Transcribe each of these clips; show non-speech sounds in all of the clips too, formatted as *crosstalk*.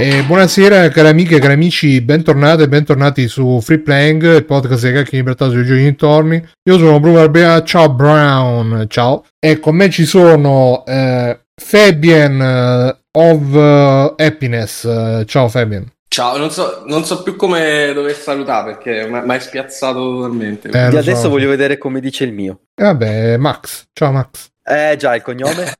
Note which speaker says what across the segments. Speaker 1: E buonasera cari amiche e cari amici, bentornate e bentornati su Free Playing, il podcast dei cacchi in libertà sui giochi intorni. Io sono Bruno Arbea, ciao Brown, ciao. E con me ci sono eh, Fabian eh, of eh, Happiness, eh, ciao Fabian.
Speaker 2: Ciao, non so, non so più come dover salutare perché mi hai spiazzato totalmente.
Speaker 1: Eh,
Speaker 3: Di
Speaker 1: lo
Speaker 3: adesso
Speaker 1: so.
Speaker 3: voglio vedere come dice il mio.
Speaker 1: E vabbè, Max, ciao Max.
Speaker 3: Eh già,
Speaker 1: *laughs*
Speaker 3: il cognome?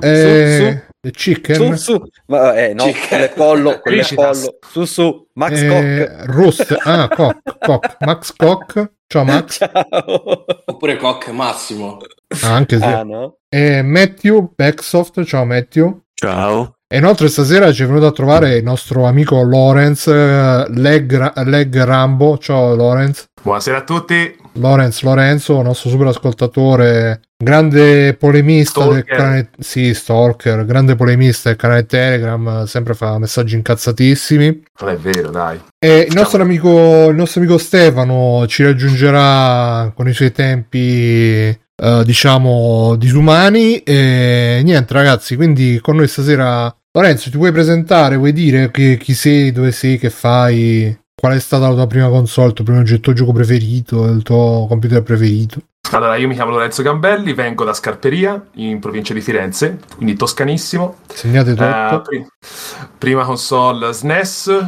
Speaker 1: Eh,
Speaker 3: su
Speaker 1: Chicken,
Speaker 3: su. Ma, eh no,
Speaker 2: Chicken.
Speaker 3: con il collo, con il
Speaker 2: Felicitas.
Speaker 3: collo. Su su, Max
Speaker 1: eh, Rust, ah, Cock, Cock, Max Cock, ciao
Speaker 3: Cock.
Speaker 1: Max,
Speaker 3: *laughs* Ciao.
Speaker 2: Oppure Cock Massimo.
Speaker 1: Ah, anche se...
Speaker 3: Ah no?
Speaker 1: E Matthew Backsoft, ciao Matthew.
Speaker 4: Ciao.
Speaker 1: E inoltre stasera ci è venuto a trovare il nostro amico Lorenz, eh, Leg, Ra- Leg Rambo, ciao Lorenz.
Speaker 4: Buonasera a tutti.
Speaker 1: Lorenz Lorenzo, nostro super ascoltatore, grande polemista del
Speaker 4: Stalker.
Speaker 1: canale, sì, stalker, grande polemista del canale Telegram, eh, sempre fa messaggi incazzatissimi.
Speaker 4: Non è vero, dai.
Speaker 1: E Eh, il nostro, amico, il nostro amico Stefano ci raggiungerà con i suoi tempi, eh, diciamo, disumani. E niente, ragazzi, quindi con noi stasera. Lorenzo, ti vuoi presentare? Vuoi dire che- chi sei, dove sei, che fai? Qual è stata la tua prima console, il tuo primo oggetto gioco preferito, il tuo computer preferito?
Speaker 4: Allora, io mi chiamo Lorenzo Gambelli, vengo da Scarperia, in provincia di Firenze, quindi toscanissimo.
Speaker 1: Segnate tutto.
Speaker 4: Eh, pri- prima console SNES, se non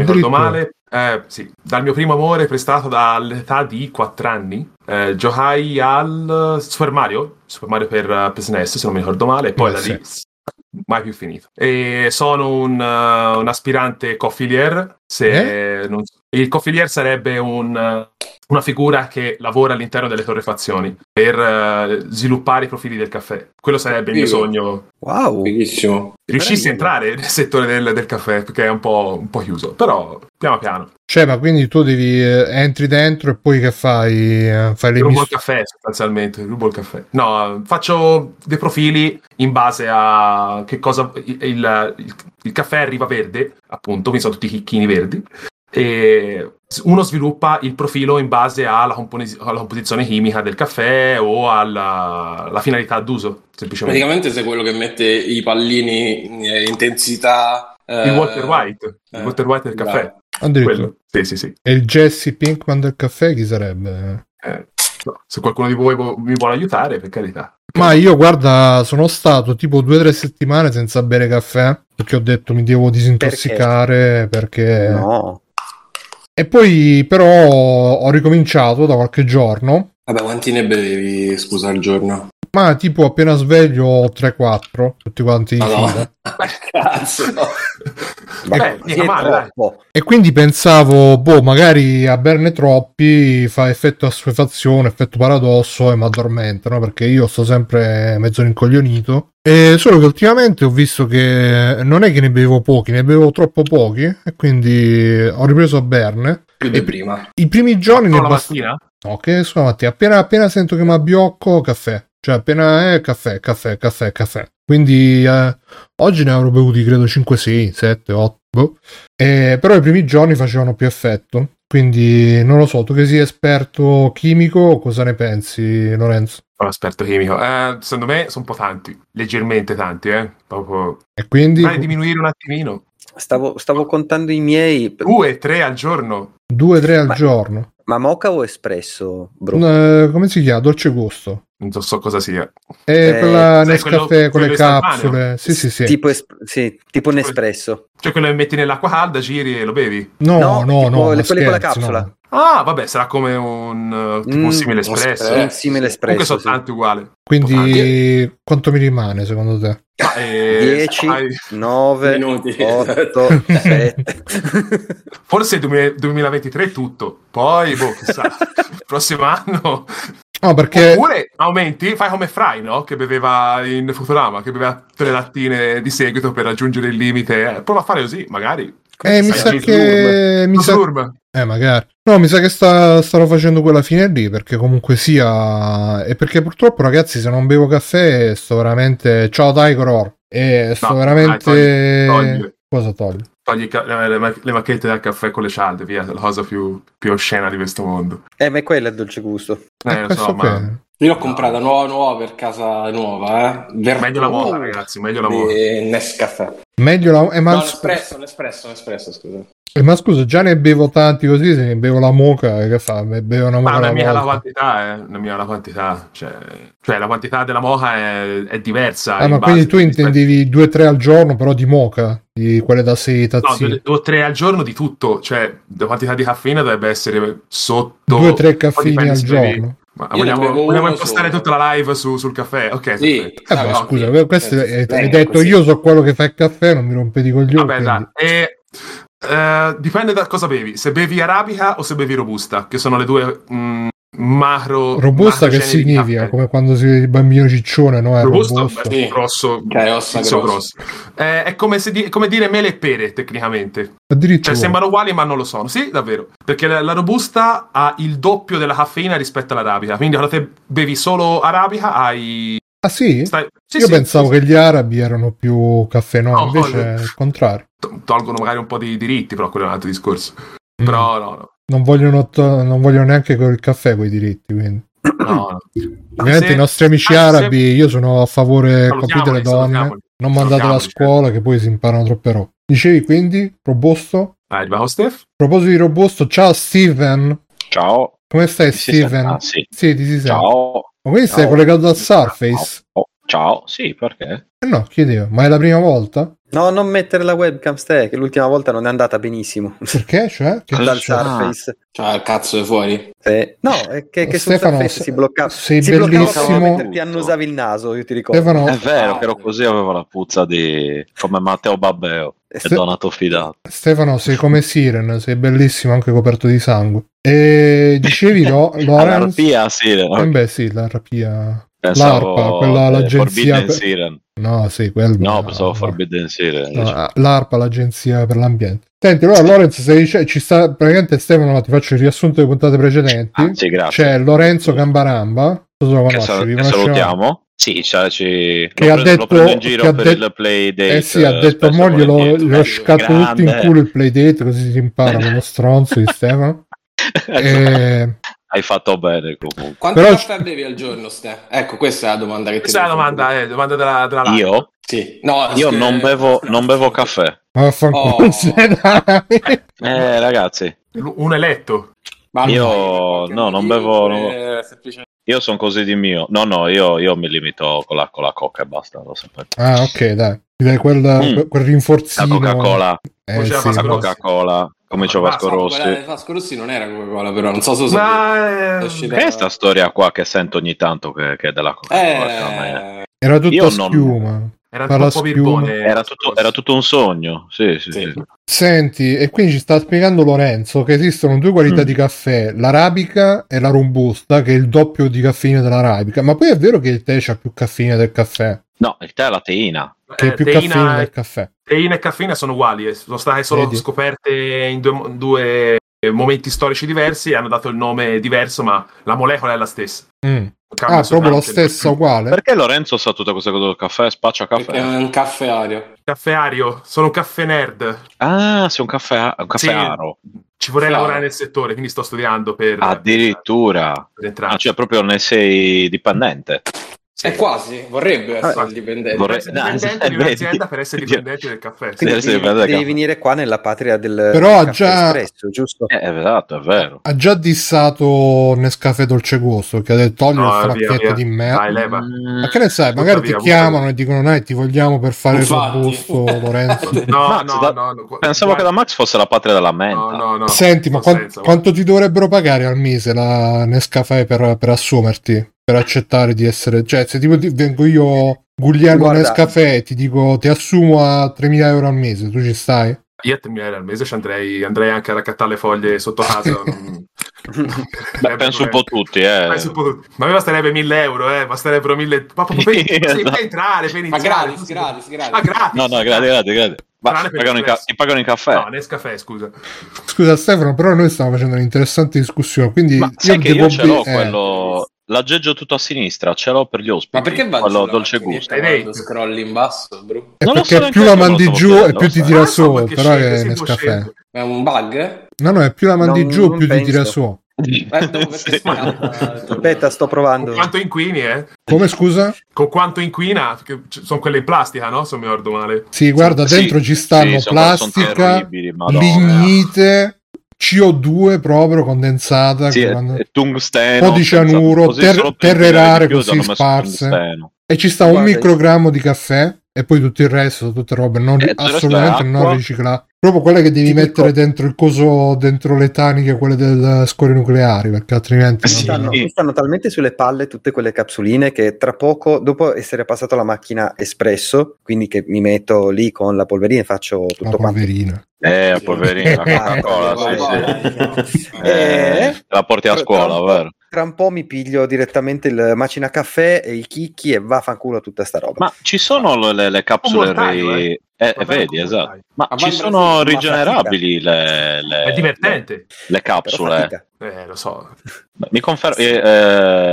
Speaker 4: mi ricordo
Speaker 1: Addirittura.
Speaker 4: male. Eh, sì, dal mio primo amore prestato dall'età di 4 anni. Eh, giocai al eh, Super Mario, Super Mario per, eh, per SNES, se non mi ricordo male, e poi
Speaker 1: Eh,
Speaker 4: da
Speaker 1: sì.
Speaker 4: lì mai più finito. E sono un, eh, un aspirante coffilier,
Speaker 1: Eh?
Speaker 4: se non- il coffilier sarebbe un, eh, una figura che lavora all'interno delle torrefazioni per eh, sviluppare i profili del caffè. Quello sarebbe il mio
Speaker 2: Figo.
Speaker 4: sogno
Speaker 3: Wow.
Speaker 2: Bellissimo.
Speaker 4: riuscissi a
Speaker 3: Meraviglia.
Speaker 4: entrare nel settore del, del caffè perché è un po', un po' chiuso però piano piano
Speaker 1: Cioè, ma quindi tu devi eh, entri dentro e poi che fai? Eh, Fai le
Speaker 4: rubo il
Speaker 1: misure.
Speaker 4: caffè sostanzialmente rubo il caffè no faccio dei profili in base a che cosa il, il- il- il caffè arriva verde appunto quindi sono tutti chicchini verdi e uno sviluppa il profilo in base alla, componi- alla composizione chimica del caffè o alla, alla finalità d'uso semplicemente
Speaker 2: Praticamente sei quello che mette i pallini eh, intensità. eh,
Speaker 4: il Walter White il
Speaker 2: eh,
Speaker 4: Walter White del
Speaker 2: bravo.
Speaker 4: caffè
Speaker 1: Addirittura.
Speaker 4: quello sì sì sì
Speaker 1: E il Jesse Pinkman del caffè chi sarebbe?
Speaker 4: Eh, no, se qualcuno di voi vo- mi vuole aiutare,
Speaker 3: *laughs*
Speaker 4: per carità.
Speaker 1: Ma io guarda, sono stato tipo due o tre settimane senza bere caffè eh, perché ho detto mi devo disintossicare perché...
Speaker 3: No.
Speaker 1: E poi però ho ricominciato da qualche giorno,
Speaker 2: Vabbè, quanti ne bevevi, scusa, al giorno?
Speaker 1: ma tipo appena sveglio ho 3-4, tutti quanti di
Speaker 2: Madonna.
Speaker 1: fila.
Speaker 2: *laughs* Cazzo.
Speaker 4: Beh,
Speaker 3: Ecco, Sì,
Speaker 4: Eh,
Speaker 3: eh,
Speaker 4: mica
Speaker 3: è
Speaker 4: male, dai.
Speaker 3: troppo.
Speaker 1: E quindi pensavo, boh, magari a berne troppi fa effetto assuefazione, effetto paradosso e mi addormentano perché io sto sempre mezzo rincoglionito. E solo che ultimamente ho visto che non è che ne bevo pochi, ne bevo troppo pochi e quindi ho ripreso a berne.
Speaker 2: Più di prima.
Speaker 1: I primi giorni
Speaker 4: Solo
Speaker 1: ne
Speaker 4: la
Speaker 1: bast-
Speaker 4: mattina?
Speaker 1: No, che scusa Mattia, appena, appena sento che mi abbiocco, caffè. Cioè, appena è caffè, caffè, caffè, caffè. Quindi eh, oggi ne avrò bevuti credo 5, 6, 7, 8. boh. Eh, però i primi giorni facevano più effetto. Quindi non lo so, tu che sei esperto chimico, cosa ne pensi, Lorenzo?
Speaker 4: Sono esperto chimico. Eh, secondo me sono un po' tanti, leggermente tanti, eh. Proprio...
Speaker 1: E quindi
Speaker 4: Dai, diminuire un attimino.
Speaker 3: Stavo, stavo contando i miei.
Speaker 4: Due, tre al giorno.
Speaker 1: 2-3 al
Speaker 3: Ma-
Speaker 1: giorno.
Speaker 3: Ma moca o espresso, bro?
Speaker 1: Eh, come si chiama? Dolce gusto.
Speaker 4: Non so, so cosa sia.
Speaker 1: E
Speaker 3: Eh,
Speaker 1: quella
Speaker 4: sai,
Speaker 1: Nescafè
Speaker 4: quello-
Speaker 1: con le
Speaker 4: quello istantaneo?
Speaker 1: capsule. Sì, sì, sì.
Speaker 3: Tipo, es- sì, tipo un espresso.
Speaker 4: Cioè, quello che metti nell'acqua calda, giri e lo bevi.
Speaker 1: No, no, no,
Speaker 3: no, tipo
Speaker 1: ma
Speaker 3: le- quelle con la
Speaker 1: scherzi, no.
Speaker 3: capsula.
Speaker 4: Ah, vabbè, sarà come un, eh, tipo
Speaker 3: Mm,
Speaker 4: un simile espresso.
Speaker 2: espresso.
Speaker 3: Un simile
Speaker 4: Eh, Comunque
Speaker 3: espresso.
Speaker 4: sono
Speaker 3: sì.
Speaker 4: tanti uguali.
Speaker 1: Quindi quanto mi rimane secondo te?
Speaker 4: Ma, eh,
Speaker 3: 10,
Speaker 4: sai,
Speaker 3: 9,
Speaker 2: Minuti.
Speaker 1: *laughs*
Speaker 3: 8, 7.
Speaker 4: forse 2000- 2023 è tutto. Poi,
Speaker 3: *laughs*
Speaker 4: boh, chissà, il prossimo anno
Speaker 1: No, perché
Speaker 4: Oppure aumenti, fai come Fry, no? Che beveva in Futurama, che beveva tre lattine di seguito per raggiungere il limite. Eh, prova a fare così, magari.
Speaker 1: eh, mi
Speaker 4: sai,
Speaker 1: sa
Speaker 4: lo
Speaker 1: che mi
Speaker 4: Lo
Speaker 1: sa...
Speaker 4: slurm.
Speaker 1: eh, magari. No, mi sa che sta, starò facendo quella fine lì perché comunque sia e perché purtroppo ragazzi, se non bevo caffè sto veramente ciao Tiger Horror e sto
Speaker 4: No,
Speaker 1: veramente
Speaker 4: dai, togli- togli.
Speaker 1: Cosa togli?
Speaker 4: Togli i ca- eh, le, le- le macchiette dal caffè con le cialde, via, la cosa più, più oscena di questo mondo.
Speaker 3: Eh, ma è quello il dolce gusto.
Speaker 4: Eh, lo so,
Speaker 1: Questo
Speaker 4: ma
Speaker 1: qua è-
Speaker 2: Io l'ho comprata nuova nuova per casa nuova, eh. Vertù
Speaker 4: meglio la moda, ragazzi, meglio la moda.
Speaker 2: di Nescafè.
Speaker 1: Meglio la... eh, ma,
Speaker 2: No,
Speaker 1: scu-
Speaker 2: l'espresso, l'espresso, l'espresso, scusa.
Speaker 1: eh, ma scusa, già ne bevo tanti così, se ne bevo la moca, che fa? Me bevo una moca
Speaker 4: Ma una
Speaker 1: alla
Speaker 4: mia la
Speaker 1: volta.
Speaker 4: quantità, eh, una mia la quantità, cioè, cioè la quantità della moca è, è diversa.
Speaker 1: Ah,
Speaker 4: in
Speaker 1: ma
Speaker 4: base-
Speaker 1: quindi tu
Speaker 4: rispetto-
Speaker 1: intendevi 2-3 al giorno, però di moca, di quelle da seta,
Speaker 4: No,
Speaker 1: sì.
Speaker 4: due, due o tre al giorno di tutto, cioè la quantità di caffeina dovrebbe essere sotto...
Speaker 1: Due o tre
Speaker 4: poi
Speaker 1: caffini
Speaker 4: dipende
Speaker 1: al
Speaker 4: se bevi-
Speaker 1: giorno.
Speaker 4: Ma
Speaker 2: Io ne
Speaker 4: vogliamo,
Speaker 2: bevo
Speaker 4: vogliamo
Speaker 2: uno
Speaker 4: impostare
Speaker 2: solo.
Speaker 4: tutta la live su- sul caffè? Ok,
Speaker 2: Sì.
Speaker 4: perfetto.
Speaker 1: Eh
Speaker 2: Ah,
Speaker 1: beh,
Speaker 2: no,
Speaker 1: scusa,
Speaker 2: sì.
Speaker 1: questo è-
Speaker 2: Eh,
Speaker 1: hai
Speaker 2: eh,
Speaker 1: detto
Speaker 2: così.
Speaker 1: io so quello che fa il caffè, non mi rompete i coglioni.
Speaker 4: Vabbè, esatto.
Speaker 1: quindi-
Speaker 4: dai. E, eh, dipende da cosa bevi, se bevi arabica o se bevi robusta, che sono le due mh, macro...
Speaker 1: Robusta che
Speaker 4: macrogeni di
Speaker 1: significa?
Speaker 4: caffè.
Speaker 1: Come quando si vede il bambino ciccione, no? È
Speaker 4: robusto,
Speaker 1: robusto.
Speaker 4: beh,
Speaker 2: Sì.
Speaker 4: grosso,
Speaker 2: Che è ossa
Speaker 4: pizzo
Speaker 2: grosso.
Speaker 4: grosso. Eh, è come, se di- come dire mele e pere tecnicamente
Speaker 1: Addirittura.
Speaker 4: cioè sembrano uguali ma non lo sono sì davvero perché la, la robusta ha il doppio della caffeina rispetto all'arabica quindi quando te bevi solo arabica hai
Speaker 1: Ah sì?
Speaker 4: stai- sì,
Speaker 1: io
Speaker 4: sì,
Speaker 1: pensavo
Speaker 4: sì,
Speaker 1: che gli arabi erano più caffè, no?
Speaker 4: No,
Speaker 1: invece
Speaker 4: voglio-
Speaker 1: è il contrario.
Speaker 4: to- tolgono magari un po' di diritti però quello è un altro discorso
Speaker 1: Mm.
Speaker 4: però no
Speaker 1: *clears throat*
Speaker 4: no
Speaker 1: Non vogliono, to- non vogliono neanche col caffè quei diritti, quindi.
Speaker 4: no, no.
Speaker 1: Ovviamente
Speaker 4: Se-
Speaker 1: i nostri amici
Speaker 4: anzi, se-
Speaker 1: arabi, io sono a favore
Speaker 4: Salutiamoli,
Speaker 1: capite le donne,
Speaker 4: salutiamoli.
Speaker 1: non mandatela a
Speaker 4: Salutiamoli,
Speaker 5: diciamo.
Speaker 1: scuola che poi si imparano troppe robe. Dicevi quindi, robusto?
Speaker 4: Ah, è arrivato Steph
Speaker 1: A proposito di robusto, ciao Steven,
Speaker 5: Ciao.
Speaker 1: come stai
Speaker 5: Mi si sente?
Speaker 1: Steven?
Speaker 5: Ah, sì.
Speaker 1: Sì, ti si sente.
Speaker 5: Ciao.
Speaker 1: Ma quindi stai
Speaker 5: Ciao.
Speaker 1: collegato al Surface?
Speaker 5: Ciao. Ciao. Sì, perché?
Speaker 1: Eh no, chiedevo, ma è la prima volta?
Speaker 3: No, non mettere la webcam, Ste, che l'ultima volta non è andata benissimo.
Speaker 1: Perché? Cioè?
Speaker 5: *laughs*
Speaker 1: Che
Speaker 3: Dal
Speaker 1: succede?
Speaker 3: Surface.
Speaker 2: Cioè, il cazzo è fuori.
Speaker 3: Sì. No, è che, che sul
Speaker 1: Stefano,
Speaker 3: Surface si bloccava.
Speaker 1: sei
Speaker 3: si bloccava
Speaker 1: bellissimo.
Speaker 3: solamente, ti annusavi il naso, io ti ricordo.
Speaker 1: Stefano,
Speaker 5: È vero che ero così, avevo la puzza di come Matteo Babbeo e
Speaker 1: Se-
Speaker 5: Donato Fidato.
Speaker 1: Stefano, sei come Siren, sei bellissimo anche coperto di sangue. E dicevi no,
Speaker 5: *laughs* Alla
Speaker 1: Lawrence?
Speaker 5: rapia, Siren.
Speaker 1: Eh
Speaker 5: ok.
Speaker 1: beh sì, la rapia.
Speaker 5: Pensavo
Speaker 1: l'ARPA, quella-
Speaker 5: eh,
Speaker 1: l'agenzia
Speaker 5: Forbidden
Speaker 1: per-
Speaker 5: Siren.
Speaker 1: No, sì, quello.
Speaker 5: No, pensavo
Speaker 1: no.
Speaker 5: Forbidden Siren.
Speaker 1: No, eh,
Speaker 5: invece.
Speaker 1: L'ARPA, l'agenzia per l'ambiente. Senti, allora Lorenzo, se dice- ci sta praticamente Stefano, ti faccio il riassunto delle puntate precedenti.
Speaker 5: Ah, sì, grazie.
Speaker 1: C'è Lorenzo Gambaramba, non so se lo
Speaker 5: che,
Speaker 1: conosci,
Speaker 5: sal-
Speaker 1: vi
Speaker 5: che
Speaker 1: conosciamo?
Speaker 5: salutiamo. Sì, cioè, ci...
Speaker 1: Che
Speaker 5: lo
Speaker 1: ha
Speaker 5: prendo-
Speaker 1: detto-
Speaker 5: lo prendo in giro
Speaker 1: che ha
Speaker 5: per
Speaker 1: detto-
Speaker 5: il play date.
Speaker 1: Eh sì, ha detto
Speaker 5: spesso e
Speaker 1: mo glielo,
Speaker 5: volentieri.
Speaker 1: glielo ho sciaccato tutto in
Speaker 5: Grande. *laughs*
Speaker 1: culo il playdate così si impara uno stronzo di Stefano.
Speaker 5: Ecco.
Speaker 1: Eh, E-
Speaker 5: Hai fatto bene comunque.
Speaker 2: Quanti
Speaker 1: Però-
Speaker 2: caffè bevi al giorno, Ste? Ecco, questa è la domanda che ti
Speaker 4: questa è la
Speaker 2: devo fare.
Speaker 4: domanda, eh, domanda della, della live.
Speaker 5: Io,
Speaker 2: Sì. No,
Speaker 5: io
Speaker 2: eh,
Speaker 5: non, bevo, non bevo caffè.
Speaker 1: Ma vaffanculo,
Speaker 2: Oh.
Speaker 1: se *laughs* dai.
Speaker 5: Eh, ragazzi,
Speaker 4: L- un eletto
Speaker 2: Ma
Speaker 5: Io-
Speaker 2: qualche
Speaker 5: no, non
Speaker 2: motivo,
Speaker 5: bevo-
Speaker 2: oppure semplicemente-
Speaker 5: io sono così di mio. No, no, io, io mi limito con la, con la coca e basta. Lo sapete.
Speaker 1: Ah, ok, dai. Ti dai quel, quel- quel
Speaker 5: Mm. La
Speaker 1: rinforzino.
Speaker 5: Coca-Cola,
Speaker 1: Eh,
Speaker 4: Non ce la
Speaker 1: sì.
Speaker 4: fa
Speaker 5: la
Speaker 4: Vasco Rossi.
Speaker 5: Coca-Cola, come c'ho
Speaker 4: Ma
Speaker 5: Vasco
Speaker 4: sa,
Speaker 5: Rossi.
Speaker 2: Quella del eh, Vasco Rossi non era Coca-Cola, però non so se lo sapevi.
Speaker 4: ma eh,
Speaker 2: Esci da-
Speaker 5: Che è sta storia qua che sento ogni tanto che, che è della Coca-Cola? cioè, secondo me?
Speaker 2: Eh,
Speaker 1: Era tutta
Speaker 5: Io non-
Speaker 1: schiuma.
Speaker 4: era
Speaker 1: Parla
Speaker 4: troppo
Speaker 1: schiuma.
Speaker 4: birbone
Speaker 5: Era, tutto, era tutto un sogno. Sì, sì,
Speaker 2: Sì.
Speaker 5: sì.
Speaker 1: Senti, e quindi ci sta spiegando Lorenzo che esistono due qualità
Speaker 5: Mm.
Speaker 1: di caffè, l'arabica e la robusta, che è il doppio di caffeina dell'arabica. Ma poi è vero che il tè c'ha più caffeina del caffè,
Speaker 5: No, il tè è la teina.
Speaker 1: che
Speaker 4: Eh,
Speaker 1: è più
Speaker 4: teina
Speaker 1: caffeina
Speaker 4: e-
Speaker 1: del caffè.
Speaker 4: Teina e caffeina sono uguali, eh, sono state solo
Speaker 1: Vedi.
Speaker 4: scoperte in due, in due eh, momenti storici diversi e hanno dato il nome diverso, ma la molecola è la stessa.
Speaker 1: Mm.
Speaker 4: Cambia
Speaker 1: Ah, proprio la
Speaker 4: soltanto il-
Speaker 1: stessa uguale?
Speaker 5: Perché Lorenzo sa tutte queste cose del caffè? Spaccia
Speaker 2: perché è
Speaker 5: caffè.
Speaker 2: un caffè ario.
Speaker 4: Caffeario, sono un caffè nerd.
Speaker 5: Ah, sei un caffè, un caffearo.
Speaker 4: Ci vorrei
Speaker 2: Sì.
Speaker 4: lavorare nel settore, quindi sto studiando per,
Speaker 5: Addirittura.
Speaker 4: per entrare.
Speaker 2: Esatto.
Speaker 5: Ah, cioè, proprio ne sei dipendente.
Speaker 4: Sì.
Speaker 2: È quasi, vorrebbe
Speaker 1: Ah,
Speaker 2: essere
Speaker 4: Eh,
Speaker 2: dipendente.
Speaker 5: vorrei-
Speaker 4: Essere
Speaker 5: no,
Speaker 4: dipendente di
Speaker 5: vedi.
Speaker 4: un'azienda per essere dipendenti del caffè. sì.
Speaker 3: Quindi
Speaker 5: Sì, sì,
Speaker 3: devi,
Speaker 5: prende il
Speaker 3: devi
Speaker 5: caffè.
Speaker 3: venire qua nella patria del
Speaker 1: Però
Speaker 3: del
Speaker 1: ha
Speaker 3: caffè
Speaker 1: già-
Speaker 3: espresso, giusto?
Speaker 5: Eh, esatto, è vero.
Speaker 1: Ha già dissato Nescafè Dolce Gusto, che ha detto togli
Speaker 4: No, eh,
Speaker 1: il
Speaker 4: via, via.
Speaker 1: fracchetto di merda.
Speaker 4: Dai, leva.
Speaker 1: Ma che ne sai, magari
Speaker 4: Butta via,
Speaker 1: ti
Speaker 4: butta
Speaker 1: chiamano
Speaker 4: via.
Speaker 1: e dicono dai ti vogliamo per fare
Speaker 2: Infatti.
Speaker 1: il robusto
Speaker 4: *laughs*
Speaker 1: Lorenzo.
Speaker 4: No,
Speaker 5: Max,
Speaker 4: no,
Speaker 5: da-
Speaker 4: no, no, gu-
Speaker 5: Pensavo
Speaker 4: guarda-
Speaker 5: che la Max fosse la patria della
Speaker 4: No,
Speaker 5: menta.
Speaker 4: no, no.
Speaker 1: Senti, ma
Speaker 4: Non
Speaker 1: quan-
Speaker 4: senso, guarda.
Speaker 1: quanto ti dovrebbero pagare al mese la Nescafè per, per assumerti, per accettare di essere... Cioè, se tipo ti- vengo io Guglielmo
Speaker 3: Guarda.
Speaker 1: Nescafè e ti dico ti assumo a 3.000 euro al mese, tu ci stai?
Speaker 4: Io a 3.000 euro al mese ci andrei, andrei anche a raccattare le foglie sotto casa. non-
Speaker 5: *laughs* Beh, penso un po' tutti, eh.
Speaker 4: Penso un po' tutti. Ma a me basterebbe 1000 euro, eh. basterebbero
Speaker 5: *laughs*
Speaker 4: 1000. Ma proprio per,
Speaker 5: Sì,
Speaker 4: sì, per
Speaker 5: esatto.
Speaker 4: entrare, per
Speaker 2: Ma
Speaker 4: iniziare.
Speaker 2: gratis,
Speaker 4: così.
Speaker 2: gratis, gratis.
Speaker 4: Ah, gratis.
Speaker 5: No, no, grazie, grazie, grazie. Ma
Speaker 4: Tranne
Speaker 5: ti
Speaker 4: per
Speaker 5: pagano, in ca-
Speaker 4: l'espresso.
Speaker 5: ti pagano in caffè.
Speaker 4: No, Nescafè, scusa.
Speaker 1: Scusa Stefano, però noi stiamo facendo un'interessante discussione, quindi
Speaker 5: Ma sai che
Speaker 1: devo
Speaker 5: io ce l'ho
Speaker 1: be- eh,
Speaker 5: quello... l'aggeggio tutto a sinistra ce l'ho per gli ospiti.
Speaker 2: Ma perché va
Speaker 5: Quello
Speaker 2: sulla
Speaker 5: dolce
Speaker 2: macchinetta
Speaker 5: gusto. *laughs*
Speaker 4: Hai
Speaker 2: quando
Speaker 4: detto.
Speaker 2: Scrolli in basso, bro.
Speaker 1: È
Speaker 5: Non lo
Speaker 1: perché
Speaker 5: so neanche
Speaker 1: più la
Speaker 5: io come
Speaker 1: mandi
Speaker 5: lo sto
Speaker 1: giù e
Speaker 5: facendo,
Speaker 1: più ti
Speaker 5: sai.
Speaker 1: tira
Speaker 4: Ah, so
Speaker 1: su,
Speaker 4: qualche
Speaker 1: però
Speaker 4: scelta,
Speaker 1: è
Speaker 4: sì,
Speaker 1: Nescafè.
Speaker 4: può scegliere.
Speaker 2: È un bug? Eh,
Speaker 1: No, no, è più la mandi
Speaker 3: Non-
Speaker 1: giù
Speaker 3: non
Speaker 1: più ti tira
Speaker 3: penso.
Speaker 1: su.
Speaker 2: dove- perché
Speaker 5: *laughs*
Speaker 2: *laughs*
Speaker 5: Sì.
Speaker 2: scatta?
Speaker 3: Aspetta, sto
Speaker 4: Con
Speaker 3: provando.
Speaker 4: quanto inquini, eh?
Speaker 1: Come scusa?
Speaker 4: Con quanto inquina? Perché ci- Sono quelle in plastica, no? Se non mi ricordo male.
Speaker 1: Sì, guarda,
Speaker 5: Sì,
Speaker 1: dentro ci
Speaker 5: sì,
Speaker 1: stanno
Speaker 5: sono- sono
Speaker 1: plastica,
Speaker 5: terribili, madonna.
Speaker 1: lignite, CO2 proprio condensata,
Speaker 5: Sì, eh,
Speaker 1: che
Speaker 5: è-
Speaker 1: quando-
Speaker 5: è tungsteno,
Speaker 1: Un po' di
Speaker 5: senza-
Speaker 1: cianuro,
Speaker 5: così
Speaker 1: ter-
Speaker 5: solo per
Speaker 1: terre
Speaker 5: inquinare di
Speaker 1: rare
Speaker 5: più,
Speaker 1: così
Speaker 5: hanno messo
Speaker 1: sparse.
Speaker 5: tungsteno.
Speaker 1: e ci sta un
Speaker 3: guarda,
Speaker 1: microgrammo di caffè e poi tutto il resto, sono tutte robe non,
Speaker 5: Eh, tutto il resto è
Speaker 1: assolutamente non
Speaker 5: acqua.
Speaker 1: riciclate. Proprio quelle che devi
Speaker 3: Ti dico-
Speaker 1: mettere dentro il coso, dentro le taniche, quelle del scorie nucleari, perché altrimenti...
Speaker 5: Eh Sì.
Speaker 1: non-
Speaker 3: Stanno, mi stanno talmente sulle palle tutte quelle capsuline che tra poco, dopo essere passato alla macchina espresso, quindi che mi metto lì con la polverina e faccio
Speaker 1: La
Speaker 3: tutto quanto.
Speaker 1: polverina.
Speaker 5: Eh,
Speaker 1: *laughs*
Speaker 2: Sì.
Speaker 3: *laughs*
Speaker 5: poverina, la Coca-Cola,
Speaker 2: Vai,
Speaker 5: sì,
Speaker 2: vai,
Speaker 5: sì.
Speaker 2: vai.
Speaker 5: Eh,
Speaker 3: Eh?
Speaker 5: la porti a
Speaker 3: Tra- tra
Speaker 5: scuola,
Speaker 3: un po'-
Speaker 5: vero?
Speaker 3: Tra un po' mi piglio direttamente il macina caffè e i chicchi e vaffanculo tutta sta roba.
Speaker 5: Ma ci sono le, le- le capsule
Speaker 4: Un mortaio,
Speaker 5: re-
Speaker 4: eh.
Speaker 5: eh,
Speaker 4: Guardate
Speaker 5: vedi,
Speaker 4: come
Speaker 5: esatto.
Speaker 4: fai.
Speaker 5: Ma
Speaker 2: Ma
Speaker 5: ci
Speaker 2: Van
Speaker 5: sono
Speaker 3: Brasil, ma
Speaker 5: rigenerabili le, le-
Speaker 4: È divertente.
Speaker 3: Però
Speaker 5: le capsule.
Speaker 3: fatica.
Speaker 4: Eh, lo so.
Speaker 5: Beh, Mi confermi, eh,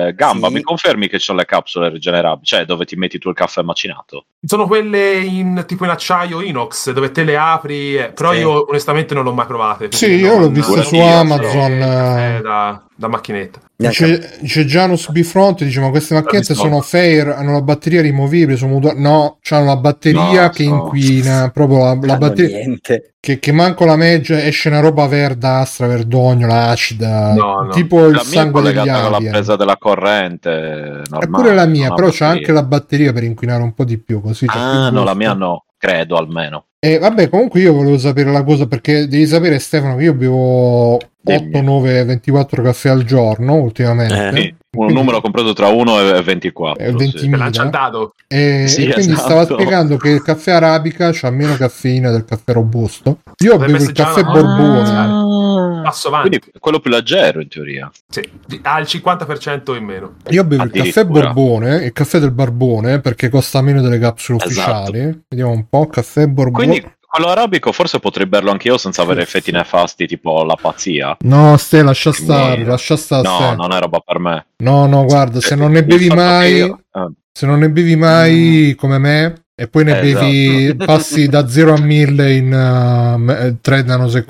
Speaker 5: eh, Gamba,
Speaker 3: Sì.
Speaker 5: mi confermi che ci sono le capsule rigenerabili, cioè dove ti metti tu il caffè macinato?
Speaker 4: Sono quelle in tipo in acciaio inox dove te le apri, eh, però
Speaker 3: Sì.
Speaker 4: io onestamente non l'ho mai provate.
Speaker 1: Sì,
Speaker 4: quindi
Speaker 1: io
Speaker 4: non-
Speaker 1: l'ho vista
Speaker 5: su
Speaker 4: Eh,
Speaker 1: Amazon, eh.
Speaker 4: caffè da, da macchinetta.
Speaker 3: Neanche a me.
Speaker 1: C'è, c'è Janus Bifront, dice ma queste macchinette
Speaker 4: Bisogno.
Speaker 1: sono fair, hanno la batteria rimovibile, sono mutua- no, c'hanno la batteria
Speaker 5: No,
Speaker 1: che
Speaker 5: no.
Speaker 1: inquina, proprio la, la
Speaker 3: Fanno
Speaker 1: batteria
Speaker 3: niente.
Speaker 1: che, che manco la meggia esce una roba verdastra, verdognola, acida,
Speaker 4: No, no.
Speaker 1: tipo il
Speaker 5: la mia è
Speaker 1: sangue degli
Speaker 5: collegata alla
Speaker 1: alien.
Speaker 5: presa della corrente normale.
Speaker 1: Eppure la mia,
Speaker 5: non ha
Speaker 1: però c'ha
Speaker 5: batteria.
Speaker 1: anche la batteria per inquinare un po' di più, così c'è più
Speaker 5: Ah, no, la
Speaker 1: gusto.
Speaker 5: mia no, credo almeno.
Speaker 1: E vabbè, comunque io volevo sapere la cosa perché devi sapere Stefano che io bevo 8,
Speaker 5: Dimmi. Eh,
Speaker 1: 9, 24 caffè al giorno ultimamente.
Speaker 5: Sì, un
Speaker 1: Quindi-
Speaker 5: numero compreso tra 1 e 24.
Speaker 1: Eh,
Speaker 5: sì.
Speaker 1: 20.
Speaker 4: Te lancia il dado.
Speaker 1: eh, E,
Speaker 5: Sì,
Speaker 1: e quindi
Speaker 5: esatto.
Speaker 1: stava spiegando che il caffè arabica c'ha meno caffeina del caffè robusto. Io
Speaker 4: Potrebbe
Speaker 1: bevo il
Speaker 4: essere già
Speaker 1: caffè
Speaker 4: una-
Speaker 1: borbone.
Speaker 5: Ah.
Speaker 4: Passo avanti.
Speaker 5: Quindi quello più leggero in teoria.
Speaker 4: Sì, di- ha il 50% in meno.
Speaker 1: Io bevo il caffè
Speaker 5: Addirittura.
Speaker 1: borbone, il caffè del barbone perché costa meno delle capsule
Speaker 5: Esatto.
Speaker 1: ufficiali. Vediamo un po', caffè borbone.
Speaker 5: Quindi quello arabico forse potrei berlo anche io senza avere effetti nefasti tipo la pazzia.
Speaker 1: No, Ste, lascia stare,
Speaker 5: No.
Speaker 1: lascia stare.
Speaker 5: No,
Speaker 1: Ste.
Speaker 5: non è roba per me.
Speaker 1: No, no, guarda, se non ne
Speaker 5: Il
Speaker 1: bevi
Speaker 5: fatto che
Speaker 1: mai,
Speaker 5: io- eh,
Speaker 1: se non ne bevi mai come me, e poi ne
Speaker 5: Mm. Esatto.
Speaker 1: bevi, *laughs* passi da 0 a uh, 1000 in 3 eh,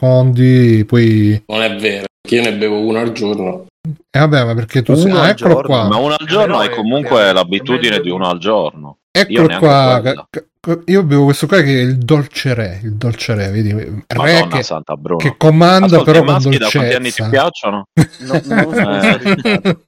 Speaker 1: nanosecondi, poi... E
Speaker 2: Non è vero, che io ne bevo uno al giorno.
Speaker 1: vabbè, ma perché tu
Speaker 3: Uno
Speaker 1: sei... ah,
Speaker 3: al
Speaker 1: eccolo
Speaker 3: giorno,
Speaker 1: qua,
Speaker 5: Ma uno al giorno
Speaker 4: Però
Speaker 5: è
Speaker 4: è-
Speaker 5: comunque
Speaker 4: è-
Speaker 5: l'abitudine
Speaker 4: è meglio
Speaker 5: di
Speaker 4: di-
Speaker 5: uno al giorno. io
Speaker 1: eccolo
Speaker 5: neanche
Speaker 1: qua.
Speaker 5: quella.
Speaker 1: ca- ca- Io bevo questo qua che è il dolce re, il dolce re, vedi? Re
Speaker 5: Madonna
Speaker 1: Eh, che,
Speaker 5: santa Bruno.
Speaker 1: che comanda
Speaker 5: Ascolta,
Speaker 1: però
Speaker 5: i
Speaker 1: con
Speaker 5: maschi da quanti anni ti
Speaker 1: dolcezza.
Speaker 5: piacciono?
Speaker 4: *laughs*
Speaker 3: No,
Speaker 5: *laughs*
Speaker 3: non
Speaker 5: eh,
Speaker 4: Eh,
Speaker 3: sponsorizzato.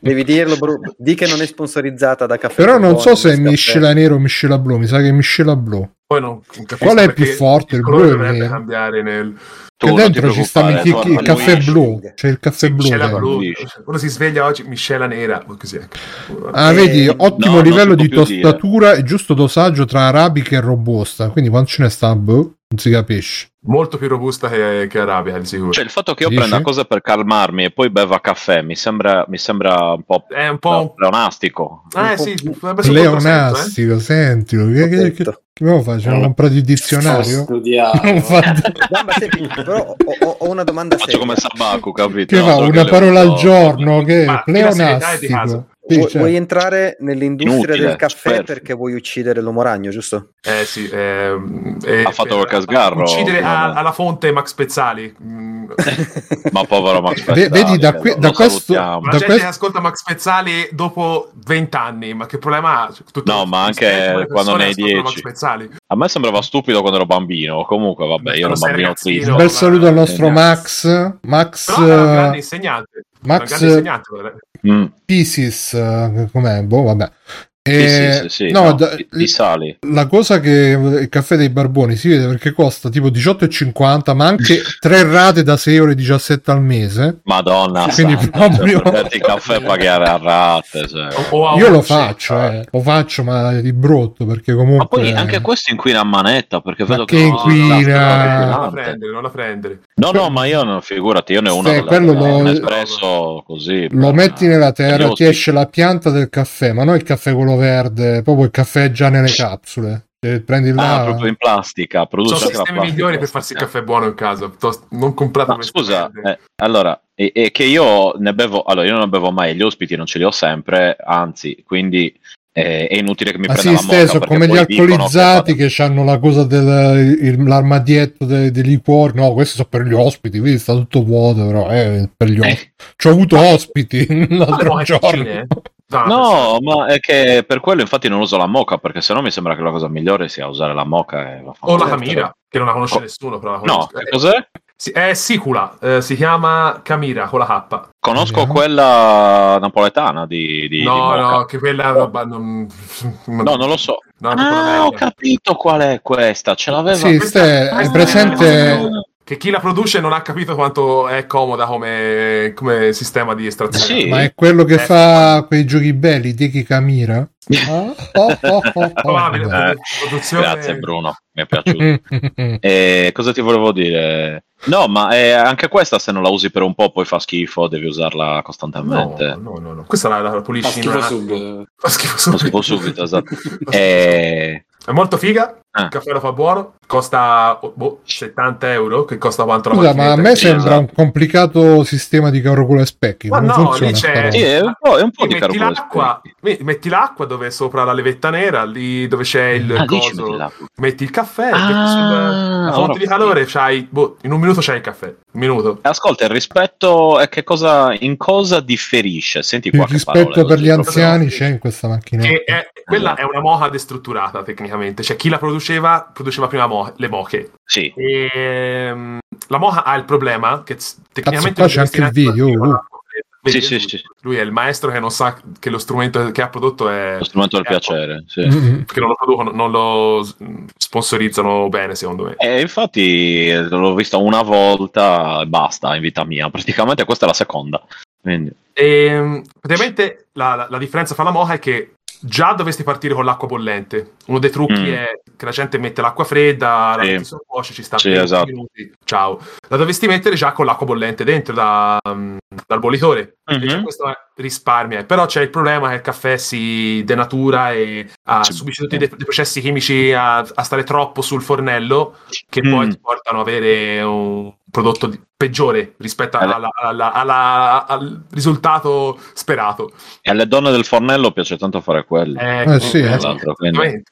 Speaker 3: Devi dirlo, bro. Di che non è sponsorizzata da caffè.
Speaker 1: Però non
Speaker 3: Borbone,
Speaker 1: so se è
Speaker 3: Nescafè.
Speaker 1: miscela nero o miscela blu, mi sa che è miscela blu.
Speaker 4: Poi non capisco
Speaker 1: Qual è
Speaker 4: perché
Speaker 1: più forte, il blu
Speaker 4: colore
Speaker 1: o il
Speaker 4: dovrebbe
Speaker 1: nero?
Speaker 4: cambiare nel
Speaker 5: Tu
Speaker 1: che
Speaker 5: non ti
Speaker 1: dentro ci sta il, chi-
Speaker 5: preoccupare,
Speaker 1: chi- il
Speaker 5: torna lui.
Speaker 1: caffè blu, c'è il caffè blu.
Speaker 4: miscela
Speaker 1: dentro.
Speaker 4: blu.
Speaker 5: Dici.
Speaker 4: Uno si sveglia oggi, miscela nera. o Così ecco.
Speaker 1: Ah,
Speaker 3: Eh,
Speaker 1: vedi,
Speaker 3: no,
Speaker 1: ottimo
Speaker 5: non si
Speaker 1: livello
Speaker 5: può
Speaker 1: di
Speaker 5: più
Speaker 1: tostatura e giusto dosaggio tra arabica e robusta. Quindi quando ce ne sta, boh, non si capisce.
Speaker 4: Molto più robusta che, che Arabia, di sicuro.
Speaker 5: Cioè, il fatto che io
Speaker 1: Dici?
Speaker 5: prenda cose per calmarmi e poi beva caffè mi sembra, mi sembra un po'
Speaker 4: è un po'.
Speaker 5: pleonastico.
Speaker 4: un- Eh sì, potrebbe essere un controsenso, eh.
Speaker 1: Leonastico, sentilo. Che, che, che,
Speaker 3: Detto.
Speaker 1: che abbiamo fatto? Ci abbiamo comprato il
Speaker 2: Ho
Speaker 1: dizionario? *laughs*
Speaker 2: studiato.
Speaker 1: Non
Speaker 5: *laughs*
Speaker 1: fate-
Speaker 3: No, ma senti, però ho, ho- ho una domanda
Speaker 5: Faccio
Speaker 3: seria.
Speaker 5: come Sabaku, capito?
Speaker 1: Che
Speaker 5: No,
Speaker 1: va,
Speaker 5: solo
Speaker 1: una
Speaker 5: che
Speaker 1: parola
Speaker 5: le
Speaker 1: al
Speaker 5: uso-
Speaker 1: giorno, che
Speaker 4: Ma qui la serietà è di
Speaker 1: pleonastico.
Speaker 4: casa.
Speaker 1: Sì,
Speaker 3: Vuoi,
Speaker 1: certo.
Speaker 3: vuoi entrare nell'industria
Speaker 5: Inutile,
Speaker 3: del caffè
Speaker 5: superfluo.
Speaker 3: perché vuoi uccidere l'uomo ragno, giusto?
Speaker 4: Eh sì, ehm, eh,
Speaker 5: Ha fatto
Speaker 4: per-
Speaker 5: lo casgarro,
Speaker 4: Uccidere a-
Speaker 5: ovviamente.
Speaker 4: alla fonte Max Pezzali. Mm,
Speaker 5: *laughs* Ma povero Max
Speaker 1: Ve-
Speaker 5: Pezzali,
Speaker 1: vedi, da qui-
Speaker 5: lo
Speaker 1: da questo-
Speaker 5: salutiamo.
Speaker 4: La
Speaker 1: Da
Speaker 4: gente
Speaker 1: quest-
Speaker 4: che ascolta Max Pezzali dopo 20 anni, ma che problema ha? Cioè, tutto-
Speaker 5: No, ma anche
Speaker 4: rispetto, ma le
Speaker 5: quando
Speaker 4: persone
Speaker 5: ne hai
Speaker 4: ascoltano
Speaker 5: 10.
Speaker 4: Max Pezzali.
Speaker 5: A me sembrava stupido quando ero bambino. Comunque, vabbè, io ero un
Speaker 4: Sei
Speaker 5: bambino
Speaker 4: ragazzino.
Speaker 5: triste.
Speaker 1: Un bel saluto al
Speaker 4: Eh,
Speaker 1: nostro
Speaker 5: eh.
Speaker 1: Max. Max.
Speaker 4: Però era un grande
Speaker 1: eh,
Speaker 4: insegnante. era
Speaker 1: Max-
Speaker 4: Un grande insegnante. guarda.
Speaker 5: Mm.
Speaker 1: Pisis, eh, com'è? Boh, vabbè.
Speaker 5: Sì,
Speaker 1: E-
Speaker 5: sì, sì, sì,
Speaker 1: no,
Speaker 5: Eh, no,
Speaker 1: da-
Speaker 5: ti- ti sali.
Speaker 1: la cosa che il caffè dei barboni si vede perché costa tipo 18,50, ma
Speaker 5: *laughs*
Speaker 1: anche tre rate da 6 euro e 17 al mese.
Speaker 5: Madonna,
Speaker 1: Quindi
Speaker 5: santa,
Speaker 1: proprio-
Speaker 5: cioè, per berti il *laughs* caffè e pagare a rate. cioè.
Speaker 4: O- o a
Speaker 1: Io
Speaker 4: una
Speaker 1: lo
Speaker 4: scelta.
Speaker 1: faccio, eh, lo faccio, ma di brutto perché comunque.
Speaker 5: Ma poi anche questo inquina a manetta perché
Speaker 1: Ma
Speaker 5: vedo
Speaker 1: che
Speaker 5: che
Speaker 4: No, no, no,
Speaker 1: inquina.
Speaker 4: Non la
Speaker 5: inquinante.
Speaker 4: prendere, non la prendere.
Speaker 5: No, no, ma io non figurati, io ne ho una
Speaker 1: Sì,
Speaker 5: con la-
Speaker 1: quello
Speaker 4: lo-
Speaker 5: un espresso così.
Speaker 1: Lo
Speaker 5: per-
Speaker 1: metti nella terra,
Speaker 5: per gli
Speaker 1: ti esce la pianta del caffè, ma non il caffè quello verde, proprio il caffè già nelle capsule. Eh, Prendi
Speaker 5: ospiti.
Speaker 1: là.
Speaker 5: Ah, proprio in plastica, produce
Speaker 4: Sono
Speaker 5: anche la
Speaker 4: sistemi
Speaker 5: plastica.
Speaker 4: migliori per farsi il caffè buono in casa. piuttosto- Non comprate
Speaker 5: Ma
Speaker 4: queste
Speaker 5: scusa,
Speaker 4: merda.
Speaker 5: eh, allora, E, e che io ne bevo, allora io non ne bevo mai, gli ospiti non ce li ho sempre, anzi, quindi eh, è inutile che mi
Speaker 1: Ma sì,
Speaker 5: prenda la mosca.
Speaker 1: stesso
Speaker 5: perché
Speaker 1: come gli
Speaker 5: poi dicono
Speaker 1: alcolizzati
Speaker 5: che
Speaker 1: che hanno la cosa del il- l'armadietto de- dei liquori. No, questo sono per gli ospiti, quindi sta tutto vuoto, però eh, per gli
Speaker 5: fanno-
Speaker 1: ospiti. Ci ho avuto ospiti *laughs* l'altro
Speaker 4: buone cucine,
Speaker 1: giorno.
Speaker 4: eh. Ah,
Speaker 5: No, ma è che per quello infatti non uso la moca, perché sennò mi sembra che la cosa migliore sia usare la moca e la
Speaker 4: O la
Speaker 5: fanno-
Speaker 4: Camira, che non la conosce
Speaker 5: Co-
Speaker 4: nessuno, però la
Speaker 5: No,
Speaker 4: conosco.
Speaker 5: che cos'è?
Speaker 4: Sì, è sicula, eh, si chiama Camira con la K.
Speaker 5: Conosco
Speaker 1: Vediamo.
Speaker 5: quella napoletana di, di, di
Speaker 4: No,
Speaker 5: moca.
Speaker 4: no, che quella è roba non...
Speaker 5: No, non lo so.
Speaker 4: No, è proprio una
Speaker 5: ah, ho
Speaker 4: merda.
Speaker 5: capito qual è questa. Ce l'aveva.
Speaker 1: Sì, ste,
Speaker 4: questa-
Speaker 1: è
Speaker 5: Ah,
Speaker 1: presente.
Speaker 4: Che chi la produce non ha capito quanto è comoda come, come sistema di estrazione.
Speaker 5: Sì.
Speaker 1: Ma è quello che
Speaker 4: Eh.
Speaker 1: fa quei giochi belli, Deki Kamira. Ah, oh, oh, oh, oh.
Speaker 4: Probabile.
Speaker 1: Vabbè.
Speaker 5: eh,
Speaker 4: Produzione-
Speaker 5: grazie Bruno, mi
Speaker 1: *laughs*
Speaker 5: è piaciuto. Eh, cosa ti volevo dire? No, ma eh, anche questa se non la usi per un po' poi fa schifo, devi usarla
Speaker 4: No,
Speaker 5: costantemente.
Speaker 4: no, no, no. Questa la, la
Speaker 2: Fa
Speaker 4: pulisci in
Speaker 2: schifo
Speaker 4: un attimo.
Speaker 2: subito.
Speaker 4: *laughs* Fa schifo
Speaker 5: Lo
Speaker 4: subito.
Speaker 5: schifo subito, esatto.
Speaker 4: *laughs* Fa
Speaker 5: Eh,
Speaker 4: schifo. È molto figa.
Speaker 5: Ah.
Speaker 4: Il caffè lo fa buono. Costa oh, boh, 70 euro. Che costa quanto la
Speaker 1: Scusa, ma a
Speaker 4: macchinetta
Speaker 1: me
Speaker 4: che
Speaker 5: sembra
Speaker 1: sembra
Speaker 4: usa.
Speaker 1: un complicato sistema di carroculo e specchi.
Speaker 4: Ma
Speaker 1: Come
Speaker 4: no, cioè,
Speaker 1: funziona?
Speaker 4: lì c'è-
Speaker 1: sta roba?
Speaker 5: sì, è un po', è un
Speaker 4: Eh,
Speaker 5: po'
Speaker 4: Sì,
Speaker 5: di
Speaker 4: metti,
Speaker 5: carcolo.
Speaker 4: l'acqua, me- metti l'acqua dove è sopra la levetta nera, lì dove c'è il
Speaker 5: Ah, lì ci
Speaker 4: coso.
Speaker 5: metti l'acqua.
Speaker 4: metti il caffè,
Speaker 5: Ah,
Speaker 4: metti sulla la fonte
Speaker 5: ora
Speaker 4: di
Speaker 5: ho
Speaker 4: calore, c'hai, boh, in un minuto c'hai il caffè. Un minuto.
Speaker 1: Eh,
Speaker 5: Ascolta, il rispetto è che cosa, in cosa differisce? Senti
Speaker 1: Il
Speaker 5: qua che parole
Speaker 1: rispetto per
Speaker 5: così,
Speaker 1: gli
Speaker 5: proprio-
Speaker 1: anziani c'è in questa macchina.
Speaker 4: Che è-
Speaker 1: eh,
Speaker 4: quella è una moca destrutturata tecnicamente, cioè chi la produceva produceva prima mo- le moche.
Speaker 5: Sì,
Speaker 4: Ehm, la moca ha il problema che s- tecnicamente
Speaker 1: qua c'è anche il video,
Speaker 4: lui,
Speaker 1: uh.
Speaker 5: Sì, sì, sì.
Speaker 4: lui è il maestro che non sa che lo strumento che ha prodotto è
Speaker 5: lo strumento del
Speaker 4: è-
Speaker 5: piacere. Sì.
Speaker 1: Mm-mm.
Speaker 4: perché non lo producono, non lo s- sponsorizzano bene, secondo me.
Speaker 5: E infatti eh, l'ho vista una volta e basta in vita mia. Praticamente questa è la seconda. Quindi,
Speaker 4: Ehm, praticamente la, la- la differenza fra la moca è che già dovresti partire con l'acqua bollente. Uno dei trucchi
Speaker 5: Mm.
Speaker 4: è che la gente mette l'acqua fredda, la
Speaker 5: Sì.
Speaker 4: metti sul cuoce, ci sta
Speaker 5: Sì,
Speaker 4: 20
Speaker 5: esatto.
Speaker 4: minuti, ciao. La dovresti mettere già con l'acqua bollente dentro da, mm, dal bollitore. perché
Speaker 5: Mhm.
Speaker 4: già questo è- risparmia. Però c'è il problema che il caffè si denatura e ah,
Speaker 5: Sì.
Speaker 4: subisce tutti dei, dei processi chimici a, a stare troppo sul fornello che
Speaker 5: Mm.
Speaker 4: poi ti portano ad avere un prodotto di- peggiore rispetto
Speaker 5: Alle-
Speaker 4: alla- alla- alla- al risultato sperato.
Speaker 5: E alle donne del fornello piace tanto fare quello.
Speaker 1: Eh, sì, eh.
Speaker 5: L'altro, quindi.
Speaker 4: esattamente.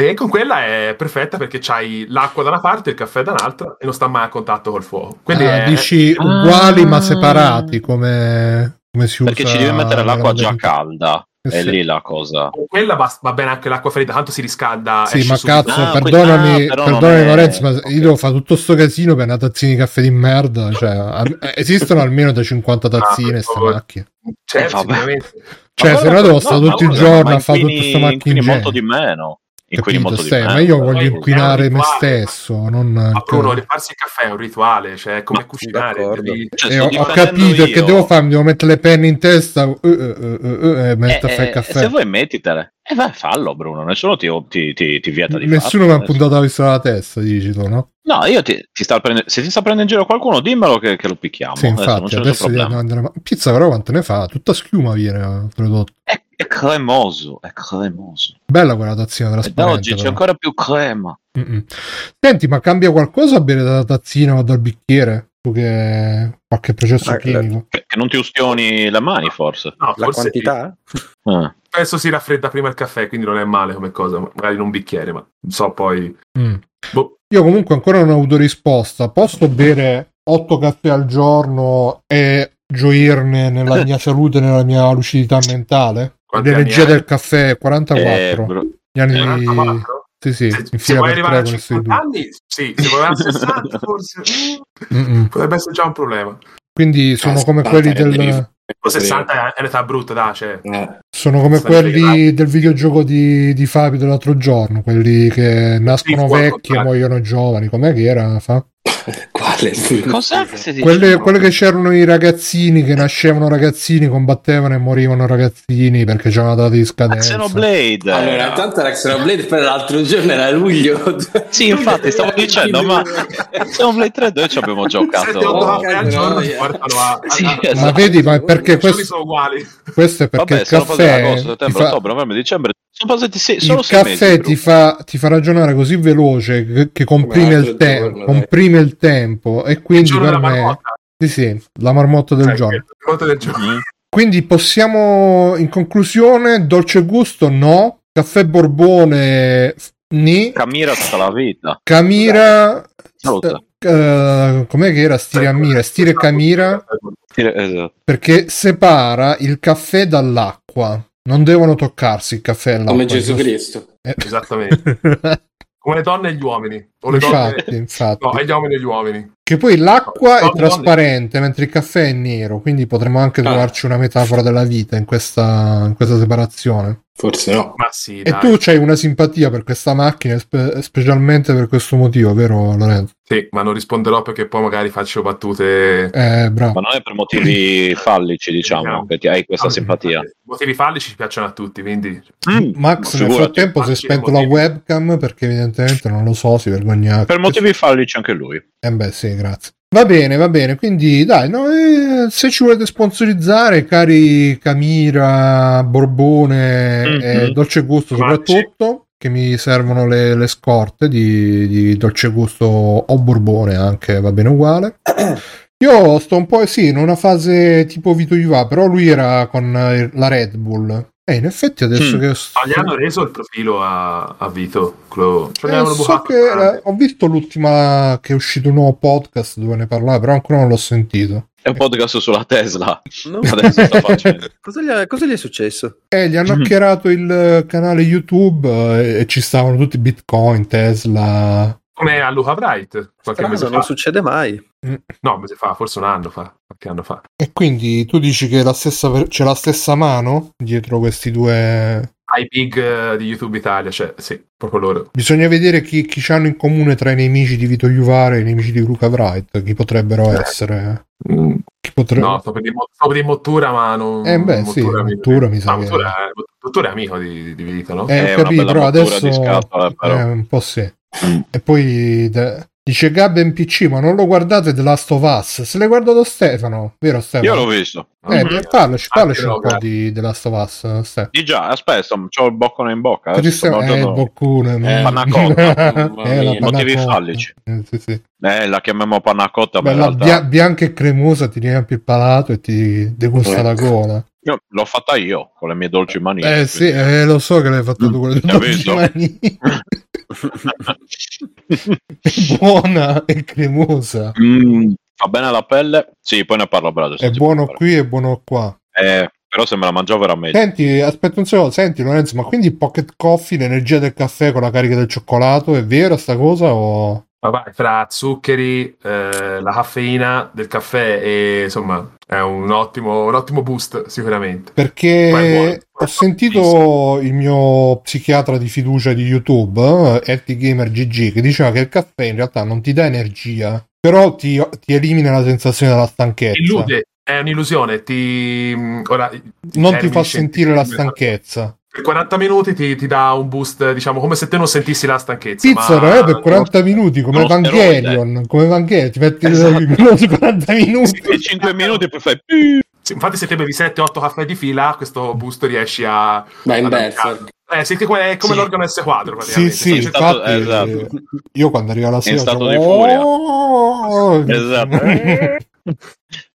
Speaker 4: E con quella è perfetta perché c'hai l'acqua da una parte e il caffè da un'altra e non sta mai a contatto col fuoco. Quindi
Speaker 1: Ah,
Speaker 4: è-
Speaker 1: dici
Speaker 5: Ah.
Speaker 1: uguali ma separati come, come si usa
Speaker 5: Perché ci devi mettere l'acqua già
Speaker 1: nella-
Speaker 5: calda.
Speaker 1: Eh,
Speaker 5: È
Speaker 1: sì.
Speaker 5: lì la cosa.
Speaker 4: con quella bas- va bene anche l'acqua fredda, tanto si riscalda.
Speaker 1: Sì,
Speaker 4: esce
Speaker 1: ma
Speaker 4: subito. Eh,
Speaker 1: cazzo,
Speaker 5: Ah, que-
Speaker 1: perdonami,
Speaker 5: ah, però non
Speaker 1: perdonami
Speaker 5: è-
Speaker 1: Lorenzo, ma
Speaker 5: ok.
Speaker 1: io devo fare tutto sto casino per una tazzina di caffè di merda. Cioè, a- esistono almeno da 50 tazzine
Speaker 4: Ah,
Speaker 1: sta
Speaker 4: vabbè.
Speaker 1: macchina.
Speaker 4: Certo,
Speaker 5: Eh, vabbè.
Speaker 4: sicuramente.
Speaker 1: Cioè,
Speaker 5: Ma
Speaker 1: se no
Speaker 5: guarda-
Speaker 1: devo stare
Speaker 5: ma
Speaker 1: tutto il
Speaker 5: guarda,
Speaker 1: giorno
Speaker 5: ma
Speaker 1: a fare
Speaker 5: inquini-
Speaker 1: tutto sto
Speaker 5: Inquini molto di
Speaker 1: macchinegno.
Speaker 5: meno. Inquini
Speaker 1: cioè. Capito,
Speaker 5: molto di
Speaker 1: Ste?
Speaker 5: meno. Cioè,
Speaker 1: Ma io voglio
Speaker 4: Poi-
Speaker 1: inquinare me
Speaker 4: Guarda,
Speaker 1: stesso, non...
Speaker 4: Ma Bruno,
Speaker 1: il-
Speaker 4: rifarsi il caffè è un rituale, cioè è come
Speaker 5: Ma-
Speaker 4: cucinare.
Speaker 3: d'accordo.
Speaker 4: devi-
Speaker 5: Cioè,
Speaker 1: E eh,
Speaker 5: sto
Speaker 1: ho, ho
Speaker 5: difendendo
Speaker 1: capito
Speaker 5: io.
Speaker 1: che devo fare, mi devo mettere le penne in testa eh, eh, eh, eh, e
Speaker 5: Eh,
Speaker 1: metto a fare il
Speaker 5: eh,
Speaker 1: caffè.
Speaker 5: se vuoi mettitele. E vai, fallo, Bruno. Nessuno ti, ti, ti, ti vieta Eh, di
Speaker 1: Nessuno mi
Speaker 5: farlo
Speaker 1: ha
Speaker 5: adesso.
Speaker 1: puntato la pistola alla testa, dici tu, no?
Speaker 5: No, io ti, ti sta prendendo, se ti sta prendendo in giro qualcuno, dimmelo che, che lo picchiamo.
Speaker 1: Sì,
Speaker 5: Ah, boh, adesso non
Speaker 1: infatti,
Speaker 5: c'è nessun
Speaker 1: adesso gli
Speaker 5: problema.
Speaker 1: andiamo a dire, ma pizza però quanto ne fa? Tutta schiuma viene il prodotto.
Speaker 5: È, è cremoso, è cremoso.
Speaker 1: Bella quella tazzina
Speaker 5: E da
Speaker 1: trasparente.
Speaker 5: oggi c'è
Speaker 1: però.
Speaker 5: ancora più crema.
Speaker 1: Mm-mm. Senti, ma cambia qualcosa a bere dalla tazzina o dal bicchiere? Tu che qualche processo
Speaker 3: Ah,
Speaker 1: chimico.
Speaker 5: Che, che non ti ustioni le mani, forse.
Speaker 4: No,
Speaker 3: La
Speaker 4: forse
Speaker 3: quantità?
Speaker 5: Eh.
Speaker 4: penso si raffredda prima il caffè, quindi non è male come cosa. Magari in un bicchiere, ma non so poi.
Speaker 1: Mm.
Speaker 4: Boh.
Speaker 1: Io comunque ancora non ho avuto risposta. Posso bere 8 caffè al giorno e gioirne nella mia salute, nella mia lucidità mentale?
Speaker 4: Quanti
Speaker 1: L'energia
Speaker 4: anni hai?
Speaker 1: del caffè è 44.
Speaker 5: Eh, bro-
Speaker 1: Gli anni di-
Speaker 4: 44?
Speaker 1: Sì, sì,
Speaker 4: Se,
Speaker 1: in
Speaker 4: se
Speaker 1: fila
Speaker 4: vuoi
Speaker 1: per tre
Speaker 4: arrivare a
Speaker 1: con questi
Speaker 4: 50
Speaker 1: due.
Speaker 4: anni, sì, se vuoi arrivare a
Speaker 1: *laughs*
Speaker 4: 60 forse mm,
Speaker 1: Mm-mm.
Speaker 4: potrebbe essere già un problema.
Speaker 2: Eh,
Speaker 1: Quindi sono come
Speaker 2: Aspetta,
Speaker 1: quelli
Speaker 2: che devi-
Speaker 1: del,
Speaker 4: O 60 è- è un'età brutta, da, cioè.
Speaker 2: Eh,
Speaker 1: sono come
Speaker 4: Sempre
Speaker 1: quelli del videogioco di, di Fabio dell'altro giorno, quelli che nascono
Speaker 4: Sì, qualcosa.
Speaker 1: vecchi e muoiono giovani. Com'è che era? Fa?
Speaker 2: Quale?
Speaker 5: Cos'è che si dice?
Speaker 1: Quelle,
Speaker 5: No.
Speaker 1: quelle che c'erano i ragazzini che nascevano ragazzini, combattevano e morivano ragazzini perché c'era una data di
Speaker 5: Ah,
Speaker 1: scadenza.
Speaker 5: Xenoblade.
Speaker 2: Allora, intanto era Xenoblade, poi l'altro giorno era luglio.
Speaker 5: Sì, infatti,
Speaker 2: *laughs*
Speaker 5: stavo dicendo, ma Xenoblade 3 dove ci abbiamo
Speaker 4: Sette, otto
Speaker 5: giocato?
Speaker 2: Oh,
Speaker 4: caffè al
Speaker 2: che
Speaker 4: giorno
Speaker 2: noia.
Speaker 4: ti portano a. a-
Speaker 5: *laughs* Sì,
Speaker 4: a-
Speaker 5: esatto.
Speaker 1: Ma vedi, ma perché
Speaker 4: i giorni
Speaker 1: questo,
Speaker 4: sono uguali.
Speaker 1: questo è perché
Speaker 5: Vabbè,
Speaker 1: il
Speaker 5: sono passati
Speaker 1: caffè,
Speaker 5: agosto,
Speaker 1: ti
Speaker 5: settembre,
Speaker 1: fa,
Speaker 5: ottobre, novembre, dicembre. Sono passati sei, solo
Speaker 1: il
Speaker 5: sei mesi.
Speaker 1: caffè ti
Speaker 5: Bruno.
Speaker 1: fa, ti fa ragionare così veloce che, che comprime, il
Speaker 2: l'altro
Speaker 1: te-
Speaker 2: giorno, dai.
Speaker 1: comprime il tempo e
Speaker 4: Il
Speaker 1: quindi
Speaker 4: giorno
Speaker 1: per
Speaker 4: della
Speaker 1: me
Speaker 4: marmotta.
Speaker 1: Sì, sì, la marmotta del
Speaker 4: Ecco,
Speaker 1: giorno.
Speaker 4: la marmotta del giorno.
Speaker 5: Mm.
Speaker 1: Quindi possiamo, in conclusione, dolce gusto no, caffè borbone f- ni,
Speaker 5: Camira tutta la vita.
Speaker 1: camira...
Speaker 5: Salute.
Speaker 1: eh, com'è che era
Speaker 4: Ecco.
Speaker 1: stile amira? Stile camira
Speaker 5: Eh, esatto.
Speaker 1: perché separa il caffè dall'acqua. Non devono toccarsi il caffè e l'acqua.
Speaker 2: Come Gesù
Speaker 1: giusto?
Speaker 2: Cristo.
Speaker 1: Eh. *laughs*
Speaker 4: Esattamente. Come le donne e gli uomini. O le donne...
Speaker 1: infatti, infatti.
Speaker 4: No, e gli uomini e gli uomini.
Speaker 1: Che poi l'acqua
Speaker 4: No, Ah.
Speaker 1: è
Speaker 4: no,
Speaker 1: trasparente, mentre il caffè è nero, quindi potremmo anche trovarci una metafora della vita in questa, in questa separazione.
Speaker 2: Forse no.
Speaker 4: Ma sì,
Speaker 1: E
Speaker 4: dai.
Speaker 1: tu c'hai una simpatia per questa macchina, spe- specialmente per questo motivo, vero Lorenzo?
Speaker 4: Sì, ma non risponderò perché poi magari faccio battute...
Speaker 1: Eh, bravo.
Speaker 5: Ma non è per motivi fallici, diciamo, che ti hai questa simpatia.
Speaker 4: Motivi fallici ci piacciono a tutti, quindi...
Speaker 5: Mm,
Speaker 1: Max nel
Speaker 5: figurati.
Speaker 1: frattempo si è
Speaker 4: Max,
Speaker 1: spento
Speaker 4: per
Speaker 1: la
Speaker 4: motivi-
Speaker 1: webcam perché evidentemente non lo so, si vergogna.
Speaker 5: Per motivi fallici anche lui.
Speaker 1: Eh beh, sì, grazie. Va bene, va bene, quindi dai, no, eh, se ci volete sponsorizzare, cari Camira, Borbone e
Speaker 5: Mhm.
Speaker 1: Dolce Gusto
Speaker 4: Facci.
Speaker 1: soprattutto, che mi servono le, le scorte di, di Dolce Gusto o Borbone anche, va bene uguale. Io sto un po', eh, sì, in una fase tipo Vito Juva, però lui era con eh, la Red Bull. E in effetti adesso
Speaker 5: Mm.
Speaker 1: che...
Speaker 4: Ma Ah, gli hanno reso il profilo a, a Vito. quello- ce
Speaker 1: Eh,
Speaker 4: l'avevano
Speaker 1: so
Speaker 4: bucato
Speaker 1: che
Speaker 4: grande.
Speaker 1: era- ho visto l'ultima che è uscito un nuovo podcast dove ne parlava, però ancora non l'ho sentito.
Speaker 5: È un podcast sulla
Speaker 1: *laughs*
Speaker 5: Tesla.
Speaker 3: No.
Speaker 5: Adesso sta facendo.
Speaker 3: Cosa gli, è, cosa gli è successo?
Speaker 1: Eh, gli hanno
Speaker 5: Mhm.
Speaker 1: hackerato il eh, canale YouTube eh, e ci stavano tutti Bitcoin, Tesla.
Speaker 4: Come a Luca Bright, qualche
Speaker 3: Strano,
Speaker 4: mese fa.
Speaker 3: non succede mai.
Speaker 4: No, un mese fa, forse un anno fa, qualche anno fa.
Speaker 1: E quindi tu dici che la stessa per- c'è la stessa mano dietro questi due.
Speaker 4: Ai big eh, di YouTube Italia, cioè, sì, proprio loro.
Speaker 1: Bisogna vedere chi, chi c'hanno in comune tra i nemici di Vito Juvare e i nemici di Luca Wright. Chi potrebbero
Speaker 4: Eh.
Speaker 1: essere?
Speaker 4: Mm,
Speaker 1: Chi potrebbe...
Speaker 4: No, sto per dire, mo- sto per dire Mottura, ma non...
Speaker 1: Eh, beh, sì, Mottura mi sa
Speaker 4: no,
Speaker 1: che-
Speaker 4: Mottura, è- Mottura è amico di, di Vito, no?
Speaker 1: Eh,
Speaker 5: È
Speaker 1: ho
Speaker 5: una
Speaker 1: capito,
Speaker 5: bella
Speaker 1: però
Speaker 5: rottura
Speaker 1: adesso
Speaker 5: di scatola, però.
Speaker 1: Eh, un po' sì.
Speaker 5: Mm.
Speaker 1: E poi de- dice Gab in PC, ma non lo guardate The Last of Us. Se l'hai guardato Stefano, vero
Speaker 5: Io
Speaker 1: Stefano?
Speaker 5: l'ho visto.
Speaker 1: Eh,
Speaker 4: Mm.
Speaker 1: parlaci, parlaci
Speaker 4: Anche
Speaker 1: un po'
Speaker 4: Logan.
Speaker 1: di The Last of Us, Stefano.
Speaker 5: Di già, aspetta, ho il boccone in bocca. eh,
Speaker 1: Ci
Speaker 5: sto
Speaker 1: stiamo- eh, il
Speaker 5: mangiando-
Speaker 1: boccone, mm. *laughs*
Speaker 5: panacotta,
Speaker 2: mamma
Speaker 1: Eh, la
Speaker 2: mia.
Speaker 5: Motivi
Speaker 1: panacotta.
Speaker 5: fallici.
Speaker 1: Eh, sì, sì.
Speaker 5: Eh, la chiamiamo panna cotta, ma in
Speaker 1: Bella
Speaker 5: realtà
Speaker 1: bia- bianca e cremosa, ti riempi il palato e ti degusta
Speaker 2: Eh.
Speaker 1: la gola.
Speaker 5: io- l'ho fatta io con le mie dolci mani.
Speaker 1: Eh sì, eh, lo so che l'hai fatto tu con le
Speaker 5: Mm,
Speaker 1: tue
Speaker 5: capito.
Speaker 1: mani. *laughs*
Speaker 5: *laughs*
Speaker 1: Buona e cremosa.
Speaker 5: Mm, fa bene alla pelle? Sì, poi ne parlo bravo.
Speaker 1: È buono qui e buono qua.
Speaker 5: Eh, però se me la mangiavo era meglio.
Speaker 1: Senti, aspetta un secondo, senti Lorenzo, ma quindi il pocket coffee, l'energia del caffè con la carica del cioccolato, è vera sta cosa o...
Speaker 4: Ma vai, fra zuccheri, eh, la caffeina del caffè e insomma è un ottimo, un ottimo boost sicuramente. Ma è buono.
Speaker 1: Perché ho sentito il mio psichiatra di fiducia di YouTube, eh, Healthy Gamer GG, che diceva che il caffè in realtà non ti dà energia, però ti, ti elimina la sensazione della stanchezza.
Speaker 4: Illude, è un'illusione, ti... mh, ora, i
Speaker 1: Non ti
Speaker 4: termini
Speaker 1: fa sentire la
Speaker 4: scientifici-
Speaker 1: stanchezza.
Speaker 4: Per 40 minuti ti, ti dà un boost, diciamo, come se te non sentissi la stanchezza.
Speaker 1: Pizzaro,
Speaker 4: ma...
Speaker 1: eh, per 40 minuti, come
Speaker 5: uno steroide.
Speaker 1: Evangelion, come Evangelion, ti metti
Speaker 4: Esatto.
Speaker 1: il 40 minuti.
Speaker 5: E 5 minuti e poi fai... "Pi".
Speaker 4: Sì, infatti se te bevi 7-8 caffè di fila, questo boost riesci a...
Speaker 2: Ma in
Speaker 4: ad
Speaker 2: Berserk.
Speaker 4: alzarlo. Eh, sì, che que- è come
Speaker 5: Sì.
Speaker 4: l'organo S4 praticamente.
Speaker 1: Sì, sì,
Speaker 5: in
Speaker 4: Cioè,
Speaker 5: stato-
Speaker 1: infatti, eh,
Speaker 5: esatto.
Speaker 1: io quando arrivo la sera
Speaker 5: stato
Speaker 1: sono-
Speaker 5: di furia.
Speaker 1: Oh!
Speaker 5: Esatto.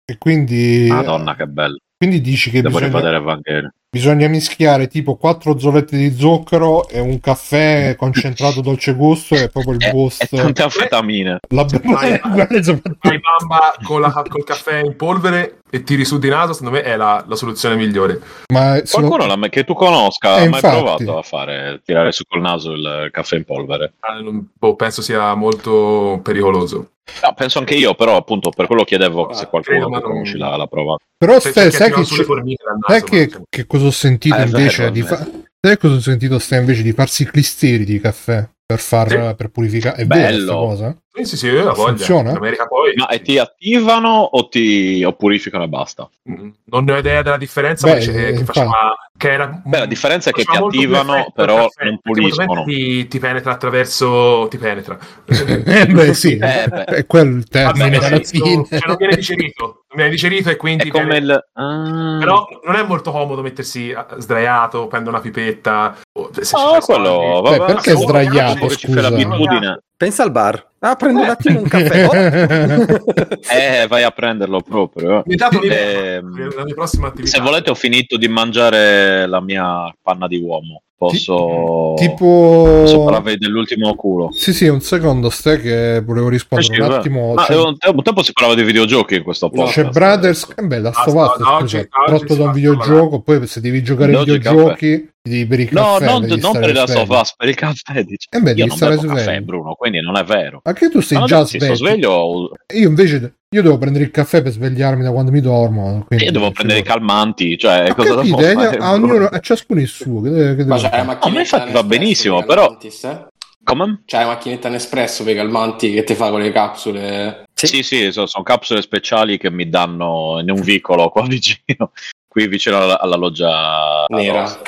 Speaker 1: e quindi,
Speaker 5: Madonna, che bello.
Speaker 1: quindi dici Eh. che
Speaker 5: Devo
Speaker 1: bisogna,
Speaker 5: rivedere Evangelion.
Speaker 1: bisogna mischiare tipo 4 zolette di zucchero e un caffè concentrato
Speaker 5: *laughs*
Speaker 1: dolce gusto e proprio il
Speaker 5: E,
Speaker 1: gusto.
Speaker 5: e Eh, tante anfetamine.
Speaker 1: La
Speaker 4: Vai, vai.
Speaker 1: Guarda, soprattutto-
Speaker 4: Fai mamma con la- col caffè in polvere e tiri su di naso, secondo me è la, la soluzione migliore.
Speaker 1: Ma se lo-
Speaker 5: Qualcuno l'ha mai- che tu conosca
Speaker 1: Eh,
Speaker 5: ha mai
Speaker 1: infatti.
Speaker 5: provato a fare tirare su col naso il caffè in polvere?
Speaker 4: Eh, non- boh, penso sia molto pericoloso.
Speaker 5: No, penso anche io, però appunto per quello chiedevo
Speaker 4: Ah,
Speaker 5: se qualcuno
Speaker 4: credo, ma
Speaker 5: che
Speaker 4: non-
Speaker 5: conosci l'ha, l'ha provato.
Speaker 1: però
Speaker 4: Se-
Speaker 1: Ste,
Speaker 4: se
Speaker 1: sai
Speaker 4: attivano
Speaker 1: che,
Speaker 4: sulle
Speaker 1: c'è-
Speaker 4: formiche dal
Speaker 1: sai
Speaker 4: naso,
Speaker 1: che,
Speaker 4: ma-
Speaker 1: che cosa ho sentito
Speaker 5: Ah, è
Speaker 1: invece
Speaker 5: vero,
Speaker 1: di
Speaker 5: è vero.
Speaker 1: fa- sai cosa ho sentito Ste invece di farsi i clisteri di caffè per far
Speaker 4: Sì.
Speaker 1: per purificare è
Speaker 5: Bello.
Speaker 1: vero sta cosa?
Speaker 4: Sì, sì, sì, io la voglia.
Speaker 1: Funziona?
Speaker 4: In America poi
Speaker 5: Ma e ti attivano o ti o purificano e basta?
Speaker 4: Mm, non ne ho idea della differenza,
Speaker 1: Beh, eh,
Speaker 4: ma dice che, che
Speaker 1: infatti.
Speaker 4: faceva che era
Speaker 5: Beh, la differenza è che ti
Speaker 4: faceva molto più
Speaker 5: attivano,
Speaker 4: effetto
Speaker 5: però
Speaker 4: il caffè,
Speaker 5: non
Speaker 4: perché molto
Speaker 5: puliscono.
Speaker 4: bene Ti, ti penetra attraverso ti penetra.
Speaker 1: *laughs* Eh, beh
Speaker 4: *laughs*
Speaker 1: sì,
Speaker 5: Eh, beh.
Speaker 1: è quello il termine
Speaker 5: Vabbè,
Speaker 1: alla
Speaker 4: Attraverso-
Speaker 1: fine.
Speaker 4: cioè, non viene digerito, non viene digerito e quindi
Speaker 5: È come
Speaker 4: viene-
Speaker 5: il... ah.
Speaker 4: Però non è molto comodo mettersi eh, sdraiato, prendere una pipetta. o se ci fai
Speaker 5: Ah, quello,
Speaker 4: soldi.
Speaker 5: vabbè,
Speaker 1: Beh, perché
Speaker 4: ma se uno
Speaker 1: sdraiato,
Speaker 4: piace,
Speaker 5: diciamo Che ci fai
Speaker 1: scusa?
Speaker 5: l'abitudine.
Speaker 3: Pensa al bar. Ah, prendo un attimo un
Speaker 1: *laughs*
Speaker 3: caffè. ottimo.
Speaker 5: *laughs* Eh, vai a prenderlo proprio.
Speaker 4: Mi dato
Speaker 5: Ehm,
Speaker 4: la mia prossima attività.
Speaker 5: Se volete ho finito di mangiare la mia panna di uomo. Posso...
Speaker 1: tipo
Speaker 5: Sopravvedere l'ultimo culo.
Speaker 1: Sì, sì, un secondo, Ste, che volevo rispondere
Speaker 5: Sì,
Speaker 1: un
Speaker 5: va-
Speaker 1: attimo. cioè,
Speaker 5: Ma
Speaker 1: c'è,
Speaker 5: Ah, un, un tempo si parlava di videogiochi in questo podcast.
Speaker 1: c'è Brothers, eh beh, la sto
Speaker 4: Basta,
Speaker 1: pazzo,
Speaker 4: oggi-
Speaker 1: scusa,
Speaker 4: oggi
Speaker 1: troppo
Speaker 4: si
Speaker 1: da un
Speaker 4: fa-
Speaker 1: videogioco, poi se devi giocare ai
Speaker 5: Oggi
Speaker 1: videogiochi, ti devi per il
Speaker 5: No,
Speaker 1: caffè,
Speaker 5: non,
Speaker 1: devi
Speaker 5: non
Speaker 1: stare
Speaker 5: per la
Speaker 1: sveglio.
Speaker 5: sofas, per il caffè. Dice.
Speaker 1: Eh beh, devi
Speaker 5: Io non
Speaker 1: stare
Speaker 5: bevo caffè,
Speaker 1: sveglio.
Speaker 5: Bruno, quindi non è vero.
Speaker 1: Anche tu sei
Speaker 5: Ma
Speaker 1: già
Speaker 5: ragazzi,
Speaker 1: sveglio.
Speaker 5: sto sveglio,
Speaker 1: Io invece, io devo prendere il caffè per svegliarmi da quando mi dormo. Quindi,
Speaker 5: io devo prendere i
Speaker 1: figurati.
Speaker 5: calmanti, cioè
Speaker 1: Ho
Speaker 5: cosa devo
Speaker 1: capito, eh,
Speaker 5: fare?
Speaker 1: a, ognuno, a ciascuno il suo. Che, che devo
Speaker 2: Ma c'è la
Speaker 1: fare?
Speaker 5: a me
Speaker 2: macchinetta
Speaker 5: infatti va
Speaker 2: Nespresso
Speaker 5: benissimo,
Speaker 2: per i
Speaker 5: però-
Speaker 2: calmantis, eh?
Speaker 5: Come?
Speaker 2: C'è la macchinetta Nespresso per i calmanti che ti fa con le capsule.
Speaker 3: Sì.
Speaker 5: Sì, sì, so- sono capsule speciali che mi danno in un vicolo qua *laughs* vicino, qui vicino alla, alla loggia
Speaker 2: Nera.
Speaker 5: rosa.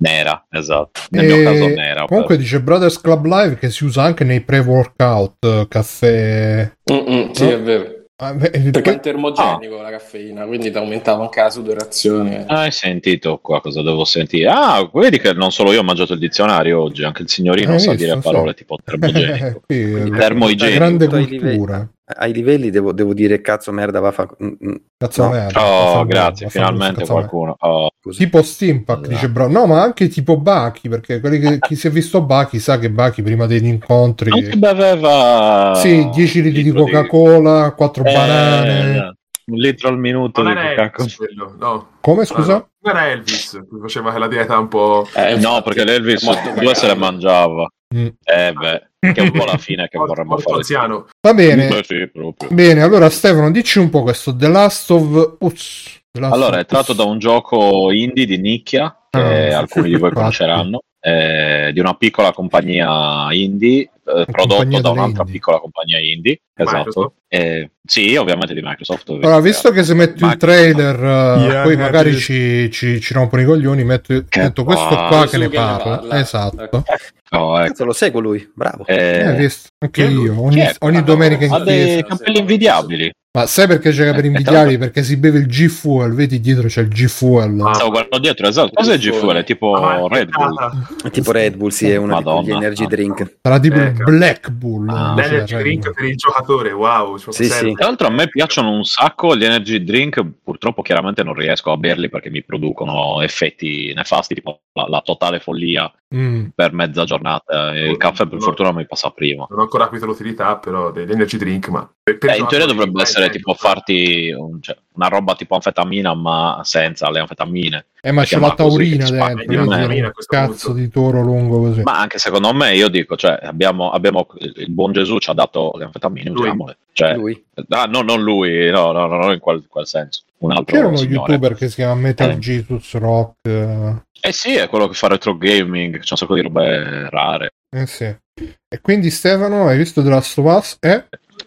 Speaker 5: Nera, esatto. Nel mio
Speaker 1: E
Speaker 5: caso nera.
Speaker 1: Eh, comunque dice Brothers Club Live che si usa anche nei pre-workout eh, caffè.
Speaker 2: Mm-mm, sì,
Speaker 1: No?
Speaker 2: è vero.
Speaker 1: Ah, beh,
Speaker 2: Perché
Speaker 1: poi- *laughs*
Speaker 2: è termogenico la caffeina, quindi ti aumentava anche la sudorazione.
Speaker 5: Ah, Hai sentito qua cosa devo sentire? Ah, vedi che non solo io ho mangiato il dizionario oggi, anche il signorino
Speaker 1: Eh,
Speaker 5: sa
Speaker 1: visto,
Speaker 5: dire
Speaker 1: so.
Speaker 5: parole tipo
Speaker 1: *laughs*
Speaker 5: termogenico.
Speaker 1: Qui, eh,
Speaker 3: Quindi,
Speaker 5: termoigenico.
Speaker 1: grande
Speaker 3: Tutto ai livelli.
Speaker 1: cultura.
Speaker 3: Ai livelli devo, devo dire cazzo merda va fa... mm, mm,
Speaker 1: Cazzo
Speaker 3: No.
Speaker 1: merda, cazzo
Speaker 5: Oh,
Speaker 1: merda,
Speaker 5: grazie,
Speaker 1: cazzo merda,
Speaker 5: finalmente
Speaker 1: cazzo merda.
Speaker 5: qualcuno. Oh.
Speaker 3: così.
Speaker 1: Tipo Steampack dice Bro, no, ma anche tipo Bachi, perché quelli che, chi si è visto Bachi sa che Bachi prima degli incontri
Speaker 5: Anche beveva...
Speaker 1: Sì, 10 litri di
Speaker 5: litro
Speaker 1: Coca-Cola, 4
Speaker 5: Eh,
Speaker 1: banane.
Speaker 5: Un litro al minuto
Speaker 4: Non
Speaker 5: di
Speaker 4: era Elvis
Speaker 5: Coca-Cola.
Speaker 4: quello, no.
Speaker 1: Come scusa?
Speaker 4: Non era Elvis, che faceva la dieta un po'...
Speaker 2: Eh,
Speaker 5: No,
Speaker 2: infatti,
Speaker 5: perché l'Elvis
Speaker 2: è molto
Speaker 5: due se le
Speaker 2: cagato.
Speaker 5: mangiava.
Speaker 1: Mm.
Speaker 5: Eh beh, che è un po' la fine
Speaker 4: *laughs*
Speaker 5: che
Speaker 4: Molto,
Speaker 5: vorremmo
Speaker 4: molto
Speaker 5: fare.
Speaker 4: anziano.
Speaker 1: Va bene.
Speaker 5: Beh, sì, proprio.
Speaker 1: Bene, allora Stefano, dici un po' questo The Last of Us. The Last
Speaker 5: Allora,
Speaker 1: of
Speaker 5: è tratto
Speaker 1: Us.
Speaker 5: da un gioco indie di nicchia che
Speaker 1: Ah,
Speaker 5: alcuni di
Speaker 1: *laughs*
Speaker 5: voi
Speaker 1: infatti.
Speaker 5: conosceranno, eh, di una piccola compagnia indie eh,
Speaker 1: compagnia
Speaker 5: prodotto da
Speaker 1: delle
Speaker 5: un'altra
Speaker 1: indie.
Speaker 5: piccola compagnia indie. Esatto.
Speaker 4: Microsoft?
Speaker 5: Eh, sì, ovviamente di Microsoft.
Speaker 1: Allora,
Speaker 5: ovviamente.
Speaker 1: visto che se metti
Speaker 5: Ma-
Speaker 1: il trailer, eh,
Speaker 6: Yeah,
Speaker 1: poi
Speaker 6: ma-
Speaker 1: magari ci, ci, ci rompono i coglioni, metto,
Speaker 5: Che
Speaker 1: metto questo qua
Speaker 5: palle.
Speaker 1: che ne
Speaker 2: Su che ne
Speaker 1: parla.
Speaker 2: parla.
Speaker 1: Esatto.
Speaker 5: No, ecco,
Speaker 3: Cazzo lo seguo lui, bravo.
Speaker 5: eh, certo,
Speaker 1: Eh, hai visto? Anche
Speaker 4: Chi è lui?
Speaker 1: io, ogni,
Speaker 5: Chi è?
Speaker 1: ogni domenica in
Speaker 5: ha
Speaker 2: Ah,
Speaker 1: chiesa.
Speaker 5: dei
Speaker 2: inglese,
Speaker 5: capelli
Speaker 2: sì.
Speaker 5: invidiabili.
Speaker 1: Ma sai perché c'è per
Speaker 5: Eh,
Speaker 1: invidiarli?
Speaker 5: tanto-
Speaker 1: Perché si beve il G-Fuel, vedi dietro c'è il G-Fuel.
Speaker 4: Ah.
Speaker 5: Stavo guardando dietro, esatto. Cos'è il
Speaker 2: Giffone.
Speaker 5: G-Fuel? È tipo
Speaker 4: Ah, ma è
Speaker 5: Red Bull.
Speaker 4: tata.
Speaker 3: È tipo Red Bull, sì, è una di quegli
Speaker 5: Madonna.
Speaker 3: energy drink.
Speaker 1: Sarà tipo
Speaker 4: Eh,
Speaker 1: il
Speaker 4: cazzo.
Speaker 1: Black Bull.
Speaker 5: Ah.
Speaker 1: invece
Speaker 4: L'energy
Speaker 1: del
Speaker 4: drink
Speaker 1: Red
Speaker 4: per il giocatore, wow. ci
Speaker 3: Sì,
Speaker 4: serve.
Speaker 3: sì.
Speaker 5: Tra l'altro a me piacciono un sacco gli energy drink, purtroppo chiaramente non riesco a berli perché mi producono effetti nefasti, tipo la, la totale follia
Speaker 1: Bull. Mm.
Speaker 5: per mezza giornata. E il caffè per
Speaker 4: No.
Speaker 5: fortuna mi passa prima.
Speaker 4: Non ho ancora capito l'utilità, però, degli energy drink, ma... per- per
Speaker 5: Eh, in teoria
Speaker 4: giocatori,
Speaker 5: dovrebbe
Speaker 4: vai,
Speaker 5: essere
Speaker 4: vai.
Speaker 5: tipo farti un- cioè, una roba tipo anfetamina ma senza le anfetamine.
Speaker 1: Eh, ma c'è
Speaker 5: chiama
Speaker 1: la taurina
Speaker 5: così,
Speaker 1: dentro,
Speaker 5: spagna,
Speaker 1: quindi
Speaker 5: eh,
Speaker 1: è
Speaker 4: mina
Speaker 1: un
Speaker 4: a questo
Speaker 1: cazzo
Speaker 4: punto.
Speaker 1: di toro lungo così.
Speaker 5: Ma anche secondo me, io dico, cioè, abbiamo, abbiamo- il buon Gesù ci ha dato le anfetamine,
Speaker 4: Lui.
Speaker 5: usiamole. Cioè,
Speaker 3: Lui.
Speaker 5: ah, no, non lui, no, no, no, no, in quel, quel senso. Un altro
Speaker 1: C'era uno
Speaker 5: signore.
Speaker 1: youtuber che si chiama Metal
Speaker 5: Eh.
Speaker 1: Jesus Rock. eh,
Speaker 5: Eh sì, è quello che fa retro gaming, c'è un sacco di robe rare.
Speaker 1: Eh sì. E quindi Stefano, hai visto The Last of Us? Eh?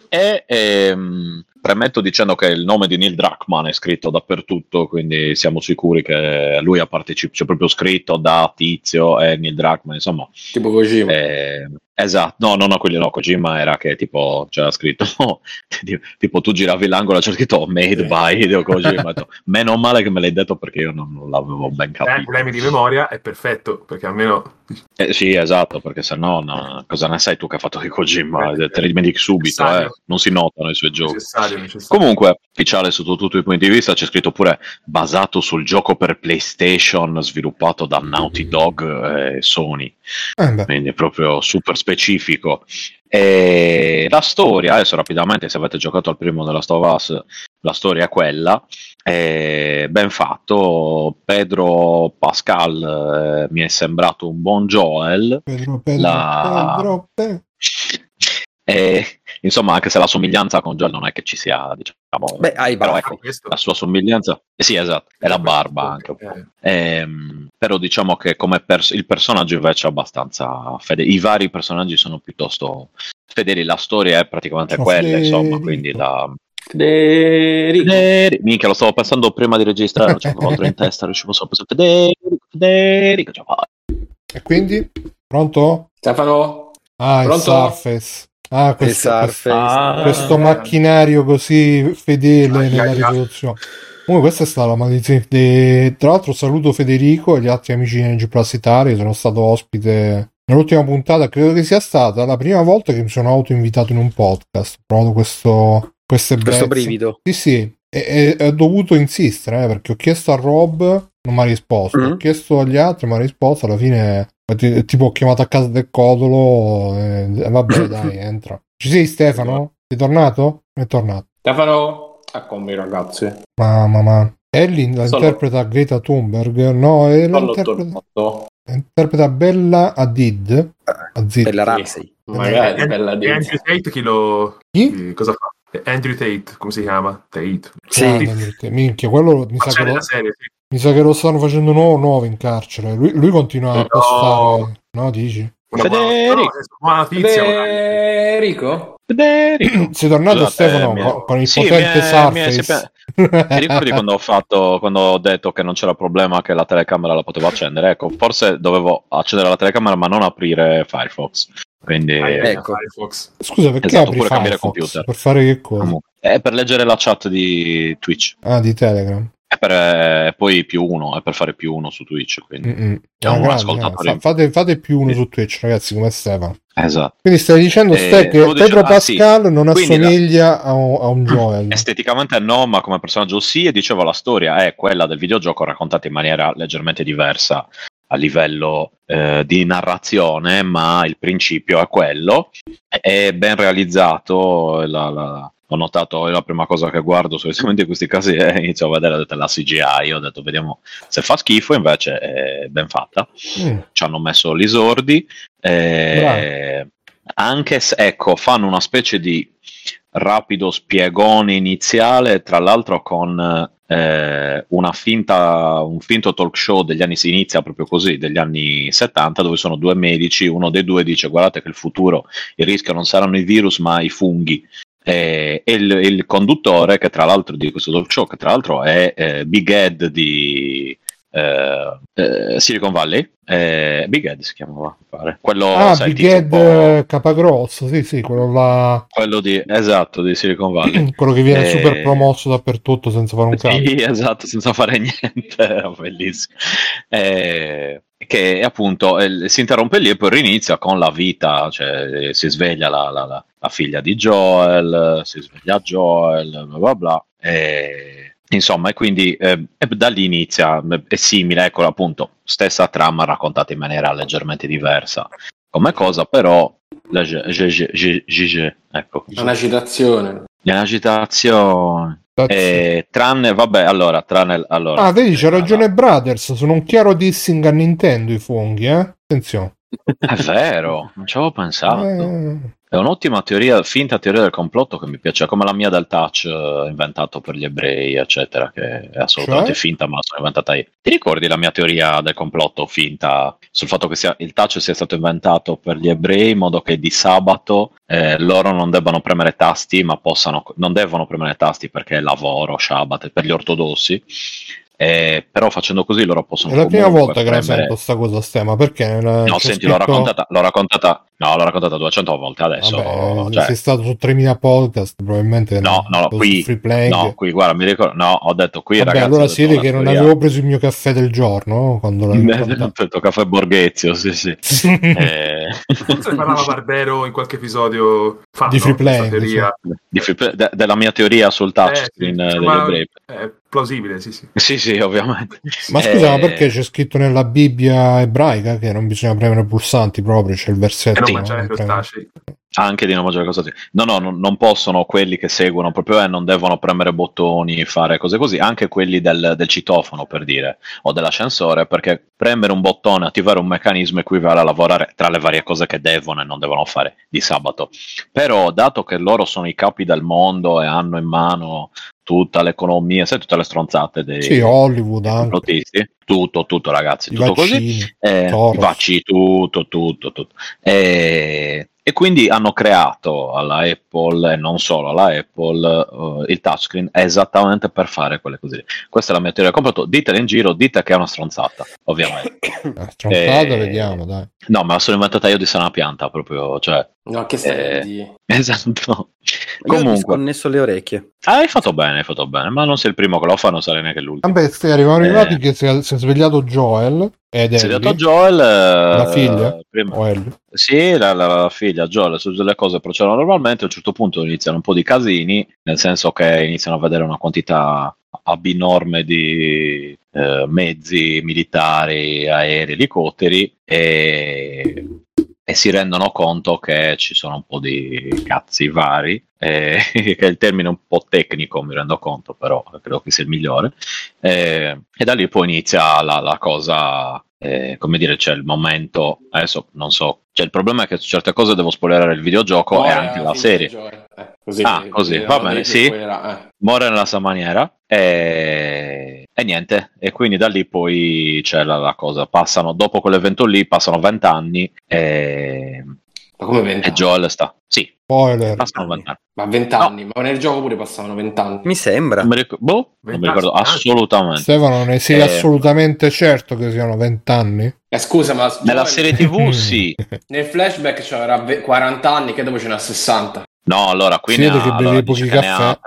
Speaker 5: E ehm, premetto dicendo che il nome di Neil Druckmann è scritto dappertutto, quindi siamo sicuri che lui ha partecipato, c'è proprio scritto da Tizio e Neil Druckmann, insomma.
Speaker 2: Tipo Kojima.
Speaker 5: eh, esatto, no, no, no, quelli no, Kojima era che tipo, c'era scritto, *laughs* tipo tu giravi l'angolo e c'era scritto made by Hideo Kojima, Ho detto, meno male che me l'hai detto perché io non, non l'avevo ben
Speaker 4: Eh,
Speaker 5: capito.
Speaker 4: problemi di memoria è perfetto, perché almeno...
Speaker 5: Eh, sì, esatto, perché sennò no, cosa ne sai tu che ha fatto di Kojima? Te ne dimentichi subito, eh.
Speaker 4: Necessario.
Speaker 5: non si notano i suoi giochi.
Speaker 4: Necessario, necessario.
Speaker 5: Comunque, ufficiale sotto tutti i punti di vista, c'è scritto pure basato sul gioco per PlayStation sviluppato da Naughty Dog e Sony,
Speaker 1: Eh, beh.
Speaker 5: quindi è proprio super specifico. E la storia, adesso rapidamente, se avete giocato al primo della Us, la storia è quella. Eh, ben fatto, Pedro Pascal eh, mi è sembrato un buon Joel.
Speaker 1: Pedro, Pedro,
Speaker 5: La-
Speaker 1: Pedro, Pedro.
Speaker 5: E, insomma, anche se la somiglianza con Joel non è che ci sia, diciamo,
Speaker 3: Beh, hai i
Speaker 5: però
Speaker 3: baffi.
Speaker 5: ecco,
Speaker 4: Ah, Questo-
Speaker 5: la sua somiglianza, eh sì, esatto, è la barba anche un po'.
Speaker 4: Eh,
Speaker 5: Ehm, però diciamo che come pers- il personaggio invece è abbastanza fedele. I vari personaggi sono piuttosto fedeli. La storia è praticamente
Speaker 1: Sono
Speaker 5: quella,
Speaker 1: Federico.
Speaker 5: insomma. Quindi la.
Speaker 2: Federico.
Speaker 5: Federico. Minchia, lo stavo pensando prima di registrare, non c'avevo altro in testa. Riuscivo solo a pensare, Federico, Federico. Cioè, ah,
Speaker 1: E quindi? Pronto?
Speaker 2: Stefano?
Speaker 1: Ah, il
Speaker 2: Pronto?
Speaker 1: Surface. Ah,
Speaker 3: Il
Speaker 1: questo,
Speaker 3: surface.
Speaker 5: Ah.
Speaker 1: questo
Speaker 4: Ah.
Speaker 1: macchinario così fedele
Speaker 4: Ah,
Speaker 1: nella
Speaker 4: ah, ah.
Speaker 1: risoluzione. Comunque, questa è stata la maledizione. di- Tra l'altro, saluto Federico e gli altri amici di Energy Plus Italia. Sono stato ospite Nell'ultima puntata credo che sia stata la prima volta che mi sono autoinvitato in un podcast. Ho provato questo, queste bellezze.
Speaker 3: Questo brivido.
Speaker 1: Sì, sì, e, e- ho dovuto insistere eh, perché ho chiesto a Rob, non mi ha risposto.
Speaker 3: Mm.
Speaker 1: Ho chiesto agli altri, non mi ha risposto. Alla fine, ti- tipo, ho chiamato a casa del Codolo. E, e vabbè, dai, entra. Ci sei, Stefano? Sei tornato? È tornato.
Speaker 2: Stefano, eccomi ragazzi.
Speaker 1: Mamma mia. Ellin la
Speaker 2: Solo-
Speaker 1: interpreta Greta Thunberg? No, è la
Speaker 2: Sono
Speaker 1: interpreta,
Speaker 2: tornato.
Speaker 1: interpreta Bella Hadid. Hadid.
Speaker 3: Bella Ramsey.
Speaker 2: Magari
Speaker 4: Eh,
Speaker 2: bella
Speaker 4: E
Speaker 2: di
Speaker 4: Andrew Tate chi lo...
Speaker 1: Chi?
Speaker 4: chi- cosa fa? Eh, Andrew Tate, come si chiama? Tate.
Speaker 3: Sì.
Speaker 1: Ah, Andrew- minchia, quello mi
Speaker 4: Ma
Speaker 1: sa,
Speaker 4: c'è
Speaker 1: che lo,
Speaker 4: nella serie, sì.
Speaker 1: mi sa che lo stanno facendo nuovo, nuovo in carcere. Lui, lui continua a
Speaker 4: No.
Speaker 1: postare, no? Dici?
Speaker 4: Una buona-
Speaker 5: Federico.
Speaker 4: no, adesso, buona notizia. magari.
Speaker 2: Enrico?
Speaker 5: Federico.
Speaker 1: Sei tornato,
Speaker 5: Scusate, eh,
Speaker 1: Stefano,
Speaker 5: mi è-
Speaker 1: con- con il
Speaker 5: Sì, mi
Speaker 1: potente
Speaker 5: è- mi è-
Speaker 1: Surface.
Speaker 5: sempre-
Speaker 1: *laughs*
Speaker 5: Ti ricordi quando ho fatto quando ho detto che non c'era problema che la telecamera la potevo accendere? Ecco, forse dovevo accendere la telecamera ma non aprire Firefox. Quindi
Speaker 4: Ah, eh,
Speaker 3: Ecco.
Speaker 4: Firefox.
Speaker 1: Scusa, perché
Speaker 5: Esatto,
Speaker 1: apri
Speaker 5: oppure cambiare
Speaker 1: Firefox?
Speaker 5: computer.
Speaker 1: Per fare che cosa?
Speaker 5: comunque. è per leggere la chat di Twitch.
Speaker 1: Ah, di Telegram.
Speaker 5: È per è poi più uno, è per fare più uno su Twitch, quindi.
Speaker 1: Mm-mm.
Speaker 5: È un
Speaker 1: Ah, grazie,
Speaker 5: ascoltatore.
Speaker 1: fa- fate, fate più uno
Speaker 5: Sì.
Speaker 1: su Twitch, ragazzi, come Stefano.
Speaker 5: Esatto.
Speaker 1: Quindi stai dicendo,
Speaker 5: Eh,
Speaker 1: Ste, che
Speaker 5: stavo
Speaker 1: Pedro
Speaker 5: dicendo- ah, sì.
Speaker 1: Pascal non
Speaker 5: Quindi la- Mm. Eh,
Speaker 1: assomiglia a, un, a un Joel.
Speaker 5: Esteticamente no, ma come personaggio sì, e dicevo la storia è quella del videogioco raccontata in maniera leggermente diversa a livello eh, di narrazione, ma il principio è quello, è- è ben realizzato, la- la- ho notato, è la prima cosa che guardo solitamente in questi casi, è inizio a vedere ho detto, la CGI, ho detto vediamo se fa schifo, invece è ben fatta
Speaker 1: Mm.
Speaker 5: ci hanno messo gli sordi. eh, anche se, ecco, fanno una specie di rapido spiegone iniziale, tra l'altro con eh, una finta, un finto talk show degli anni, si inizia proprio così, degli anni 70, dove sono due medici, uno dei due dice guardate che il futuro, il rischio non saranno i virus ma i funghi. Eh, E il, il conduttore, che tra l'altro di questo talk show, che tra l'altro è eh, Big Ed di eh, eh, Silicon Valley, eh, Big Ed si chiamava, mi pare. quello,
Speaker 1: Ah,
Speaker 5: Oh, sai, il
Speaker 1: Big
Speaker 5: tizio un
Speaker 1: Ed
Speaker 5: po'-
Speaker 1: eh, Capagrosso, sì, sì, quello là, *clears throat*
Speaker 5: quello di, esatto, di Silicon Valley.
Speaker 1: quello che viene
Speaker 5: Eh,
Speaker 1: super promosso dappertutto senza fare un cazzo.
Speaker 5: Sì, esatto, senza fare niente, *laughs* era bellissimo. Eh, che appunto eh, si interrompe lì e poi rinizia con la vita, cioè eh, si sveglia la, la- la- la figlia di Joel, eh, si sveglia Joel, bla bla bla. eh, insomma, e quindi eh, e da lì inizia, mh, è simile, ecco appunto, stessa trama raccontata in maniera leggermente diversa. Come cosa però... La, ge- ge- ge- ge- ge- ecco,
Speaker 2: È una citazione.
Speaker 5: è una citazione. Eh, tranne, vabbè, allora, tranne, allora.
Speaker 1: Ah, vedi, c'ha
Speaker 5: Eh,
Speaker 1: ragione Brothers, sono un chiaro dissing a Nintendo i funghi, eh? Attenzione.
Speaker 5: È vero, non ci avevo pensato.
Speaker 1: Eh,
Speaker 5: È un'ottima teoria, finta teoria del complotto che mi piace, come la mia del touch eh, inventato per gli ebrei, eccetera, che è assolutamente
Speaker 1: Cioè?
Speaker 5: finta, ma la sono inventata io. Ti ricordi la mia teoria del complotto finta sul fatto che sia- il touch sia stato inventato per gli ebrei in modo che di sabato eh, loro non debbano premere tasti, ma possano, non devono premere tasti perché è lavoro, Shabbat, è per gli ortodossi. Eh, però facendo così loro possono
Speaker 1: è la prima
Speaker 5: comunque
Speaker 1: volta che la
Speaker 5: premere-
Speaker 1: sento sta cosa, Stema, perché? nella-
Speaker 5: No,
Speaker 1: c'è
Speaker 5: senti, l'ho
Speaker 1: scritto-
Speaker 5: raccontata, l'ho raccontata, no, l'ho raccontata 200 volte adesso.
Speaker 1: Vabbè,
Speaker 5: cioè,
Speaker 1: sei stato su 3000 podcast, probabilmente
Speaker 5: No, no,
Speaker 1: su
Speaker 5: qui-
Speaker 1: free playing.
Speaker 5: No, qui guarda, mi ricordo, no, ho detto qui
Speaker 1: Vabbè,
Speaker 5: ragazzi. ho
Speaker 1: allora
Speaker 5: detto,
Speaker 1: siete
Speaker 5: una
Speaker 1: che non
Speaker 5: teoria- *laughs*
Speaker 1: avevo preso il mio caffè del giorno quando l'ho
Speaker 5: Ho
Speaker 1: raccontato.
Speaker 5: detto caffè borghezio,
Speaker 1: *laughs*
Speaker 5: sì, sì. Eh, *laughs*
Speaker 4: Forse ne parlava Barbero in qualche episodio fa,
Speaker 1: Di
Speaker 4: no?
Speaker 1: Free
Speaker 4: Questa
Speaker 1: Play,
Speaker 4: teoria.
Speaker 5: di fi- de- della mia teoria sul touchscreen
Speaker 4: Eh,
Speaker 5: eh,
Speaker 4: sì,
Speaker 5: degli
Speaker 4: ma-
Speaker 5: ebrei.
Speaker 4: È plausibile, sì, sì.
Speaker 5: Sì, sì, ovviamente.
Speaker 1: Ma scusa, ma
Speaker 5: Eh,
Speaker 1: perché c'è scritto nella Bibbia ebraica che non bisogna premere pulsanti proprio, c'è il
Speaker 4: E
Speaker 1: versetto.
Speaker 4: non
Speaker 1: no?
Speaker 5: Sì.
Speaker 4: mangiare
Speaker 1: Non premere-
Speaker 4: crostacei.
Speaker 5: Anche di non mangiare cose così. No, no, non, non possono quelli che seguono proprio eh, non devono premere bottoni, fare cose così, anche quelli del, del citofono per dire, o dell'ascensore, perché premere un bottone, attivare un meccanismo equivale a lavorare tra le varie cose che devono e non devono fare di sabato. Però, dato che loro sono i capi del mondo e hanno in mano tutta l'economia, sai, tutte le stronzate dei,
Speaker 1: Sì, Hollywood
Speaker 5: dei
Speaker 1: anche,
Speaker 5: complottisti, tutto, tutto ragazzi,
Speaker 1: i
Speaker 5: tutto così.
Speaker 1: vaccini.
Speaker 5: Eh,
Speaker 1: Soros.
Speaker 5: i vacci, tutto, tutto, tutto. Eh, e quindi hanno creato alla Apple, e non solo alla Apple, eh, il touchscreen esattamente per fare quelle cose lì. Questa è la mia teoria del complotto. Ditela in giro, dite che è una stronzata, ovviamente.
Speaker 1: Eh, stronzata,
Speaker 5: Eh,
Speaker 1: vediamo, dai.
Speaker 5: No, me la sono inventata io di sana pianta, proprio, cioè, *laughs*
Speaker 2: No, che stai eh.
Speaker 5: Esatto.
Speaker 3: Comunque, ho
Speaker 5: Comunque,
Speaker 3: sconnesso le orecchie.
Speaker 5: ah, hai fatto bene, hai fatto bene, ma non sei il primo che lo fa, non sarai neanche l'ultimo.
Speaker 1: Vabbè, stai arrivano
Speaker 5: Eh.
Speaker 1: arrivati che si è, si è svegliato Joel ed è
Speaker 5: Si è dato Joel, eh,
Speaker 1: La figlia?
Speaker 5: prima- Sì, la, la- la figlia Joel, su le cose procedono normalmente, a un certo punto iniziano un po' di casini, nel senso che iniziano a vedere una quantità abinorme di eh, mezzi militari, aerei, elicotteri e, e si rendono conto che ci sono un po' di cazzi vari, eh, *laughs* che è il termine un po' tecnico mi rendo conto, però credo che sia il migliore. Eh, e da lì poi inizia la, la cosa, eh, come dire, c'è il momento, adesso non so, cioè il problema è che su certe cose devo spoilerare il videogioco e anche la serie.
Speaker 2: eh. così,
Speaker 5: Ah, così, va bene, sì.
Speaker 2: eh.
Speaker 5: muore nella stessa maniera e, e niente e quindi da lì poi c'è la, la cosa passano dopo quell'evento lì passano 20 anni e,
Speaker 2: Ma come
Speaker 5: e
Speaker 2: 20
Speaker 5: Joel sta sì
Speaker 1: Spoiler.
Speaker 5: passano 20 anni
Speaker 2: Ma 20 anni, ma nel gioco pure passavano 20 anni.
Speaker 3: Mi sembra.
Speaker 5: non mi, ric- boh, non mi ricordo assolutamente
Speaker 1: Stefano, ne sei
Speaker 5: Eh.
Speaker 1: assolutamente certo che siano vent'anni?
Speaker 2: Eh, scusa, ma
Speaker 5: nella
Speaker 2: Joel,
Speaker 5: serie
Speaker 1: *laughs*
Speaker 5: tv sì
Speaker 2: nel flashback c'era ve- 40 anni, che dopo ce n'ha 60.
Speaker 5: no allora qui
Speaker 1: Si
Speaker 5: ne
Speaker 1: vede
Speaker 5: ha,
Speaker 1: che bevi
Speaker 5: allora,
Speaker 1: pochi
Speaker 5: dice che ne ha
Speaker 1: caffè.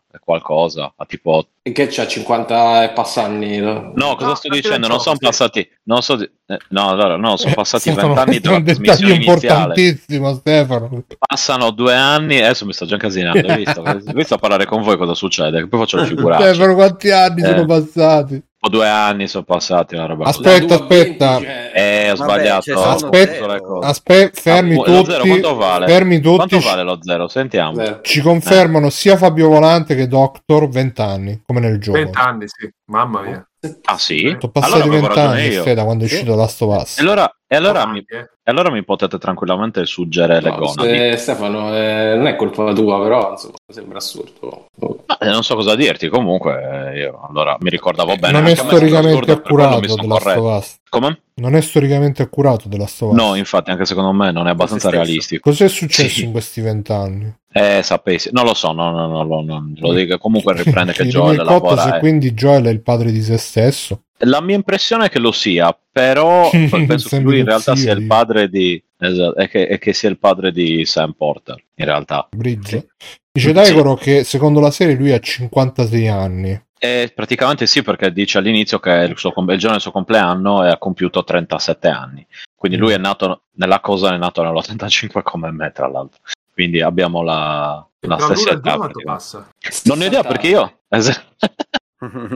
Speaker 5: 30 e qualcosa ha tipo
Speaker 2: E che c'ha 50 e passanni. No?
Speaker 4: No,
Speaker 5: no cosa sto
Speaker 4: ma quello
Speaker 5: dicendo
Speaker 4: è
Speaker 5: non
Speaker 4: il
Speaker 5: sono
Speaker 4: gioco, sì.
Speaker 5: passati non so di- eh, no allora no sono passati
Speaker 1: Eh, Stefano,
Speaker 5: 20 anni
Speaker 1: è
Speaker 5: dalla
Speaker 1: un
Speaker 5: trasmissione
Speaker 1: dettaglio
Speaker 5: iniziale
Speaker 1: importantissimo, Stefano.
Speaker 5: Passano due anni, adesso mi sto già incasinando,
Speaker 1: *laughs*
Speaker 5: hai visto? Hai visto a parlare con voi cosa succede? Che poi faccio le figuracce.
Speaker 1: Stefano, quanti anni
Speaker 5: Eh.
Speaker 1: sono passati?
Speaker 5: Ho due anni, sono passati una roba così.
Speaker 1: Aspetta, aspetta.
Speaker 5: Eh, ho
Speaker 3: Vabbè,
Speaker 5: sbagliato.
Speaker 3: cioè, sono
Speaker 5: ho
Speaker 1: Aspetta.
Speaker 5: confuso le cose.
Speaker 1: Aspetta, fermi
Speaker 5: Ah, lo
Speaker 1: tutti.
Speaker 5: zero quanto vale?
Speaker 1: Fermi tutti.
Speaker 5: Quanto
Speaker 1: ci-
Speaker 5: vale Eh. lo zero? Sentiamo.
Speaker 1: Ci confermano sia Fabio Volante che Doctor 20 anni, come nel gioco.
Speaker 4: 20 anni, sì, mamma mia.
Speaker 5: Ah sì?
Speaker 4: Sono
Speaker 1: Sono passati
Speaker 5: Allora avevo
Speaker 1: 20
Speaker 5: ragione
Speaker 1: anni,
Speaker 5: io.
Speaker 1: Ste, da quando è uscito Last of Us.
Speaker 5: E allora, e allora mi,
Speaker 4: Avanti, eh.
Speaker 5: e allora mi potete tranquillamente suggere le gonadi.
Speaker 2: Stefano, eh, non è colpa tua, però insomma, sembra assurdo.
Speaker 5: Ma, eh, non so cosa dirti, comunque eh, io allora mi ricordavo bene.
Speaker 1: non è
Speaker 5: Anche a me sembra
Speaker 1: storicamente
Speaker 5: assurdo, per quello mi
Speaker 1: accurato
Speaker 5: sono
Speaker 1: The Last
Speaker 5: corretto.
Speaker 1: of Us.
Speaker 5: Come?
Speaker 1: Non è storicamente accurato The Last of Us.
Speaker 5: No, infatti, anche secondo me non è abbastanza
Speaker 3: stesso.
Speaker 5: realistico.
Speaker 1: Cos'è successo
Speaker 5: Sì.
Speaker 1: in questi vent'anni?
Speaker 5: Eh, sapessi, non lo so, no, no, no, no, non lo dico. Comunque
Speaker 1: *laughs*
Speaker 5: riprende che
Speaker 1: Il
Speaker 5: Joel
Speaker 1: 2008
Speaker 5: lavora.
Speaker 1: se
Speaker 5: eh.
Speaker 1: quindi Joel è il padre di se stesso.
Speaker 5: La mia impressione è che lo sia,
Speaker 1: *laughs*
Speaker 5: però penso che
Speaker 1: Sembra
Speaker 5: lui in
Speaker 1: lo
Speaker 5: realtà
Speaker 1: zio
Speaker 5: sia il
Speaker 1: di-
Speaker 5: padre di. Esatto, e che, e che sia il padre di Sam Porter, in realtà.
Speaker 1: Bridge. Dice Daigoro che secondo la serie lui ha 56 anni.
Speaker 5: E Eh, praticamente sì, perché dice all'inizio che il, suo com- il giorno del suo compleanno e ha compiuto 37 anni. Quindi
Speaker 1: Mm.
Speaker 5: lui è nato nella cosa, è nato nell'85 come me, tra l'altro. Quindi abbiamo la, la
Speaker 4: Tra l'uno
Speaker 5: stessa
Speaker 4: e il due
Speaker 5: età.
Speaker 4: quanto
Speaker 5: praticamente.
Speaker 4: passa?
Speaker 5: Non ne ho idea perché io. *laughs* esatto.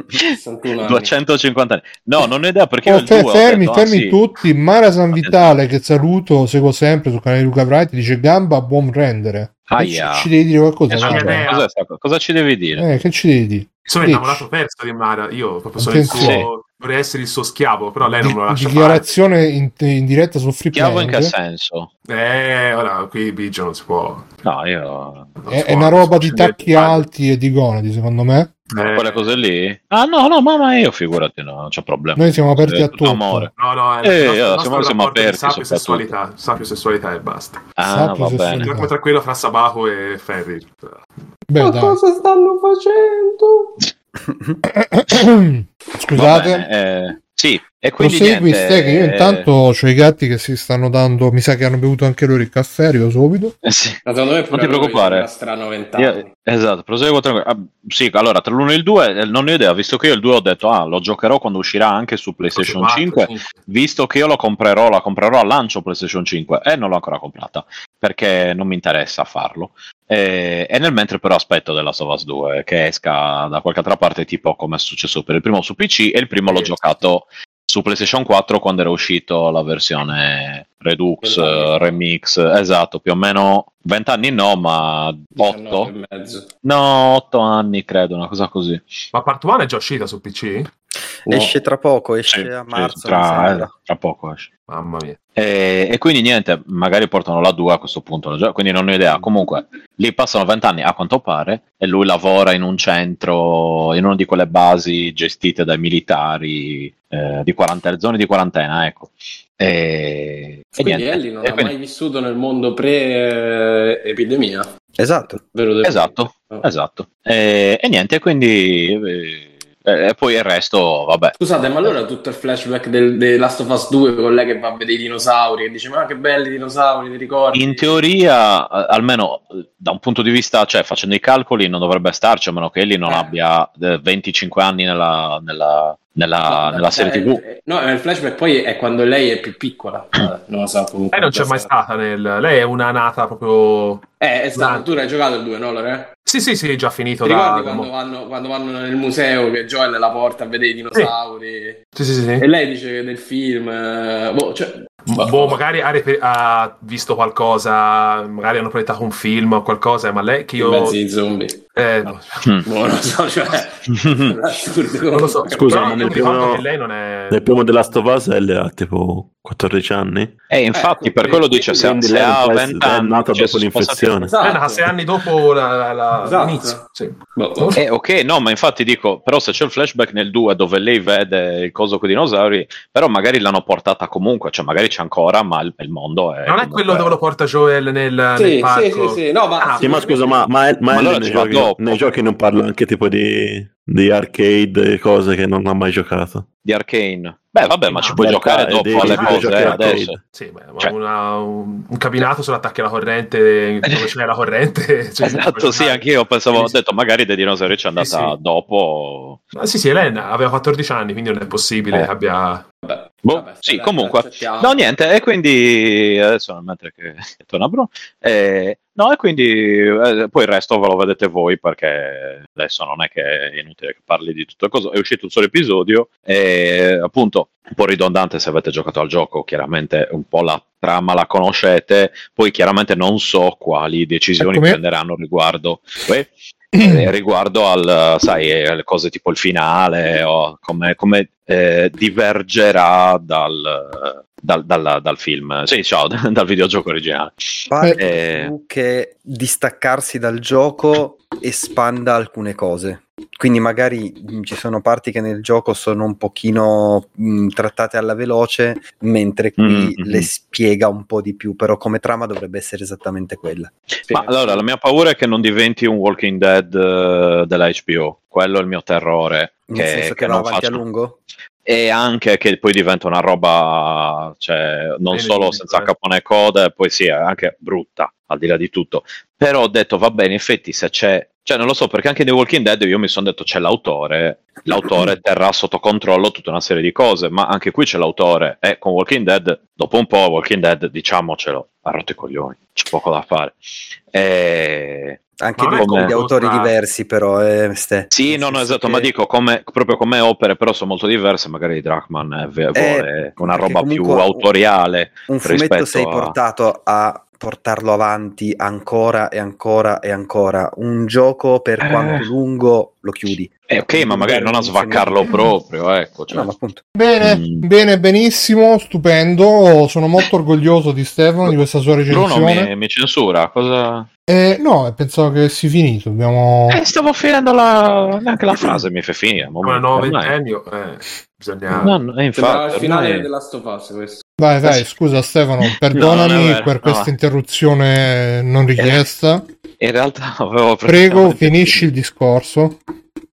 Speaker 2: 61 anni.
Speaker 5: 250 anni. No, non ho idea perché
Speaker 1: Oh,
Speaker 5: io il
Speaker 1: fe-
Speaker 5: due ho
Speaker 1: fermi,
Speaker 5: detto, ah,
Speaker 1: fermi
Speaker 5: sì.
Speaker 1: tutti. Mara San
Speaker 5: Attenzione.
Speaker 1: Vitale, che saluto, seguo sempre sul canale di Luca Wright, dice gamba a buon rendere. Ma ci,
Speaker 5: Aia.
Speaker 1: ci devi dire qualcosa?
Speaker 5: Eh,
Speaker 4: Esatto.
Speaker 1: Mara?
Speaker 5: scusa, cos'è sta co- cosa ci devi dire?
Speaker 1: Eh, che ci devi dire?
Speaker 4: Sono
Speaker 1: Dici.
Speaker 4: innamorato perso di Mara. Io proprio sono il
Speaker 1: Attenzione.
Speaker 4: suo. Vorrei essere il suo schiavo, però lei Eh, non me lo
Speaker 1: Di-
Speaker 4: lascia
Speaker 1: dichiarazione in, in diretta su Free
Speaker 5: Chiavo in che
Speaker 1: Planet.
Speaker 5: senso?
Speaker 4: fare. Eh, ora qui Biggio non si può.
Speaker 5: No, io.
Speaker 4: non
Speaker 1: È,
Speaker 4: si
Speaker 1: è
Speaker 4: può-
Speaker 1: una roba
Speaker 4: non
Speaker 1: di
Speaker 4: si può
Speaker 1: tacchi
Speaker 4: dire.
Speaker 1: alti e di gonadi, secondo me.
Speaker 4: Eh,
Speaker 5: Quelle cose lì? Ah, no, no, ma ma io figurati, no, non c'ho problema.
Speaker 1: Noi siamo aperti
Speaker 5: Eh,
Speaker 1: a tutto.
Speaker 5: Amore.
Speaker 4: No, no,
Speaker 5: Eh,
Speaker 4: il
Speaker 5: io,
Speaker 4: nostro
Speaker 5: siamo- siamo
Speaker 4: rapporto
Speaker 5: aperti
Speaker 4: di sapio
Speaker 5: soprattutto.
Speaker 4: sessualità, sapio sessualità e basta.
Speaker 1: Eh.
Speaker 5: Ah,
Speaker 1: Sappi
Speaker 5: va
Speaker 1: se
Speaker 5: bene.
Speaker 1: sono-
Speaker 4: Tranquillo, tranquillo fra Sabaco e Ferri.
Speaker 1: Beh, Eh, dai.
Speaker 2: stanno facendo?
Speaker 5: Va
Speaker 1: Scusate.
Speaker 5: bene, eh, sì, e quindi
Speaker 1: Prosegui,
Speaker 5: niente,
Speaker 1: Ste, che io
Speaker 5: eh,
Speaker 1: intanto ho i gatti che si stanno dando. Mi sa che hanno bevuto anche loro il caffè. Arrivo subito.
Speaker 5: eh, sì.
Speaker 2: Ma secondo me pure
Speaker 5: Non ti
Speaker 2: a noi
Speaker 5: preoccupare.
Speaker 2: sembra strano 20
Speaker 5: Io-
Speaker 2: anni.
Speaker 5: esatto, proseguo tranquillo. Ah, sì, allora tra l'1 e il 2 non ne ho idea, visto che io il 2 ho detto "Ah, lo giocherò quando uscirà anche su PlayStation 5", visto che io lo comprerò, la comprerò al lancio PlayStation 5 e non l'ho ancora comprata perché non mi interessa farlo. E, e nel mentre però aspetto della Sovas 2 che esca da qualche altra parte, tipo come è successo per il primo su PC e il primo l'ho
Speaker 4: Sì.
Speaker 5: giocato su PlayStation 4 quando era uscito la versione Redux,
Speaker 2: Vent'anni.
Speaker 5: eh, Remix, esatto, più o meno 20 anni no, ma
Speaker 2: 19
Speaker 5: 8.
Speaker 2: e mezzo.
Speaker 5: No, 8 anni credo, una cosa così.
Speaker 4: Ma Part One è già uscita su PC?
Speaker 2: No.
Speaker 3: *laughs* Esce tra poco, esce
Speaker 5: Sì,
Speaker 3: a
Speaker 5: sì,
Speaker 3: marzo. mi
Speaker 5: tra,
Speaker 3: sembra.
Speaker 5: eh, tra poco esce.
Speaker 4: Mamma mia.
Speaker 5: E, e quindi niente, magari portano la 2 a questo punto, lo gio- quindi non ho idea. Comunque, lì passano vent'anni a quanto pare e lui lavora in un centro, in una di quelle basi gestite dai militari, eh, di quarantena, zone di quarantena, ecco. E, e
Speaker 2: Quindi
Speaker 5: niente.
Speaker 2: Ellie non
Speaker 5: E
Speaker 2: ha
Speaker 5: quindi-
Speaker 2: mai vissuto nel mondo pre-epidemia.
Speaker 3: Esatto.
Speaker 2: Ve lo devo
Speaker 5: Esatto,
Speaker 2: dire.
Speaker 5: esatto. E, e niente, quindi... eh, Eh, e poi il resto, vabbè.
Speaker 2: Scusate, ma allora tutto il flashback del, del Last of Us 2 con lei che va a vedere i dinosauri e dice: Ma che belli i dinosauri, ti ricordi?
Speaker 5: In teoria, eh, almeno eh, da un punto di vista, cioè facendo i calcoli, non dovrebbe starci, a meno che Ellie non
Speaker 2: Eh.
Speaker 5: abbia eh, 25 anni nella, nella- nella-
Speaker 2: No,
Speaker 5: nella
Speaker 2: eh,
Speaker 5: serie
Speaker 2: eh,
Speaker 5: TV.
Speaker 2: eh, No, il flashback poi è quando lei è più piccola. Vabbè, non lo so. comunque.
Speaker 4: Lei Eh, non c'è mai stata nel... Lei è una nata proprio...
Speaker 2: Eh, è stato,
Speaker 4: Durante.
Speaker 2: tu l'hai giocato il 2, no, Lore?
Speaker 4: Sì, sì, sì, già finito
Speaker 2: Ti
Speaker 4: da...
Speaker 2: ricordi quando vanno, quando vanno nel museo che Joel la porta a vedere i dinosauri?
Speaker 4: Sì, sì, sì. sì.
Speaker 2: E lei dice che nel film... eh, boh, cioè,
Speaker 4: Boh, magari ha, reper- ha visto qualcosa, magari hanno proiettato un film o qualcosa, ma lei che
Speaker 2: io...
Speaker 4: io...
Speaker 2: Mezzi di zombie.
Speaker 4: Eh, no.
Speaker 2: Boh, non so,
Speaker 5: *laughs*
Speaker 2: cioè... *laughs* è assurdo.
Speaker 4: non lo so.
Speaker 6: Scusa,
Speaker 4: Però
Speaker 6: ma
Speaker 4: io
Speaker 6: nel
Speaker 4: mi ricordo
Speaker 6: primo-
Speaker 4: che lei non è...
Speaker 6: Nel primo della Stovaz ha tipo 14 anni.
Speaker 5: E Eh, infatti,
Speaker 2: quindi-
Speaker 5: per quello dice: se,
Speaker 6: quindi
Speaker 5: se
Speaker 6: lei non
Speaker 5: ha
Speaker 6: può
Speaker 5: 20
Speaker 6: essere- è
Speaker 5: anni,
Speaker 6: nata
Speaker 5: cioè,
Speaker 6: dopo
Speaker 5: si è sposata-
Speaker 6: l'infezione.
Speaker 4: Eh,
Speaker 2: Esatto.
Speaker 4: no, sei anni dopo la- la- la-
Speaker 2: Esatto.
Speaker 4: l'inizio. Sì.
Speaker 2: Boh, boh.
Speaker 4: Forse-
Speaker 5: Eh, ok, no, ma infatti dico, però se c'è il flashback nel 2 dove lei vede il coso con i dinosauri, però magari l'hanno portata comunque, cioè magari c'è ancora, ma il, il mondo è...
Speaker 4: Non è
Speaker 5: comunque-
Speaker 4: quello dove lo porta Joel nel, nel
Speaker 2: Eh, Sì, sì,
Speaker 4: parco.
Speaker 2: sì, sì, no, ma...
Speaker 4: Ah,
Speaker 6: Sì, ma scusa, ma, ma, ma,
Speaker 5: Ma allora
Speaker 6: nei,
Speaker 5: ci va
Speaker 6: giochi,
Speaker 5: dopo.
Speaker 6: nei giochi non parla anche tipo di, di arcade e cose che non ha mai giocato.
Speaker 5: Di Arcane. Beh, vabbè, Eh, ma
Speaker 4: Ah,
Speaker 5: ci puoi
Speaker 6: beh,
Speaker 5: giocare
Speaker 6: dai,
Speaker 5: dopo
Speaker 6: devi-
Speaker 5: alle
Speaker 4: devi
Speaker 5: cose,
Speaker 6: giocare
Speaker 5: eh,
Speaker 6: a
Speaker 5: adesso.
Speaker 6: Arcade.
Speaker 4: Sì, beh, ma
Speaker 5: Cioè-
Speaker 4: una- un, un cabinato sull'attacco
Speaker 2: *laughs*
Speaker 4: alla corrente, dove c'è la corrente. *laughs* cioè,
Speaker 5: Esatto,
Speaker 4: puoi
Speaker 5: sì,
Speaker 4: giocare.
Speaker 5: anche io pensavo, ho
Speaker 4: Sì, sì.
Speaker 5: detto magari dei dinosauri ci è andata
Speaker 4: Sì, sì.
Speaker 5: dopo.
Speaker 4: Ma Ah, sì, sì, Elena aveva 14 anni, quindi non è possibile
Speaker 5: Eh.
Speaker 4: che abbia...
Speaker 2: Vabbè,
Speaker 5: Boh,
Speaker 2: vabbè,
Speaker 5: sì,
Speaker 2: dai,
Speaker 5: comunque.
Speaker 2: accettiamo.
Speaker 5: No, niente, e quindi adesso mentre che *laughs* torna Bruno, eh, no, e quindi eh, poi il resto ve lo vedete voi perché adesso non è che è inutile che parli di tutto cosa. È uscito un solo episodio, e appunto un po' ridondante se avete giocato al gioco, chiaramente un po' la trama la conoscete, poi chiaramente non so quali decisioni
Speaker 1: Eccomi.
Speaker 5: prenderanno riguardo. Uè.
Speaker 3: *clears throat*
Speaker 5: Eh, riguardo al, sai, eh, alle cose tipo il finale o come, come, eh, divergerà dal, dal, dalla- dal film, sì, ciao, *laughs* dal videogioco originale.
Speaker 3: Pare
Speaker 5: Eh.
Speaker 3: più che distaccarsi dal gioco espanda alcune cose. Quindi magari mh, ci sono parti che nel gioco sono un pochino mh, trattate alla veloce, mentre qui
Speaker 5: Mm, mm, mm.
Speaker 3: le spiega un po' di più, però come trama dovrebbe essere esattamente quella.
Speaker 2: Sì.
Speaker 5: Ma allora, la mia paura è che non diventi un Walking Dead eh, della HBO, quello è il mio terrore.
Speaker 3: Nel senso che, va
Speaker 5: non
Speaker 3: avanti a
Speaker 5: facciano-
Speaker 3: lungo?
Speaker 5: e anche che poi diventa una roba, cioè, non
Speaker 4: Bene,
Speaker 5: solo
Speaker 4: bene,
Speaker 5: senza
Speaker 4: bene.
Speaker 5: capone e coda, e poi sì, è anche brutta, al di là di tutto. Però ho detto, va bene, in effetti se c'è, cioè non lo so, perché anche in The Walking Dead io mi sono detto, c'è l'autore, l'autore terrà sotto controllo tutta una serie di cose, ma anche qui c'è l'autore, e con Walking Dead, dopo un po', Walking Dead, diciamocelo, ha rotto i coglioni, c'è poco da fare. E...
Speaker 3: Anche
Speaker 4: Ma
Speaker 5: non
Speaker 3: lì
Speaker 5: è
Speaker 3: con
Speaker 5: come-
Speaker 3: gli autori diversi, però. Eh, Ste.
Speaker 5: Sì,
Speaker 3: Nel
Speaker 5: no, no,
Speaker 3: senso
Speaker 5: esatto,
Speaker 3: che-
Speaker 5: ma dico come, proprio come opere, però sono molto diverse, magari Drachman eh, ve-
Speaker 3: Eh,
Speaker 5: vuole una
Speaker 3: perché
Speaker 5: roba più
Speaker 3: comunque-
Speaker 5: autoriale.
Speaker 3: un
Speaker 5: rispetto
Speaker 3: fumetto sei
Speaker 5: a-
Speaker 3: portato a portarlo avanti ancora e ancora e ancora. Un gioco per
Speaker 5: Eh.
Speaker 3: quanto lungo lo chiudi.
Speaker 5: Eh, ok, ma magari non a svaccarlo proprio, ecco. cioè.
Speaker 3: No, ma appunto.
Speaker 1: Bene,
Speaker 5: Mm.
Speaker 1: bene, benissimo, stupendo. Sono molto orgoglioso di Stefano, di questa sua
Speaker 5: Bruno
Speaker 1: recensione.
Speaker 5: mi, mi censura, cosa...
Speaker 1: Eh, no, pensavo che si finito. Abbiamo...
Speaker 5: Eh, stavo finendo la... neanche la frase mi fai finire. ma-
Speaker 4: Una nuova
Speaker 5: ormai-
Speaker 4: ventennio, eh, bisogna...
Speaker 5: No, no,
Speaker 2: Sembrava
Speaker 5: eh,
Speaker 2: il
Speaker 5: infatti,
Speaker 2: finale
Speaker 5: ormai-
Speaker 2: della Last of Us questo.
Speaker 1: Dai, dai, scusa Stefano,
Speaker 5: *laughs* No, non
Speaker 1: perdonami
Speaker 5: è vero,
Speaker 1: per
Speaker 5: no, Eh,
Speaker 1: questa
Speaker 5: va.
Speaker 1: interruzione non richiesta.
Speaker 5: in realtà *laughs*
Speaker 1: Prego,
Speaker 5: avevo praticamente-
Speaker 1: finisci il discorso.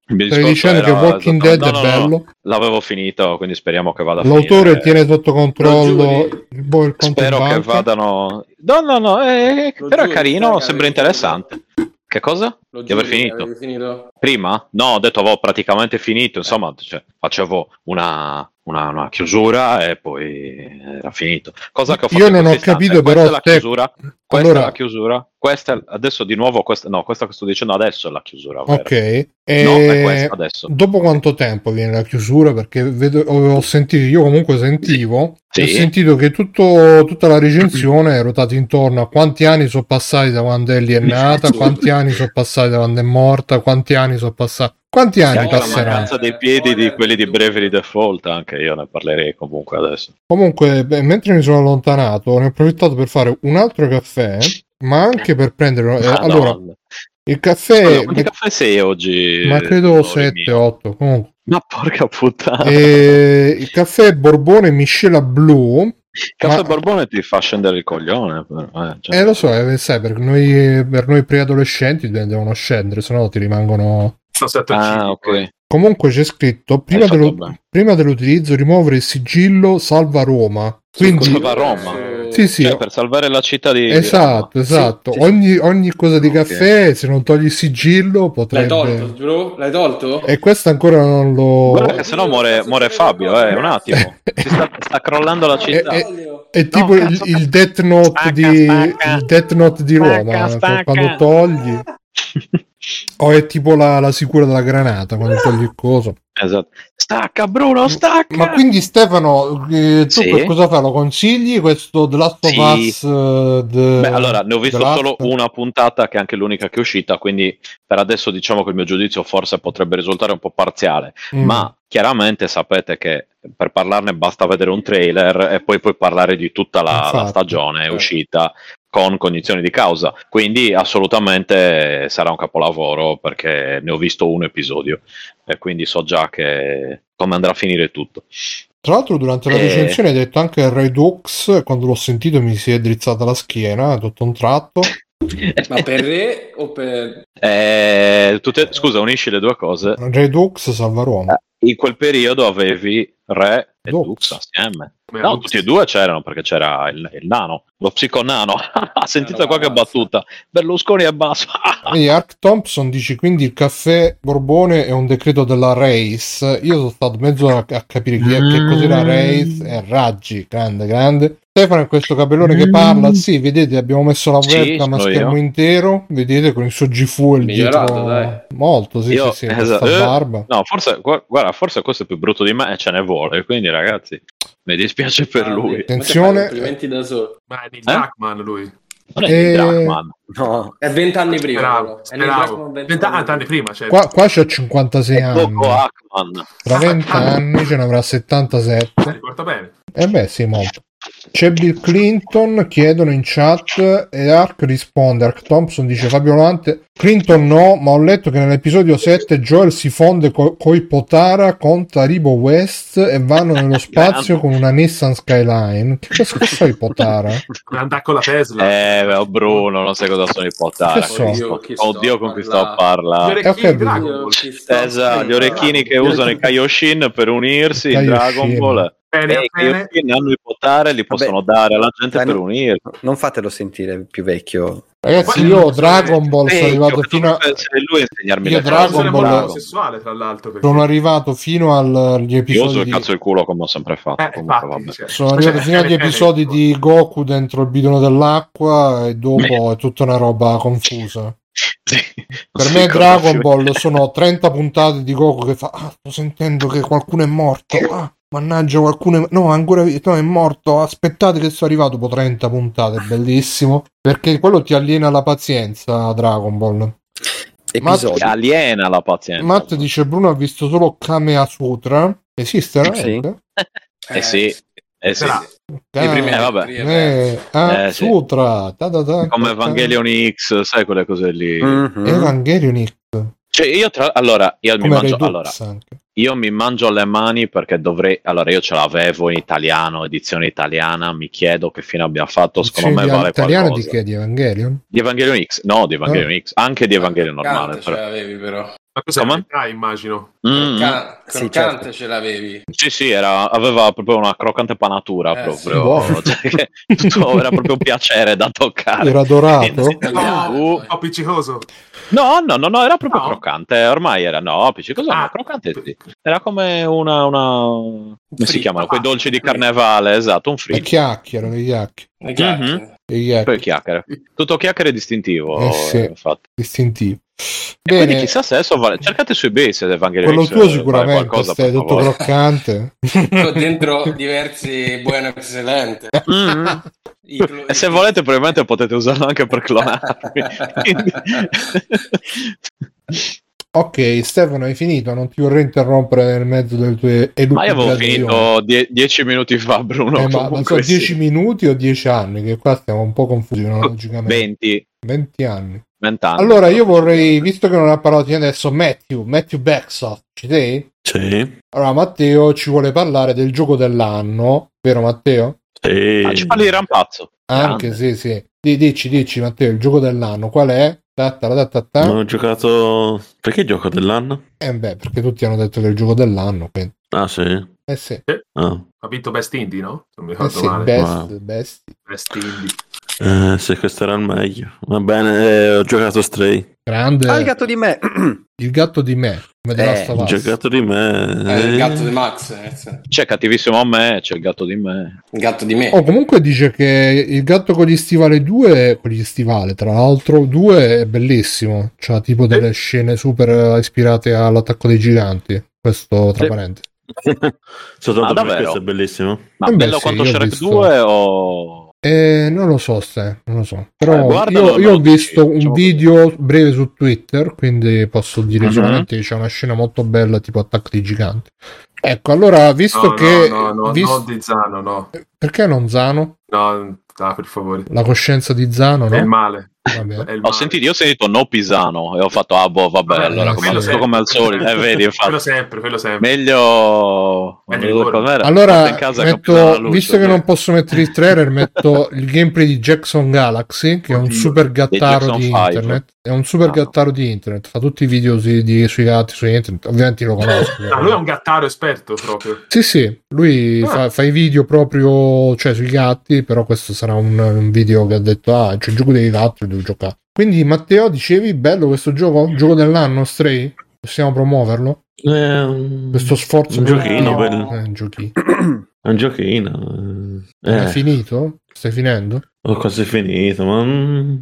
Speaker 5: il mio
Speaker 1: Stai
Speaker 5: discorso
Speaker 1: dicendo che
Speaker 5: era
Speaker 1: Walking Dead
Speaker 5: esattamente- no,
Speaker 1: è
Speaker 5: no, no,
Speaker 1: bello.
Speaker 5: L'avevo finito, quindi speriamo che vada a
Speaker 1: L'autore
Speaker 5: finire.
Speaker 1: tiene sotto
Speaker 2: lo
Speaker 1: controllo
Speaker 2: giuri?
Speaker 1: il, boh, il conto
Speaker 5: Spero
Speaker 1: in
Speaker 5: che
Speaker 1: banca.
Speaker 5: vadano. No, no, no, eh,
Speaker 2: Lo
Speaker 5: però è
Speaker 2: giuri,
Speaker 5: carino,
Speaker 2: raga,
Speaker 5: sembra
Speaker 2: avevi
Speaker 5: interessante. Che cosa?
Speaker 2: Lo
Speaker 5: Di aver
Speaker 2: giuri che
Speaker 5: finito.
Speaker 2: avevi finito?
Speaker 5: Prima? No, ho detto avevo praticamente
Speaker 2: Eh.
Speaker 5: finito, insomma, cioè, facevo una, una- una chiusura e poi era finito. Cosa che ho fatto
Speaker 1: Io
Speaker 5: in
Speaker 1: non ho
Speaker 5: questo istante.
Speaker 1: capito, però
Speaker 5: Questa è la
Speaker 1: te-
Speaker 5: chiusura. Questa
Speaker 1: Allora-
Speaker 5: è la chiusura. Questa è- adesso di nuovo questa no, questa che sto dicendo adesso è la chiusura, vera.
Speaker 1: Ok, eh, e...
Speaker 5: No, è questa adesso.
Speaker 1: dopo quanto tempo viene la chiusura? Perché vedo, ho sentito, io comunque sentivo,
Speaker 5: Sì.
Speaker 1: ho sentito che tutto- tutta la recensione è ruotata intorno a quanti anni sono passati da quando Ellie è nata, quanti anni sono passati da quando è morta, quanti anni sono passati, quanti anni
Speaker 5: Anche la
Speaker 1: passeranno.
Speaker 5: mancanza dei piedi di quelli di Bravery Default, anche io ne parlerei comunque adesso.
Speaker 1: Comunque, beh, mentre mi sono allontanato, ne ho approfittato per fare un altro caffè, ma anche per prendere...
Speaker 5: Ah,
Speaker 1: eh, allora,
Speaker 5: Madonna.
Speaker 1: il caffè...
Speaker 5: Allora, quanti
Speaker 1: met-
Speaker 5: caffè sei oggi?
Speaker 1: Eh, ma credo
Speaker 5: Lori
Speaker 1: 7,
Speaker 5: mio?
Speaker 1: 8, comunque.
Speaker 3: *laughs*
Speaker 5: Ma porca puttana.
Speaker 1: E il caffè Borbone miscela blu.
Speaker 5: Caffè
Speaker 1: ma-
Speaker 5: Borbone ti fa scendere il coglione. però, eh, cioè.
Speaker 1: Eh, lo so, eh, sai, per noi, per noi preadolescenti de- devono scendere, se no ti rimangono.
Speaker 4: Sto sotto il
Speaker 5: Ah,
Speaker 4: cibo,
Speaker 5: ok.
Speaker 1: Comunque c'è scritto
Speaker 3: Eh,
Speaker 1: prima,
Speaker 3: certo,
Speaker 5: fatto
Speaker 1: dello-
Speaker 5: bene.
Speaker 1: prima dell'utilizzo rimuovere il sigillo salva Roma. Quindi
Speaker 5: Cosa va a Roma?
Speaker 1: sì, sì,
Speaker 5: Cioè, per salvare la città di di
Speaker 1: esatto, esatto.
Speaker 3: sì.
Speaker 1: Ogni, ogni cosa di
Speaker 5: Ok.
Speaker 1: caffè, se non togli il sigillo,
Speaker 2: L'hai tolto,
Speaker 1: potrebbe.
Speaker 2: giuro? L'hai tolto?
Speaker 1: E questo ancora non
Speaker 5: Roma.
Speaker 1: lo.
Speaker 5: Guarda che sennò muore, muore Fabio, eh,
Speaker 1: *laughs*
Speaker 5: un attimo. Si sta, sta crollando la città.
Speaker 1: eh, È tipo il,
Speaker 5: cazzo,
Speaker 1: il Death Note
Speaker 5: Spacca,
Speaker 1: di,
Speaker 5: spacca.
Speaker 1: il Death Note di
Speaker 5: Spacca,
Speaker 1: Roma. cioè,
Speaker 5: spacca.
Speaker 1: quando
Speaker 5: *laughs*
Speaker 1: togli, o è tipo la, la sicura della granata quando togli il coso.
Speaker 5: Esatto. Stacca Bruno, stacca!
Speaker 1: Ma quindi, Stefano, eh, tu
Speaker 5: Sì.
Speaker 1: per cosa fai? Lo consigli questo The Last of
Speaker 5: Sì.
Speaker 1: Us? eh, The-
Speaker 5: Beh, allora, ne ho visto
Speaker 1: The Last?
Speaker 5: solo una puntata che è anche l'unica che è uscita, quindi per adesso diciamo che il mio giudizio forse potrebbe risultare un po' parziale,
Speaker 1: Mm.
Speaker 5: ma chiaramente sapete che per parlarne basta vedere un trailer e poi puoi parlare di tutta la, la
Speaker 1: Infatti.
Speaker 5: stagione
Speaker 1: Eh.
Speaker 5: uscita con cognizioni di causa, quindi assolutamente sarà un capolavoro perché ne ho visto un episodio e quindi so già che come andrà a finire tutto.
Speaker 1: Tra l'altro, durante la
Speaker 5: Eh.
Speaker 1: recensione hai detto anche Redux. Quando l'ho sentito, mi si è drizzata la schiena tutto un tratto.
Speaker 2: Ma per re o per...
Speaker 5: Eh, tutte- scusa, unisci le due cose.
Speaker 1: Mm. Redux salva Roma.
Speaker 5: in quel periodo avevi Re e
Speaker 1: Dux.
Speaker 5: Dux, assieme.
Speaker 2: Eh,
Speaker 4: Beh,
Speaker 5: No,
Speaker 4: Dux.
Speaker 5: tutti e due c'erano perché c'era il, il nano, lo psiconano. *laughs* Ha sentito
Speaker 2: Era Ah.
Speaker 5: qualche
Speaker 2: una mazza.
Speaker 5: battuta. Berlusconi è basso.
Speaker 1: Quindi Ark Thompson dice quindi il caffè Borbone è un decreto della Race. Io sono stato mezzo a, a capire chi è, che cos'era
Speaker 5: Mm.
Speaker 1: Race e Raggi, grande, grande. Stefano è questo capellone che
Speaker 5: Mm.
Speaker 1: parla. Sì, vedete, abbiamo messo la
Speaker 5: Sì,
Speaker 1: webcam a
Speaker 5: sono
Speaker 1: schermo
Speaker 5: io.
Speaker 1: intero. Vedete con il suo G-Fuel
Speaker 2: Migliorato,
Speaker 1: dietro
Speaker 2: dai.
Speaker 1: molto. Sì,
Speaker 5: Io-
Speaker 1: sì, sì,
Speaker 5: esatto.
Speaker 1: questa
Speaker 5: Eh.
Speaker 1: barba.
Speaker 5: No, forse, gu- guarda, forse questo è più brutto di me e ce ne vuole. Quindi, ragazzi, mi dispiace per
Speaker 2: Ah,
Speaker 5: lui.
Speaker 2: ma te
Speaker 1: Attenzione.
Speaker 2: fai complimenti da solo.
Speaker 4: Ma è Neil
Speaker 5: Eh?
Speaker 4: Druckmann lui.
Speaker 5: Non è il
Speaker 1: Eh,
Speaker 5: Drachman.
Speaker 3: No,
Speaker 2: È vent'anni prima.
Speaker 4: Speravo.
Speaker 2: però. È nel
Speaker 4: speravo.
Speaker 2: prossimo
Speaker 4: Vent'anni anni prima, cioè.
Speaker 1: Qua, qua c'ha 56 anni,
Speaker 5: Poco Hackman.
Speaker 1: tra 20 anni ce ne avrà 77.
Speaker 4: si ricorda bene.
Speaker 1: E Eh beh, sì, molto. C'è Bill Clinton, chiedono in chat e Ark risponde. Ark Thompson dice Fabio Lante, Clinton no, ma ho letto che nell'episodio 7 Joel si fonde co- coi Potara con Taribo West e vanno
Speaker 5: *laughs*
Speaker 1: nello spazio
Speaker 5: Grande.
Speaker 1: con una Nissan Skyline. Che cazzo che so i
Speaker 5: *laughs*
Speaker 1: Potara?
Speaker 4: Andà con la Tesla.
Speaker 5: Eh, beh, oh, Bruno, non sai cosa sono i
Speaker 1: Che
Speaker 5: potara.
Speaker 1: so?
Speaker 5: Oddio,
Speaker 2: Chi sto
Speaker 5: Oddio con cui sto a
Speaker 2: a
Speaker 4: Gli
Speaker 5: parlare.
Speaker 4: orecchini
Speaker 1: capito.
Speaker 4: Dragon
Speaker 2: Io
Speaker 4: Ball.
Speaker 2: chi sto
Speaker 5: Esatto, gli
Speaker 2: parlando.
Speaker 5: orecchini che usano i Kaioshin per unirsi in
Speaker 1: Kaioshin.
Speaker 5: Dragon Ball.
Speaker 4: Bene,
Speaker 5: Eh, che
Speaker 4: bene.
Speaker 5: io- hanno i potare li possono dare alla gente
Speaker 3: Dai,
Speaker 5: per
Speaker 3: no.
Speaker 5: unirsi.
Speaker 3: non fatelo sentire più vecchio.
Speaker 1: *laughs* Ragazzi,
Speaker 4: Qua-
Speaker 1: io Dragon Ball sono
Speaker 5: Vecchio,
Speaker 1: arrivato
Speaker 5: che
Speaker 1: fino a...
Speaker 5: dovrebbe essere lui a insegnarmi
Speaker 1: Io
Speaker 5: le
Speaker 1: Dragon
Speaker 5: cose.
Speaker 4: Sono
Speaker 1: Ball.
Speaker 4: molto sessuale, tra l'altro. Perché...
Speaker 1: Sono arrivato fino al- agli
Speaker 5: Io uso
Speaker 1: episodi
Speaker 5: il
Speaker 1: di...
Speaker 5: cazzo e il culo come ho sempre fatto.
Speaker 4: Eh,
Speaker 5: comunque,
Speaker 4: infatti,
Speaker 5: vabbè.
Speaker 4: cioè,
Speaker 1: Sono arrivato
Speaker 4: cioè,
Speaker 1: fino agli
Speaker 4: eh, eh,
Speaker 1: episodi di Goku dentro il bidone dell'acqua e dopo è tutta una roba confusa.
Speaker 5: *laughs* Sì, non
Speaker 1: Per
Speaker 5: si
Speaker 1: me
Speaker 5: ricorda
Speaker 1: Dragon
Speaker 5: più.
Speaker 1: Ball sono 30 puntate di Goku che fa "Ah, sto sentendo che qualcuno è morto. Ah, mannaggia, qualcuno è... No, ancora vi- no, è morto. Aspettate che sono arrivato dopo 30 puntate, bellissimo, perché quello ti aliena la pazienza Dragon Ball.
Speaker 5: Ti
Speaker 3: Episodio.
Speaker 5: aliena la pazienza.
Speaker 1: Matt dice Bruno ha visto solo Kamea Sutra. Esiste veramente?
Speaker 5: Eh sì, eh sì.
Speaker 4: Però-
Speaker 2: I primi
Speaker 5: Eh, vabbè.
Speaker 2: anni prima.
Speaker 1: Kamea
Speaker 5: Eh, sì.
Speaker 1: Sutra. Ta ta ta.
Speaker 5: Come Evangelion X, sai quelle cose lì.
Speaker 3: Mhm.
Speaker 1: Mm. Evangelion X,
Speaker 5: Cioè, io tra... Allora, io mi
Speaker 1: come
Speaker 5: mangio...
Speaker 1: Redux
Speaker 5: Allora,
Speaker 1: anche.
Speaker 5: Io mi mangio le mani perché dovrei. Allora, io ce l'avevo in italiano, edizione italiana. Mi chiedo che fine abbia fatto. Secondo
Speaker 1: Dice
Speaker 5: me
Speaker 1: di
Speaker 5: vale
Speaker 1: italiano
Speaker 5: qualcosa.
Speaker 1: di che? Di Evangelion?
Speaker 5: Di Evangelion X, no, di Evangelion X, anche di Evangelion normale.
Speaker 2: Croccante
Speaker 5: però.
Speaker 2: ce l'avevi però.
Speaker 4: Ma cos'è?
Speaker 5: Come?
Speaker 4: Ah, immagino.
Speaker 5: Mm,
Speaker 2: Ca-
Speaker 3: Sì,
Speaker 2: croccante
Speaker 3: certo.
Speaker 2: ce l'avevi.
Speaker 5: sì, sì, era- aveva proprio una croccante panatura.
Speaker 2: Eh,
Speaker 5: proprio.
Speaker 1: sì, buono.
Speaker 5: Cioè, che
Speaker 1: *laughs*
Speaker 5: tutto era proprio un piacere da toccare.
Speaker 1: Era dorato?
Speaker 5: Italiano.
Speaker 2: No.
Speaker 5: Uh,
Speaker 4: Ho appiccicoso.
Speaker 5: No, no, no, no, era proprio
Speaker 4: No.
Speaker 5: croccante. Ormai era, no, PC, cosa?
Speaker 4: Ah.
Speaker 5: no, croccante sì. Era come una. una- come si
Speaker 4: fritto,
Speaker 5: chiamano? Quei
Speaker 4: ah,
Speaker 5: dolci di
Speaker 4: fritto.
Speaker 5: carnevale, esatto, un
Speaker 1: Le
Speaker 5: fritto.
Speaker 1: chiacchiere, le chiacchiere.
Speaker 2: Le chiacchiere. *laughs*
Speaker 5: Mhm.
Speaker 1: E chiacchiere.
Speaker 5: Poi chiacchiere. Tutto chiacchiere distintivo.
Speaker 1: Eh sì.
Speaker 5: eh, infatti.
Speaker 1: distintivo.
Speaker 5: E
Speaker 1: Bene,
Speaker 5: quindi chissà se adesso vale. Cercate su eBay se Evangelion
Speaker 1: quello
Speaker 5: X,
Speaker 1: tuo
Speaker 5: eh, vale
Speaker 1: sicuramente
Speaker 5: qualcosa,
Speaker 1: stai
Speaker 5: per
Speaker 1: tutto
Speaker 5: favore. *laughs*
Speaker 1: croccante.
Speaker 2: Ho dentro diversi buono eccellente.
Speaker 5: Mm.
Speaker 2: I-
Speaker 5: E se volete, probabilmente potete usarlo anche per clonarmi. Quindi-
Speaker 1: ok, Stefano, hai finito. Non ti vorrei interrompere nel mezzo delle tue educazioni.
Speaker 5: ma io avevo finito die- dieci minuti fa, Bruno.
Speaker 1: Eh, ma non so,
Speaker 5: comunque
Speaker 1: 10
Speaker 5: sì.
Speaker 1: minuti o 10 anni, che qua stiamo un po' confusi
Speaker 5: *laughs*
Speaker 1: cronologicamente.
Speaker 5: 20,
Speaker 1: 20 anni.
Speaker 5: 20 anni.
Speaker 1: Allora, io vorrei, visto che non ha parlato di adesso, Matthew, Matthew Backsoft, ci sei?
Speaker 6: Sì,
Speaker 1: Allora, Matteo ci vuole parlare del gioco dell'anno, vero Matteo?
Speaker 6: sì.
Speaker 5: Ah, ci parli di rampazzo.
Speaker 1: Anche, sì, sì. Di- Dici, dici Matteo, il gioco dell'anno qual è? Ta, ta, ta, ta, ta.
Speaker 6: Non ho giocato. Perché gioco dell'anno?
Speaker 1: Eh, beh, perché tutti hanno detto che è il gioco dell'anno. quindi-
Speaker 6: Ah, sì.
Speaker 1: Eh sì, eh
Speaker 6: Ah.
Speaker 4: Ha vinto Best Indie, no? Se Non mi
Speaker 5: Eh,
Speaker 4: ricordo
Speaker 1: sì,
Speaker 4: male.
Speaker 1: best,
Speaker 6: Wow.
Speaker 1: best.
Speaker 4: Best Indie.
Speaker 6: Eh, se questo era il meglio. Va bene, eh, ho giocato Stray.
Speaker 1: Grande.
Speaker 3: Ah, il gatto di me. *clears throat*
Speaker 1: il gatto di me. Come The
Speaker 3: Eh,
Speaker 1: Last of
Speaker 6: Ho
Speaker 1: Us.
Speaker 6: giocato di me.
Speaker 2: Eh, il
Speaker 6: eh.
Speaker 2: gatto di
Speaker 6: *laughs*
Speaker 2: Max, eh, sì.
Speaker 5: C'è cattivissimo a me, c'è il gatto di me.
Speaker 2: il gatto di me.
Speaker 1: Oh, comunque dice che il gatto con gli stivali 2, con gli stivali tra l'altro 2 è bellissimo, c'ha tipo delle scene super eh, ispirate all'attacco dei giganti, questo tra
Speaker 6: Sì.
Speaker 1: parentesi.
Speaker 6: Soltanto
Speaker 5: Ah,
Speaker 6: per
Speaker 5: davvero?
Speaker 6: questo è bellissimo.
Speaker 5: Ma
Speaker 1: Eh beh,
Speaker 5: bello
Speaker 1: sì,
Speaker 5: quanto
Speaker 1: io ho
Speaker 5: Shrek
Speaker 1: visto.
Speaker 5: 2 o...
Speaker 1: Eh, non lo so Ste, non lo so,
Speaker 5: Eh,
Speaker 1: però
Speaker 5: guardalo,
Speaker 1: io,
Speaker 5: me
Speaker 1: io
Speaker 5: lo
Speaker 1: ho visto
Speaker 5: dici,
Speaker 1: un
Speaker 5: diciamo
Speaker 1: video breve su Twitter, quindi posso dire
Speaker 5: Mhm.
Speaker 1: solamente che c'è una scena molto bella tipo attacco dei giganti. Ecco, allora, visto
Speaker 4: No,
Speaker 1: che...
Speaker 4: no, no, no,
Speaker 1: vis-
Speaker 4: no, di Zano, no.
Speaker 1: Perché non Zano?
Speaker 4: No, no, per favore.
Speaker 1: La coscienza di Zano,
Speaker 4: È il
Speaker 1: no?
Speaker 4: male.
Speaker 1: Va bene.
Speaker 4: È il
Speaker 5: Ho
Speaker 4: male.
Speaker 5: sentito, io ho sentito no Pisano e ho fatto, ah boh, vabbè,
Speaker 4: Vabbè,
Speaker 5: allora come,
Speaker 4: quello
Speaker 5: al-
Speaker 4: sempre,
Speaker 5: come
Speaker 4: *laughs*
Speaker 5: al solito, eh, vedi,
Speaker 4: Quello
Speaker 5: infatti,
Speaker 4: sempre, quello sempre.
Speaker 5: meglio...
Speaker 4: Meglio di loro.
Speaker 5: com'era? Fatto in
Speaker 1: Allora,
Speaker 5: casa, Capodanno alla
Speaker 1: metto,
Speaker 5: luce,
Speaker 1: visto che
Speaker 5: eh.
Speaker 1: non posso mettere il trailer, metto il gameplay di Jackson Galaxy, che è un
Speaker 4: Oddio,
Speaker 1: super gattaro
Speaker 5: Jackson
Speaker 1: di
Speaker 5: Five.
Speaker 1: internet. È un super
Speaker 5: Ah.
Speaker 1: gattaro di internet, fa tutti i video sui- di- sui gatti su internet. Ovviamente io lo conosco.
Speaker 4: *laughs* Ah, lui è un gattaro esperto proprio.
Speaker 1: Sì, sì, lui
Speaker 4: Ah.
Speaker 1: fa, fa i video proprio cioè, sui gatti, però questo sarà un, un video che ha detto, ah, c'è il gioco dei gatti, devo giocare. Quindi Matteo, dicevi, bello questo gioco? Gioco dell'anno, Stray? Possiamo promuoverlo?
Speaker 2: Eh,
Speaker 6: Ehm,
Speaker 1: Questo sforzo
Speaker 6: Un giochino,
Speaker 1: Eh,
Speaker 6: quello.
Speaker 1: un giochino.
Speaker 6: È un giochino.
Speaker 1: È
Speaker 6: Eh,
Speaker 1: finito? Stai finendo?
Speaker 6: ho quasi finito, ma... mm,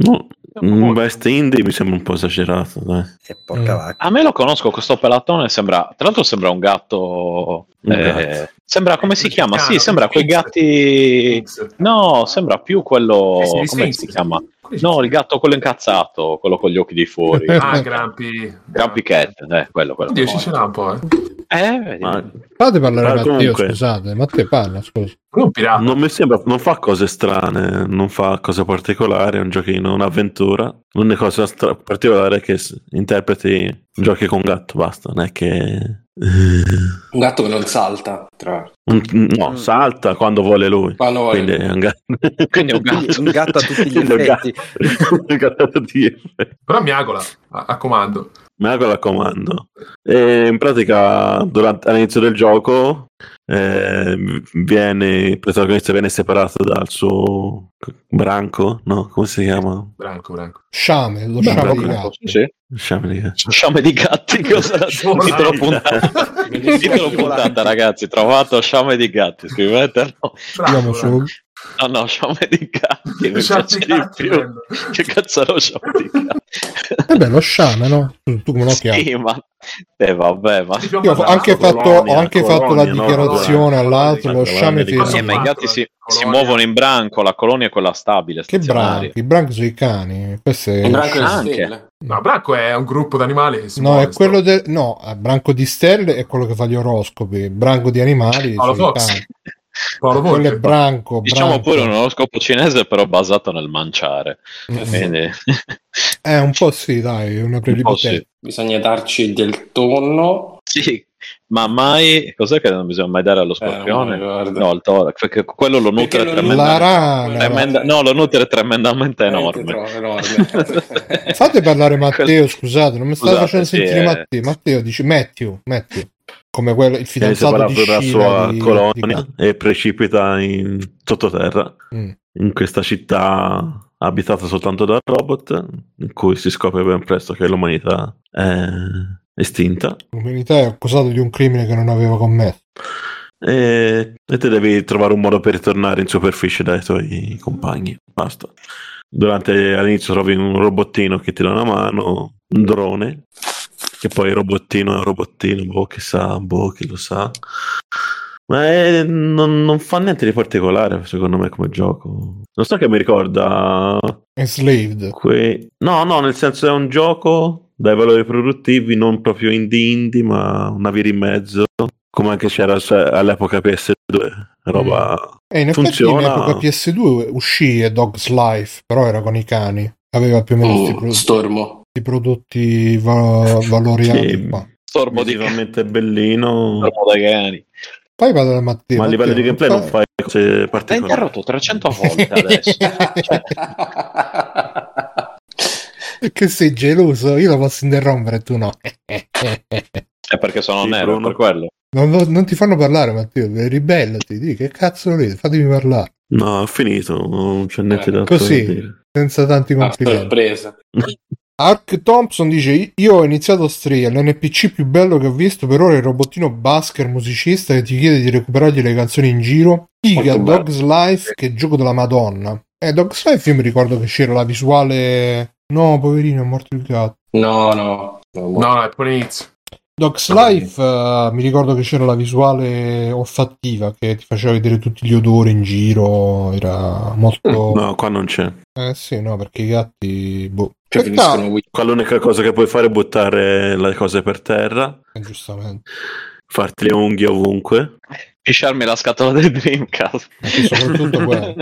Speaker 6: No, un best indie mi sembra un po' esagerato, dai.
Speaker 3: E porca
Speaker 1: Mm.
Speaker 3: vacca.
Speaker 5: A me lo conosco, questo pelatone sembra, tra l'altro sembra un gatto,
Speaker 6: Un
Speaker 5: eh,
Speaker 6: gatto.
Speaker 5: sembra come si chiama?
Speaker 4: Messicano,
Speaker 5: sì, sembra quei
Speaker 4: Sphinx.
Speaker 5: gatti,
Speaker 4: Sphinx. Eh
Speaker 5: no, sembra più quello,
Speaker 4: Sì, sì,
Speaker 5: come
Speaker 4: Sphinx.
Speaker 5: si chiama?
Speaker 4: Quelli-
Speaker 5: No, il gatto quello incazzato, quello con gli occhi di fuori,
Speaker 4: Ah, Grampi.
Speaker 5: Grumpy Cat, eh, quello, quello.
Speaker 4: Oddio, ci ce l'ha un po', eh.
Speaker 5: Eh, vedi.
Speaker 6: Ma
Speaker 1: Fate parlare
Speaker 6: Ma
Speaker 1: Matteo,
Speaker 6: Ah, comunque-
Speaker 1: scusate, Matteo parla, scusa.
Speaker 4: Quello è un
Speaker 5: Mm.
Speaker 4: pirata.
Speaker 6: non mi sembra, non fa cose strane, non fa cose particolari, è un giochino, un'avventura. L'unica cosa stra- particolare è che s- interpreti giochi con gatto, basta, non è che... *laughs*
Speaker 2: Un gatto che non salta, tra l'altro.
Speaker 6: Un- no, salta quando vuole lui.
Speaker 2: Quando vuole.
Speaker 6: Quindi è un gatto.
Speaker 5: Quindi è un
Speaker 3: gatto. Un gatto a tutti gli
Speaker 6: Quindi è un
Speaker 3: effetti.
Speaker 6: gatto. *laughs* un gatto a tutti gli effetti.
Speaker 4: Però miagola, a, a comando.
Speaker 6: Me la raccomando. E in pratica, durante- all'inizio del gioco, eh, viene, il protagonista viene separato dal suo branco, no? Come si chiama?
Speaker 4: Branco,
Speaker 5: *laughs*
Speaker 4: branco.
Speaker 1: Sciame, lo
Speaker 6: Beh,
Speaker 1: sciame di
Speaker 6: proprio-
Speaker 1: gatto.
Speaker 5: Sì, sì.
Speaker 6: Lasciamoli che-
Speaker 1: Cioè,
Speaker 5: Sciame di
Speaker 4: *laughs*
Speaker 5: gatti, cosa?
Speaker 4: Sciame di
Speaker 5: Titolo
Speaker 4: gatti.
Speaker 5: puntata.
Speaker 4: *laughs*
Speaker 5: Titolo puntata, ragazzi, trovato sciame di gatti, scrivetelo.
Speaker 1: Andiamo
Speaker 4: Branco,
Speaker 1: su.
Speaker 5: No, no, sciame di gatti, mi
Speaker 4: Sciame
Speaker 5: piace
Speaker 4: di
Speaker 5: di
Speaker 4: gatti,
Speaker 5: più.
Speaker 4: bello.
Speaker 5: Che cazzo è lo sciame di
Speaker 1: E
Speaker 5: gatti?
Speaker 1: Eh beh, lo sciame, no? Tu, tu come lo chiami?
Speaker 5: Sì, ma... Eh, vabbè, ma...
Speaker 4: Ci abbiamo
Speaker 1: Io ho anche,
Speaker 4: parlato,
Speaker 1: fatto,
Speaker 6: Colonia,
Speaker 1: ho anche
Speaker 6: Colonia,
Speaker 1: fatto la
Speaker 6: no?
Speaker 1: dichiarazione
Speaker 4: Colonia,
Speaker 1: all'altro, lo
Speaker 6: Colonia,
Speaker 1: sciame
Speaker 6: Colonia.
Speaker 1: fermo.
Speaker 5: Eh, ma i gatti si, si
Speaker 4: Colonia.
Speaker 5: muovono in branco, la colonia è quella stabile.
Speaker 1: Che
Speaker 5: stazionaria.
Speaker 1: branco, i branchi sui cani. Questo è...
Speaker 2: Il branco delle
Speaker 5: Ah, Anche.
Speaker 2: stelle.
Speaker 4: No, Branco è un gruppo d'animali che si
Speaker 1: No,
Speaker 4: muove,
Speaker 1: è quello del... No, il branco di stelle è quello che fa gli oroscopi, il branco di animali
Speaker 4: Paolo
Speaker 1: sui
Speaker 4: Fox.
Speaker 1: cani.
Speaker 4: sto- Paolo
Speaker 1: Quello è
Speaker 4: Volpe.
Speaker 1: branco,
Speaker 5: *laughs* Diciamo
Speaker 1: branco.
Speaker 5: pure un oroscopo cinese, però basato nel manciare.
Speaker 1: Mm.
Speaker 5: Quindi... *laughs*
Speaker 1: Eh, un po' sì, dai, è una
Speaker 5: Un po' sì.
Speaker 1: prelibatezza.
Speaker 2: Bisogna darci del tonno.
Speaker 5: Sì, ma mai. Cos'è che non bisogna mai dare allo
Speaker 2: Eh, non mi
Speaker 5: scorpione?
Speaker 2: ricordo.
Speaker 5: no, il torax, perché quello lo
Speaker 2: Perché
Speaker 5: nutre
Speaker 2: lo
Speaker 1: La
Speaker 5: tremendamente.
Speaker 1: rana.
Speaker 2: Tremenda-
Speaker 5: tremenda- no, lo nutre tremendamente enorme.
Speaker 2: Veramente tro-
Speaker 5: *laughs*
Speaker 2: enorme. *laughs*
Speaker 1: Fate parlare Matteo, scusate, non mi state
Speaker 5: Scusate,
Speaker 1: facendo
Speaker 5: sì,
Speaker 1: sentire
Speaker 5: eh.
Speaker 1: Matteo. Matteo dice Matteo, Matteo, come quello, il
Speaker 6: Viene
Speaker 1: fidanzato
Speaker 6: separato
Speaker 1: di
Speaker 6: dalla
Speaker 1: Scila
Speaker 6: sua
Speaker 1: di, di
Speaker 6: colonia
Speaker 1: Gatto.
Speaker 6: e precipita in sottoterra,
Speaker 1: Mm.
Speaker 6: in questa città abitata soltanto da robot, in cui si scopre ben presto che l'umanità è estinta.
Speaker 1: L'umanità è accusato di un crimine che non aveva commesso.
Speaker 6: E, e te devi trovare un modo per ritornare in superficie dai tuoi compagni. Basta. Durante all'inizio trovi un robottino che ti dà una mano, un drone, che poi il robottino è un robottino, boh, che sa, boh, chi lo sa. Ma è- non, non fa niente di particolare, secondo me, come gioco. Non so che mi ricorda
Speaker 1: Enslaved.
Speaker 6: Que- No, no, nel senso è un gioco dai valori produttivi, non proprio indie indie, ma una via in mezzo, come anche c'era se- all'epoca PS2, roba...
Speaker 1: E in effetti
Speaker 6: Funziona.
Speaker 1: in epoca PS2 uscì a Dog's Life, però era con i cani. Aveva più o meno questi
Speaker 2: Oh,
Speaker 1: prodotti, *laughs*
Speaker 2: stormo.
Speaker 1: prodotti va- valoriati.
Speaker 6: Sì.
Speaker 1: qua.
Speaker 5: Stormo di cani.
Speaker 6: Relativamente bellino,
Speaker 5: Stormo dai cani.
Speaker 1: Poi vado da Matteo.
Speaker 6: ma a livello di
Speaker 1: Matteo,
Speaker 6: gameplay non fai cose
Speaker 5: L'ha
Speaker 6: particolari.
Speaker 2: Ah,
Speaker 5: interrotto 300 volte adesso. Cioè,
Speaker 1: che sei geloso, io la posso interrompere, tu no. *laughs*
Speaker 5: È perché sono
Speaker 6: Sì,
Speaker 5: nero, è
Speaker 6: Bruno.
Speaker 5: per quello.
Speaker 1: Non, vo- non ti fanno parlare, Matteo, ribellati, di che cazzo volete, fatemi parlare,
Speaker 6: No, ho finito, non c'è niente da
Speaker 1: Così.
Speaker 6: da dire.
Speaker 1: senza
Speaker 6: Ah,
Speaker 1: tanti complimenti.
Speaker 2: sorpresa.
Speaker 1: Ark Thompson dice: Io ho iniziato Stray, l'NPC più bello che ho visto per ora è il robottino Basker musicista che ti chiede di recuperargli le canzoni in giro. Figa,
Speaker 2: Molto bello.
Speaker 1: Dog's Life, che gioco della Madonna. Eh, Dog's Life io mi ricordo che c'era la visuale. No, poverino, è morto il gatto.
Speaker 2: No, no. no.
Speaker 4: No, no, è pure inizio.
Speaker 1: Dog's
Speaker 2: Ah,
Speaker 1: Life eh, mi ricordo che c'era la visuale olfattiva che ti faceva vedere tutti gli odori in giro. Era
Speaker 2: Mm,
Speaker 1: molto.
Speaker 6: No, qua non c'è.
Speaker 1: Eh sì, no, perché i gatti. Boh.
Speaker 2: Cioè,
Speaker 1: Peccato.
Speaker 2: Preferiscono Wii.
Speaker 6: Qua l'unica cosa che puoi fare è buttare le cose per terra,
Speaker 1: Eh, giustamente.
Speaker 6: farti le unghie ovunque.
Speaker 5: Pisciarmi la scatola del Dreamcast.
Speaker 1: sì, soprattutto
Speaker 5: *laughs*
Speaker 1: quello.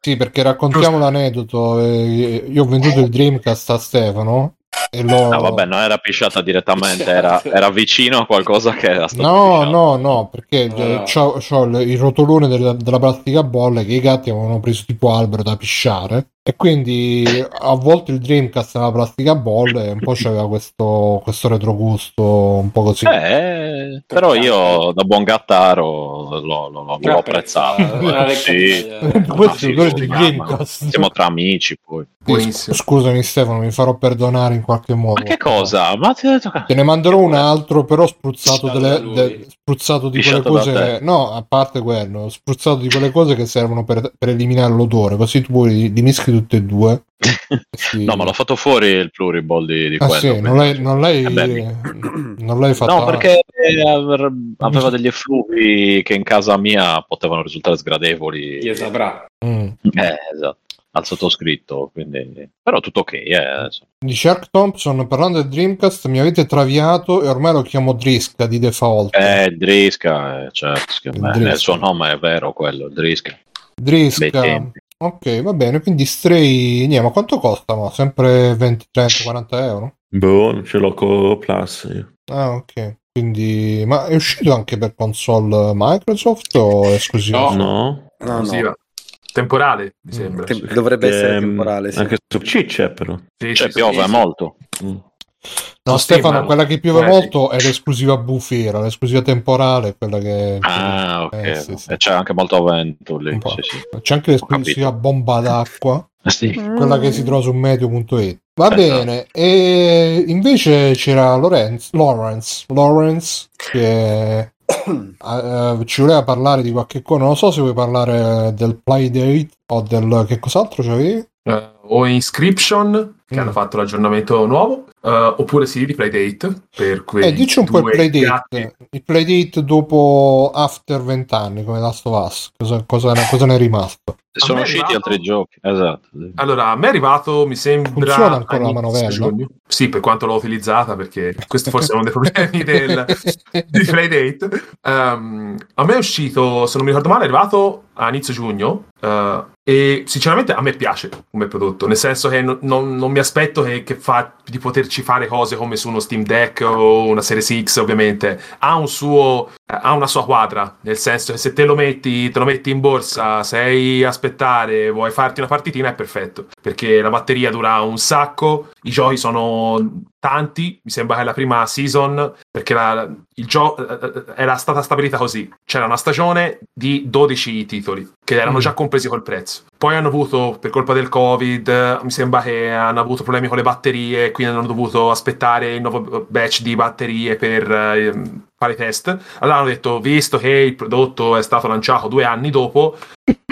Speaker 1: Sì, perché raccontiamo l'aneddoto. eh, io ho venduto il Dreamcast a Stefano e l'ho.
Speaker 5: No, vabbè, non era pisciata direttamente, era, era vicino a qualcosa che era stato
Speaker 1: No,
Speaker 5: pisciato.
Speaker 1: no, no, perché
Speaker 2: No,
Speaker 1: eh,
Speaker 2: no.
Speaker 1: c'ho, c'ho il, il rotolone della, della plastica bolle che i gatti avevano preso tipo albero da pisciare e quindi a volte il Dreamcast nella plastica bolle un po' c'aveva questo, questo retrogusto un po' così.
Speaker 5: Eh, però io da buon gattaro l'ho, l'ho- l'ho
Speaker 2: Che
Speaker 5: apprezzato.
Speaker 2: apprezzato, una
Speaker 5: Sì.
Speaker 2: vecchia-
Speaker 5: Ma
Speaker 1: Questo è
Speaker 5: sì,
Speaker 1: il colore
Speaker 5: sì,
Speaker 1: del
Speaker 5: mamma.
Speaker 1: Dreamcast.
Speaker 5: Siamo tra amici poi.
Speaker 4: Buonissimo.
Speaker 1: Scusami Stefano, mi farò perdonare in qualche modo.
Speaker 5: Ma che cosa? Ma ti ho detto che-
Speaker 1: Te ne manderò un altro, però spruzzato,
Speaker 2: Pisciato
Speaker 1: delle-
Speaker 2: da lui.
Speaker 1: de- spruzzato di quelle
Speaker 5: Pisciato da
Speaker 1: cose. No, a parte quello, spruzzato di quelle cose che servono per, per eliminare l'odore. Così tu poi li, li mischi tutte e
Speaker 5: *laughs*
Speaker 1: due. Sì.
Speaker 5: No, ma l'ho fatto fuori il pluriball di, di
Speaker 1: Ah,
Speaker 5: quello.
Speaker 1: sì, non
Speaker 5: quindi-
Speaker 1: l'hai, non l'hai,
Speaker 5: Eh, beh,
Speaker 1: non l'hai fatto. Ah.
Speaker 5: No, perché eh, aver- aveva degli effluvi che in casa mia potevano risultare sgradevoli.
Speaker 2: Chi saprà?
Speaker 1: Mm.
Speaker 5: Eh, esatto. Al sottoscritto, quindi... però tutto ok. eh, insomma.
Speaker 1: Dice Ark Thompson, parlando del Dreamcast, mi avete traviato e ormai lo chiamo Driska di default.
Speaker 5: Eh, il Drisca, eh, certo, che-
Speaker 1: Il
Speaker 5: eh,
Speaker 1: Drisca.
Speaker 5: nel suo nome è vero quello, il Drisca. Bei
Speaker 1: Driska.
Speaker 5: tempi.
Speaker 1: Ok, va bene, quindi Stray, niente, ma quanto costa? Ma sempre 20, 30, 40 euro?
Speaker 6: Boh, non ce l'ho con Plus. io.
Speaker 1: Ah, ok. Quindi, ma è uscito anche per console Microsoft o è esclusivo?
Speaker 2: No.
Speaker 6: No.
Speaker 3: No, no.
Speaker 4: Esclusiva. Temporale,
Speaker 1: Mm,
Speaker 4: mi sembra.
Speaker 3: Tem-
Speaker 4: Sì.
Speaker 3: dovrebbe essere
Speaker 6: Ehm,
Speaker 3: temporale. Sì.
Speaker 6: Anche su PC c'è però.
Speaker 4: Sì,
Speaker 5: Cioè,
Speaker 4: sì,
Speaker 5: piove
Speaker 4: sì.
Speaker 5: molto.
Speaker 6: Mm.
Speaker 1: No,
Speaker 4: Sì,
Speaker 1: Stefano,
Speaker 4: ma-
Speaker 1: quella che piove
Speaker 4: eh,
Speaker 1: molto è l'esclusiva bufera, l'esclusiva temporale, è quella che...
Speaker 5: Ah, ok.
Speaker 1: Eh, sì, sì.
Speaker 5: E c'è anche molto vento lì.
Speaker 1: Un po'.
Speaker 5: Sì, sì.
Speaker 1: C'è anche l'esclusiva bomba d'acqua,
Speaker 5: Ah, sì.
Speaker 1: quella che si trova su meteo.it. Va
Speaker 5: Eh,
Speaker 1: bene, e invece c'era Lorenz, Lawrence, Lawrence che eh, ci voleva parlare di qualche cosa, non lo so se vuoi parlare del Playdate o del... che cos'altro c'avevi?
Speaker 4: Eh, o Inscription, che
Speaker 1: Mm.
Speaker 4: hanno fatto l'aggiornamento nuovo, eh, oppure sì, di Playdate. Per quei
Speaker 1: Eh, dici un po' il
Speaker 4: due gatti.
Speaker 1: playdate, il playdate dopo After 20 anni come Last of Us, cosa, cosa ne, cosa ne è rimasto?
Speaker 4: A
Speaker 5: Sono
Speaker 4: me Ah, è
Speaker 5: usciti
Speaker 4: arrivato-
Speaker 5: altri giochi. Esatto. sì.
Speaker 4: Allora, a me è arrivato, mi sembra...
Speaker 1: Funziona ancora
Speaker 4: a
Speaker 1: la
Speaker 4: inizio
Speaker 1: manovella?
Speaker 4: giugno. Sì, per quanto l'ho utilizzata, perché
Speaker 1: *laughs*
Speaker 4: questo forse è uno dei problemi del, di Playdate. Ehm, a me è uscito, se non mi ricordo male, è arrivato a inizio giugno eh, e sinceramente a me piace come prodotto, nel senso che non, non- non mi aspetto che, che fa- di poterci fare cose come su uno Steam Deck o una Series X, ovviamente. Ha, un suo, eh, ha una sua quadra, nel senso che se te lo metti, te lo metti in borsa, sei a aspettare, vuoi farti una partitina, è perfetto, perché la batteria dura un sacco, i giochi sono tanti, mi sembra che la prima season perché la- il gio- eh, era stata stabilita così. C'era una stagione di 12 titoli che erano
Speaker 1: Mm.
Speaker 4: già compresi col prezzo. Poi hanno avuto, per colpa del Covid, eh, mi sembra che hanno avuto problemi con le batterie, quindi hanno dovuto aspettare il nuovo batch di batterie per ehm, fare i test. Allora hanno detto, visto che il prodotto è stato lanciato due anni dopo,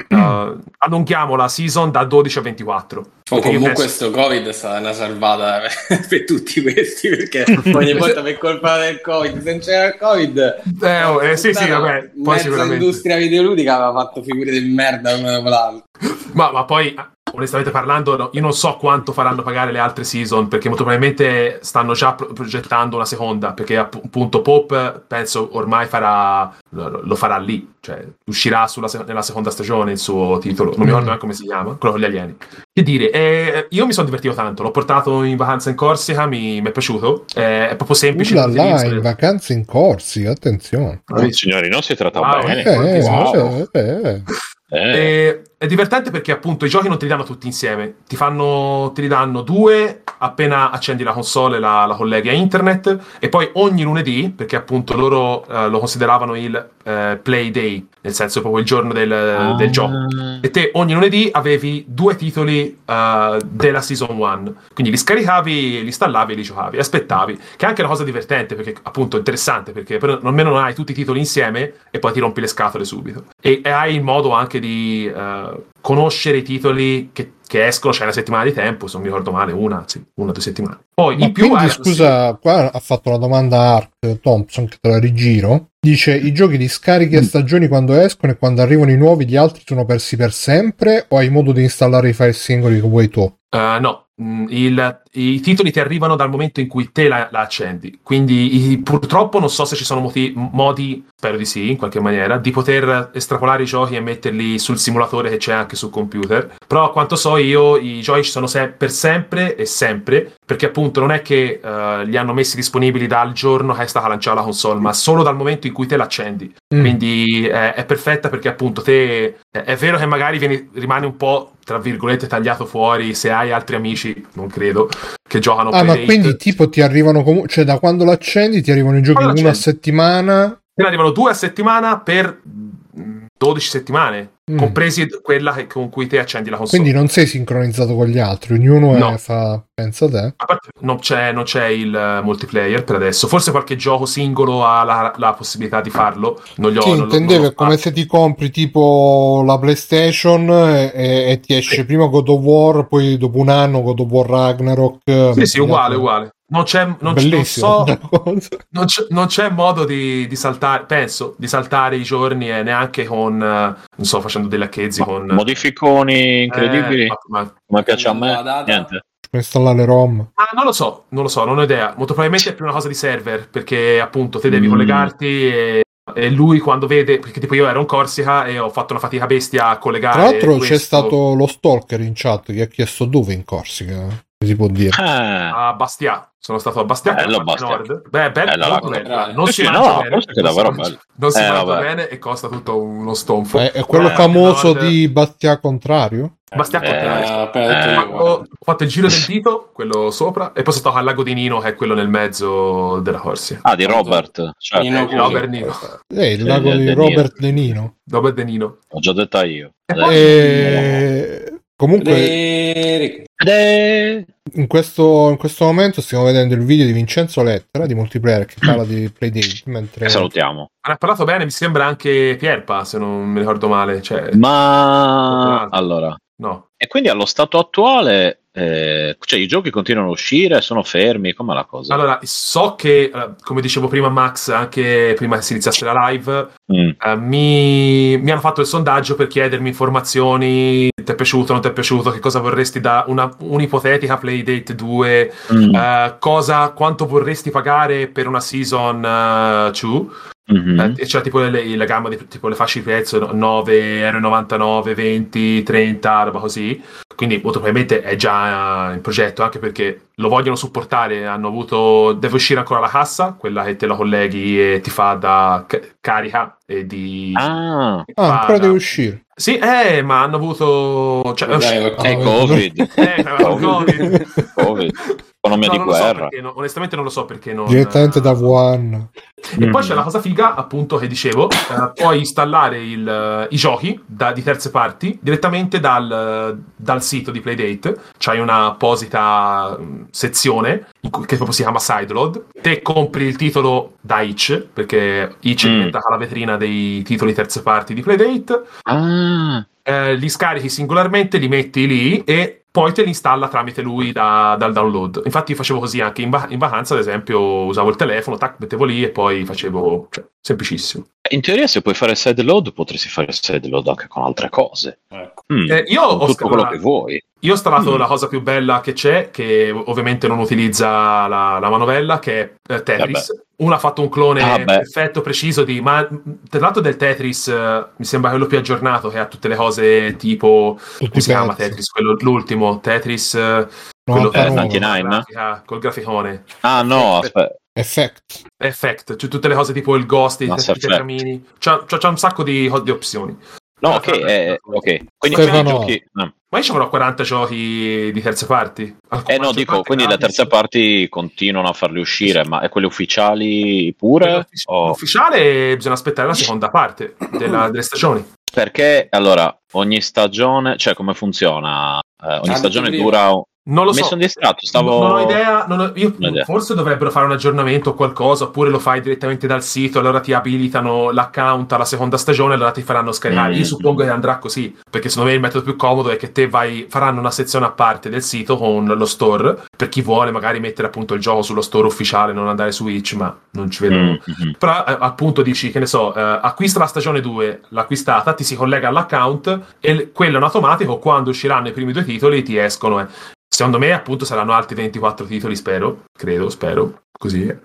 Speaker 4: eh, allunghiamo la season da 12 a 24.
Speaker 2: O
Speaker 4: Perché io
Speaker 2: comunque
Speaker 4: penso-
Speaker 2: questo Covid è stata una salvata *laughs* per tutti questi, perché
Speaker 4: *laughs*
Speaker 2: ogni volta per colpa del Covid, se non c'era il Covid...
Speaker 4: Eh, oh, eh, sì, sì,
Speaker 2: puttana,
Speaker 4: vabbè, poi
Speaker 2: Mezza
Speaker 4: sicuramente.
Speaker 2: industria videoludica aveva fatto figure di merda come l'altro.
Speaker 4: Ma, ma poi, ah, onestamente parlando, no, io non so quanto faranno pagare le altre season, perché molto probabilmente stanno già pro- progettando una seconda, perché app- appunto Pop eh, penso ormai farà, lo lo farà lì, cioè uscirà sulla se- nella seconda stagione il suo titolo, non mi
Speaker 1: Mm.
Speaker 4: ricordo neanche come si chiama, quello con gli alieni. Che dire, eh, io mi sono divertito tanto, l'ho portato in vacanza in Corsica, mi, mi è piaciuto, eh, è proprio semplice.
Speaker 1: Là,
Speaker 4: tutte le
Speaker 1: là,
Speaker 4: isole.
Speaker 1: in vacanze in corsi, attenzione.
Speaker 5: Signori, Ah, non si tratta
Speaker 4: Eh, Wow.
Speaker 5: bene.
Speaker 1: Eh, eh,
Speaker 4: wow.
Speaker 1: cioè, eh, eh.
Speaker 5: Eh,
Speaker 4: E È divertente perché appunto i giochi non te li danno tutti insieme, ti, fanno, te li danno due appena accendi la console la, la colleghi a internet e poi ogni lunedì, perché appunto loro eh, lo consideravano il eh, play day, nel senso proprio il giorno del, Eh,
Speaker 5: Ah.
Speaker 4: del gioco. E te ogni lunedì avevi due titoli eh, della season 1, quindi li scaricavi, li installavi e li giocavi, aspettavi, che è anche una cosa divertente perché appunto interessante perché per- almeno non hai tutti i titoli insieme e poi ti rompi le scatole subito. E, e hai il modo anche di eh, conoscere i titoli che, che escono, c'è una settimana di tempo, se non mi ricordo male, una, sì, una o due settimane. Poi
Speaker 1: Ma
Speaker 4: in più
Speaker 1: quindi,
Speaker 4: hai-
Speaker 1: scusa, qua ha fatto una domanda a Ark Thompson che te la rigiro. Dice: I giochi li scarichi
Speaker 4: Mm.
Speaker 1: a stagioni quando escono e quando arrivano i nuovi, gli altri sono persi per sempre? O hai modo di installare i file singoli che vuoi tu?
Speaker 4: Eh, no, mm, il- i titoli ti arrivano dal momento in cui te la, la accendi. Quindi i- purtroppo non so se ci sono moti- modi, spero di sì, in qualche maniera, di poter estrapolare i giochi e metterli sul simulatore che c'è anche sul computer. Però a quanto so io i giochi ci sono se- per sempre e sempre, perché appunto non è che eh, li hanno messi disponibili dal giorno che è stata lanciata la console, ma solo dal momento in cui te la accendi
Speaker 1: Mm.
Speaker 4: quindi eh, è perfetta perché appunto te eh, è vero che magari vieni- rimane un po' tra virgolette tagliato fuori se hai altri amici non credo che giocano
Speaker 1: ah, ma
Speaker 4: Playdate.
Speaker 1: quindi tipo ti arrivano comunque, cioè da quando l'accendi ti arrivano i giochi
Speaker 4: Quando
Speaker 1: una
Speaker 4: l'accendi.
Speaker 1: settimana?
Speaker 4: te ne arrivano due a settimana per mm, 12 settimane
Speaker 1: Mm.
Speaker 4: compresi quella che- con cui te accendi la console
Speaker 1: Quindi non sei sincronizzato con gli altri, ognuno è-
Speaker 4: No.
Speaker 1: fa, pensa te.
Speaker 4: A parte non c'è, non c'è il eh, multiplayer per adesso forse qualche gioco singolo ha la, la possibilità di farlo non gli ho
Speaker 1: Sì,
Speaker 4: non l'ho-
Speaker 1: intendevo
Speaker 4: non
Speaker 1: è
Speaker 4: l'ho
Speaker 1: come
Speaker 4: fatto.
Speaker 1: se ti compri tipo la PlayStation e, e- e ti esce
Speaker 4: Sì.
Speaker 1: prima God of War, poi dopo un anno God of War Ragnarok. eh, *laughs*
Speaker 4: sì sì uguale uguale non c'è non, c- non
Speaker 1: Bellissimo.
Speaker 4: so
Speaker 1: *laughs*
Speaker 4: Non c'è, non c'è modo di, di saltare, penso, di saltare i giorni e neanche con, eh, non so, facendo dei lacchezzi con...
Speaker 5: Modificoni incredibili,
Speaker 4: Eh, ma- ma-
Speaker 5: come piace a me.
Speaker 2: la data.
Speaker 5: Niente.
Speaker 1: Per installare ROM.
Speaker 4: ma non lo so, non lo so, non ho idea. Molto probabilmente è più una cosa di server, perché appunto te devi
Speaker 5: Mm.
Speaker 4: collegarti e, e lui quando vede... Perché tipo io ero in Corsica e ho fatto una fatica bestia a collegare...
Speaker 1: Tra l'altro c'è
Speaker 4: Ah, eh, questo
Speaker 1: stato lo stalker in chat che ha chiesto dove in Corsica, si può dire.
Speaker 5: Eh.
Speaker 4: A Bastia, sono stato a Bastia, che è
Speaker 5: Bello
Speaker 4: la parte
Speaker 5: Bastia.
Speaker 4: nord. Beh, bello,
Speaker 5: Bella
Speaker 4: molto
Speaker 5: la
Speaker 4: bella.
Speaker 2: cosa.
Speaker 4: Non
Speaker 5: Sì,
Speaker 4: si
Speaker 5: sì,
Speaker 4: mangia
Speaker 5: no,
Speaker 4: bene,
Speaker 5: Corsica è
Speaker 4: non si
Speaker 5: davvero
Speaker 4: mangia-
Speaker 5: bella.
Speaker 4: Non si
Speaker 5: Eh,
Speaker 4: mangia
Speaker 5: vabbè.
Speaker 4: bene e costa tutto uno stonfo.
Speaker 1: È, è quello
Speaker 5: Eh,
Speaker 1: famoso
Speaker 4: nord.
Speaker 1: di Bastia contrario?
Speaker 4: Bastia
Speaker 5: Eh,
Speaker 4: Contrario.
Speaker 5: Eh,
Speaker 4: Ho fatto- ho fatto il giro del dito, quello sopra, e poi sono stato al lago di Nino, che è quello nel mezzo della Corsia.
Speaker 5: Ah, di Robert. Certo,
Speaker 2: Nino
Speaker 5: scusa,
Speaker 2: Sì.
Speaker 4: Robert Nino.
Speaker 1: Eh, il
Speaker 5: Sì,
Speaker 1: lago
Speaker 5: De-
Speaker 1: di
Speaker 5: De Niro.
Speaker 1: Robert De Nino.
Speaker 4: Robert De Nino.
Speaker 5: L'ho già detta io. Eh,
Speaker 1: E... Comunque,
Speaker 2: Eric.
Speaker 5: eh,
Speaker 1: in questo, in questo momento stiamo vedendo il video di Vincenzo Lettera di multiplayer che parla di Playdate. Mentre...
Speaker 5: che salutiamo.
Speaker 4: Ma Ne ha parlato bene, mi sembra anche Pierpa, se non mi ricordo male. Cioè,
Speaker 5: Ma allora,
Speaker 4: no.
Speaker 5: e quindi allo stato attuale, eh, cioè i giochi continuano a uscire, sono fermi, com'è la cosa?
Speaker 4: Allora, so che, eh, come dicevo prima Max, anche prima che si iniziasse la live,
Speaker 5: Mm.
Speaker 4: eh, mi, mi hanno fatto il sondaggio per chiedermi informazioni, ti è piaciuto, non ti è piaciuto, che cosa vorresti da una, un'ipotetica Playdate 2
Speaker 5: Mm.
Speaker 4: Eh, cosa, quanto vorresti pagare per una season eh, 2?
Speaker 5: Mhm.
Speaker 4: cioè, tipo le, la gamma di tipo le fasce di prezzo no, 9,99, 20, 30, roba così. Quindi, molto probabilmente è già eh, in progetto, anche perché lo vogliono supportare. Hanno avuto. Deve uscire ancora la cassa, quella che te la colleghi e ti fa da ca- carica e di.
Speaker 5: Ah,
Speaker 4: e fa
Speaker 1: Ah, ancora
Speaker 4: da-
Speaker 1: deve uscire.
Speaker 4: Sì, eh, ma hanno avuto. Cioè, è uscito-
Speaker 5: è
Speaker 1: Ah,
Speaker 5: Covid.
Speaker 4: *laughs* eh,
Speaker 5: *laughs*
Speaker 4: ma-
Speaker 5: Covid. Covid. Economia
Speaker 4: No,
Speaker 5: di
Speaker 4: non lo so
Speaker 5: guerra.
Speaker 4: perché no- onestamente non lo so perché non...
Speaker 1: *laughs* Direttamente da Wuhan.
Speaker 4: E poi
Speaker 5: Mm.
Speaker 4: c'è la cosa figa, appunto, che dicevo, eh, puoi installare il, eh, i giochi da- di terze parti direttamente dal, dal sito di Playdate. C'hai un'apposita mm, sezione in cui- che proprio si chiama Sideload. Te compri il titolo da Itch, perché Itch è
Speaker 5: Mm.
Speaker 4: diventata la vetrina dei titoli terze parti di Playdate.
Speaker 5: Ah,
Speaker 4: Eh, li scarichi singolarmente, li metti lì e poi te li installa tramite lui da- dal download. Infatti, io facevo così anche in, va- in vacanza, ad esempio, usavo il telefono, tac, mettevo lì e poi facevo. Cioè, semplicissimo.
Speaker 5: in teoria se puoi fare side load potresti fare side load anche con altre cose.
Speaker 2: Ecco.
Speaker 5: Mm.
Speaker 4: Eh, io,
Speaker 5: Con
Speaker 4: ho
Speaker 5: tutto quello
Speaker 4: scalato,
Speaker 5: che vuoi.
Speaker 4: io ho installato
Speaker 5: Mm.
Speaker 4: la cosa più bella che c'è, che ov- ovviamente non utilizza la, la manovella, che è eh, Tetris. Uno ha fatto un clone
Speaker 5: Ah, beh.
Speaker 4: perfetto, preciso di. Ma mm, tra l'altro del Tetris eh, mi sembra quello più aggiornato, che ha tutte le cose tipo.
Speaker 1: Tutti
Speaker 4: Come si chiama
Speaker 1: pezzi.
Speaker 4: Tetris? Quello, l'ultimo, Tetris. eh, quello
Speaker 1: 99.
Speaker 5: Tantina.
Speaker 4: con la
Speaker 5: 99.
Speaker 4: grafica- col graficone
Speaker 5: Ah no, aspetta.
Speaker 1: Effect.
Speaker 4: effect cioè tutte le cose tipo il ghost i
Speaker 5: Mass
Speaker 4: tetramini c'ha, c'ha- c'ha un sacco di, di opzioni
Speaker 5: No,
Speaker 4: Ah,
Speaker 5: ok,
Speaker 4: vabbè,
Speaker 5: eh,
Speaker 4: d'accordo.
Speaker 5: ok. Quindi
Speaker 1: Stefano.
Speaker 5: c'erano giochi... no.
Speaker 4: Ma io ci avrò 40 giochi di terze parti. Alcune
Speaker 5: Eh no,
Speaker 4: maggior
Speaker 5: dico,
Speaker 4: parte
Speaker 5: quindi le
Speaker 4: gratis.
Speaker 5: terze parti continuano a farli uscire, ma è quelli ufficiali
Speaker 4: Quello
Speaker 5: pure?
Speaker 4: uffici-
Speaker 5: O...
Speaker 4: Ufficiale bisogna aspettare la seconda parte della- delle stagioni.
Speaker 5: Perché allora ogni stagione, cioè come funziona? Eh, ogni
Speaker 2: Ah,
Speaker 5: stagione
Speaker 2: detto
Speaker 5: dura. un-
Speaker 4: Non lo
Speaker 5: Mi
Speaker 4: so.
Speaker 5: sono distratto, Esatto, stavo.
Speaker 4: Non ho idea, non ho- io-
Speaker 5: Non ho idea.
Speaker 4: forse dovrebbero fare un aggiornamento o qualcosa, oppure lo fai direttamente dal sito, allora ti abilitano l'account alla seconda stagione, allora ti faranno scaricare.
Speaker 5: Mm.
Speaker 4: Io suppongo che andrà così, perché secondo me il metodo più comodo è che te vai, faranno una sezione a parte del sito con lo store, per chi vuole magari mettere appunto il gioco sullo store ufficiale, non andare su Itch, ma non ci vedo
Speaker 5: Mm, mhm.
Speaker 4: però eh, appunto dici che ne so eh, acquista la stagione 2 l'acquistata ti si collega all'account e l- quello in automatico quando usciranno i primi due titoli ti escono eh. secondo me appunto saranno altri 24 titoli spero credo spero così è.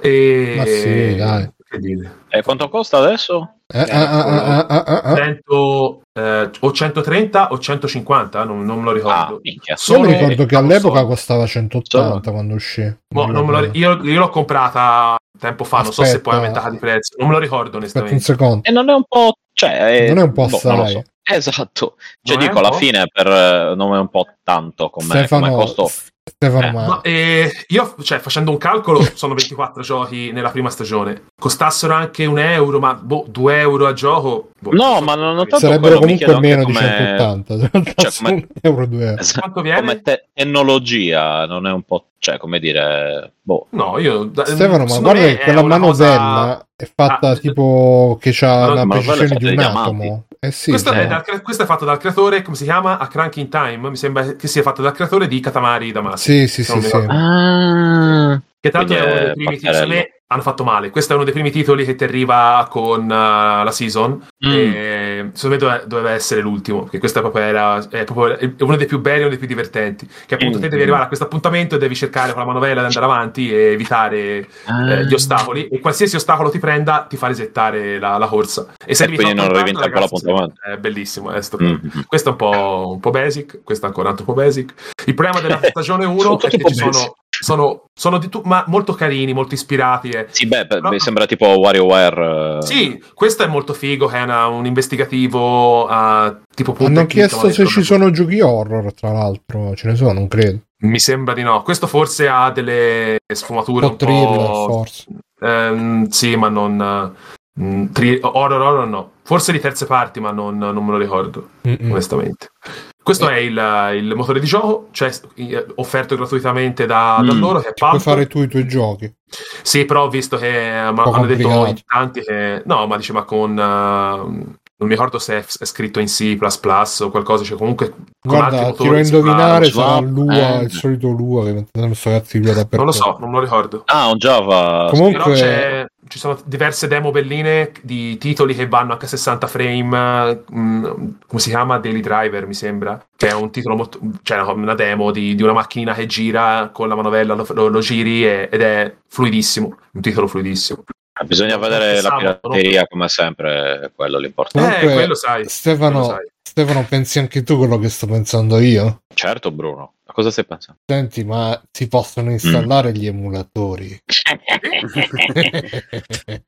Speaker 4: e
Speaker 1: Ma sì, dai.
Speaker 4: che dire?
Speaker 5: E quanto costa adesso?
Speaker 1: Eh, ah, ah, ah, ah, ah, ah.
Speaker 4: 100, eh, o 130 o 150 non, non me lo ricordo
Speaker 5: Ah, minchia.
Speaker 1: Io
Speaker 4: Solo-
Speaker 1: mi ricordo che all'epoca
Speaker 4: Solo-
Speaker 1: costava 180 quando uscì.
Speaker 4: Boh, non me lo- io, io l'ho comprata tempo fa, non so se poi
Speaker 1: Aspetta.
Speaker 4: è aumentata di prezzo, non me lo ricordo
Speaker 1: Aspetta un
Speaker 4: onestastamente.
Speaker 1: secondo.
Speaker 5: E non è un po'. Cioè, eh,
Speaker 1: Non è un po'
Speaker 5: boh, non lo
Speaker 1: assai.
Speaker 5: so. Esatto, cioè
Speaker 4: Non è
Speaker 5: dico
Speaker 4: un
Speaker 5: alla
Speaker 4: po'?
Speaker 5: fine per eh, non è un po' tanto come, come
Speaker 1: Stefano,
Speaker 5: costo.
Speaker 1: Stefano
Speaker 5: Eh,
Speaker 1: ma-
Speaker 4: Ma, eh, io, cioè, facendo un calcolo, sono 24 giochi nella prima stagione. Costassero anche un euro, ma boh, 2 euro a gioco. boh,
Speaker 5: No,
Speaker 4: so-
Speaker 5: ma non ho tanto
Speaker 1: sarebbero
Speaker 5: quello,
Speaker 1: comunque
Speaker 5: mi chiedo
Speaker 1: meno
Speaker 5: anche
Speaker 1: di
Speaker 5: come-
Speaker 1: 180.
Speaker 5: Cioè, come-
Speaker 1: Un euro, due euro.
Speaker 5: Esatto.
Speaker 4: Quanto viene?
Speaker 5: Come te- tecnologia, non è un po'. Cioè, come dire. Boh.
Speaker 4: No, io. da-
Speaker 1: Stefano, ma
Speaker 4: secondo
Speaker 1: guarda
Speaker 4: me
Speaker 1: che
Speaker 4: è
Speaker 1: quella
Speaker 4: una cosa-
Speaker 1: manovella è fatta
Speaker 4: Ah,
Speaker 1: tipo che ha
Speaker 4: ma-
Speaker 1: la
Speaker 5: ma quella è
Speaker 1: precisione
Speaker 5: fatta
Speaker 1: di un
Speaker 5: dai diamanti.
Speaker 1: atomo. Eh sì,
Speaker 4: Questo,
Speaker 1: cioè,
Speaker 4: è dal cre- questo è fatto dal creatore, come si chiama? A Crank in Time. Mi sembra che sia fatto dal creatore di Katamari Damacy.
Speaker 1: sì, sì,
Speaker 4: Non
Speaker 1: sì,
Speaker 4: mi
Speaker 1: sì.
Speaker 4: ricordo.
Speaker 5: Ah,
Speaker 4: Che tra l'altro è
Speaker 5: Quindi
Speaker 4: uno
Speaker 5: è
Speaker 4: dei primi titoli.
Speaker 5: Passerello.
Speaker 4: secondo me Hanno fatto male. Questo è uno dei primi titoli che ti arriva con eh, la season.
Speaker 5: mm.
Speaker 4: E, secondo me dove- doveva essere l'ultimo, perché questa proprio era è proprio- è uno dei più belli e uno dei più divertenti. Che appunto te
Speaker 5: Mm.
Speaker 4: devi arrivare a questo appuntamento e devi cercare con la manovella di andare avanti e evitare eh,
Speaker 5: Mm.
Speaker 4: gli ostacoli. E qualsiasi ostacolo ti prenda, ti fa resettare la, la corsa. E se
Speaker 5: E
Speaker 4: arrivi
Speaker 5: quindi
Speaker 4: troppo
Speaker 5: non arrivi in
Speaker 4: lontano,
Speaker 5: tempo
Speaker 4: ragazzi,
Speaker 5: all'appuntamento.
Speaker 4: È bellissimo. eh, sto-
Speaker 5: Mm.
Speaker 4: Questo è un po', un po' basic, questo è ancora un altro po' basic. Il problema
Speaker 5: *laughs*
Speaker 4: della stagione 1
Speaker 5: Sono
Speaker 4: è
Speaker 5: tutti
Speaker 4: che
Speaker 5: un po'
Speaker 4: ci sono,
Speaker 5: basic.
Speaker 4: sono, sono di tu- ma molto carini, molto ispirati. eh.
Speaker 5: Sì, beh, beh,
Speaker 4: Però-
Speaker 5: mi sembra tipo WarioWare. eh.
Speaker 4: Sì, questo è molto figo, che è una- un investigativo eh, tipo punto
Speaker 1: Hanno
Speaker 4: e click,
Speaker 1: chiesto
Speaker 4: ma
Speaker 1: se
Speaker 4: detto,
Speaker 1: ci sono giochi horror, tra l'altro. Ce ne sono, non credo.
Speaker 4: Mi sembra di no. Questo forse ha delle sfumature
Speaker 1: Un po'
Speaker 4: un po'...
Speaker 1: thriller, forse.
Speaker 4: Ehm, sì, ma non... eh, mm, thri- horror, horror no. Forse di terze parti, ma non, non me lo ricordo,
Speaker 1: Mm-mm.
Speaker 4: onestamente. Questo è il, il motore di gioco, cioè eh, offerto gratuitamente da, da
Speaker 5: Mm.
Speaker 4: loro, che è
Speaker 1: Ci puoi
Speaker 4: Pump.
Speaker 1: fare tu i tuoi giochi.
Speaker 4: Sì, però ho visto che eh, ma-
Speaker 1: po'
Speaker 4: hanno detto
Speaker 1: complicato.
Speaker 4: in tanti che... No, ma dice, ma con... eh, non mi ricordo se è, f- è scritto in C++ o qualcosa, cioè comunque... con altri
Speaker 1: Guarda, ti
Speaker 4: motori
Speaker 1: lo
Speaker 4: sembra-
Speaker 1: indovinare,
Speaker 5: Swap,
Speaker 1: sarà Lua,
Speaker 5: eh.
Speaker 1: il solito Lua che non so cazzo di Lua da
Speaker 4: Non lo so,
Speaker 1: perché.
Speaker 4: non me lo ricordo.
Speaker 5: Ah, un Java.
Speaker 1: Comunque-
Speaker 4: Però c'è- ci sono diverse demo belline di titoli che vanno anche a 60 frame. mm, come si chiama? Daily Driver, mi sembra. Che è un titolo molto. cioè una- una demo di, di una macchina che gira con la manovella, lo, lo- lo giri e- ed è fluidissimo. Un titolo fluidissimo.
Speaker 5: Ah, Bisogna
Speaker 4: No,
Speaker 5: vedere la
Speaker 4: pensavo, no?
Speaker 5: pirateria come sempre, quello è l'importante.
Speaker 1: Comunque,
Speaker 4: eh, quello sai.
Speaker 1: Stefano,
Speaker 4: quello sai.
Speaker 1: Stefano, pensi anche tu quello che sto pensando io?
Speaker 5: Certo, Bruno. A cosa
Speaker 4: *laughs*
Speaker 5: stai pensando?
Speaker 1: Senti, ma si possono
Speaker 5: Mm.
Speaker 1: installare gli
Speaker 5: *laughs*
Speaker 1: emulatori?
Speaker 5: Eh,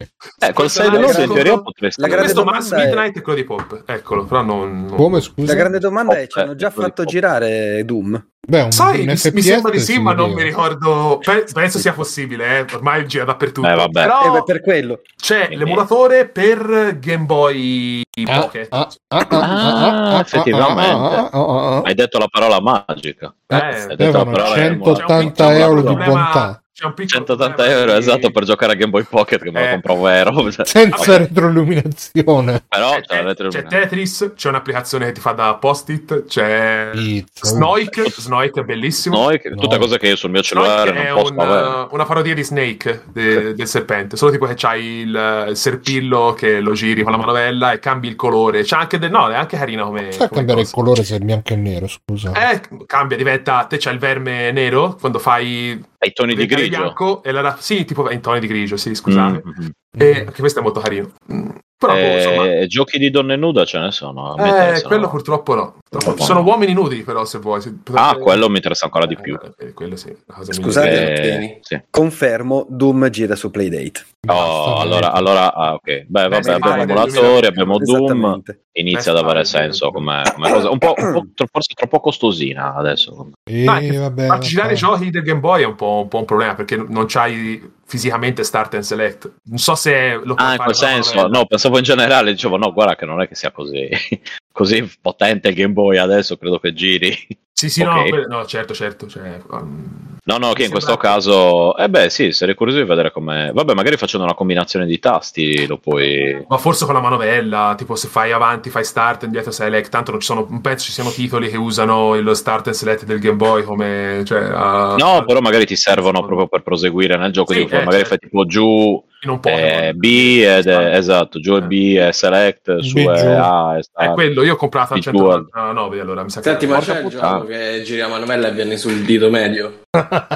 Speaker 5: col
Speaker 4: Questo
Speaker 5: 6
Speaker 4: non è
Speaker 5: in
Speaker 4: secondo-
Speaker 5: teoria potresti...
Speaker 3: la grande
Speaker 4: Questo
Speaker 3: domanda
Speaker 4: Mass
Speaker 3: è-
Speaker 4: Midnight è quello di Pop. Eccolo, però non. non-
Speaker 1: Come scusa?
Speaker 3: La grande domanda è:
Speaker 5: Oh,
Speaker 3: ci hanno
Speaker 5: eh,
Speaker 3: già
Speaker 5: quello di
Speaker 3: fatto
Speaker 5: Pop.
Speaker 3: girare Doom?
Speaker 1: Beh, un,
Speaker 4: Sai,
Speaker 1: un
Speaker 4: mi, mi
Speaker 1: FPS
Speaker 4: sembra di sì,
Speaker 1: si
Speaker 4: ma non
Speaker 1: vedeva.
Speaker 4: mi ricordo. Pe- penso sia possibile, eh, ormai gira dappertutto.
Speaker 5: Eh, vabbè.
Speaker 4: Però
Speaker 3: Eh, beh, per quello.
Speaker 4: c'è
Speaker 5: Quindi-
Speaker 4: l'emulatore per Game Boy
Speaker 1: Ah,
Speaker 4: Pocket.
Speaker 1: ah, ah, ah, ah, ah,
Speaker 5: effettivamente.
Speaker 1: ah, ah, ah, ah, ah.
Speaker 5: Hai detto la parola magica.
Speaker 4: Eh,
Speaker 5: hai detto la
Speaker 1: Stefano,
Speaker 5: parola
Speaker 1: 180
Speaker 5: emulazione.
Speaker 4: C'è un piccolo
Speaker 1: euro di
Speaker 4: problema-
Speaker 1: bontà.
Speaker 4: C'è un piccolo
Speaker 5: 180
Speaker 4: problema
Speaker 5: euro,
Speaker 4: di-
Speaker 5: esatto, per giocare a Game Boy Pocket che me
Speaker 4: Eh.
Speaker 5: lo compravo
Speaker 1: *laughs*
Speaker 5: ero.
Speaker 1: Senza
Speaker 5: Vabbè,
Speaker 1: retroilluminazione.
Speaker 5: Però
Speaker 4: C'è,
Speaker 5: cioè, c'è la
Speaker 4: Te- c'è
Speaker 5: retroilluminazione.
Speaker 4: Tetris, c'è un'applicazione che ti fa da post-it, c'è
Speaker 1: Pizza. uh.
Speaker 4: Snoik, Snoik è bellissimo.
Speaker 5: Noi, che- tutte
Speaker 1: No.
Speaker 5: cose che io sul mio
Speaker 4: Snoik
Speaker 5: cellulare
Speaker 4: è eh,
Speaker 5: non posso avere.
Speaker 4: una, una parodia di Snake de- del serpente, solo tipo che c'hai il, il serpillo che lo giri con la manovella e cambi il colore. C'è anche del no, è anche carina come.
Speaker 1: Sai
Speaker 4: come
Speaker 1: cambiare il
Speaker 4: cosa.
Speaker 1: colore se è bianco e nero, scusa.
Speaker 4: Eh, cambia, diventa. Te c'è il verme nero quando fai
Speaker 5: Hai toni di
Speaker 4: diventare
Speaker 5: grigio.
Speaker 4: bianco e la, sì, tipo in toni di grigio, sì,
Speaker 5: Mm,
Speaker 4: scusate.
Speaker 5: mm, mm.
Speaker 4: E anche questo è molto carino. Mm, Però, boh,
Speaker 5: Eh,
Speaker 4: insomma,
Speaker 5: Giochi di donne nuda ce ne sono. mi
Speaker 4: eh,
Speaker 5: interessano.
Speaker 4: quello purtroppo no.
Speaker 5: Purtroppo
Speaker 4: Sono
Speaker 5: no.
Speaker 4: uomini nudi, però, se vuoi. se
Speaker 5: Ah,
Speaker 4: potete-
Speaker 5: quello mi interessa ancora di più.
Speaker 4: Eh, eh, quello sì, la cosa
Speaker 3: Scusate,
Speaker 4: migliore.
Speaker 5: Eh,
Speaker 2: tieni.
Speaker 5: sì.
Speaker 3: Confermo, Doom gira su Playdate. Eh,
Speaker 5: Oh,
Speaker 4: eh.
Speaker 5: allora, allora ah, ok. Beh, vabbè,
Speaker 4: sì,
Speaker 5: abbiamo
Speaker 4: vale,
Speaker 5: emulatori, abbiamo Doom.
Speaker 3: Esattamente.
Speaker 5: Inizia ad
Speaker 4: Beh,
Speaker 5: avere
Speaker 4: vale,
Speaker 5: senso come,
Speaker 4: vale.
Speaker 5: come cosa. Un po', un po' tro- forse troppo costosina adesso.
Speaker 1: Eh,
Speaker 4: Dai, che
Speaker 1: vabbè,
Speaker 4: Far girare
Speaker 1: vabbè.
Speaker 4: i giochi del Game Boy è un po', un po' un problema perché non c'hai fisicamente start and select. Non so se lo puoi
Speaker 5: Ah, in
Speaker 4: fare,
Speaker 5: quel
Speaker 4: ma non
Speaker 5: senso,
Speaker 4: è-
Speaker 5: no, pensavo in generale, dicevo, no, guarda che non è che sia così, *laughs* così potente il Game Boy adesso, credo che giri.
Speaker 4: Sì, sì,
Speaker 5: Ok.
Speaker 4: no, quello- no, certo, certo. cioè, um,
Speaker 5: No, no, che in
Speaker 4: Mi
Speaker 5: questo
Speaker 4: sembra-
Speaker 5: caso, eh beh, sì, sarei curioso di vedere come... Vabbè, magari facendo una combinazione di tasti lo puoi...
Speaker 4: ma forse con la manovella, tipo se fai avanti, fai start e indietro select, tanto non ci sono, non penso ci siano titoli che usano il start and select del Game Boy come... Cioè, a-
Speaker 5: No, però magari ti servono proprio per proseguire nel gioco,
Speaker 4: Sì,
Speaker 5: tipo,
Speaker 4: eh,
Speaker 5: magari
Speaker 4: certo.
Speaker 5: fai tipo giù
Speaker 4: in un
Speaker 5: eh,
Speaker 4: Pokémon.
Speaker 5: B, ed, eh, esatto, giù e
Speaker 4: Eh.
Speaker 5: B e select, su
Speaker 1: B,
Speaker 5: e
Speaker 1: giù.
Speaker 5: A e
Speaker 4: È
Speaker 5: start.
Speaker 4: quello, io *laughs* ho comprato al
Speaker 5: Di
Speaker 4: 199, allora mi sa che...
Speaker 2: Senti, ma
Speaker 5: Porca
Speaker 2: c'è il
Speaker 5: puttana.
Speaker 2: gioco che giri la manovella e viene sul dito medio.
Speaker 4: No,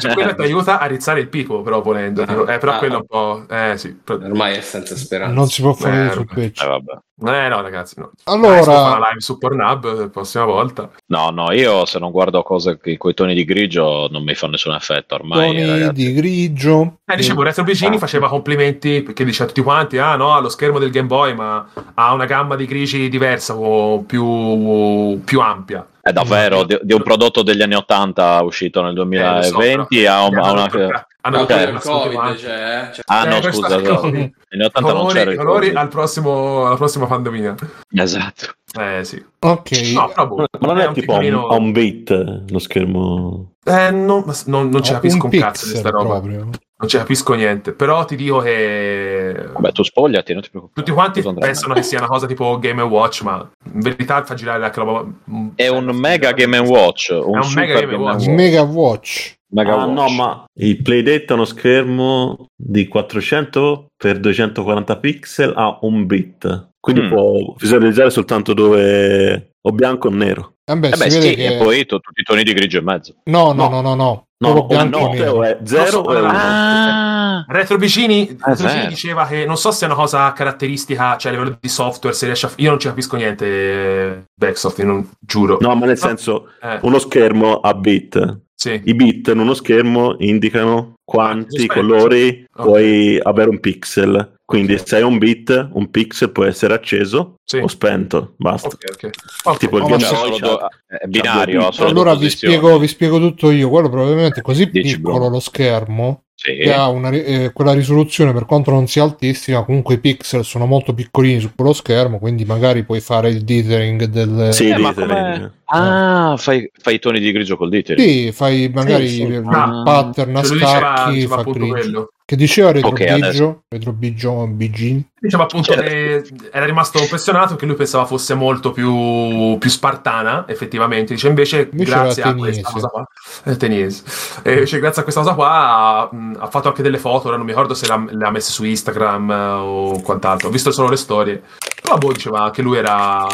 Speaker 4: cioè,
Speaker 5: *laughs*
Speaker 4: quello ti aiuta a rizzare il pico, però volendo. tipo. Eh, però
Speaker 2: Ah.
Speaker 4: quello è un po'... Eh, sì. però-
Speaker 2: Ormai è senza speranza.
Speaker 1: Non si può fare
Speaker 4: Eh,
Speaker 1: sul
Speaker 5: *laughs* Eh,
Speaker 1: peccio.
Speaker 5: vabbè.
Speaker 4: Eh, no, ragazzi, no. Dai, si può fare
Speaker 1: Allora,
Speaker 4: la live su Pornhub eh, la prossima volta.
Speaker 5: No, no, io se non guardo cose che coi toni di grigio non mi fa nessun effetto ormai,
Speaker 1: toni
Speaker 5: ragazzi.
Speaker 1: di grigio.
Speaker 4: Eh, dicevo, Retro
Speaker 5: Ah.
Speaker 4: Vicini faceva complimenti perché diceva a tutti quanti: Ah, no, ha lo schermo del Game Boy, ma ha una gamma di grigi diversa, o più, più ampia.
Speaker 5: È davvero di, di un prodotto degli anni 80 uscito nel
Speaker 4: Esatto. Eh, lo so,
Speaker 5: 2020
Speaker 4: però-
Speaker 5: a un- a
Speaker 4: hanno
Speaker 5: una...
Speaker 4: toccato- hanno
Speaker 5: ok.
Speaker 2: Ma pure
Speaker 4: toccato
Speaker 2: il
Speaker 4: tutti
Speaker 2: Covid,
Speaker 4: quanti.
Speaker 2: cioè, eh? Cioè,
Speaker 5: Ah no,
Speaker 4: Eh, questo-
Speaker 5: scusa, esatto.
Speaker 4: colori-
Speaker 5: negli anni 80 non c'era
Speaker 4: colori,
Speaker 5: il
Speaker 4: colori
Speaker 5: Covid.
Speaker 4: al prossimo, alla prossima pandemia.
Speaker 5: Esatto.
Speaker 4: Eh, sì.
Speaker 1: Ok,
Speaker 4: No, però boh,
Speaker 6: Ma non è,
Speaker 4: un
Speaker 6: tipo a un,
Speaker 4: piccolino-
Speaker 6: a un bit eh, lo schermo.
Speaker 4: Eh, non, ma s- non, non ci
Speaker 1: Ho
Speaker 4: capisco
Speaker 1: un
Speaker 4: un cazzo di
Speaker 1: pixel
Speaker 4: sta roba.
Speaker 1: proprio.
Speaker 4: Non ci capisco niente. Però ti dico che.
Speaker 5: Vabbè, tu spogliati, non ti preoccupare.
Speaker 4: Tutti quanti
Speaker 5: Cosa andrà?
Speaker 4: pensano che sia una cosa tipo Game Watch, ma in verità fa girare la roba. mm, cioè,
Speaker 5: È un
Speaker 4: Eh,
Speaker 5: mega Game Watch, un,
Speaker 4: È un
Speaker 5: super
Speaker 4: mega Game
Speaker 5: Game
Speaker 4: Watch.
Speaker 5: Watch.
Speaker 1: Mega Watch.
Speaker 5: Mega
Speaker 6: Ah,
Speaker 5: Watch.
Speaker 6: no, ma il playdate è uno schermo di 400 x 240 pixel a un bit. Quindi
Speaker 5: Mm.
Speaker 6: può visualizzare soltanto dove o bianco o nero.
Speaker 1: Eh beh,
Speaker 5: Eh beh,
Speaker 1: si vede
Speaker 5: sì,
Speaker 1: che...
Speaker 5: e poi tu- tutti i toni di grigio e mezzo.
Speaker 1: No, no, no, no,
Speaker 6: No.
Speaker 1: no.
Speaker 6: No,
Speaker 1: Proprio
Speaker 6: no,
Speaker 1: bianco
Speaker 6: o
Speaker 1: e nero.
Speaker 6: no,
Speaker 5: eh,
Speaker 6: o è 0 o è
Speaker 4: Ah,
Speaker 6: 1.
Speaker 5: Ah,
Speaker 4: Retro
Speaker 6: Eh,
Speaker 4: Vicini, Retro Vicini
Speaker 6: certo.
Speaker 5: vero.
Speaker 4: diceva che non so se è una cosa caratteristica, cioè a livello di software, se riesce a. Io non ci capisco niente, eh, Backsoft, io non giuro.
Speaker 6: No, ma nel senso,
Speaker 4: Eh,
Speaker 6: uno schermo a bit.
Speaker 4: sì.
Speaker 6: I bit in uno schermo indicano quanti
Speaker 4: Rispetto.
Speaker 6: colori
Speaker 4: Ok.
Speaker 6: puoi avere un pixel. Quindi
Speaker 4: Ok.
Speaker 6: se hai un bit, un pixel può essere acceso
Speaker 4: Sì.
Speaker 6: o spento. Basta.
Speaker 4: Ok, ok. Ok.
Speaker 6: Tipo il
Speaker 1: Oh, ma
Speaker 6: Game
Speaker 1: c'è
Speaker 6: Boy
Speaker 5: solo
Speaker 6: c'ha-
Speaker 5: due- è eh, binario,
Speaker 6: c'ha due
Speaker 5: ha solo due
Speaker 1: Allora vi
Speaker 5: posizioni.
Speaker 1: spiego, vi spiego tutto io. Quello probabilmente è così
Speaker 5: Dici,
Speaker 1: piccolo
Speaker 5: Bruno.
Speaker 1: lo schermo
Speaker 5: Sì.
Speaker 1: che ha una ri- eh, quella risoluzione per quanto non sia altissima. Comunque i pixel sono molto piccolini su quello schermo, quindi magari puoi fare il dithering del.
Speaker 6: Sì,
Speaker 5: Eh, ma
Speaker 6: dithering.
Speaker 5: come- Ah, fai, fai i toni di grigio col dito.
Speaker 1: Sì, fai magari
Speaker 6: sì.
Speaker 1: il
Speaker 4: Ah.
Speaker 1: pattern a
Speaker 4: Ce lo diceva,
Speaker 1: scacchi,
Speaker 4: diceva
Speaker 1: fa
Speaker 4: appunto
Speaker 1: grigio.
Speaker 4: quello.
Speaker 1: Che diceva Retro
Speaker 5: Ok,
Speaker 1: Biggio? Retro Biggio, BG?
Speaker 4: Diceva appunto
Speaker 5: Certo.
Speaker 4: che era rimasto impressionato che lui pensava fosse molto più, più spartana, effettivamente. Dice invece,
Speaker 1: Invece
Speaker 4: grazie
Speaker 1: era
Speaker 4: a questa
Speaker 1: ateniese.
Speaker 4: cosa qua, eh, ateniese. E invece, grazie a questa cosa qua ha, mh, ha fatto anche delle foto. Ora non mi ricordo se l'ha- le ha messe su Instagram eh, o quant'altro. Ho visto solo le storie. Però boh, diceva che lui era,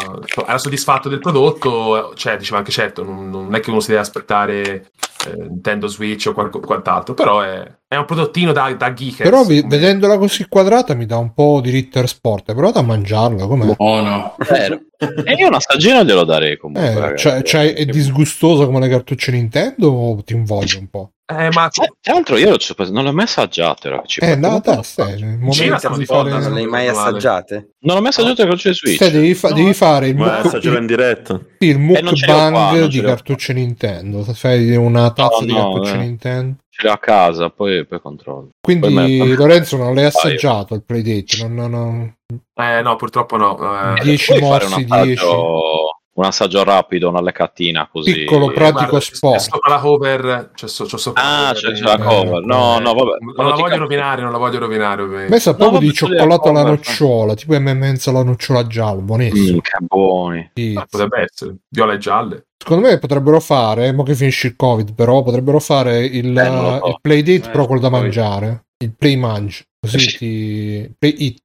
Speaker 4: era soddisfatto del prodotto. eh, Cioè, diceva anche certo, non, non è che uno si deve aspettare eh, Nintendo Switch o qual- quant'altro. Però è, è un prodottino da, da geekers.
Speaker 1: Però vi- vedendola così quadrata mi dà un po' di Ritter Sport. Hai provato a mangiarla? Com'è?
Speaker 2: *laughs* buono.
Speaker 5: Eh, e io un assaggino glielo darei comunque.
Speaker 1: Eh,
Speaker 5: ragazzi.
Speaker 1: cioè, cioè, è disgustosa come le cartucce Nintendo o ti invoglio un po'?
Speaker 4: Eh, ma
Speaker 5: Eh, Tra l'altro io ci ho pres- non l'ho mai assaggiato. raga, ci
Speaker 1: Eh,
Speaker 5: penso.
Speaker 1: no, te, stai, il
Speaker 4: Gira,
Speaker 1: momento
Speaker 4: siamo
Speaker 1: di
Speaker 4: di
Speaker 1: fare...
Speaker 4: fondo,
Speaker 3: Non le hai mai
Speaker 4: Male.
Speaker 3: assaggiate?
Speaker 5: Non l'ho mai assaggiato le cartucce Switch.
Speaker 1: Stai, devi, fa-
Speaker 4: No.
Speaker 1: devi fare il,
Speaker 6: Ma
Speaker 1: muc-
Speaker 6: assaggialo in diretta.
Speaker 1: il
Speaker 5: Eh, non ce l'ho
Speaker 1: mukbang
Speaker 5: qua, non ce
Speaker 1: di
Speaker 5: l'ho qua.
Speaker 1: cartucce Nintendo. Se fai una tazza
Speaker 5: No,
Speaker 1: di
Speaker 5: no,
Speaker 1: cartucce
Speaker 5: eh.
Speaker 1: Nintendo.
Speaker 5: Ce l'ho a casa, poi, poi controllo.
Speaker 1: Quindi,
Speaker 5: Poi me-
Speaker 1: Lorenzo, non l'hai assaggiato il playdate? Non, non, non-
Speaker 4: Eh no, purtroppo no. Eh,
Speaker 1: 10
Speaker 5: Puoi fare un
Speaker 1: mossi, 10.
Speaker 5: assaggio, un assaggio rapido, una leccatina così.
Speaker 1: Piccolo pratico
Speaker 4: guarda,
Speaker 1: sport.
Speaker 4: C'è sopra la cover. C'è, so- c'ho sopra
Speaker 5: Ah,
Speaker 4: la
Speaker 5: c'è,
Speaker 4: cover.
Speaker 5: c'è la cover. No,
Speaker 4: Eh,
Speaker 5: no, vabbè.
Speaker 4: Non
Speaker 5: Quando
Speaker 4: la
Speaker 5: ti
Speaker 4: voglio
Speaker 5: cap-
Speaker 4: rovinare, non la voglio rovinare.
Speaker 1: A me sa
Speaker 5: No,
Speaker 1: proprio
Speaker 5: vabbè,
Speaker 1: di
Speaker 5: ce l'hai
Speaker 1: cioccolato alla
Speaker 5: qua,
Speaker 1: nocciola, tipo M&M's alla nocciola gialla, buonissimo.
Speaker 5: Mm, che buoni.
Speaker 1: Sì.
Speaker 4: Ah, potrebbe essere viola e gialle.
Speaker 1: Secondo me potrebbero fare, mo che finisce il Covid, però potrebbero fare il,
Speaker 5: Eh, non lo so.
Speaker 1: il playdate
Speaker 2: Eh,
Speaker 1: però quello da
Speaker 2: Covid.
Speaker 5: Eh
Speaker 1: mangiare, il play mange, così
Speaker 5: Sì.
Speaker 1: ti play it.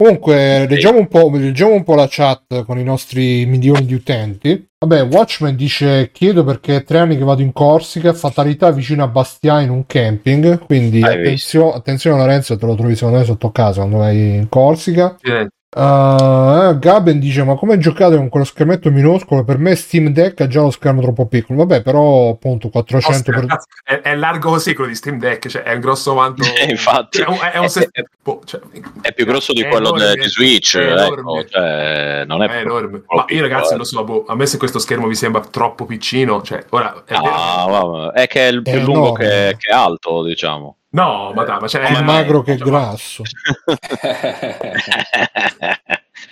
Speaker 1: Comunque, leggiamo un, po', leggiamo un po' la chat con i nostri milioni di utenti. Vabbè, Watchman dice: Chiedo perché è tre anni che vado in Corsica, fatalità vicino a Bastia in un camping. Quindi
Speaker 5: Hai
Speaker 1: attenzio- attenzione, Lorenzo, te lo trovi secondo me sotto casa quando vai in Corsica.
Speaker 4: Eh,
Speaker 1: Uh, Gaben dice: Ma come giocate con quello schermetto minuscolo? Per me, Steam Deck ha già lo schermo troppo piccolo. Vabbè, però, appunto, 400
Speaker 4: Oscar,
Speaker 1: per...
Speaker 4: cazzo, è, è largo così quello di Steam Deck, cioè è un grosso quanto.
Speaker 5: *laughs* Eh, infatti.
Speaker 4: Cioè, è un, è un
Speaker 5: È-
Speaker 4: sest- boh, cioè,
Speaker 5: È più grosso di
Speaker 4: è
Speaker 5: quello de-
Speaker 4: enorme,
Speaker 5: di Switch,
Speaker 4: è
Speaker 5: ecco,
Speaker 4: enorme.
Speaker 5: cioè, non è,
Speaker 4: È
Speaker 5: proprio-
Speaker 4: enorme. Ma io ragazzi non so, boh, a me se questo schermo vi sembra troppo piccino, cioè ora è
Speaker 5: Ah,
Speaker 4: vero-
Speaker 5: vabbè, è che è il più
Speaker 1: È
Speaker 5: lungo
Speaker 1: enorme.
Speaker 5: che, che alto, diciamo. *laughs*
Speaker 4: No, ma dai, ma cioè,
Speaker 1: È
Speaker 4: eh,
Speaker 1: magro che
Speaker 4: cioè,
Speaker 1: grasso.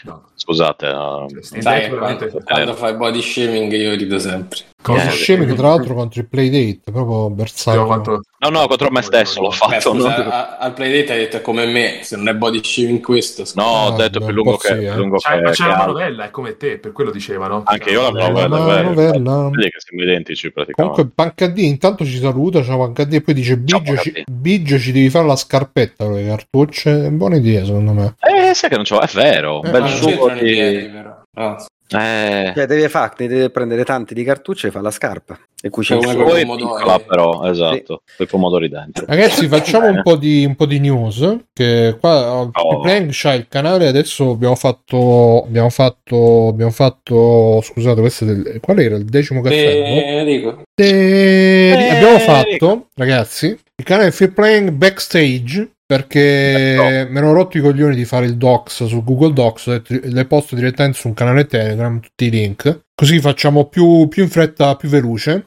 Speaker 4: no.
Speaker 5: Scusate, ah, no,
Speaker 4: Cioè, Steam
Speaker 2: Sai,
Speaker 4: Deck veramente-
Speaker 2: quando, quando fai body shaming io rido sempre.
Speaker 1: Cose
Speaker 5: Eh,
Speaker 1: sceme che, tra l'altro, contro il Playdate, proprio bersaglio.
Speaker 4: Abbiamo fatto-
Speaker 5: no, no, contro me stesso l'ho
Speaker 2: Beh,
Speaker 5: fatto.
Speaker 2: scusa, eh,
Speaker 5: no?
Speaker 2: a- al playdate hai detto è come me, se non è body shaming questo, scusa.
Speaker 5: No, ho
Speaker 1: Ah,
Speaker 5: detto
Speaker 1: no,
Speaker 5: più lungo
Speaker 1: un po'
Speaker 5: che,
Speaker 1: sì, eh.
Speaker 5: più lungo
Speaker 4: C'hai-
Speaker 5: che-
Speaker 4: ma
Speaker 5: che
Speaker 4: c'è la
Speaker 5: alto.
Speaker 4: manovella, è come te, per quello dicevano.
Speaker 5: Anche io la
Speaker 1: Eh,
Speaker 5: manovella,
Speaker 1: ma-
Speaker 5: è vero.
Speaker 1: novella.
Speaker 5: Vedi che siamo identici praticamente.
Speaker 1: Comunque, Panca D intanto ci saluta. Ciao, Panca D. E poi dice:
Speaker 5: Ciao,
Speaker 1: Biggio, ci,
Speaker 5: Panca D.
Speaker 1: Biggio, ci devi fare la scarpetta con le cartucce. Buona idea, secondo me.
Speaker 5: Eh, sai che non c'ho, è vero, un
Speaker 1: Eh,
Speaker 5: bel
Speaker 2: Ma
Speaker 1: il
Speaker 2: non
Speaker 1: suo
Speaker 5: sugo
Speaker 2: c'entrano i
Speaker 5: di...
Speaker 2: piedi, però. No,
Speaker 5: Eh,
Speaker 3: Cioè, deve, fa- ne deve prendere tanti di cartucce e fa la scarpa. E qui c'è
Speaker 2: Cioè,
Speaker 3: il
Speaker 2: come quello
Speaker 3: suo-
Speaker 5: poi
Speaker 2: coi
Speaker 5: è
Speaker 2: pomodori.
Speaker 5: piccola però, esatto, con i pomodori dentro.
Speaker 1: Ragazzi, facciamo un po' di, un po' di news. Che qua oh,
Speaker 5: Oh.
Speaker 1: Plank c'ha il canale. Adesso abbiamo fatto. Abbiamo fatto. Abbiamo fatto. Scusate, questo è del, qual era il decimo caffè? no?
Speaker 2: Eh, dico.
Speaker 1: Eh,
Speaker 5: Eh,
Speaker 1: abbiamo
Speaker 5: ecco.
Speaker 1: fatto, ragazzi, il canale Free Playing Backstage perché mi ero rotto i coglioni di fare il docs su Google Docs, ho detto, le posto direttamente su un canale Telegram, tutti i link, così facciamo più, più in fretta, più veloce.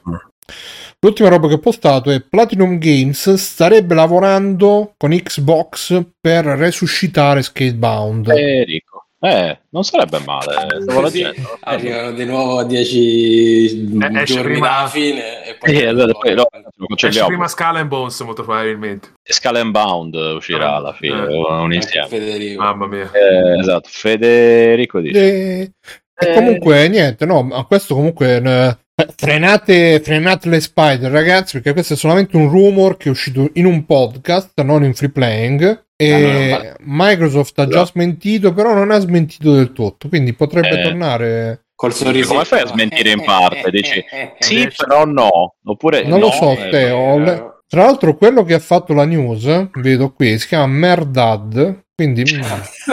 Speaker 1: L'ultima roba che ho postato è Platinum Games starebbe lavorando con Xbox per resuscitare Skatebound.
Speaker 5: Eh, Rico. Eh, non sarebbe male. eh, Stavo
Speaker 2: Sì, Ah,
Speaker 5: leggendo. Eh,
Speaker 2: sì. eh, Arrivano di nuovo a 10
Speaker 4: Eh, esce
Speaker 2: giorni
Speaker 4: prima-
Speaker 2: dalla fine e poi...
Speaker 5: Sì, allora poi no, lo
Speaker 4: Esce
Speaker 5: cancelliamo.
Speaker 4: prima Scala and Bones, molto probabilmente.
Speaker 5: Skull and Bound uscirà alla fine,
Speaker 4: Eh,
Speaker 5: un
Speaker 2: Anche
Speaker 5: insieme.
Speaker 2: Federico.
Speaker 4: Mamma mia.
Speaker 5: Eh, esatto, Federico dice.
Speaker 1: Eh, E comunque niente, no, ma questo comunque eh, frenate, frenate le spider ragazzi, perché questo è solamente un rumor che è uscito in un podcast, non in free playing. E
Speaker 5: Ah, no, no, vale.
Speaker 1: Microsoft ha già
Speaker 5: Allora.
Speaker 1: smentito, però non ha smentito del tutto, quindi potrebbe
Speaker 5: Eh.
Speaker 1: tornare.
Speaker 2: Col sorriso. Eh,
Speaker 5: Come fai a smentire in parte? Dici, Sì, però no. Oppure
Speaker 1: Non lo
Speaker 5: no,
Speaker 1: so,
Speaker 5: eh,
Speaker 1: Teo. ho le- Tra l'altro, quello che ha fatto la news, eh, vedo qui, si chiama Merdad. Quindi, *laughs*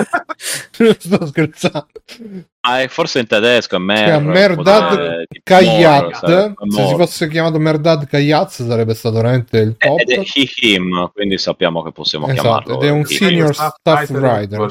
Speaker 1: mm, sto scherzando.
Speaker 5: Ah, è forse in tedesco è
Speaker 1: Si chiama
Speaker 5: mer,
Speaker 1: Cioè, Merdad
Speaker 5: eh, tipo mor,
Speaker 1: Kayat.
Speaker 5: sarebbe
Speaker 1: Se si
Speaker 5: mor.
Speaker 1: fosse chiamato Merdad Kayat sarebbe stato veramente il top.
Speaker 5: Eh, Ed è he him, quindi sappiamo che possiamo
Speaker 1: Esatto,
Speaker 5: chiamarlo.
Speaker 1: ed è un
Speaker 5: he-
Speaker 1: senior- staff writer.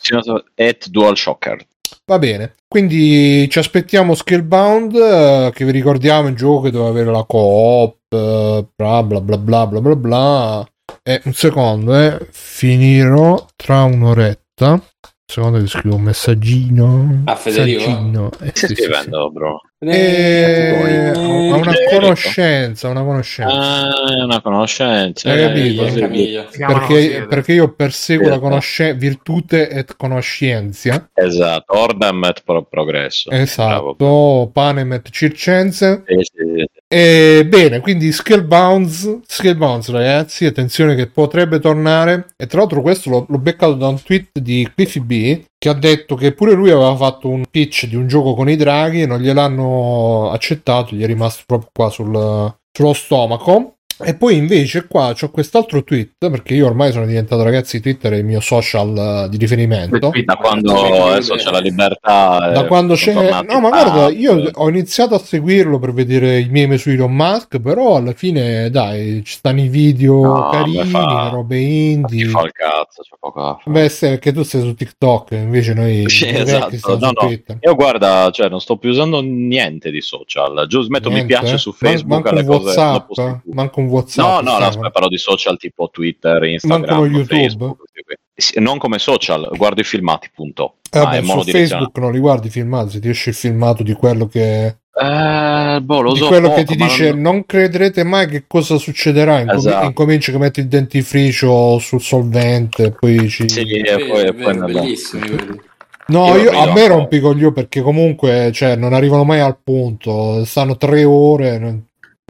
Speaker 5: senior at Dual Shocker.
Speaker 1: Va bene, quindi ci aspettiamo Scalebound, eh, che vi ricordiamo è un gioco che doveva avere la coop, eh, bla bla bla bla bla bla bla. E un secondo, eh, finirò tra un'oretta. Un secondo che scrivo un messaggino.
Speaker 2: A Federico?
Speaker 1: Messaggino. Eh,
Speaker 5: Stai
Speaker 1: sì, sì,
Speaker 5: scrivendo, bro.
Speaker 1: sì. Eh, a Eh, una
Speaker 5: Federico.
Speaker 1: conoscenza, a una conoscenza.
Speaker 5: Ah, è una conoscenza.
Speaker 1: Hai
Speaker 5: eh,
Speaker 1: capito?
Speaker 5: così.
Speaker 2: Camilla.
Speaker 1: Perché, perché io perseguo la
Speaker 5: Certo.
Speaker 1: conosce- virtute et conoscenza.
Speaker 5: Esatto, Ordem et pro- progresso. Certo, Bravo.
Speaker 1: Esatto, panem et circense.
Speaker 5: Sì, sì, sì.
Speaker 1: E bene, quindi skill bounce, skill bounce ragazzi, attenzione che potrebbe tornare. E tra l'altro questo l'ho, l'ho beccato da un tweet di Cliffy B che ha detto che pure lui aveva fatto un pitch di un gioco con i draghi e non gliel'hanno accettato, gli è rimasto proprio qua sul- sullo stomaco. E poi invece qua c'ho quest'altro tweet, perché io ormai sono diventato ragazzi Twitter il mio social eh, di riferimento.
Speaker 5: Da quando adesso c'è la libertà. eh,
Speaker 1: Da quando c'è.
Speaker 5: sono tornati eh.
Speaker 1: No, ma
Speaker 5: tanti.
Speaker 1: guarda, io ho iniziato a seguirlo per vedere i meme su Elon Musk, però alla fine, dai, ci stanno i video
Speaker 5: No,
Speaker 1: carini,
Speaker 5: beh, fa-
Speaker 1: le robe
Speaker 5: Chi
Speaker 1: indie.
Speaker 5: fa il cazzo, c'è poco da fare.
Speaker 1: Beh, sì, perché tu sei su TikTok, invece noi
Speaker 5: *laughs* Sì,
Speaker 1: i vecchi
Speaker 5: esatto,
Speaker 1: stiamo
Speaker 5: no,
Speaker 1: su
Speaker 5: no.
Speaker 1: Twitter.
Speaker 5: Io guarda, cioè, non sto più usando niente di social. Giusto metto mi
Speaker 1: Niente,
Speaker 5: piace
Speaker 1: eh.
Speaker 5: su
Speaker 1: Man-
Speaker 5: Facebook
Speaker 1: manco
Speaker 5: alle
Speaker 1: un
Speaker 5: cose
Speaker 1: WhatsApp,
Speaker 5: dopo sti-
Speaker 1: manco un WhatsApp.
Speaker 5: No, no, no,
Speaker 1: Stefano.
Speaker 5: aspetta, parlo di social tipo Twitter, Instagram,
Speaker 1: Mancano YouTube.
Speaker 5: Facebook, questi qui. Sì, non come social, guardo i filmati, punto.
Speaker 1: Eh,
Speaker 5: Ma
Speaker 1: vabbè,
Speaker 5: è
Speaker 1: su
Speaker 5: monodirezionale.
Speaker 1: Facebook non li guardi i filmati, se ti esce il filmato di quello che,
Speaker 5: Eh, boh, lo
Speaker 1: di
Speaker 5: so
Speaker 1: quello
Speaker 5: poco,
Speaker 1: che ti
Speaker 5: ma
Speaker 1: dice
Speaker 5: non-
Speaker 1: non crederete mai che cosa succederà. Incomi-
Speaker 5: Esatto.
Speaker 1: Incominci che metti il dentifricio sul solvente, poi ci...
Speaker 5: Sì,
Speaker 2: È
Speaker 5: e poi,
Speaker 2: vero,
Speaker 5: e
Speaker 2: è vero,
Speaker 5: poi ne abbiamo-
Speaker 2: bellissimi quelli.
Speaker 1: No,
Speaker 5: Io
Speaker 1: io,
Speaker 5: lo
Speaker 1: a
Speaker 5: vedo
Speaker 1: me
Speaker 5: ancora.
Speaker 1: rompi i coglioni perché comunque cioè, non arrivano mai al punto, stanno tre ore. non-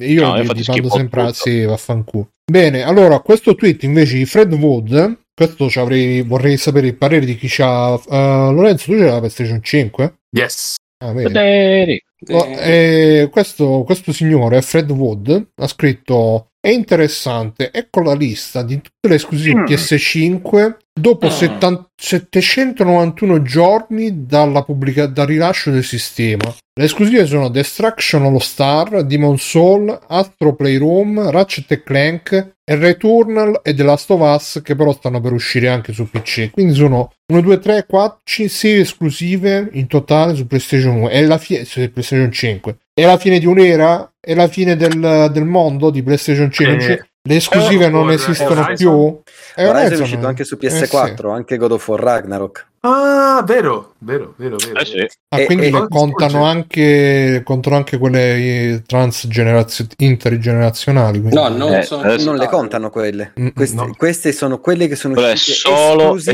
Speaker 1: Io
Speaker 5: No, io
Speaker 1: gli,
Speaker 5: faccio
Speaker 1: gli mando
Speaker 5: schifo
Speaker 1: sempre a
Speaker 5: tutto.
Speaker 1: sì, vaffanculo. Bene, allora questo tweet invece di Fred Wood Questo ci avrei- vorrei sapere il parere di chi c'ha. eh, Lorenzo, tu c'hai la PlayStation 5?
Speaker 4: Yes.
Speaker 1: Ah, bene.
Speaker 5: Vederi.
Speaker 1: Oh, eh, questo, questo signore, Fred Wood, ha scritto: È interessante, ecco la lista di tutte le esclusive
Speaker 2: Mm.
Speaker 1: PS5 dopo
Speaker 2: Ah.
Speaker 1: 70 791 giorni dalla pubblica- dal rilascio del sistema. Le esclusive sono Destruction All Star, Demon Soul, Astro Playroom, Ratchet e Clank, e Returnal e The Last of Us che però stanno per uscire anche su PC. Quindi sono 1, 2, 3, 4, 6 esclusive in totale su PlayStation 1 e la fine su PlayStation 5. È la fine di un'era? È la fine del, del mondo di PlayStation 5?
Speaker 4: Eh,
Speaker 1: Le esclusive non
Speaker 4: Horizon-
Speaker 1: esistono
Speaker 4: Horizon?
Speaker 1: più? È
Speaker 3: eh, Horizon è
Speaker 1: Horizon,
Speaker 3: uscito
Speaker 1: eh?
Speaker 3: anche su
Speaker 1: Eh, sì.
Speaker 3: PS4, anche God of War Ragnarok.
Speaker 4: Ah, vero, vero, vero, vero.
Speaker 5: Eh sì.
Speaker 1: Ah,
Speaker 3: E-
Speaker 1: quindi
Speaker 3: e-
Speaker 1: le contano anche, contano anche quelle eh, transgenerazio- intergenerazionali. quindi.
Speaker 2: No, non
Speaker 5: Eh,
Speaker 2: sono
Speaker 5: adesso-
Speaker 3: Non le contano quelle.
Speaker 1: Mm,
Speaker 3: Queste,
Speaker 4: no.
Speaker 3: queste sono quelle che sono
Speaker 5: Quelle
Speaker 3: uscite
Speaker 5: solo-
Speaker 3: esclusivamente,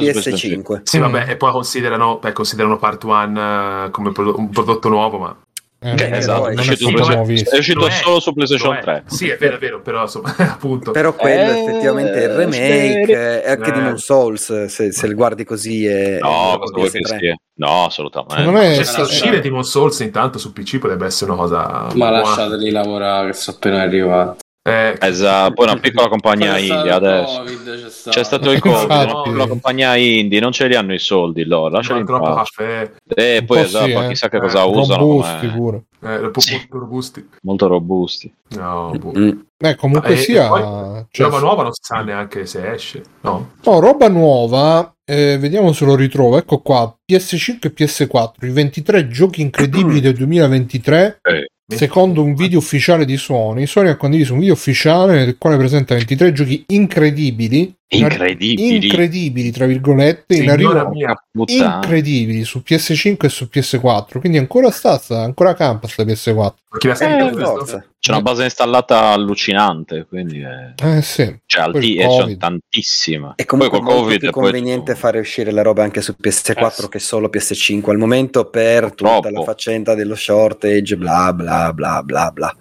Speaker 5: esclusivamente su
Speaker 3: su PS5.
Speaker 4: Sì,
Speaker 1: Mm.
Speaker 4: vabbè, e poi considerano, beh, considerano Part One eh, come pro- un prodotto nuovo, ma
Speaker 1: Eh,
Speaker 3: Beh,
Speaker 1: no,
Speaker 5: esatto,
Speaker 1: non
Speaker 3: è
Speaker 1: è
Speaker 5: uscito
Speaker 1: stato
Speaker 5: su-
Speaker 1: nuovissimo.
Speaker 5: È uscito
Speaker 4: Lo è,
Speaker 5: solo su PlayStation
Speaker 4: Lo è.
Speaker 5: 3.
Speaker 4: Sì, è vero, è vero, però insomma, *laughs* appunto.
Speaker 3: Però quello
Speaker 5: Eh,
Speaker 3: effettivamente è il
Speaker 5: speri-
Speaker 3: remake, eh, anche
Speaker 4: Eh.
Speaker 3: di Demon Souls, se, se li guardi così è...
Speaker 5: No,
Speaker 3: è
Speaker 5: cosa
Speaker 3: PS3.
Speaker 5: vuoi che sia? No, assolutamente.
Speaker 1: Secondo me-
Speaker 4: Cioè,
Speaker 1: Eh,
Speaker 4: se
Speaker 1: eh,
Speaker 4: uscire
Speaker 1: eh.
Speaker 4: Demon Souls intanto su PC potrebbe essere una cosa.
Speaker 2: Ma
Speaker 4: buona.
Speaker 2: lasciateli lavorare, che sono appena arrivati.
Speaker 4: Eh,
Speaker 5: Esatto, poi una piccola compagnia
Speaker 2: C'è stato
Speaker 5: indie
Speaker 2: il
Speaker 5: adesso.
Speaker 2: Covid, c'è stato,
Speaker 5: C'è stato il Covid,
Speaker 1: Infatti.
Speaker 5: una piccola compagnia indie, non ce li hanno i soldi loro, lasciali in
Speaker 4: troppo
Speaker 5: pace.
Speaker 4: caffè,
Speaker 5: E
Speaker 1: Un
Speaker 5: poi
Speaker 1: po'
Speaker 5: esatto,
Speaker 1: sì,
Speaker 5: poi
Speaker 1: eh.
Speaker 5: chissà che
Speaker 4: Eh,
Speaker 5: cosa usano,
Speaker 1: robusti
Speaker 5: ma
Speaker 1: pure.
Speaker 4: eh, un po'
Speaker 5: Sì.
Speaker 4: molto robusti.
Speaker 5: molto robusti.
Speaker 4: No, boh.
Speaker 3: Mm.
Speaker 1: Beh, comunque
Speaker 4: Eh,
Speaker 1: sia,
Speaker 4: e poi-
Speaker 1: cioè,
Speaker 4: roba nuova non si sa neanche se esce. No.
Speaker 1: no, roba nuova, eh, vediamo se lo ritrovo. Ecco qua, PS5 e PS4, i 23 giochi incredibili del 2023.
Speaker 5: Eh,
Speaker 1: Secondo un video ufficiale di Sony, Sony ha condiviso un video ufficiale nel quale presenta 23 giochi incredibili, in arri-
Speaker 5: Incredibili.
Speaker 1: incredibili tra virgolette, in
Speaker 4: Signora
Speaker 1: arrivo
Speaker 4: mia,
Speaker 5: Puttana.
Speaker 1: incredibili su PS5 e su PS4. Quindi ancora sta, sta- ancora campa sta PS4.
Speaker 4: chi la sente
Speaker 3: Eh,
Speaker 4: questo?
Speaker 3: forza.
Speaker 5: C'è una base installata allucinante, quindi è...
Speaker 1: Eh sì.
Speaker 5: cioè, al
Speaker 1: Poi il
Speaker 5: T- e sono
Speaker 1: Covid.
Speaker 5: tantissime.
Speaker 3: E comunque è
Speaker 5: poi col
Speaker 3: molto
Speaker 5: Covid
Speaker 3: più
Speaker 5: e poi
Speaker 3: conveniente
Speaker 5: tutto.
Speaker 3: fare uscire la roba anche su PS4
Speaker 5: Eh, sì.
Speaker 3: che solo PS5 al momento per tutta
Speaker 5: Purtroppo.
Speaker 3: la faccenda dello shortage, bla bla bla bla bla.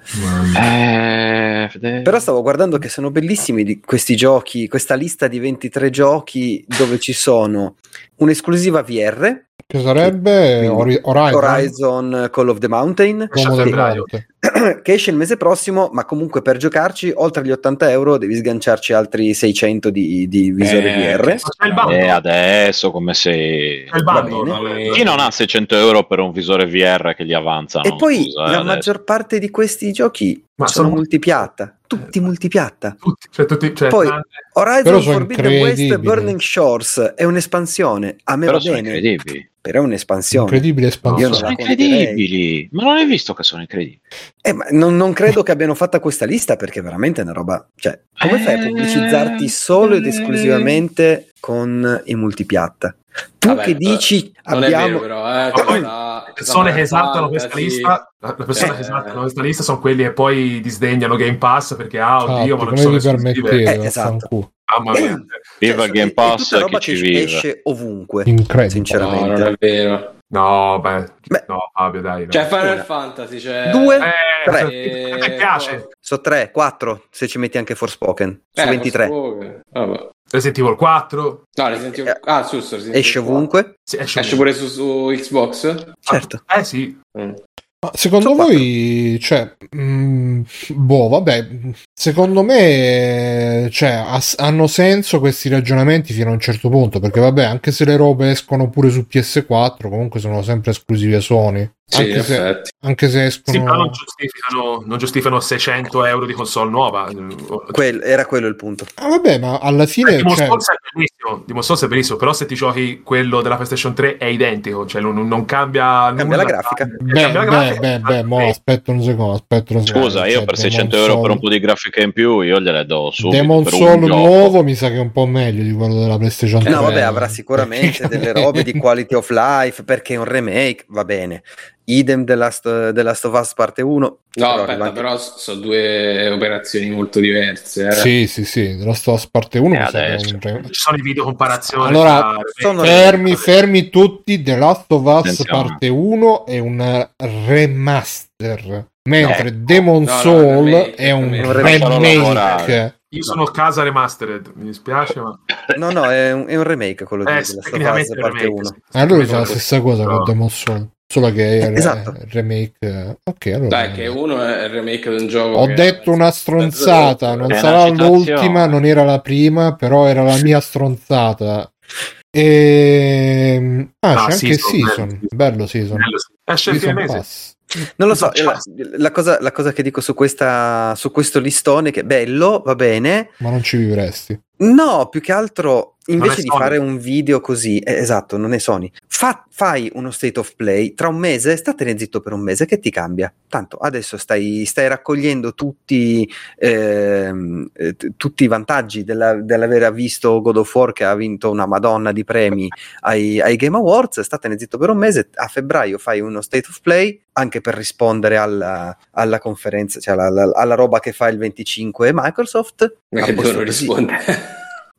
Speaker 5: Eh, fede-
Speaker 3: Però stavo guardando che sono bellissimi di- questi giochi, questa lista di 23 giochi dove ci sono un'esclusiva VR,
Speaker 1: Che sarebbe Ori- Horizon,
Speaker 3: Horizon Call of the Mountain,
Speaker 1: Uomo del
Speaker 4: Febbraio.
Speaker 1: Monte.
Speaker 3: che esce il mese prossimo, ma comunque per giocarci oltre agli 80 euro devi sganciarci altri 600 di, di visore
Speaker 2: Eh,
Speaker 3: VR.
Speaker 2: che
Speaker 4: C'è il bando.
Speaker 5: Eh, adesso come se...
Speaker 2: Eh,
Speaker 4: C'è il bando.
Speaker 3: Va
Speaker 2: bene.
Speaker 4: no?
Speaker 5: Chi non ha 600 euro per un visore VR che gli avanzano?
Speaker 3: E poi
Speaker 5: Scusa, eh,
Speaker 3: la
Speaker 5: adesso.
Speaker 3: maggior parte di questi giochi
Speaker 4: Ma
Speaker 3: sono,
Speaker 4: sono-
Speaker 3: multipiatta, tutti multipiatta.
Speaker 4: Tutti, cioè, tutti, cioè,
Speaker 3: Poi-
Speaker 4: tranne-
Speaker 1: Certo. Però
Speaker 3: Horizon
Speaker 1: sono
Speaker 3: Forbidden West
Speaker 1: incredibili.
Speaker 3: Burning Shores è un'espansione, a me
Speaker 5: Però
Speaker 3: va
Speaker 5: sono
Speaker 3: bene,
Speaker 5: incredibili.
Speaker 3: però è un'espansione.
Speaker 1: Incredibile
Speaker 3: Io
Speaker 1: espansione.
Speaker 3: non
Speaker 5: sono
Speaker 3: la
Speaker 5: incredibili. Ma non hai visto che sono incredibili?
Speaker 3: Eh, ma non, non credo che abbiano fatto questa lista perché veramente è una roba... Cioè, come fai a
Speaker 5: Eh,
Speaker 3: pubblicizzarti solo ed
Speaker 5: eh.
Speaker 3: esclusivamente con i multipiatta? Tu
Speaker 2: Vabbè,
Speaker 3: che dici
Speaker 2: Non
Speaker 3: abbiamo...
Speaker 2: è vero, però, eh,
Speaker 4: Ma Ah, poi
Speaker 2: cosa-
Speaker 4: Le persone
Speaker 2: cosa
Speaker 4: che esaltano
Speaker 2: pensate,
Speaker 4: questa
Speaker 2: sì.
Speaker 4: lista, la le persone
Speaker 2: Eh.
Speaker 4: che esaltano questa lista sono quelli che poi disdegnano Game Pass perché ah,
Speaker 1: Infatti,
Speaker 4: oddio, ma non
Speaker 1: Esatto, come
Speaker 4: sono
Speaker 1: vi
Speaker 4: esclusive.
Speaker 1: permettete?
Speaker 3: Eh, esatto.
Speaker 1: vaffanculo.
Speaker 4: Mamma mia.
Speaker 5: Viva
Speaker 3: Cioè,
Speaker 5: il
Speaker 3: è-
Speaker 5: Game
Speaker 3: è
Speaker 5: Pass
Speaker 3: tutta
Speaker 5: chi
Speaker 3: roba
Speaker 5: ci
Speaker 3: che
Speaker 5: vive.
Speaker 3: esce Cioè, ovunque,
Speaker 1: Incredibile.
Speaker 2: No,
Speaker 3: sinceramente.
Speaker 2: non è vero.
Speaker 4: No, beh,
Speaker 3: Beh.
Speaker 4: no, Fabio, dai. no.
Speaker 2: Cioè, Final
Speaker 3: Una.
Speaker 2: Fantasy, c'è...
Speaker 3: Due.
Speaker 4: Eh,
Speaker 3: Tre.
Speaker 4: cioè, a te piace.
Speaker 3: So 3, 4 se ci metti anche Forspoken su
Speaker 2: Eh,
Speaker 3: 23.
Speaker 2: Forspoken. Vabbè.
Speaker 4: Resident Evil 4
Speaker 2: No, Resident Evil-
Speaker 3: Eh,
Speaker 2: Ah, su, su, Resident
Speaker 3: Esce
Speaker 2: Evil qua.
Speaker 3: ovunque?
Speaker 4: sì, esce,
Speaker 2: Esce pure su, su Xbox?
Speaker 3: Certo.
Speaker 4: Eh sì,
Speaker 2: Mm.
Speaker 1: Ma secondo
Speaker 3: Sono
Speaker 1: voi, cioè, mm, boh, vabbè, secondo me, cioè, ha- hanno senso questi ragionamenti fino a un certo punto, perché vabbè, anche se le robe escono pure su PS4, comunque sono sempre esclusive Sony.
Speaker 2: Sì, in
Speaker 1: anche, se,
Speaker 2: effetti.
Speaker 1: anche se escono...
Speaker 4: Sì, però
Speaker 3: Mm.
Speaker 4: non giustificano, non giustificano 600 euro di console nuova. Cioè,
Speaker 3: Quel- era quello il punto.
Speaker 1: Ah, vabbè, ma alla fine...
Speaker 4: Demon
Speaker 1: cioè,
Speaker 4: Souls è bellissimo, Demon Souls è bellissimo, però se ti giochi quello della PlayStation 3 è identico, cioè non, non cambia
Speaker 3: Cambia
Speaker 4: nulla.
Speaker 3: la grafica.
Speaker 4: Eh,
Speaker 1: Beh,
Speaker 4: cambia la
Speaker 1: beh,
Speaker 4: grafica.
Speaker 1: beh,
Speaker 4: Cioè,
Speaker 1: beh, mo, aspetta un secondo, aspetta un secondo.
Speaker 5: Scusa, io
Speaker 1: cioè,
Speaker 5: per
Speaker 1: Demon
Speaker 5: 600 euro per
Speaker 1: Soul-
Speaker 5: un po' di grafica in più, io gliele do subito.
Speaker 1: Demon
Speaker 5: per un
Speaker 1: Soul
Speaker 5: gioco.
Speaker 1: nuovo mi sa che è un po' meglio di quello della
Speaker 4: Eh,
Speaker 1: PlayStation 3. *laughs*
Speaker 4: *laughs*
Speaker 3: No, vabbè, avrà sicuramente delle robe di quality of life perché è un remake, va bene. Idem The Last, The Last of Us parte 1. No,
Speaker 2: No, aspetta, però s- sono due operazioni molto diverse. eh.
Speaker 1: Sì, sì, sì, The Last of Us parte 1
Speaker 5: Eh, adesso.
Speaker 4: Ci sono i video comparazioni.
Speaker 1: Allora,
Speaker 4: tra-
Speaker 3: sono-
Speaker 1: Fermi, fermi tutti, The Last of Us
Speaker 5: Attenzione.
Speaker 1: parte 1 è un remaster, mentre Demon
Speaker 2: No, no,
Speaker 1: Soul
Speaker 2: remake,
Speaker 1: è un
Speaker 3: remake.
Speaker 5: Lascialo
Speaker 1: remake.
Speaker 5: lavorare.
Speaker 4: Io sono casa remastered, mi dispiace, ma...
Speaker 3: No, no, è un, è un remake quello di
Speaker 4: Eh,
Speaker 3: The Last of
Speaker 4: tecnicamente
Speaker 3: Us
Speaker 4: è
Speaker 3: parte
Speaker 4: remake,
Speaker 3: 1.
Speaker 4: sì.
Speaker 1: Allora c'è la stessa cosa
Speaker 4: No.
Speaker 1: con Demon Soul, solo che è il
Speaker 3: Esatto.
Speaker 1: remake. eh, Ok, allora.
Speaker 2: Dai, che uno è il remake di un gioco.
Speaker 1: Ho
Speaker 2: che-
Speaker 1: detto una stronzata, non
Speaker 5: È una
Speaker 1: sarà
Speaker 5: citazione.
Speaker 1: l'ultima, non era la prima, però era la mia stronzata. Ehm, Ah,
Speaker 4: Ah,
Speaker 1: c'è anche
Speaker 4: Season,
Speaker 1: Season,
Speaker 4: bello.
Speaker 1: bello Season.
Speaker 4: Esce il
Speaker 1: Season
Speaker 4: fine mese.
Speaker 1: Pass.
Speaker 3: Non lo so,
Speaker 4: Faccia-
Speaker 3: la, la cosa, la cosa che dico su, questa, su questo listone è che è bello, va bene.
Speaker 1: ma non ci vivresti.
Speaker 3: No, più che altro, invece
Speaker 4: è
Speaker 3: di
Speaker 4: Sony.
Speaker 3: fare un video così, eh, esatto, non è Sony, fa- fai uno state of play tra un mese, statene zitto per un mese, che ti cambia? Tanto adesso stai, stai raccogliendo tutti, ehm, eh, t- tutti i vantaggi della- dell'aver visto God of War che ha vinto una madonna di premi ai, ai Game Awards, statene zitto per un mese, a febbraio fai uno state of play anche per rispondere alla, alla conferenza, cioè alla, alla- alla roba che fa il 25 Microsoft.
Speaker 2: Ma
Speaker 3: A
Speaker 2: che
Speaker 3: posto
Speaker 2: Eh, devono
Speaker 3: così.
Speaker 2: *laughs* rispondere?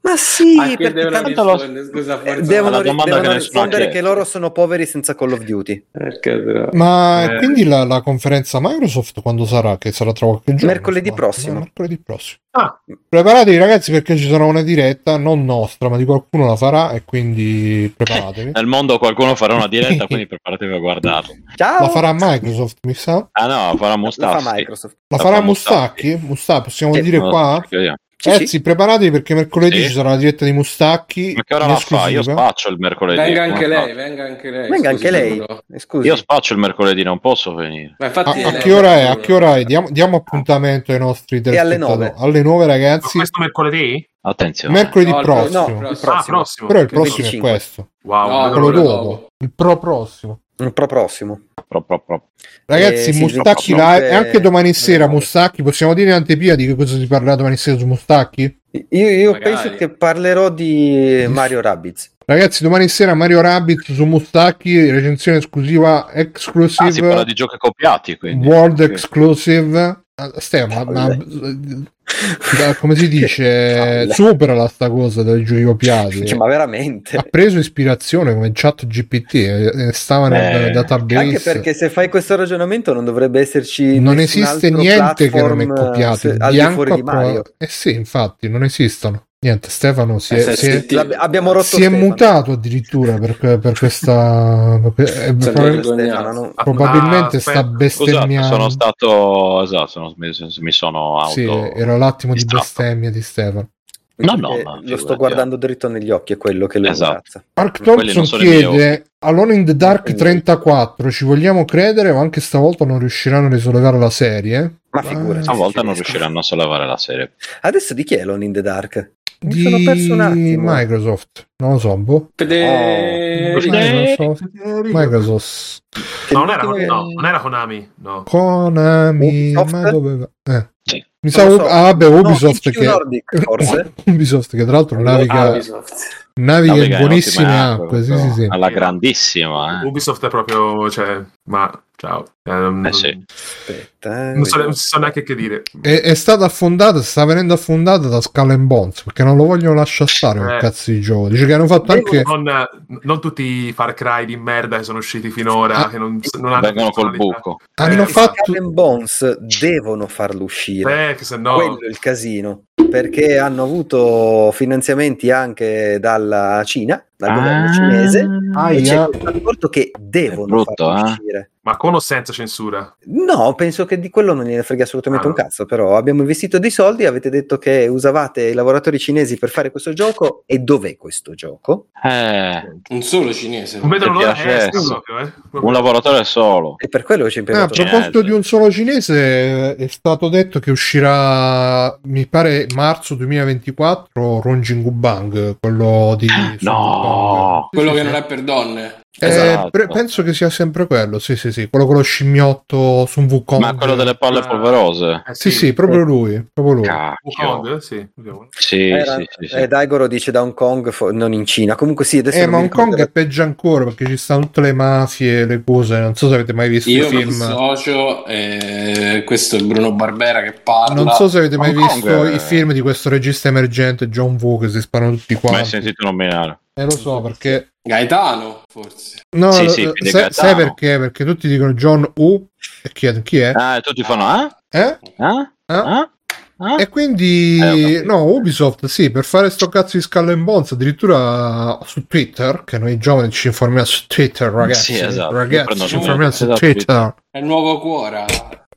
Speaker 3: Ma sì,
Speaker 2: Ah, che
Speaker 3: perché
Speaker 2: devono
Speaker 3: tanto
Speaker 5: tanto lo-
Speaker 2: rispondere, scusa,
Speaker 3: eh,
Speaker 2: forza.
Speaker 3: devono,
Speaker 5: alla
Speaker 3: ri- devono
Speaker 5: domanda che nessuno ha
Speaker 3: rispondere che
Speaker 5: chiesto.
Speaker 3: loro sono poveri senza Call of Duty.
Speaker 2: Perché però?
Speaker 1: Ma
Speaker 4: Eh.
Speaker 1: quindi la, la conferenza Microsoft quando sarà? Che sarà tra qualche giorno?
Speaker 3: Mercoledì
Speaker 1: insomma.
Speaker 3: prossimo.
Speaker 1: Eh, mercoledì prossimo.
Speaker 4: Ah.
Speaker 1: Preparatevi ragazzi perché ci sarà una diretta, non nostra, ma di qualcuno la farà e quindi preparatevi.
Speaker 5: Nel mondo qualcuno farà una
Speaker 1: *laughs*
Speaker 5: diretta, quindi preparatevi a guardarla.
Speaker 3: Ciao!
Speaker 1: La farà Microsoft, mi sa?
Speaker 5: Ah no, farà
Speaker 3: La fa
Speaker 5: Mustaffi.
Speaker 3: Microsoft.
Speaker 1: La
Speaker 5: La
Speaker 1: farà
Speaker 5: fa
Speaker 1: Mustacchi? Mustacchi, possiamo
Speaker 3: Sì.
Speaker 1: dire
Speaker 5: No,
Speaker 1: qua?
Speaker 5: perché io-
Speaker 3: Sì,
Speaker 1: eh
Speaker 3: sì.
Speaker 1: sì, preparatevi perché mercoledì
Speaker 5: Sì.
Speaker 1: ci sarà la diretta di Mustacchi.
Speaker 5: Ma che ora
Speaker 1: in
Speaker 5: la fa? Io
Speaker 1: esclusiva.
Speaker 5: spaccio il mercoledì.
Speaker 2: Venga
Speaker 5: come
Speaker 2: anche
Speaker 5: fa?
Speaker 2: lei, venga anche lei.
Speaker 3: Venga
Speaker 2: scusi,
Speaker 3: anche lei.
Speaker 2: Bruno.
Speaker 3: Eh, Scusi.
Speaker 5: Io spaccio il mercoledì, non posso venire.
Speaker 2: Ma infatti
Speaker 1: A, a
Speaker 2: lei-
Speaker 1: che ora è? A
Speaker 2: Bruno.
Speaker 1: che ora è? Diamo, diamo appuntamento ai nostri
Speaker 3: alle
Speaker 1: telespettatori.
Speaker 3: nove.
Speaker 1: Alle 9
Speaker 4: Ma
Speaker 1: ragazzi.
Speaker 4: questo mercoledì?
Speaker 5: Attenzione.
Speaker 1: Mercoledì
Speaker 2: No, il pro-
Speaker 1: prossimo.
Speaker 3: No, il
Speaker 4: Ah,
Speaker 3: prossimo.
Speaker 4: prossimo.
Speaker 1: Però il
Speaker 3: Mercoledì
Speaker 1: prossimo è
Speaker 3: 25.
Speaker 1: questo.
Speaker 4: Wow,
Speaker 2: No,
Speaker 4: allora-
Speaker 1: quello
Speaker 2: allora
Speaker 1: dopo.
Speaker 2: dopo.
Speaker 1: Il pro prossimo.
Speaker 3: Un Mm, pro prossimo.
Speaker 5: Pro, pro, pro.
Speaker 1: Ragazzi,
Speaker 3: Eh, sì,
Speaker 1: Mustacchi
Speaker 3: no,
Speaker 1: live.
Speaker 3: eh,
Speaker 1: E anche domani sera,
Speaker 3: vediamo.
Speaker 1: Mustacchi. Possiamo dire in anteprima di che cosa si parlerà domani sera su Mustacchi?
Speaker 3: Io, io
Speaker 2: Magari.
Speaker 3: penso che parlerò di Mario Rabbids.
Speaker 1: Ragazzi, domani sera Mario Rabbit su Mustacchi, recensione esclusiva,
Speaker 5: Ah, si
Speaker 1: exclusive,
Speaker 5: parla di giochi copiati, quindi.
Speaker 1: world
Speaker 5: Sì.
Speaker 1: exclusive. Ah, Ste, ma, ma- *laughs* da- come si dice?
Speaker 3: Palle.
Speaker 1: Supera la sta cosa dei giochi copiati.
Speaker 3: Cioè, ma veramente.
Speaker 1: Ha preso ispirazione come chat GPT, eh, eh, stava nel
Speaker 5: Eh,
Speaker 1: database.
Speaker 3: Anche perché se fai questo ragionamento non dovrebbe esserci
Speaker 1: non
Speaker 3: nessun
Speaker 1: esiste
Speaker 3: altro
Speaker 1: niente che non è
Speaker 3: platform, eh,
Speaker 1: copiato.
Speaker 3: se-
Speaker 1: Il
Speaker 3: al di
Speaker 1: bianco
Speaker 3: fuori di
Speaker 1: ha prova-
Speaker 3: Mario.
Speaker 1: Eh sì, infatti, non esistono. Niente, Stefano si
Speaker 2: Eh,
Speaker 1: è,
Speaker 2: se-
Speaker 1: si è-
Speaker 2: se-
Speaker 3: L'abbi- abbiamo rotto
Speaker 1: si è
Speaker 3: Stefano.
Speaker 1: mutato addirittura per, que- per questa... per que- eh,
Speaker 2: Cioè,
Speaker 1: proba-
Speaker 2: vergogna.
Speaker 3: Stefano, no?
Speaker 1: probabilmente
Speaker 4: Ah,
Speaker 1: sta
Speaker 4: aspetta.
Speaker 5: Scusate,
Speaker 1: bestemmiando.
Speaker 5: sono stato. Esatto, sono- mi, mi sono auto.
Speaker 1: Sì, era l'attimo di
Speaker 5: distratto.
Speaker 1: bestemmia di Stefano.
Speaker 5: No, no,
Speaker 3: Eh,
Speaker 5: ma
Speaker 3: lo sto
Speaker 5: figurati,
Speaker 3: guardando dritto negli occhi, è quello che lo
Speaker 5: Esatto.
Speaker 3: imbarazza.
Speaker 1: Mark
Speaker 5: Quelli non
Speaker 1: Thompson
Speaker 5: sono i miei
Speaker 1: chiede Alone in the Dark 34 ci vogliamo credere o anche stavolta non riusciranno a risollevare la serie?
Speaker 3: Ma figurati.
Speaker 1: Ah,
Speaker 5: Stavolta non
Speaker 3: Sì, sì.
Speaker 5: riusciranno a sollevare la serie.
Speaker 3: Adesso di chi è Lone in the Dark? Mi
Speaker 1: di
Speaker 3: sono perso un attimo.
Speaker 1: Microsoft, non lo so, boh.
Speaker 2: Pede-
Speaker 3: Oh.
Speaker 4: eh,
Speaker 1: Microsoft. Microsoft.
Speaker 3: Che
Speaker 4: No, non era,
Speaker 3: l'ultimo
Speaker 4: no, non era Konami, no.
Speaker 1: Konami,
Speaker 3: Ubisoft?
Speaker 1: ma doveva... Eh.
Speaker 5: Sì.
Speaker 1: Mi sa
Speaker 3: Non lo
Speaker 1: Ub-
Speaker 3: so.
Speaker 1: ah, vabbè,
Speaker 3: No,
Speaker 1: Ubisoft
Speaker 3: THQ
Speaker 1: che... *laughs*
Speaker 3: Nordic, forse.
Speaker 1: Ubisoft che tra l'altro naviga,
Speaker 2: Ah, Ubisoft.
Speaker 1: naviga
Speaker 5: Naviga
Speaker 1: in
Speaker 5: in
Speaker 1: buonissime
Speaker 5: ottime
Speaker 1: acque, sì, sì,
Speaker 5: proprio.
Speaker 1: sì.
Speaker 5: Alla grandissima, eh.
Speaker 4: Ubisoft è proprio, cioè, ma ciao. Ehm,
Speaker 5: Eh sì.
Speaker 3: Aspetta, eh,
Speaker 4: Non so, non
Speaker 3: vediamo.
Speaker 4: so neanche che dire.
Speaker 1: È, è stata affondata, sta venendo affondata da Skull and Bones, perché non lo vogliono lasciare stare quel
Speaker 4: Eh.
Speaker 1: cazzo di gioco. Dice che hanno fatto anche...
Speaker 4: Non, non tutti i Far Cry di merda che sono usciti finora,
Speaker 1: Ah.
Speaker 4: che non, non hanno
Speaker 5: Vengono col
Speaker 4: personalità.
Speaker 5: buco.
Speaker 1: Hanno
Speaker 4: eh,
Speaker 3: I
Speaker 1: fatto...
Speaker 3: Skull and Bones devono farlo uscire.
Speaker 4: Eh, che se no...
Speaker 3: Quello è il casino, perché hanno avuto finanziamenti anche dalla Cina, dal governo cinese.
Speaker 1: Ah,
Speaker 3: E c'è
Speaker 1: Aia.
Speaker 3: questo accordo che devono
Speaker 5: brutto,
Speaker 3: farlo
Speaker 5: eh.
Speaker 3: uscire.
Speaker 4: Ma con o senza censura?
Speaker 3: No, penso che di quello non gliene frega assolutamente
Speaker 4: Ah.
Speaker 3: un cazzo, però abbiamo investito dei soldi, avete detto che usavate i lavoratori cinesi per fare questo gioco e dov'è questo gioco?
Speaker 5: Eh,
Speaker 2: Un solo cinese.
Speaker 4: Non vedono
Speaker 5: Che
Speaker 4: l'ora
Speaker 5: piace
Speaker 4: eh, sì,
Speaker 5: esso.
Speaker 4: proprio, eh.
Speaker 5: un lavoratore solo.
Speaker 3: E per quello ci
Speaker 1: Ah, a
Speaker 3: impiegato.
Speaker 5: Cioè,
Speaker 1: proposito di un solo cinese, eh, è stato detto che uscirà, mi pare, marzo 2024 Ronjin Gubang, quello di...
Speaker 5: No!
Speaker 1: Sì,
Speaker 3: *gasps*
Speaker 2: Quello
Speaker 1: sì,
Speaker 2: che
Speaker 1: sì.
Speaker 2: non è per donne.
Speaker 1: Eh,
Speaker 5: Esatto.
Speaker 1: pre- penso che sia sempre quello, sì, sì, sì, quello con lo scimmiotto su un Wukong.
Speaker 5: Ma quello delle palle
Speaker 4: Ah.
Speaker 5: polverose.
Speaker 4: Eh,
Speaker 1: Sì, sì, proprio lui, proprio lui.
Speaker 5: Cacchio.
Speaker 4: Wukong, sì. vediamo.
Speaker 5: Sì,
Speaker 3: Era-
Speaker 5: sì, sì, sì.
Speaker 3: eh, Daigoro dice da Hong Kong, fo- non in Cina. Comunque sì, adesso
Speaker 1: Eh,
Speaker 3: non
Speaker 1: ma
Speaker 3: mi
Speaker 1: Hong
Speaker 3: ricordo
Speaker 1: Kong è
Speaker 3: perché-
Speaker 1: peggio ancora perché ci stanno tutte le mafie, le cose. Non so se avete mai visto
Speaker 2: Io
Speaker 1: i
Speaker 2: mi
Speaker 1: film.
Speaker 2: socio, eh, questo è Bruno Barbera che parla.
Speaker 1: Non so se avete mai
Speaker 5: Hong Kong
Speaker 1: visto
Speaker 5: è-
Speaker 1: i film di questo regista emergente John Woo che si sparano tutti
Speaker 5: Mi hai
Speaker 1: quanti.
Speaker 5: sentito nominare.
Speaker 1: Eh, lo so perché.
Speaker 2: Gaetano, forse.
Speaker 1: No,
Speaker 5: Sì,
Speaker 1: lo-
Speaker 5: sì, quindi
Speaker 1: sai-
Speaker 5: Gaetano.
Speaker 1: sai perché? Perché tutti dicono John Woo e chi è? Chi è?
Speaker 5: Ah, e tutti fanno, eh?
Speaker 1: Eh?
Speaker 5: Eh?
Speaker 1: Eh?
Speaker 5: Eh? Eh?
Speaker 1: E quindi,
Speaker 5: *laughs* Eh, ho capito.
Speaker 1: no, Ubisoft sì, per fare sto cazzo di Skull and Bones, addirittura su Twitter, che noi giovani ci informiamo su Twitter, ragazzi.
Speaker 5: Sì, esatto. Io
Speaker 1: Ragazzi,
Speaker 5: prendo
Speaker 1: ci
Speaker 5: il
Speaker 1: informiamo
Speaker 5: nome,
Speaker 1: su
Speaker 5: esatto,
Speaker 1: Twitter.
Speaker 2: È il nuovo cuore.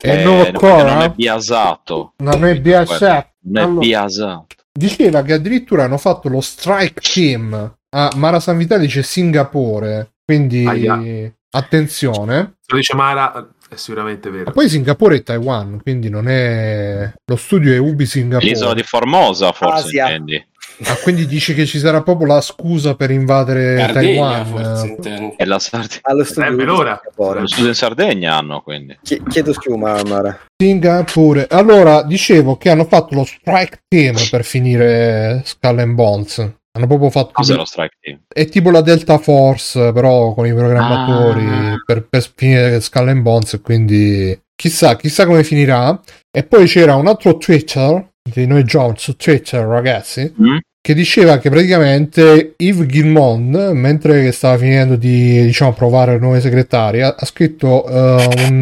Speaker 1: E
Speaker 5: Eh,
Speaker 1: non
Speaker 5: no, perché Non è
Speaker 1: ancora?
Speaker 5: biasato.
Speaker 1: Non è biasato.
Speaker 5: Non
Speaker 1: Eh,
Speaker 5: è
Speaker 1: certo. Allora-
Speaker 5: biasato.
Speaker 1: Diceva che addirittura hanno fatto lo strike team a Mara San Vitale, dice Singapore, quindi
Speaker 4: Aia.
Speaker 1: attenzione.
Speaker 4: Se lo dice Mara, è sicuramente vero.
Speaker 1: E poi Singapore e Taiwan, quindi non è... Lo studio è Ubi Singapore.
Speaker 5: L'isola di Formosa, forse
Speaker 3: Asia.
Speaker 5: intendi.
Speaker 1: Ah, quindi dici che ci sarà proprio la scusa per invadere
Speaker 2: Cardegna,
Speaker 1: Taiwan? eh.
Speaker 2: forse. intendo.
Speaker 5: È la Sardegna.
Speaker 3: allo studio
Speaker 4: Eh,
Speaker 3: di
Speaker 4: per ora.
Speaker 3: Singapore.
Speaker 5: Lo studio in Sardegna hanno, quindi.
Speaker 3: Chie- Chiedo schiuma, Mara.
Speaker 1: Singapore. Allora, dicevo che hanno fatto lo strike team per finire Skull and Bones. Hanno proprio fatto...
Speaker 5: Cos'è lo strike team?
Speaker 1: È tipo la Delta Force, però con i programmatori
Speaker 5: Ah.
Speaker 1: per, per finire Skull and Bones. Quindi chissà, chissà come finirà. E poi c'era un altro Twitter di noi giovani su Twitter, ragazzi,
Speaker 5: Mm?
Speaker 1: che diceva che praticamente Yves Guillemond, mentre che stava finendo di diciamo, provare il nuovo segretario, ha- ha scritto eh, un,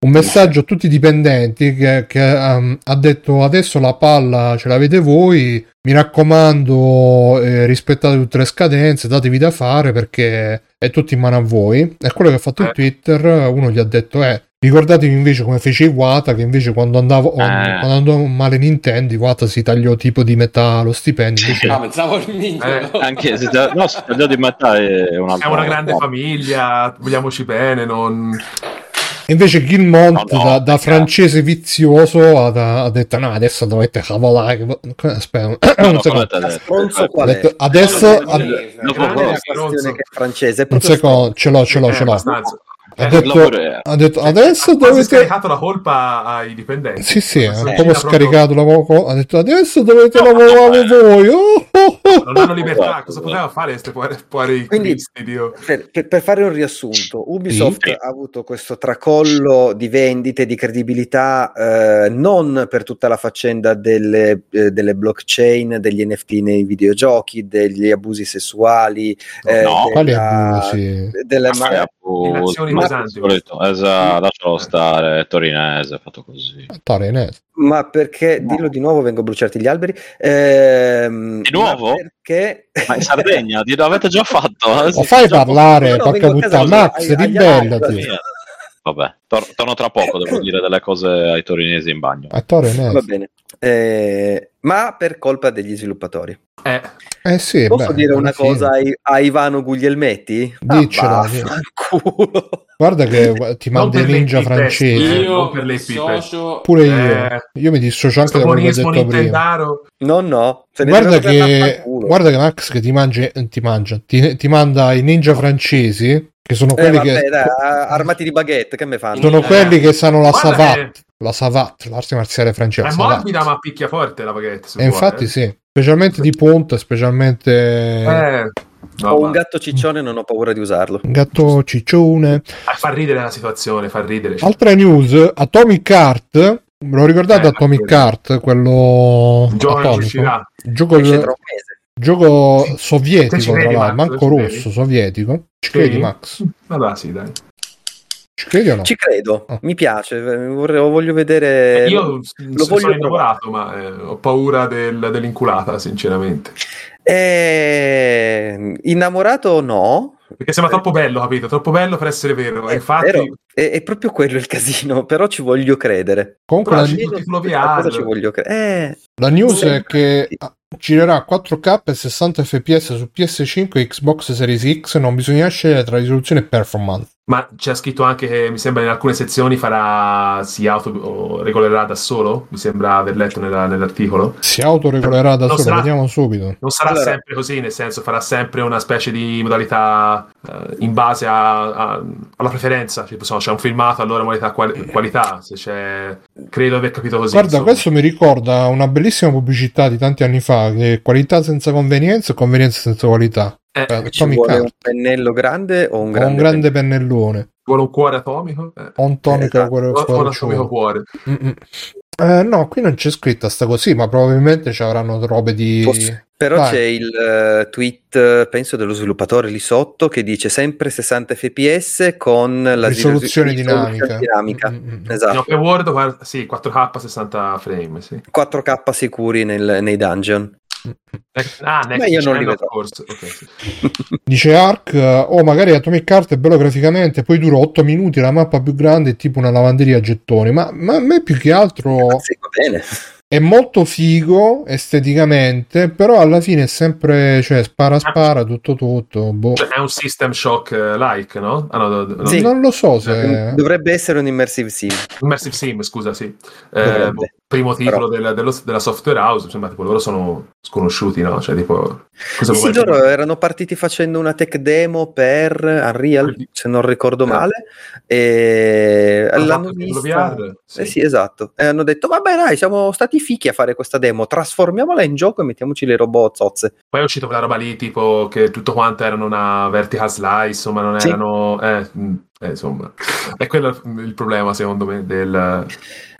Speaker 1: un messaggio a tutti i dipendenti che, che, ehm, ha detto adesso la palla ce l'avete voi, mi raccomando eh, rispettate tutte le scadenze, datevi da fare perché è tutto in mano a voi. E quello che ha fatto il
Speaker 4: Eh.
Speaker 1: Twitter, uno gli ha detto eh, ricordatevi invece come fece Iwata che invece quando andavo,
Speaker 5: Eh.
Speaker 1: quando andò male Nintendo Iwata si tagliò tipo di metà lo stipendio. invece-
Speaker 2: Ah, pensavo al mingolo.
Speaker 5: Eh, Anche se da- no, se da di metà è un'altra
Speaker 4: Siamo una grande
Speaker 5: roba.
Speaker 4: famiglia, vogliamoci bene, non...
Speaker 1: Invece Gilmont
Speaker 5: No, no,
Speaker 1: da, da
Speaker 5: perché-
Speaker 1: francese vizioso ha, ha detto no adesso dovete cavolare aspetta
Speaker 5: No,
Speaker 1: un
Speaker 5: no,
Speaker 1: secondo
Speaker 5: quello è tedesco.
Speaker 3: Stronzo
Speaker 1: Ha
Speaker 3: qual è?
Speaker 1: detto, adesso
Speaker 2: No, no, no,
Speaker 1: ad-
Speaker 5: Dopo
Speaker 4: Grande
Speaker 5: cosa?
Speaker 3: la
Speaker 4: stronzo.
Speaker 3: questione che è francese. È
Speaker 1: un
Speaker 3: proprio
Speaker 1: secondo ce l'ho ce l'ho
Speaker 4: Eh,
Speaker 1: ce l'ho
Speaker 4: abbastanza.
Speaker 1: ha
Speaker 4: Eh,
Speaker 1: detto,
Speaker 5: lavoro-
Speaker 1: ha detto
Speaker 4: ha
Speaker 1: adesso
Speaker 4: quasi
Speaker 1: dovete
Speaker 4: scaricato la colpa ai dipendenti.
Speaker 1: sì sì ha
Speaker 4: Una
Speaker 1: proprio
Speaker 4: sorgina
Speaker 1: scaricato la poco ha detto adesso dovete
Speaker 5: No,
Speaker 1: lavorare
Speaker 5: eh.
Speaker 1: voi oh, oh, oh.
Speaker 4: Non hanno libertà,
Speaker 5: Esatto,
Speaker 4: cosa
Speaker 5: esatto.
Speaker 4: poteva fare queste povere poveri
Speaker 3: Quindi-
Speaker 4: cristi, Dio.
Speaker 3: Per, Cioè, per- per fare un riassunto, Ubisoft
Speaker 5: Sì.
Speaker 3: ha avuto questo tracollo di vendite, di credibilità, eh, non per tutta la faccenda delle, eh, delle blockchain, degli NFT nei videogiochi, degli abusi sessuali, eh,
Speaker 5: No.
Speaker 1: quali
Speaker 3: della-
Speaker 1: abusi
Speaker 3: delle
Speaker 5: Ma
Speaker 3: ma-
Speaker 4: Azioni
Speaker 5: ma-
Speaker 4: pesanti,
Speaker 5: solito-
Speaker 1: Mm.
Speaker 5: esatto, lascialo
Speaker 4: Eh.
Speaker 5: stare, è torinese, è fatto così. Di
Speaker 1: Torinese.
Speaker 3: ma perché, dillo di nuovo, vengo a bruciarti gli alberi. Ehm,
Speaker 5: Di nuovo?
Speaker 3: ma Perché... *laughs*
Speaker 5: Ma in Sardegna, di- l'avete già fatto? Eh,
Speaker 1: Ma fai parlare,
Speaker 3: No, no,
Speaker 1: porca
Speaker 3: vengo a casa
Speaker 1: puttana,
Speaker 3: così,
Speaker 1: Max,
Speaker 3: agli- agli
Speaker 1: ribellati.
Speaker 3: altri.
Speaker 5: Vabbè, tor- torno tra poco, devo dire delle cose ai torinesi in bagno.
Speaker 1: A Torinese.
Speaker 3: Va bene. Eh, ma per colpa degli sviluppatori.
Speaker 4: Eh,
Speaker 1: Eh sì,
Speaker 3: Posso
Speaker 1: beh,
Speaker 3: dire
Speaker 1: alla
Speaker 3: una
Speaker 1: fine.
Speaker 3: cosa a, I- a Ivano Guglielmetti?
Speaker 1: Diccela,
Speaker 3: Ah,
Speaker 1: sì.
Speaker 3: vaffanculo.
Speaker 1: Guarda che gu- ti
Speaker 4: Non
Speaker 1: manda i
Speaker 4: per le
Speaker 1: ninja
Speaker 4: pipe,
Speaker 1: francesi.
Speaker 4: eh,
Speaker 2: Io
Speaker 4: non per le
Speaker 2: mi
Speaker 4: pipe.
Speaker 2: socio...
Speaker 1: Pure
Speaker 4: Eh,
Speaker 1: io. Io mi dissocio anche
Speaker 4: questo
Speaker 1: da quello che ho
Speaker 4: buonismo
Speaker 1: detto prima.
Speaker 4: nintendaro.
Speaker 3: No, no. se ne
Speaker 1: Guarda
Speaker 3: deve andare a
Speaker 1: che,
Speaker 3: fanculo.
Speaker 1: guarda che Max che ti mangia, eh, ti, mangia ti, ti manda i ninja francesi, che sono
Speaker 3: Eh,
Speaker 1: quelli
Speaker 3: vabbè,
Speaker 1: che...
Speaker 3: dai, a- armati di baguette, che me fanno?
Speaker 1: Sono
Speaker 2: Eh.
Speaker 1: quelli che sanno la
Speaker 4: Guarda
Speaker 1: savate,
Speaker 4: che-
Speaker 1: la savate, l'arte marziale francese. la
Speaker 4: È
Speaker 1: savate.
Speaker 4: morbida ma picchia forte la baguette. se
Speaker 1: E
Speaker 4: vuole,
Speaker 1: esatto. infatti
Speaker 4: eh.
Speaker 1: sì, specialmente di punta, specialmente
Speaker 4: Eh, no,
Speaker 3: Ho un
Speaker 4: ma-
Speaker 3: gatto ciccione e non ho paura di usarlo.
Speaker 1: gatto ciccione.
Speaker 4: Ah, fa ridere la situazione, fa ridere.
Speaker 1: Altra news, Atomic Heart, ve lo ricordate
Speaker 4: Eh,
Speaker 1: Atomic
Speaker 4: quello.
Speaker 1: Heart, quello
Speaker 4: Un giorno non
Speaker 1: atomico?
Speaker 4: uscirà.
Speaker 1: Gioco,
Speaker 3: Esce tra un mese.
Speaker 1: gioco
Speaker 4: Sì. Se ci
Speaker 1: sovietico, tra
Speaker 4: credi,
Speaker 1: l'altro,
Speaker 4: Max,
Speaker 1: manco
Speaker 4: se ci credi.
Speaker 1: russo, sovietico. Ci
Speaker 4: Sì.
Speaker 1: credi Max?
Speaker 4: Ma va, sì, dai.
Speaker 1: Ci credi o no?
Speaker 3: Ci credo,
Speaker 1: Ah.
Speaker 3: mi piace, eh, vorrei- voglio vedere...
Speaker 4: Io
Speaker 3: Eh, lo
Speaker 4: s-
Speaker 3: voglio
Speaker 4: sono innamorato, ma eh, ho paura del- dell'inculata, sinceramente.
Speaker 3: Eh, innamorato no,
Speaker 4: Perché sembra troppo bello, capito? Troppo bello per essere vero.
Speaker 3: è,
Speaker 4: Infatti,
Speaker 3: Eh. vero, è, è proprio quello il casino, però ci voglio credere.
Speaker 1: Comunque la,
Speaker 4: Però sì.
Speaker 3: Almeno
Speaker 4: titolo
Speaker 3: su questa
Speaker 4: VR.
Speaker 3: cosa ci voglio credere. Eh,
Speaker 1: la news è
Speaker 3: Sì.
Speaker 1: che ah, girerà 4K e 60 fps su PS5 e Xbox Series X, non bisognerà scegliere tra risoluzione e performance.
Speaker 4: Ma c'è scritto anche che mi sembra in alcune sezioni farà si auto o regolerà da solo. Mi sembra aver letto nella- nell'articolo.
Speaker 1: Si autoregolerà da
Speaker 4: Non
Speaker 1: solo,
Speaker 4: sarà-
Speaker 1: vediamo subito.
Speaker 4: Non sarà
Speaker 3: Allora-
Speaker 4: sempre così, nel senso farà sempre una specie di modalità eh, in base a- a- alla preferenza. Tipo, so, c'è un filmato, allora modalità qual- qualità. Se c'è... Credo aver capito così.
Speaker 1: Guarda,
Speaker 4: insomma.
Speaker 1: questo mi ricorda una bellissima pubblicità di tanti anni fa, che è qualità senza convenienza e convenienza senza qualità.
Speaker 4: Eh,
Speaker 1: Eh,
Speaker 3: Ci
Speaker 1: Tommy
Speaker 3: vuole un
Speaker 1: Cart,
Speaker 3: pennello grande o un
Speaker 1: ho
Speaker 3: grande,
Speaker 1: un grande pennellone,
Speaker 4: vuole un cuore atomico? Eh.
Speaker 1: ho un tonico
Speaker 3: Esatto.
Speaker 1: cuore-
Speaker 4: Un- un atomico
Speaker 1: cuoriciolo.
Speaker 4: cuore.
Speaker 1: Mm-mm. Mm, Eh, no, qui non c'è scritta sta così, ma probabilmente ci avranno robe di...
Speaker 3: Poss- Però
Speaker 1: Vai.
Speaker 3: c'è il eh, tweet, eh, penso, dello sviluppatore lì sotto che dice sempre 60 fps con la
Speaker 1: risoluzione
Speaker 3: riso-
Speaker 1: dinamica. Mm,
Speaker 3: risoluzione dinamica.
Speaker 1: Mm-mm.
Speaker 3: Esatto.
Speaker 4: No, per Word, guarda, sì, 4K 60 frame, sì.
Speaker 3: 4K sicuri nel- nei dungeon.
Speaker 4: Eh, Ah, next
Speaker 3: Ma io non li
Speaker 4: Gen, of
Speaker 3: vedrò.
Speaker 4: course. Ok, sì.
Speaker 1: Dice Ark, eh, oh magari Atomic Heart è bello graficamente, poi dura 8 minuti, la mappa più grande è tipo una lavanderia a gettoni, ma, ma a me più che altro
Speaker 3: Ah, Sì, va bene.
Speaker 1: è molto figo esteticamente, però alla fine è sempre, cioè, spara spara, tutto tutto, boh.
Speaker 4: Cioè, è un System Shock eh, like, no? Ah, no, no, no,
Speaker 3: Sì.
Speaker 1: Non lo so se...
Speaker 3: Mm, Dovrebbe essere un immersive sim.
Speaker 4: Immersive Sim, scusa, sì. Eh,
Speaker 3: Dovrebbe.
Speaker 4: boh, primo
Speaker 3: Però.
Speaker 4: titolo della, dello- della software house, insomma, tipo, loro sono sconosciuti, no? Cioè, tipo... Cosa
Speaker 3: Sì,
Speaker 4: vuoi-
Speaker 3: loro eh, erano partiti facendo una tech demo per Unreal, se non ricordo
Speaker 4: Eh.
Speaker 3: male, e
Speaker 4: Hanno
Speaker 3: l'hanno
Speaker 4: Ah, fatto il titolo
Speaker 3: vista.
Speaker 4: VR? Sì.
Speaker 3: Eh sì, esatto. E hanno detto, vabbè dai, siamo stati fichi a fare questa demo, trasformiamola in gioco e mettiamoci le robot zozze.
Speaker 4: Poi è uscito quella roba lì, tipo, che tutto quanto erano una vertical slice, insomma, non
Speaker 3: Sì.
Speaker 4: erano... eh, mm, eh, insomma, è quello il problema, secondo me, del...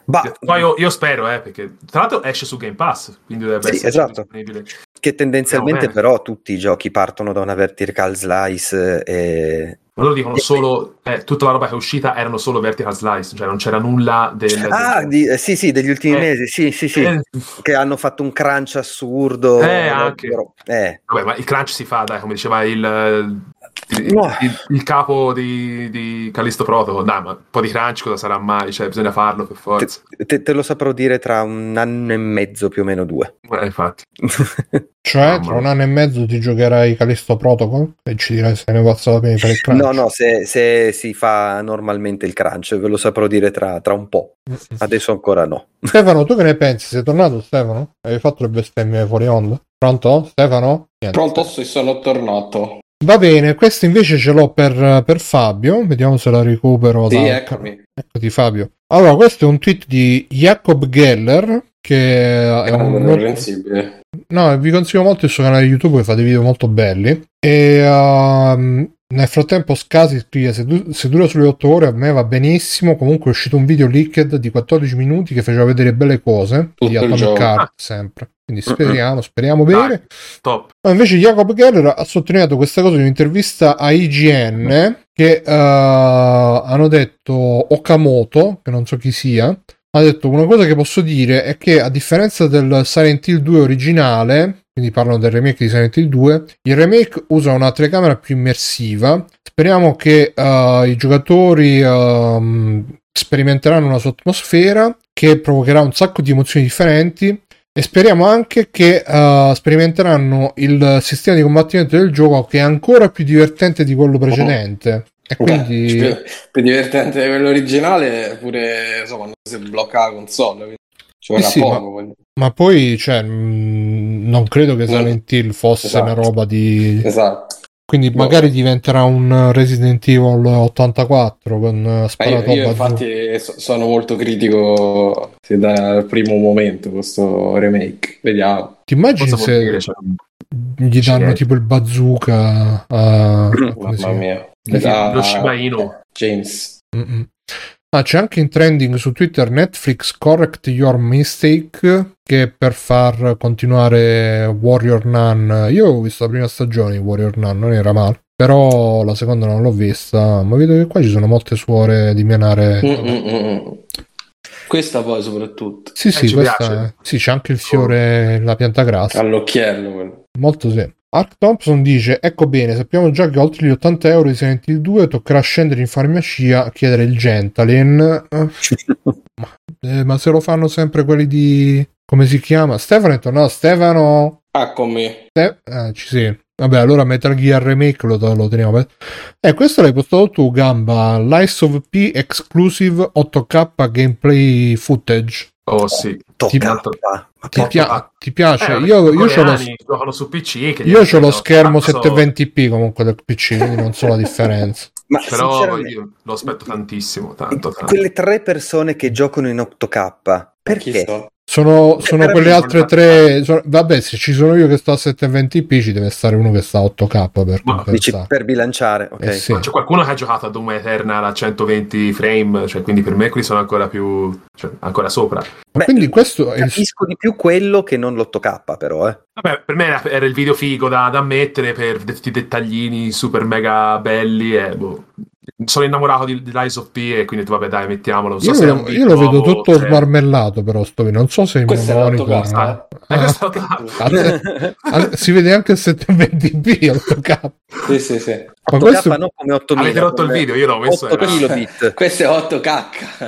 Speaker 3: Bah,
Speaker 4: Poi io, io spero, eh, perché tra l'altro esce su Game Pass, quindi dovrebbe
Speaker 3: Sì,
Speaker 4: essere
Speaker 3: esatto.
Speaker 4: disponibile.
Speaker 3: che tendenzialmente
Speaker 4: Andiamo
Speaker 3: però tutti i giochi partono da una vertical slice e...
Speaker 4: Ma loro dicono
Speaker 3: E-
Speaker 4: solo, eh, tutta la roba che è uscita erano solo vertical slice, cioè non c'era nulla del...
Speaker 3: Ah,
Speaker 4: del-
Speaker 3: di- eh, sì, sì, degli ultimi
Speaker 4: Cioè, Eh.
Speaker 3: mesi, sì, sì, sì.
Speaker 4: Eh,
Speaker 3: Che hanno fatto un crunch assurdo.
Speaker 4: Eh, anche.
Speaker 3: Però- eh.
Speaker 4: Vabbè, ma il crunch si fa, dai, come diceva il, il,
Speaker 3: No.
Speaker 4: il- il capo di, di Callisto Protocol, dai, ma un po' di crunch cosa sarà mai? Cioè, bisogna farlo per forza.
Speaker 3: Te, te- te lo saprò dire tra un anno e mezzo più o meno due.
Speaker 4: Eh, infatti.
Speaker 1: Cioè,
Speaker 4: Mamma
Speaker 1: tra un anno e mezzo ti giocherai Callisto Protocol e ci dirai se ne è valsa la pena di fare il crunch.
Speaker 3: no, no, se, se si fa normalmente il crunch, ve lo saprò dire tra, tra un po'. Adesso ancora no.
Speaker 1: Stefano, tu che ne pensi? Sei tornato Stefano? Hai fatto le bestemmie fuori onda? Pronto? Stefano? Niente.
Speaker 2: Pronto, se sono tornato.
Speaker 1: Va bene, questo invece ce l'ho per, per Fabio, vediamo se la recupero.
Speaker 2: Sì,
Speaker 1: da-
Speaker 3: ecco.
Speaker 2: eccomi.
Speaker 1: Eccoti Fabio. Allora, questo è un tweet di Jacob Geller, che è
Speaker 2: Grande,
Speaker 1: un...
Speaker 2: irreprensibile.
Speaker 1: No, vi consiglio molto il suo canale YouTube che fa dei video molto belli. E ehm, nel frattempo Scasi scrive: se, du- se dura sulle 8 ore a me va benissimo. Comunque è uscito un video leaked di 14 minuti che faceva vedere belle cose
Speaker 2: Tutto
Speaker 1: di
Speaker 2: il
Speaker 1: Atomic
Speaker 2: gioco.
Speaker 1: Heart sempre. Quindi speriamo, speriamo bene.
Speaker 4: Dai, top.
Speaker 1: Ma invece Jacob Geller ha sottolineato questa cosa in un'intervista a IGN che eh, hanno detto Okamoto, che non so chi sia, ha detto una cosa che posso dire è che a differenza del Silent Hill 2 originale, quindi parlano del remake di Silent Hill 2, il remake usa una telecamera più immersiva. Speriamo che eh, i giocatori ehm, sperimenteranno una sua atmosfera che provocherà un sacco di emozioni differenti e speriamo anche che eh, sperimenteranno il sistema di combattimento del gioco che è ancora più divertente di quello precedente. E quindi
Speaker 2: Beh, *laughs* più, più divertente di quello originale, pure insomma, quando si blocca la console. Quindi ci vorrà
Speaker 1: Eh sì,
Speaker 2: poco.
Speaker 1: ma-
Speaker 2: voglio-
Speaker 1: Ma poi, cioè, mh, non credo che Silent Hill fosse
Speaker 2: Esatto.
Speaker 1: una roba di...
Speaker 2: Esatto.
Speaker 1: Quindi
Speaker 2: No.
Speaker 1: magari diventerà un Resident Evil 84 con eh,
Speaker 2: Ma io,
Speaker 1: sparatoppa
Speaker 2: io
Speaker 1: giù.
Speaker 2: infatti so- sono molto critico sin dal primo momento questo remake. Vediamo.
Speaker 1: Ti immagini
Speaker 4: Cosa vuol
Speaker 1: se
Speaker 4: dire? Cioè,
Speaker 1: gli danno
Speaker 4: Sì.
Speaker 1: tipo il bazooka
Speaker 2: *clears throat*
Speaker 1: a... a come si
Speaker 2: Mamma
Speaker 1: chiama?
Speaker 2: mia.
Speaker 1: Lo
Speaker 2: Da-
Speaker 4: Shiba Inu.
Speaker 2: James.
Speaker 1: Mm-mm. Ah, c'è anche in trending su Twitter Netflix Correct Your Mistake che è per far continuare Warrior Nun. Io ho visto la prima stagione di Warrior Nun, non era male, però la seconda non l'ho vista, ma vedo che qua ci sono molte suore di menare.
Speaker 2: Mm, mm, mm, mm. Questa poi soprattutto.
Speaker 1: Sì, sì,
Speaker 4: Eh, ci
Speaker 1: questa
Speaker 4: piace.
Speaker 1: è- sì, c'è anche il fiore, la pianta grassa.
Speaker 2: All'occhiello quello.
Speaker 1: Molto sì. Ark Thompson dice: Ecco bene, sappiamo già che oltre gli 80 euro di Silent Hill 2 toccherà scendere in farmacia a chiedere il Gentalin. Eh, Eh, ma se lo fanno sempre quelli di. come si chiama? Stefano è tornato. Stefano.
Speaker 2: Ah, con me.
Speaker 1: Ste- ah, ci sei. Vabbè, allora Metal Gear Remake lo, lo teniamo. per- Eh, questo l'hai postato tu, Gamba. Lies of P Exclusive 8K Gameplay Footage.
Speaker 4: Oh sì.
Speaker 3: Tocca.
Speaker 4: Tipo-
Speaker 3: Ma
Speaker 1: Ti,
Speaker 3: per-
Speaker 1: pia-
Speaker 4: ah.
Speaker 1: ti piace?
Speaker 4: Eh, vabbè,
Speaker 1: cioè, io
Speaker 4: i
Speaker 1: io c'ho lo,
Speaker 4: coreani giocano su PC. che gli
Speaker 1: io
Speaker 4: altri
Speaker 1: c'ho lo
Speaker 4: no.
Speaker 1: schermo
Speaker 4: Cazzo,
Speaker 1: 720p comunque del PC, quindi non so la differenza.
Speaker 3: Ma
Speaker 4: Però
Speaker 3: sinceramente,
Speaker 4: io lo aspetto tantissimo, tanto, tanto.
Speaker 3: quelle tre persone che giocano in 8K, perché?
Speaker 2: Chissà.
Speaker 1: Sono, sono
Speaker 4: veramente
Speaker 1: quelle altre
Speaker 4: non
Speaker 1: tre. sono- vabbè, se ci sono io che sto a 720p, ci deve stare uno che sta a 8K per
Speaker 4: Ma
Speaker 3: Dici,
Speaker 1: compensare.
Speaker 3: per bilanciare, ok.
Speaker 1: Eh sì.
Speaker 4: Ma C'è qualcuno che ha giocato a Doom Eternal a 120 frame, cioè quindi per me qui sono ancora più, cioè, ancora sopra.
Speaker 1: Ma
Speaker 3: Beh,
Speaker 1: quindi questo è il,
Speaker 3: Capisco di più quello che non l'8K, però. Eh.
Speaker 4: Vabbè, per me era, era il video figo da, da mettere per tutti i dettaglini super mega belli. E, boh. Sono innamorato di, di Lies of P e quindi vabbè dai mettiamolo. Non so
Speaker 1: Io,
Speaker 4: se è
Speaker 1: lo,
Speaker 4: un
Speaker 1: io lo
Speaker 4: nuovo,
Speaker 1: vedo tutto
Speaker 4: cioè-
Speaker 1: smarmellato però sto video. non so se il mio
Speaker 2: Questo è l'otto
Speaker 1: monitor
Speaker 2: costa,
Speaker 4: Eh,
Speaker 1: Ah,
Speaker 4: questo-
Speaker 1: cazzo. Ah, si vede anche il *laughs* 720p al 8K.
Speaker 2: Sì, sì, sì.
Speaker 1: Ma
Speaker 3: 8K
Speaker 1: questo-
Speaker 3: non come 8000.
Speaker 4: Avete rotto il
Speaker 3: come
Speaker 4: video, io l'ho messo.
Speaker 3: 8
Speaker 1: *laughs*
Speaker 4: era-
Speaker 3: kilobit.
Speaker 2: Questo è 8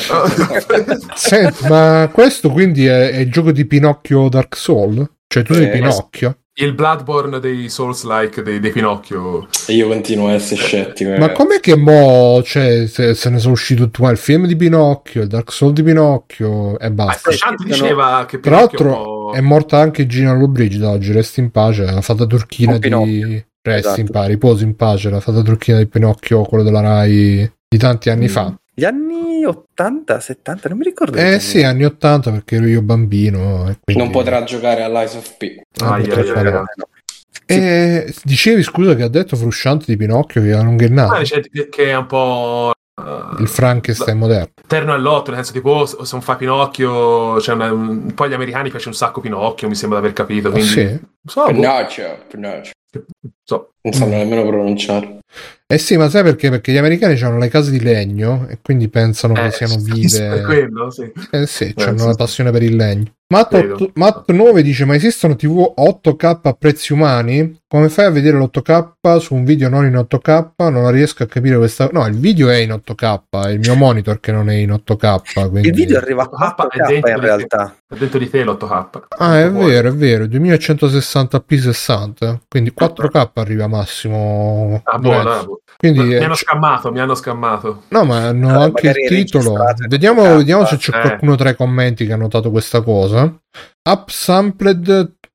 Speaker 2: cacca.
Speaker 1: Senti, ma questo quindi è, è il gioco di Pinocchio Dark Soul? Cioè tu sei
Speaker 2: Eh,
Speaker 1: Pinocchio?
Speaker 4: Il Bloodborne dei Souls-like dei, dei
Speaker 1: Ah,
Speaker 4: Pinocchio.
Speaker 2: Io continuo a essere scettico.
Speaker 1: Ma
Speaker 2: eh.
Speaker 1: com'è che mo cioè, se, se ne sono usciti tutti qua il film di Pinocchio, il Dark Soul di Pinocchio e
Speaker 4: Ah,
Speaker 1: basta.
Speaker 3: sì.
Speaker 4: Shanti
Speaker 3: sono-
Speaker 4: diceva che
Speaker 1: Tra
Speaker 4: Pinocchio
Speaker 1: l'altro, È morta anche Gina Lollobrigida oggi, resti in pace, la fata turchina
Speaker 3: Con
Speaker 1: di...
Speaker 3: Pinocchio.
Speaker 1: Resti in
Speaker 3: Esatto.
Speaker 1: pace, riposi in pace, la fata turchina di Pinocchio, quello della Rai di tanti anni fa.
Speaker 3: Gli anni 80, 70, non mi ricordo.
Speaker 1: Eh sì, anni 80 perché ero io bambino. e quindi-
Speaker 2: Non potrà giocare all'Ice of P.
Speaker 1: Ah,
Speaker 4: Ai,
Speaker 1: potrà
Speaker 4: ai, ai,
Speaker 1: fare.
Speaker 4: ai.
Speaker 1: E dicevi scusa che ha detto Frusciante di Pinocchio che era un
Speaker 4: Ah,
Speaker 1: ghennato.
Speaker 4: dice che- che è un po'... eh,
Speaker 1: Il Frankenstein moderno.
Speaker 4: terno all'otto, nel senso tipo oh, se se non fa Pinocchio, cioè, una- un- poi agli americani piace un sacco Pinocchio, mi sembra di aver capito,
Speaker 1: Ah,
Speaker 4: quindi
Speaker 1: sì?
Speaker 2: Eh,
Speaker 4: so, boh,
Speaker 2: Pinocchio, Pinocchio.
Speaker 4: so.
Speaker 2: Non
Speaker 1: Mm.
Speaker 2: sanno nemmeno pronunciare.
Speaker 1: Eh sì, ma sai perché? Perché gli americani hanno le case di legno e quindi pensano che
Speaker 4: Eh,
Speaker 1: siano
Speaker 4: *laughs* sì, per
Speaker 1: vive.
Speaker 4: quello, sì.
Speaker 1: Eh sì,
Speaker 4: Eh,
Speaker 1: hanno
Speaker 4: sì,
Speaker 1: la
Speaker 4: sì.
Speaker 1: passione per il legno. Matt,
Speaker 4: Credo.
Speaker 1: otto- Matt 9 dice: Ma esistono TV 8K a prezzi umani? Come fai a vedere l'8K su un video non in 8K? Non riesco a capire questa. No, il video è in 8K, è il
Speaker 4: *laughs*
Speaker 1: mio monitor che non è in 8K. Quindi...
Speaker 3: Il video arriva a
Speaker 4: 8K
Speaker 3: 4K
Speaker 4: è dentro
Speaker 3: in realtà.
Speaker 4: Ho detto di te l'8K.
Speaker 1: Ah, è vero, è vero, 2160p60, quindi 4K arriva massimo.
Speaker 4: Ah, buono,
Speaker 1: prezzo.
Speaker 4: eh, buono.
Speaker 1: Quindi,
Speaker 4: mi
Speaker 1: eh,
Speaker 4: hanno
Speaker 1: c-
Speaker 4: scammato, mi hanno scammato.
Speaker 1: no, ma hanno
Speaker 3: Allora,
Speaker 1: anche
Speaker 3: magari
Speaker 1: il
Speaker 3: è
Speaker 1: titolo.
Speaker 3: registrato in
Speaker 1: Vediamo,
Speaker 3: 4K,
Speaker 1: vediamo se c'è
Speaker 4: eh.
Speaker 1: qualcuno tra i commenti che ha notato questa cosa. Upsampled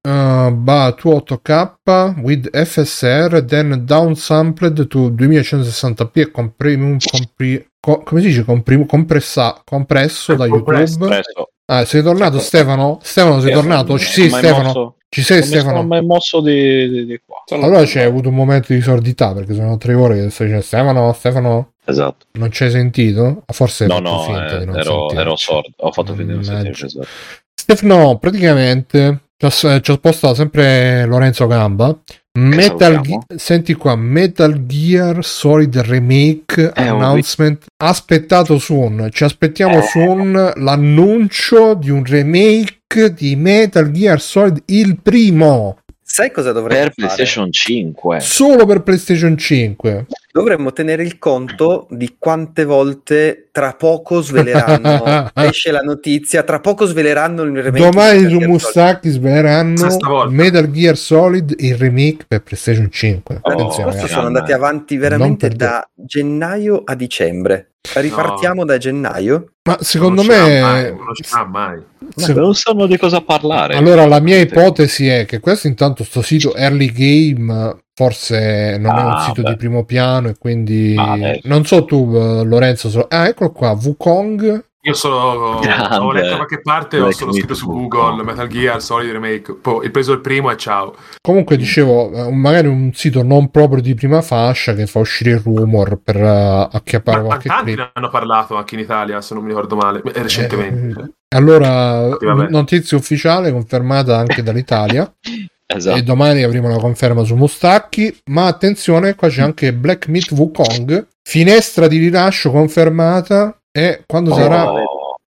Speaker 1: uh, ba to 8K with FSR, then downsampled to 2160p e comprim- compri- co- come si dice? Comprim- compressa- compresso da
Speaker 4: Compresso,
Speaker 1: YouTube.
Speaker 5: Presto.
Speaker 1: Ah, sei tornato Stefano? Stefano, sei
Speaker 5: Eh,
Speaker 1: tornato? Ci sei
Speaker 5: Non mi
Speaker 1: Stefano?
Speaker 5: mosso-
Speaker 1: Ci sei
Speaker 5: non mi sono
Speaker 1: Stefano?
Speaker 5: mai mosso di, di- di qua.
Speaker 2: Sono- Eh,
Speaker 1: Allora c'è avuto un momento di sordità perché sono tre ore che sto dicendo Stefano, Stefano,
Speaker 5: Esatto.
Speaker 1: non ci hai sentito? Ah, Forse hai
Speaker 5: No,
Speaker 1: fatto
Speaker 5: no,
Speaker 1: finta
Speaker 5: eh,
Speaker 1: di non
Speaker 5: ero,
Speaker 1: sentirci.
Speaker 5: ero sordo. Ho fatto finta di non
Speaker 1: Mannaggia.
Speaker 5: sentire. esatto.
Speaker 1: Stefano, praticamente ci ha, eh, ci ha spostato sempre Lorenzo Gamba. Metal
Speaker 5: salutiamo.
Speaker 1: Ge- senti qua, Metal Gear Solid Remake
Speaker 5: Eh, ho
Speaker 1: Announcement aspettato soon, ci aspettiamo
Speaker 5: Eh.
Speaker 1: soon l'annuncio di un remake di Metal Gear Solid il primo,
Speaker 3: Sai cosa dovremmo
Speaker 5: Per
Speaker 3: fare?
Speaker 5: PlayStation 5.
Speaker 1: solo per PlayStation 5.
Speaker 3: Dovremmo tenere il conto di quante volte tra poco
Speaker 1: *laughs*
Speaker 3: sveleranno. esce la notizia, tra poco sveleranno il remake.
Speaker 1: Domani su
Speaker 3: Perché-
Speaker 1: Mustaki
Speaker 4: Sesta
Speaker 1: sveleranno
Speaker 4: volta.
Speaker 1: Metal Gear Solid il remake per PlayStation 5.
Speaker 5: Oh,
Speaker 3: L'anno
Speaker 1: Attenzione,
Speaker 3: scorso
Speaker 1: ragazzi.
Speaker 5: ragazzi.
Speaker 3: sono andati
Speaker 2: eh.
Speaker 3: avanti veramente
Speaker 1: Non per
Speaker 3: da gennaio a dicembre. Ripartiamo da gennaio.
Speaker 1: Ma secondo
Speaker 4: Non uscirà mai,
Speaker 1: me,
Speaker 4: non uscirà mai.
Speaker 1: se-
Speaker 5: Non sanno di cosa parlare.
Speaker 1: allora la mia ipotesi è che questo intanto sto sito Early Game forse non è un
Speaker 5: Ah,
Speaker 1: sito
Speaker 5: beh.
Speaker 1: di primo piano e quindi
Speaker 5: Ah, beh.
Speaker 1: non so tu eh, Lorenzo, so- ah eccolo qua, Wukong,
Speaker 4: Io solo
Speaker 5: Grande.
Speaker 4: ho letto da qualche parte, ho
Speaker 5: Black
Speaker 4: solo
Speaker 5: Myth
Speaker 4: scritto su
Speaker 5: Wukong.
Speaker 4: Google Metal Gear Solid Remake, poi ho preso il primo e ciao.
Speaker 1: comunque dicevo eh, un- magari un sito non proprio di prima fascia che fa uscire il rumor per eh, acchiappare
Speaker 4: Ma
Speaker 1: qualche
Speaker 4: tanti
Speaker 1: clip.
Speaker 4: ne hanno parlato anche in Italia, se non mi ricordo male, eh, recentemente.
Speaker 1: Eh, allora,
Speaker 4: Sì, vabbè.
Speaker 1: notizia ufficiale confermata anche
Speaker 4: *laughs*
Speaker 1: dall'Italia e
Speaker 5: *laughs* Esatto.
Speaker 1: domani avremo la conferma su Mustacchi, ma attenzione, qua c'è anche Black Meat Wukong, finestra di rilascio confermata e quando
Speaker 5: Oh,
Speaker 1: sarà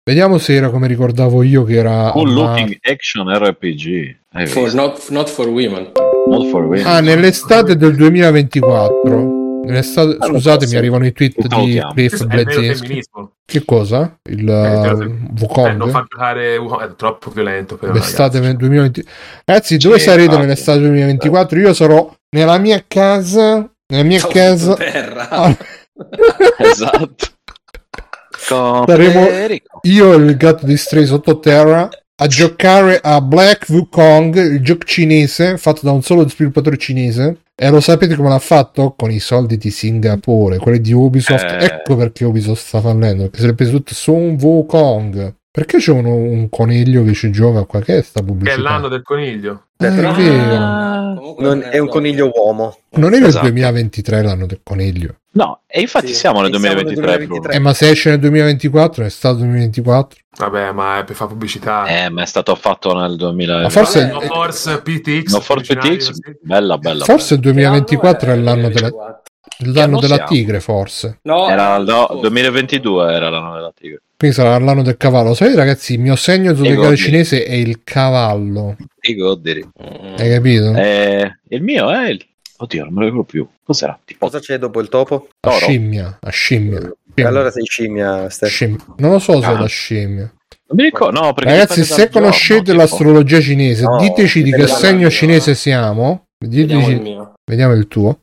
Speaker 1: vediamo se era come ricordavo io che era
Speaker 5: Cool
Speaker 1: a mar-
Speaker 5: looking action RPG. Hai
Speaker 2: For-
Speaker 5: visto?
Speaker 2: not, not for women.
Speaker 5: Eh, Not for women.
Speaker 1: Ah, nell'estate del 2024. Nell'estate-
Speaker 5: Ah, lo
Speaker 1: scusatemi,
Speaker 5: so.
Speaker 1: arrivano i tweet di
Speaker 5: Salutiamo.
Speaker 1: Cliff
Speaker 4: Questo È il vero
Speaker 1: Bleszinski.
Speaker 4: femminismo.
Speaker 1: Che cosa? Il
Speaker 4: Eh,
Speaker 1: uh,
Speaker 4: Eh, non
Speaker 1: Wukong?
Speaker 4: far giocare Wukong, è troppo violento per
Speaker 1: L'estate
Speaker 4: ragazzi. cioè.
Speaker 1: 2020. Ragazzi, dove
Speaker 4: Sì,
Speaker 1: sarete
Speaker 5: infatti.
Speaker 1: nell'estate 2024? Io sarò nella mia casa, nella
Speaker 2: *laughs*
Speaker 1: mia casa,
Speaker 2: Terra.
Speaker 1: Ah,
Speaker 5: *laughs* esatto.
Speaker 1: *laughs* Saremo- io e il gatto di Stray sottoterra a giocare a Black Wukong, il gioco cinese fatto da un solo sviluppatore cinese. E lo sapete come l'ha fatto? Con i soldi di Singapore, quelli di Ubisoft.
Speaker 5: Eh.
Speaker 1: Ecco perché Ubisoft sta fallendo, perché si è preso tutto su un Wukong. Perché c'è uno- un coniglio che ci gioca qua? Che è sta
Speaker 4: Che
Speaker 1: pubblicità?
Speaker 4: è l'anno del coniglio.
Speaker 1: Eh, è
Speaker 5: Ah.
Speaker 1: vero.
Speaker 2: Comunque
Speaker 3: Non-
Speaker 2: è
Speaker 3: è un coniglio uomo.
Speaker 1: Non era
Speaker 5: Esatto.
Speaker 1: il 2023 l'anno del coniglio.
Speaker 5: No, e infatti
Speaker 3: Sì,
Speaker 5: siamo nel
Speaker 3: siamo nel
Speaker 5: 2023.
Speaker 3: 2023.
Speaker 1: Eh, ma se esce nel 2024, è stato 2024.
Speaker 4: Vabbè, ma è per fare pubblicità.
Speaker 5: Bruno. Eh, ma è stato fatto nel 2000.
Speaker 1: Ma forse-
Speaker 4: No Force PTX.
Speaker 5: No Force
Speaker 4: originario,
Speaker 5: PTX,
Speaker 4: sì.
Speaker 5: bella bella.
Speaker 1: Forse il 2024 è l'anno della,
Speaker 2: 2024.
Speaker 1: l'anno
Speaker 5: Che anno
Speaker 1: della
Speaker 5: siamo?
Speaker 1: tigre, forse.
Speaker 2: No,
Speaker 5: Era no,
Speaker 2: forse.
Speaker 5: 2022 era l'anno della tigre.
Speaker 1: Quindi sarà l'anno del cavallo. Sapete, ragazzi, il mio segno zodiacale
Speaker 5: gobbi.
Speaker 1: cinese è il cavallo.
Speaker 5: I godderi.
Speaker 1: Hai capito?
Speaker 5: Eh, il mio è il... Oddio, non me lo ricordo più. Cos'era? Tipo
Speaker 3: Cosa c'è dopo il topo?
Speaker 1: la
Speaker 5: toro.
Speaker 1: scimmia. La scimmia. Scimmia.
Speaker 3: Allora sei scimmia, Steph.
Speaker 1: Scimmia. Non lo so se è
Speaker 5: Ah.
Speaker 1: la scimmia.
Speaker 5: Non mi ricordo, no, perché
Speaker 1: Ragazzi,
Speaker 5: dipende
Speaker 1: se
Speaker 5: dal giorno,
Speaker 1: conoscete
Speaker 5: tipo.
Speaker 1: l'astrologia cinese,
Speaker 3: No,
Speaker 1: diteci di che
Speaker 3: dipende
Speaker 2: dal
Speaker 1: segno
Speaker 2: giorno.
Speaker 1: cinese siamo. Diteci-
Speaker 2: Vediamo il
Speaker 1: vediamo, il
Speaker 2: mio.
Speaker 1: tuo.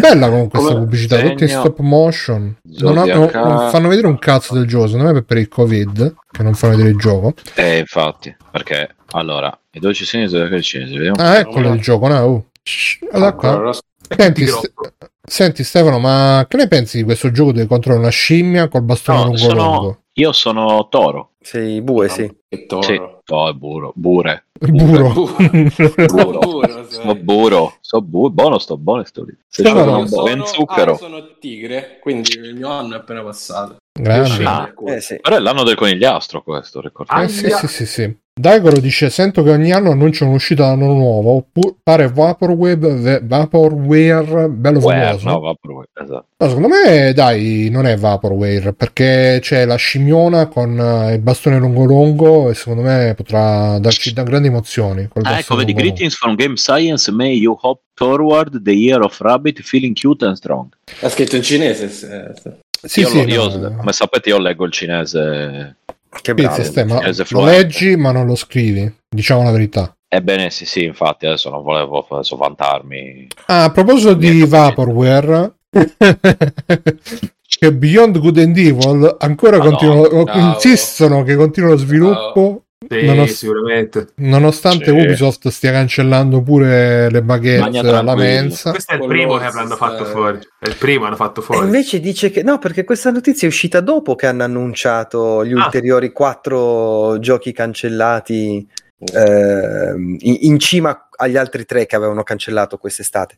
Speaker 1: Bella comunque questa
Speaker 5: Eh, Come-
Speaker 1: pubblicità, tutti in
Speaker 5: segno-
Speaker 1: stop motion. Non, hanno-
Speaker 5: Zodiaca-
Speaker 1: non fanno vedere un cazzo del gioco, secondo me è per il Covid, che non fanno vedere il gioco.
Speaker 5: Eh, infatti, perché allora, i 12 segni del cinese, vediamo.
Speaker 1: Ah, eccolo il gioco, no? uh. Shh,
Speaker 2: Ah,
Speaker 1: Guarda qua.
Speaker 2: Allora,
Speaker 1: Senti,
Speaker 4: Ti
Speaker 1: Ste-
Speaker 4: grotto.
Speaker 1: senti, Stefano, ma che ne pensi di questo gioco dove controlla una scimmia col bastone
Speaker 5: No,
Speaker 1: lungo
Speaker 5: sono-
Speaker 1: lungo?
Speaker 5: Io sono toro.
Speaker 3: Sei bue, sì.
Speaker 2: Che
Speaker 5: Sì,
Speaker 2: toro.
Speaker 5: no, è buro, bure.
Speaker 1: Buro.
Speaker 2: *laughs*
Speaker 5: Buro.
Speaker 2: Puro, sai.
Speaker 5: Sono buro, so bu- buono, sto buono e sto lì. Se
Speaker 1: Io
Speaker 5: c'è
Speaker 1: sono-
Speaker 5: un ben
Speaker 2: sono,
Speaker 5: zucchero.
Speaker 2: ah, sono tigre, quindi il mio anno è appena passato.
Speaker 1: Grande.
Speaker 5: Ah.
Speaker 3: Eh, sì.
Speaker 5: Però è l'anno del conigliastro questo, ricordate.
Speaker 1: Eh,
Speaker 4: Ah,
Speaker 1: sì, sì, sì, sì. Daigoro dice: Sento che ogni anno annunciano un'uscita d'anno nuovo. Oppure pare Vaporwave, ve- Vaporware, bello
Speaker 5: Where,
Speaker 1: famoso.
Speaker 5: no, va pure, esatto.
Speaker 1: No, secondo me, dai, non è Vaporware perché c'è la scimmiona con eh, il bastone lungo lungo. E secondo me potrà darci da grandi emozioni. col
Speaker 5: Ah, ecco,
Speaker 1: bastone
Speaker 5: vedi,
Speaker 1: lungo lungo.
Speaker 5: greetings from Game Science, may you hop toward the year of rabbit feeling cute and strong.
Speaker 2: Ha scritto in cinese. se- se-
Speaker 1: Sì,
Speaker 5: io,
Speaker 1: sì,
Speaker 5: lo- io-
Speaker 1: no.
Speaker 5: come sapete, io leggo il cinese.
Speaker 3: Che
Speaker 1: Sì,
Speaker 3: bravo.
Speaker 1: sì, Ste, ma
Speaker 5: Cinese
Speaker 1: lo
Speaker 5: fluente.
Speaker 1: leggi ma non lo scrivi, diciamo la verità.
Speaker 5: Ebbene, sì, sì, infatti, adesso non volevo adesso vantarmi.
Speaker 1: Ah, a proposito di
Speaker 5: Niente,
Speaker 1: Vaporware, *laughs* che Beyond Good and Evil ancora
Speaker 5: Madonna,
Speaker 1: continuano,
Speaker 2: bravo.
Speaker 1: insistono che continua lo sviluppo,
Speaker 4: Sì,
Speaker 1: Non ho-
Speaker 4: sicuramente.
Speaker 1: nonostante
Speaker 5: Sì.
Speaker 1: Ubisoft stia cancellando pure le
Speaker 5: Magna
Speaker 1: baguette alla
Speaker 5: tranquillo.
Speaker 1: mensa.
Speaker 4: Questo è il
Speaker 2: Quello
Speaker 4: primo che
Speaker 2: si
Speaker 4: hanno
Speaker 2: sta-
Speaker 4: fatto fuori. È il primo che hanno fatto
Speaker 3: E
Speaker 4: fuori.
Speaker 3: invece dice che no, perché questa notizia è uscita dopo che hanno annunciato gli
Speaker 4: Ah.
Speaker 3: ulteriori quattro giochi cancellati ehm, in, in cima agli altri tre che avevano cancellato quest'estate.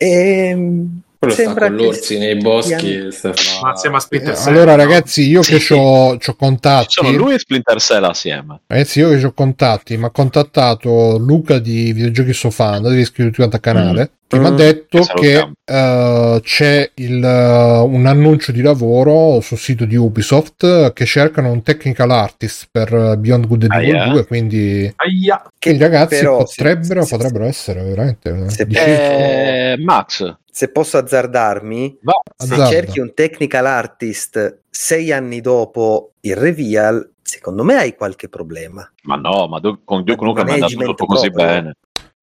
Speaker 3: E
Speaker 2: Quello
Speaker 3: sembra
Speaker 2: sta con
Speaker 3: che
Speaker 2: l'orsi nei boschi. e sta-
Speaker 4: Ma siamo a
Speaker 1: Eh,
Speaker 4: Splinter Cell,
Speaker 1: allora
Speaker 4: no?
Speaker 1: ragazzi, io che ho
Speaker 5: Ci sono
Speaker 1: contatti,
Speaker 5: lui e Splinter Cell assieme.
Speaker 1: ragazzi, io che ho contatti, mi ha contattato Luca di Videogiochi Sofà, andatevi a iscriverti al canale, che mi ha
Speaker 3: Mm.
Speaker 1: detto che
Speaker 5: Mm-hmm. Salutiamo.
Speaker 1: eh, c'è il, eh, un annuncio di lavoro sul sito di Ubisoft eh, che cercano un technical artist per eh, Beyond Good and
Speaker 5: Ah,
Speaker 1: Evil
Speaker 5: yeah.
Speaker 1: 2, quindi,
Speaker 4: Aia.
Speaker 3: che
Speaker 1: quindi, ragazzi
Speaker 3: però, se-
Speaker 1: potrebbero,
Speaker 3: se-
Speaker 1: potrebbero essere veramente... eh,
Speaker 3: se-
Speaker 1: di-
Speaker 3: Sì.
Speaker 5: Eh, Max,
Speaker 3: se posso azzardarmi, se
Speaker 1: azzardo.
Speaker 3: cerchi un technical artist sei anni dopo il reveal, secondo me hai qualche problema.
Speaker 5: ma no, ma du- con Duke
Speaker 3: Ma
Speaker 5: Nukem è andato
Speaker 3: management
Speaker 5: tutto così
Speaker 3: proprio.
Speaker 5: bene.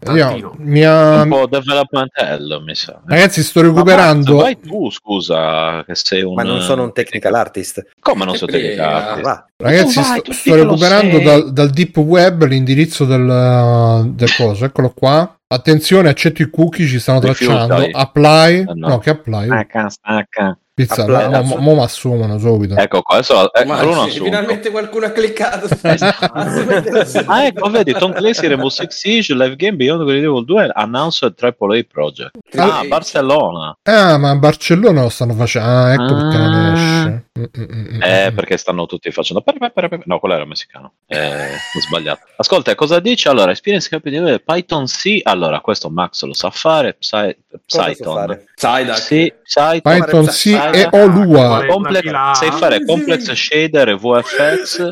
Speaker 1: Io-
Speaker 3: Eh,
Speaker 4: Tantino.
Speaker 1: mi ha-
Speaker 5: Un po' development hell, mi sa.
Speaker 1: Um, Ragazzi, sto
Speaker 5: Ma
Speaker 1: recuperando...
Speaker 5: Max, vai tu, scusa, che sei un...
Speaker 3: Ma non sono un technical artist.
Speaker 5: Come non so
Speaker 2: Che prega.
Speaker 5: te
Speaker 3: Ah, va.
Speaker 1: Ragazzi,
Speaker 5: Tu Oh, vai,
Speaker 1: sto,
Speaker 5: tu
Speaker 1: sto
Speaker 5: diglielo
Speaker 1: recuperando
Speaker 5: sei.
Speaker 1: dal, dal deep web l'indirizzo del, del coso, eccolo qua. Attenzione, accetto i cookie, ci stanno
Speaker 5: Rifiuta,
Speaker 1: tracciando.
Speaker 5: eh.
Speaker 1: Apply,
Speaker 5: Eh, no.
Speaker 1: no, che apply.
Speaker 5: Stacca, stacca.
Speaker 1: Pizza,
Speaker 3: Apply,
Speaker 1: no, mo,
Speaker 3: adesso-
Speaker 1: mo mi assumono subito.
Speaker 5: Ecco qua, adesso eh,
Speaker 2: Ma
Speaker 5: Bruno ha
Speaker 2: sì,
Speaker 5: assunto. Eh,
Speaker 2: finalmente qualcuno ha cliccato.
Speaker 5: *laughs* Ah, ecco, vedi, Tom Clancy Rainbow Six Siege, Live Game Beyond Good and Evil 2 announced AAA project.
Speaker 2: Ah,
Speaker 5: Ah, Barcellona.
Speaker 1: Ah, ma a Barcellona lo stanno facendo. Ah, ecco perché non
Speaker 5: Ah.
Speaker 1: esce. Mm, mm, mm, mm.
Speaker 5: Eh, perché stanno tutti facendo... per- per- per- per- No, quello era messicano. Eh, ho sbagliato. Ascolta, cosa dice? Allora, Experience Captain Python sì. Allora, questo Max lo sa fare. Psy-
Speaker 3: Cosa so
Speaker 5: Python.
Speaker 3: fare?
Speaker 2: Psyduck.
Speaker 5: Sì, Python.
Speaker 1: Python
Speaker 3: Fare-
Speaker 1: sì
Speaker 5: Ah,
Speaker 1: e
Speaker 5: ah,
Speaker 1: Olua.
Speaker 4: fare-
Speaker 5: Complex-
Speaker 4: Una fila-
Speaker 5: sai fare complex shader VFX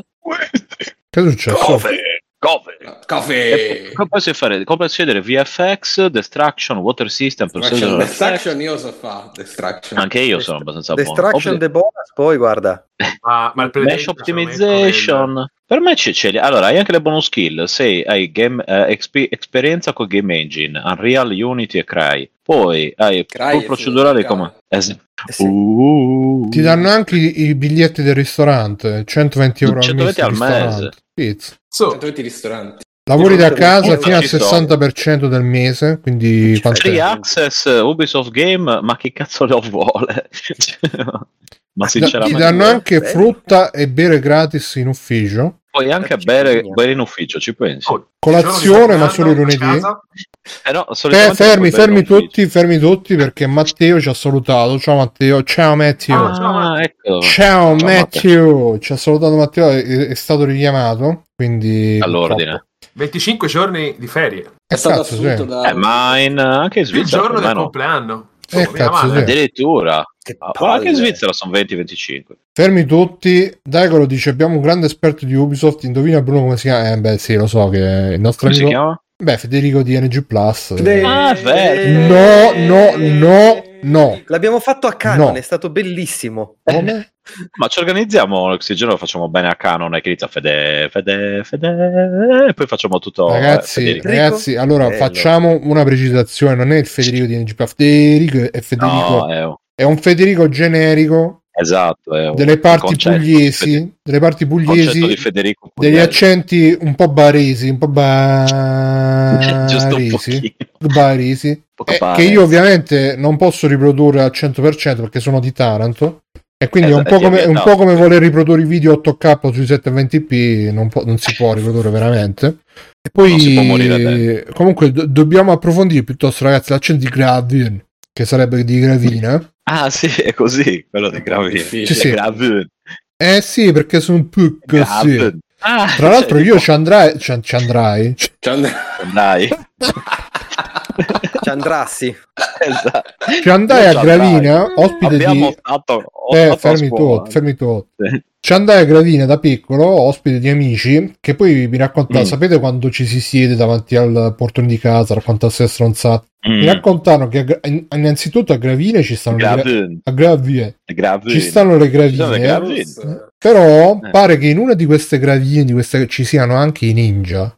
Speaker 1: Che è successo?
Speaker 5: Cover.
Speaker 2: Caffè.
Speaker 5: E poi- poi sai fare complex shader VFX destruction water system
Speaker 2: Destruction,
Speaker 5: procedure
Speaker 2: Destruction io so fare. Destruction.
Speaker 5: effects. anche io sono abbastanza buono
Speaker 3: Destruction
Speaker 5: Opti-
Speaker 3: the bonus, poi guarda.
Speaker 4: Ma, ma il
Speaker 5: mesh
Speaker 4: predetto, secondo me,
Speaker 5: optimization Per me c'è, c'è, allora hai anche le bonus skill se hai game, eh, exp- esperienza con Game Engine, Unreal, Unity e Cry. Poi hai
Speaker 2: Cry
Speaker 5: full
Speaker 2: è
Speaker 5: procedurale
Speaker 2: full,
Speaker 5: come... Eh, sì.
Speaker 3: Eh sì.
Speaker 5: Uh.
Speaker 1: Ti danno anche i, i biglietti del ristorante, 120 euro
Speaker 5: 120
Speaker 1: al
Speaker 5: al
Speaker 1: mese. di
Speaker 5: mese.
Speaker 1: ristorante. Pizza.
Speaker 4: So,
Speaker 2: Tanto tutti i ristoranti.
Speaker 1: Lavori da
Speaker 3: Ci
Speaker 1: casa
Speaker 5: sono.
Speaker 1: fino al
Speaker 5: Ci sono.
Speaker 1: 60% del mese, quindi
Speaker 3: Ci
Speaker 1: quant'è?
Speaker 5: Free access Ubisoft Game, ma che cazzo lo vuole? *laughs* ma
Speaker 1: Da- ti
Speaker 5: sinceramente...
Speaker 1: danno anche
Speaker 3: Bello.
Speaker 1: frutta e bere gratis in ufficio,
Speaker 5: Puoi anche
Speaker 3: Ci
Speaker 5: bere,
Speaker 3: sono.
Speaker 5: bere in ufficio, ci pensi?
Speaker 4: Oh,
Speaker 1: colazione ma
Speaker 4: ci sono
Speaker 1: solo
Speaker 4: tornando
Speaker 1: lunedì.
Speaker 4: a casa.
Speaker 5: Eh no,
Speaker 1: Beh,
Speaker 5: solitamente
Speaker 1: fermi,
Speaker 5: non puoi bere in
Speaker 1: fermi
Speaker 5: ufficio.
Speaker 1: tutti, fermi tutti perché Matteo ci ha salutato. Ciao Matteo, ciao Matteo.
Speaker 4: Ah, ciao,
Speaker 5: Ah,
Speaker 4: Matteo.
Speaker 5: ecco.
Speaker 1: Ciao
Speaker 5: Matteo.
Speaker 1: Matteo, ci ha salutato Matteo, è, è stato richiamato, quindi...
Speaker 5: All'ordine.
Speaker 4: 25 giorni di ferie.
Speaker 1: purtroppo.
Speaker 2: È
Speaker 1: Eh,
Speaker 2: stato
Speaker 1: cazzo, sì.
Speaker 2: assunto da...
Speaker 5: Eh, ma in, anche in
Speaker 4: Il
Speaker 5: Svizzera
Speaker 4: giorno del
Speaker 5: almeno.
Speaker 4: compleanno.
Speaker 1: Eh,
Speaker 4: Insomma, meno
Speaker 1: cazzo,
Speaker 4: male.
Speaker 1: sì.
Speaker 5: addirittura.
Speaker 3: Che
Speaker 5: Ah, guarda, anche in
Speaker 3: palle.
Speaker 5: Svizzera sono 20-25.
Speaker 1: Fermi tutti, Daigolo dice abbiamo un grande esperto di Ubisoft, indovina Bruno come si chiama? Eh beh sì, lo so che è il nostro
Speaker 5: Come si
Speaker 1: amico...
Speaker 5: chiama?
Speaker 1: Beh, Federico di NG Plus.
Speaker 5: Ah,
Speaker 1: No, no, no, no.
Speaker 3: L'abbiamo fatto a Canon,
Speaker 1: No.
Speaker 3: è stato bellissimo.
Speaker 1: Come?
Speaker 5: Ma ci organizziamo l'ossigeno, lo facciamo bene a Canon e che inizia Fede, Fede, Fede. E poi facciamo tutto. eh,
Speaker 1: Ragazzi,
Speaker 5: Federico.
Speaker 1: ragazzi, allora
Speaker 3: Bello.
Speaker 1: facciamo una precisazione, non è il Federico di NG Plus, Federico è Federico...
Speaker 5: no, eh. è un-
Speaker 1: è un Federico generico
Speaker 5: esatto. È un-
Speaker 1: delle
Speaker 5: il
Speaker 1: parti
Speaker 5: concetto di Fede-
Speaker 1: pugliesi, delle parti
Speaker 5: il concetto di
Speaker 1: pugliesi,
Speaker 5: Federico
Speaker 1: degli
Speaker 5: Pugliese.
Speaker 1: accenti un po' baresi, un po'
Speaker 5: *laughs* Giusto un
Speaker 1: baresi,
Speaker 5: pochino.
Speaker 1: baresi
Speaker 5: Poco
Speaker 1: eh, che
Speaker 5: pare.
Speaker 1: io ovviamente non posso riprodurre al 100% perché sono di Taranto. E quindi è un,
Speaker 5: Esatto,
Speaker 1: po come,
Speaker 5: ti
Speaker 1: è un
Speaker 5: no.
Speaker 1: po' come voler riprodurre i video 8K sui 720p, non, po- non si può riprodurre veramente. E poi,
Speaker 5: Non si può morire dentro.
Speaker 1: comunque, do- dobbiamo approfondire piuttosto, ragazzi, l'accento di Gravin, che sarebbe di Gravina.
Speaker 5: Ah, sì, è così. Quello dei gravi.
Speaker 2: Difficile.
Speaker 1: Sì, sì.
Speaker 5: Gravi.
Speaker 1: Eh sì, perché sono più così.
Speaker 5: Gravi. Ah,
Speaker 1: Tra l'altro
Speaker 5: cioè,
Speaker 1: io ci andrai, ci, ci andrai, ci-
Speaker 2: Cioè, and-
Speaker 5: *laughs*
Speaker 1: *laughs*
Speaker 5: Dai.
Speaker 3: Ci andrassi.
Speaker 5: Esatto.
Speaker 1: ci Cioè, andai
Speaker 5: Io
Speaker 1: a
Speaker 5: ci andrai.
Speaker 1: Gravina, ospite
Speaker 5: Abbiamo
Speaker 1: di...
Speaker 5: fatto. ho
Speaker 1: Eh,
Speaker 5: fatto
Speaker 1: fermi
Speaker 5: la scuola.
Speaker 1: tutto, fermi tutto.
Speaker 5: Sì.
Speaker 1: Ci andai a Gravina da piccolo, ospite di amici, che poi mi raccontava,
Speaker 5: Mm.
Speaker 1: sapete quando ci si siede davanti al portone di casa, racconta se stronzate? Mi
Speaker 5: Mm.
Speaker 1: raccontano che a Gra- in- innanzitutto a Gravina ci stanno le gra-
Speaker 5: Gravi.
Speaker 1: a Gravina,
Speaker 5: Gravi.
Speaker 1: ci stanno le
Speaker 5: Ci sono le
Speaker 1: gravine,
Speaker 5: gravi.
Speaker 2: Rosso.
Speaker 1: però
Speaker 5: Eh.
Speaker 1: pare che in una di queste gravine, di queste, ci siano anche i ninja.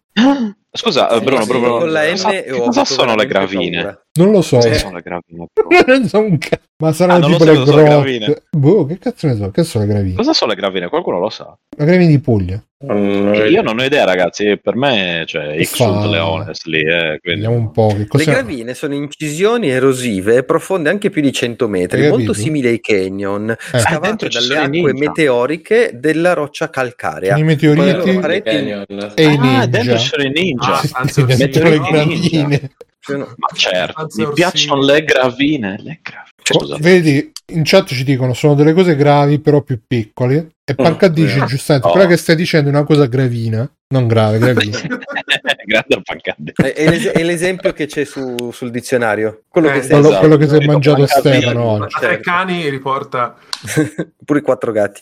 Speaker 5: Scusa, eh,
Speaker 2: Sì,
Speaker 5: Bruno,
Speaker 2: sì,
Speaker 5: Bruno, Bruno,
Speaker 3: con la N
Speaker 5: cosa,
Speaker 3: e ho
Speaker 5: cosa
Speaker 3: avuto
Speaker 5: sono le
Speaker 3: veramente
Speaker 5: gravine?
Speaker 3: paura.
Speaker 1: Non lo so.
Speaker 5: Cosa
Speaker 2: Eh.
Speaker 5: sono le gravine?
Speaker 1: *laughs* Non so un ca- ma
Speaker 5: Ah,
Speaker 1: saranno
Speaker 5: non lo
Speaker 1: tipo
Speaker 5: so
Speaker 1: le
Speaker 5: cosa sono le
Speaker 1: grotte.
Speaker 5: gravine.
Speaker 1: Boh, che cazzo ne so, che sono le gravine?
Speaker 5: Cosa sono le gravine? Qualcuno lo sa?
Speaker 1: La gravina di Puglia.
Speaker 2: Mm,
Speaker 5: Cioè, Io non ho idea, ragazzi. Per me, cioè, X
Speaker 1: Fa-
Speaker 5: sunt leones lì. Eh, quindi...
Speaker 1: Vediamo un po' che cosa
Speaker 3: Le gravine sono incisioni erosive profonde anche più di 100 metri,
Speaker 1: Hai
Speaker 3: molto
Speaker 1: capito?
Speaker 3: simili ai canyon,
Speaker 1: Eh,
Speaker 5: dentro
Speaker 3: scavate
Speaker 5: ci
Speaker 3: dalle
Speaker 5: sono i
Speaker 3: acque
Speaker 5: ninja.
Speaker 3: meteoriche della roccia
Speaker 1: Sono
Speaker 3: calcarea.
Speaker 1: I
Speaker 2: Quello
Speaker 1: meteoriti
Speaker 2: era il Canyon.
Speaker 1: e i
Speaker 5: Ah, dentro
Speaker 1: ninja.
Speaker 5: ci sono i ninja.
Speaker 1: Sì,
Speaker 4: Ah, anzi,
Speaker 1: sì, dentro
Speaker 5: sì,
Speaker 1: le
Speaker 5: no,
Speaker 1: gravine.
Speaker 3: Sono-
Speaker 5: Ma certo,
Speaker 4: Anzi,
Speaker 5: mi
Speaker 4: Orsini.
Speaker 5: piacciono le gravine. Le gravine.
Speaker 1: Co-
Speaker 5: Scusa.
Speaker 1: Cioè, Vedi, in chat ci dicono sono delle cose gravi, però più piccole. E Panca dice
Speaker 5: Mm, vero. Oh.
Speaker 1: giustamente,
Speaker 5: No.
Speaker 1: quella che stai dicendo è una cosa gravina, non
Speaker 5: *laughs*
Speaker 1: grave, gravina.
Speaker 4: *laughs*
Speaker 1: *laughs*
Speaker 5: Grande pancante.
Speaker 3: È, è l'es- è l'esempio che c'è su- sul dizionario. Quello che
Speaker 4: Eh,
Speaker 3: sei
Speaker 1: quello,
Speaker 5: Esatto.
Speaker 1: quello che si è mangiato a
Speaker 5: Panca via.
Speaker 1: Stefano
Speaker 4: Ma
Speaker 3: Certo.
Speaker 1: oggi.
Speaker 4: tre cani e riporta
Speaker 3: *laughs* pure i quattro gatti.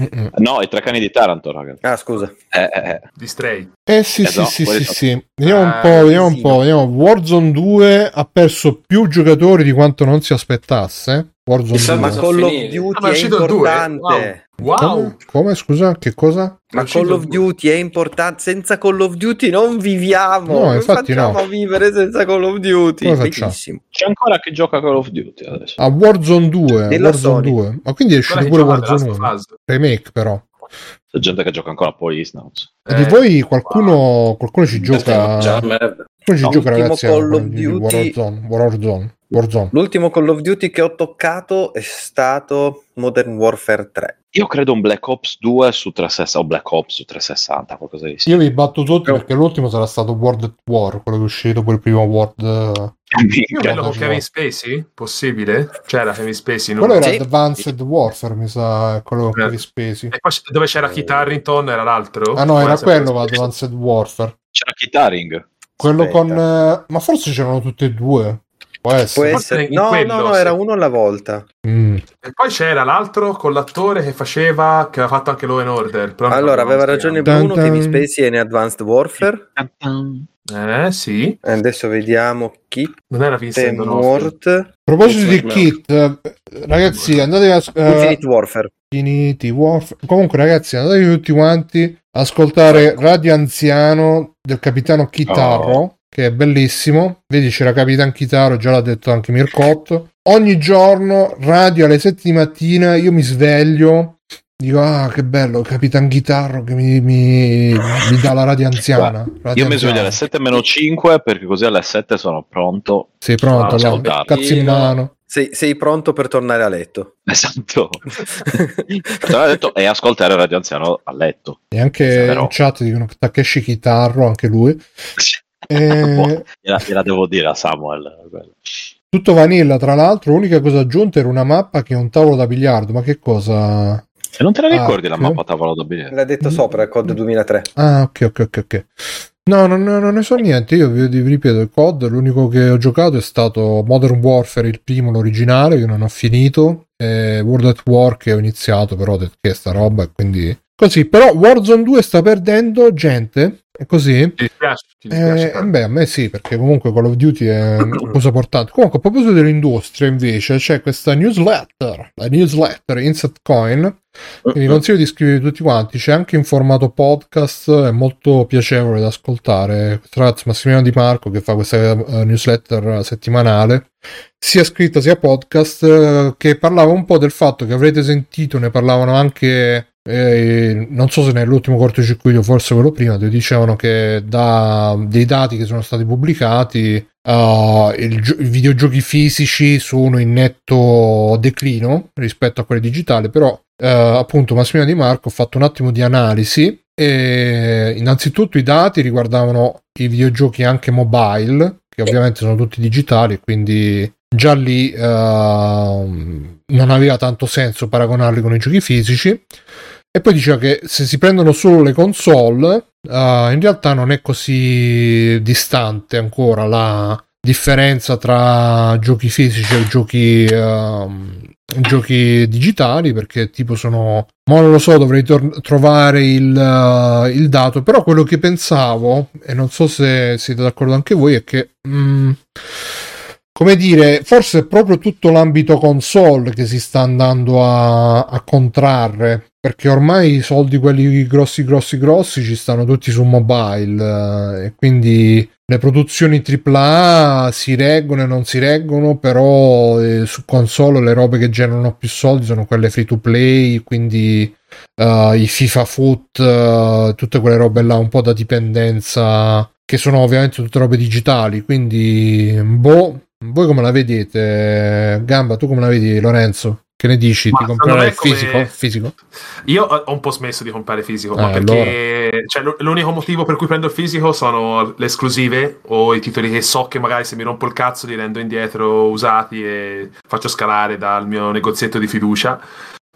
Speaker 1: Mm-mm.
Speaker 5: No, i tre cani di Taranto, ragazzi.
Speaker 3: Ah, scusa.
Speaker 5: Eh, eh, eh.
Speaker 4: di Stray.
Speaker 1: Eh sì,
Speaker 5: Eh
Speaker 1: sì,
Speaker 5: no,
Speaker 1: sì,
Speaker 5: quelli
Speaker 1: sì,
Speaker 5: sono-
Speaker 1: sì. Vediamo un
Speaker 4: Ah,
Speaker 1: po', vediamo un
Speaker 3: sì.
Speaker 1: po', vediamo. Warzone 2 ha perso più giocatori di quanto non si aspettasse. Warzone
Speaker 2: Chissà,
Speaker 1: 2.
Speaker 3: Ma
Speaker 2: sono
Speaker 3: Call of
Speaker 2: finiti.
Speaker 3: Duty
Speaker 4: Ah, ma è
Speaker 3: è
Speaker 4: uscito il due?
Speaker 3: importante.
Speaker 4: Wow.
Speaker 1: Come?
Speaker 4: Wow.
Speaker 1: Come? Scusa, che cosa?
Speaker 3: Ma
Speaker 4: È uscito
Speaker 3: Call of
Speaker 4: il due.
Speaker 3: Duty è importante, senza Call of Duty non viviamo.
Speaker 1: No,
Speaker 3: Come
Speaker 1: infatti
Speaker 3: facciamo
Speaker 1: no.
Speaker 3: a vivere senza Call of Duty?
Speaker 1: Come facciamo?
Speaker 3: Benissimo.
Speaker 5: C'è ancora chi gioca a Call of Duty adesso.
Speaker 1: Ah, Warzone 2.
Speaker 3: Della
Speaker 1: Warzone
Speaker 3: Sony.
Speaker 1: 2. Ma quindi è
Speaker 4: Quella
Speaker 1: uscito
Speaker 4: che
Speaker 1: pure
Speaker 4: gioca The Last
Speaker 1: Warzone
Speaker 4: of
Speaker 1: 1.
Speaker 4: Us.
Speaker 1: Remake però.
Speaker 5: C'è gente che gioca ancora a Polisnauts.
Speaker 1: E Di
Speaker 4: Eh,
Speaker 1: voi qualcuno, qualcuno ci gioca...
Speaker 2: Già,
Speaker 1: Qualcuno
Speaker 2: merda.
Speaker 1: ci
Speaker 3: No,
Speaker 1: gioca
Speaker 3: l'ultimo
Speaker 1: ragazzi. a
Speaker 3: Call of
Speaker 1: di- di
Speaker 3: Duty-
Speaker 1: Warzone. Warzone. Warzone.
Speaker 3: L'ultimo Call of Duty che ho toccato è stato Modern Warfare 3.
Speaker 5: Io credo un Black Ops 2 su 360 o Black Ops su 360, qualcosa di
Speaker 1: Io
Speaker 5: simile.
Speaker 1: vi batto tutti perché l'ultimo sarà stato World at War, quello che è uscito, poi il primo World... eh,
Speaker 4: Io
Speaker 5: *laughs* Minchia.
Speaker 4: quello con
Speaker 1: Madonna.
Speaker 4: Kevin Spacey? Possibile? C'era Kevin Spacey in
Speaker 1: Quello
Speaker 4: uno.
Speaker 1: era
Speaker 3: Sì.
Speaker 1: Advanced Warfare, mi sa, è quello con
Speaker 4: Eh.
Speaker 1: cui spesi.
Speaker 4: E poi c- dove c'era Kit Harrington era l'altro?
Speaker 1: Ah no, era quello
Speaker 4: vado
Speaker 1: Advanced Warfare.
Speaker 5: C'era Kitaring.
Speaker 1: Quello
Speaker 3: Aspetta.
Speaker 1: con... eh, ma forse c'erano tutti e due. Può
Speaker 3: Può
Speaker 1: essere.
Speaker 4: Forse
Speaker 3: essere...
Speaker 4: in
Speaker 3: No,
Speaker 4: quello,
Speaker 3: no, no,
Speaker 4: sì.
Speaker 3: era uno alla volta.
Speaker 1: Mm.
Speaker 4: E poi c'era l'altro con l'attore che faceva, che aveva fatto anche Law and Order. però non
Speaker 3: Allora,
Speaker 4: ricordo
Speaker 3: aveva
Speaker 4: come si
Speaker 3: ragione
Speaker 1: Dun
Speaker 3: Bruno,
Speaker 1: dun.
Speaker 3: Kevin Spacey è in Advanced Warfare.
Speaker 4: chiama. Eh, sì.
Speaker 3: E Adesso vediamo chi
Speaker 4: Non era
Speaker 3: è
Speaker 4: Vincent D'Onofrio.
Speaker 3: Mort.
Speaker 1: A proposito di
Speaker 2: Insomma,
Speaker 1: kit, eh, ragazzi, andate a... eh,
Speaker 3: Infinite Warfare.
Speaker 1: Infinity Warfare. Comunque, ragazzi, andate tutti quanti ascoltare Radio Anziano del capitano Chitarro,
Speaker 5: Oh.
Speaker 1: che è bellissimo. Vedi, c'era Capitan Chitarro, già l'ha detto anche Mircotto. Ogni giorno, radio alle 7 di mattina, io mi sveglio. Dico, ah, che bello, Capitan Chitarro che mi, mi- mi dà la radio anziana. Radio
Speaker 5: Io mi
Speaker 1: Anziana.
Speaker 5: sveglio alle 7 meno 5 perché così alle 7 sono pronto. *laughs*
Speaker 1: Sei pronto?
Speaker 5: Ah, ciao,
Speaker 1: là?
Speaker 5: Davide.
Speaker 1: cazzo in mano.
Speaker 3: Sei, sei pronto per tornare a
Speaker 5: *laughs*
Speaker 3: letto.
Speaker 5: Esatto. Te l'ho detto, e ascoltare Radio Anziano a letto.
Speaker 1: E anche
Speaker 5: Però-
Speaker 1: in chat dicono che Takeshi Chitarro, anche
Speaker 5: *laughs*
Speaker 1: lui.
Speaker 5: Boh,
Speaker 1: Eh,
Speaker 5: gliela, gliela devo dire a Samuel. quello.
Speaker 1: tutto vanilla, tra l'altro. L'unica cosa aggiunta era una mappa che è un tavolo da biliardo. Ma che cosa?
Speaker 5: E non te la ricordi la
Speaker 1: sì.
Speaker 5: mappa tavola da bere?
Speaker 3: L'ha detto sopra, COD 2003.
Speaker 1: Ah, ok, ok, ok. ok. No, non, non- non ne so niente. Io vi, vi ripeto: il COD, l'unico che ho giocato è stato Modern Warfare, il primo, l'originale, che non ho finito. E World at War che ho iniziato, però, ho detto, che è sta roba. e Quindi. Così, però Warzone 2 sta perdendo gente. È così.
Speaker 4: Ti dispiace, ti dispiace
Speaker 1: Eh,
Speaker 4: tanto.
Speaker 1: beh, a me sì, perché comunque Call of Duty è
Speaker 4: *clears throat*
Speaker 1: una cosa portante. Comunque, a proposito dell'industria, invece, c'è questa newsletter, la newsletter Insert Coin. Quindi
Speaker 5: Eh,
Speaker 1: vi consiglio di iscrivervi tutti quanti. C'è anche in formato podcast, è molto piacevole da ascoltare. Questo ragazzo Massimiliano Di Marco, che fa questa eh, newsletter settimanale, sia scritta sia podcast, eh, che parlava un po' del fatto che avrete sentito, ne parlavano anche eh, non so se nell'ultimo cortocircuito, forse quello prima, dove dicevano che da dei dati che sono stati pubblicati eh, il gio- i videogiochi fisici sono in netto declino rispetto a quelli digitali, però eh, appunto Massimiliano Di Marco ha fatto un attimo di analisi e innanzitutto i dati riguardavano i videogiochi anche mobile, che ovviamente sono tutti digitali, quindi già lì ehm, non aveva tanto senso paragonarli con i giochi fisici. E poi diceva che se si prendono solo le console, eh, in realtà non è così distante ancora la differenza tra giochi fisici e giochi, ehm, giochi digitali, perché tipo sono... Ma non lo so, dovrei tor- trovare il, eh, il dato, però quello che pensavo, e non so se siete d'accordo anche voi, è che... mm, come dire, forse è proprio tutto l'ambito console che si sta andando a, a contrarre, perché ormai i soldi, quelli grossi, grossi, grossi, ci stanno tutti su mobile, eh, e quindi le produzioni AAA si reggono e non si reggono, però eh, su console le robe che generano più soldi sono quelle free to play, quindi eh, i FIFA Foot, eh, tutte quelle robe là un po' da dipendenza, che sono ovviamente tutte robe digitali, quindi boh, voi come la vedete? Gamba, tu come la vedi Lorenzo? Che ne dici?
Speaker 4: Ma
Speaker 1: Ti
Speaker 4: secondo
Speaker 1: comprerai
Speaker 4: me
Speaker 1: il fisico?
Speaker 4: come-
Speaker 1: fisico?
Speaker 4: Io ho ho un po' smesso di comprare fisico,
Speaker 1: Eh,
Speaker 4: ma perché cioè, l'u- l'unico motivo per cui prendo il fisico sono le esclusive o i titoli che so che magari se mi rompo il cazzo li rendo indietro usati e faccio scalare dal mio negozietto di fiducia.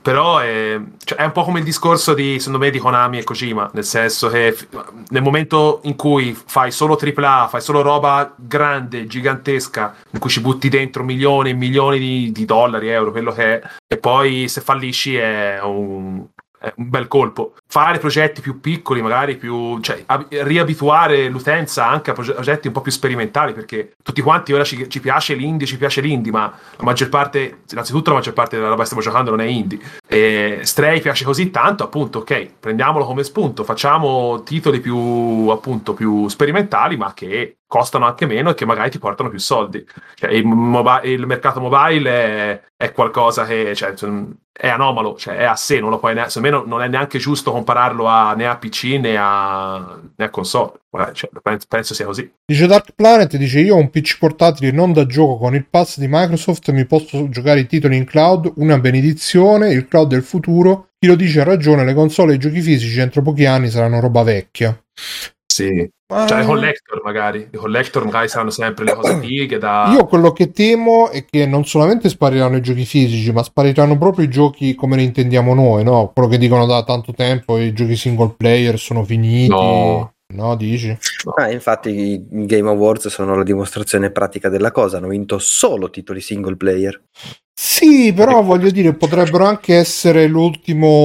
Speaker 4: Però è, cioè, è un po' come il discorso di, secondo me, di Konami e Kojima, nel senso che f- nel momento in cui fai solo AAA, fai solo roba grande, gigantesca, in cui ci butti dentro milioni e milioni di, di dollari, euro, quello che è, e poi se fallisci è un, è un bel colpo. Fare progetti più piccoli, magari più. cioè, ab- riabituare l'utenza anche a proge- progetti un po' più sperimentali, perché tutti quanti ora ci, ci piace l'indie, ci piace l'indie, ma la maggior parte, innanzitutto la maggior parte della roba che stiamo giocando non è indie. E Stray piace così tanto, appunto, ok, prendiamolo come spunto, facciamo titoli più, appunto, più sperimentali, ma che costano anche meno e che magari ti portano più soldi. Cioè, il, mobi- il mercato mobile è, è qualcosa che cioè, è anomalo, cioè, è a sé, non lo puoi neanche, secondo me non- non è neanche giusto compararlo a, né a PC né a, né a console. Guarda, cioè, penso, penso sia così.
Speaker 1: Dice Dark Planet, dice io ho un PC portatile non da gioco con il pass di Microsoft, mi posso giocare i titoli in cloud, una benedizione, il cloud del futuro, chi lo dice ha ragione, le console e i giochi fisici entro pochi anni saranno roba vecchia.
Speaker 4: Sì.
Speaker 1: Ma-
Speaker 4: Cioè, i collector magari, i collector magari saranno sempre le cose fighe da...
Speaker 1: Io quello che temo è che non solamente spariranno i giochi fisici, ma spariranno proprio i giochi come li intendiamo noi, no? Quello che dicono da tanto tempo, i giochi single player sono finiti.
Speaker 4: No.
Speaker 1: No, dici?
Speaker 3: Ah, infatti i Game Awards sono la dimostrazione pratica della cosa, hanno vinto solo titoli single player.
Speaker 1: Sì, però
Speaker 3: Eh.
Speaker 1: voglio dire, potrebbero anche essere l'ultimo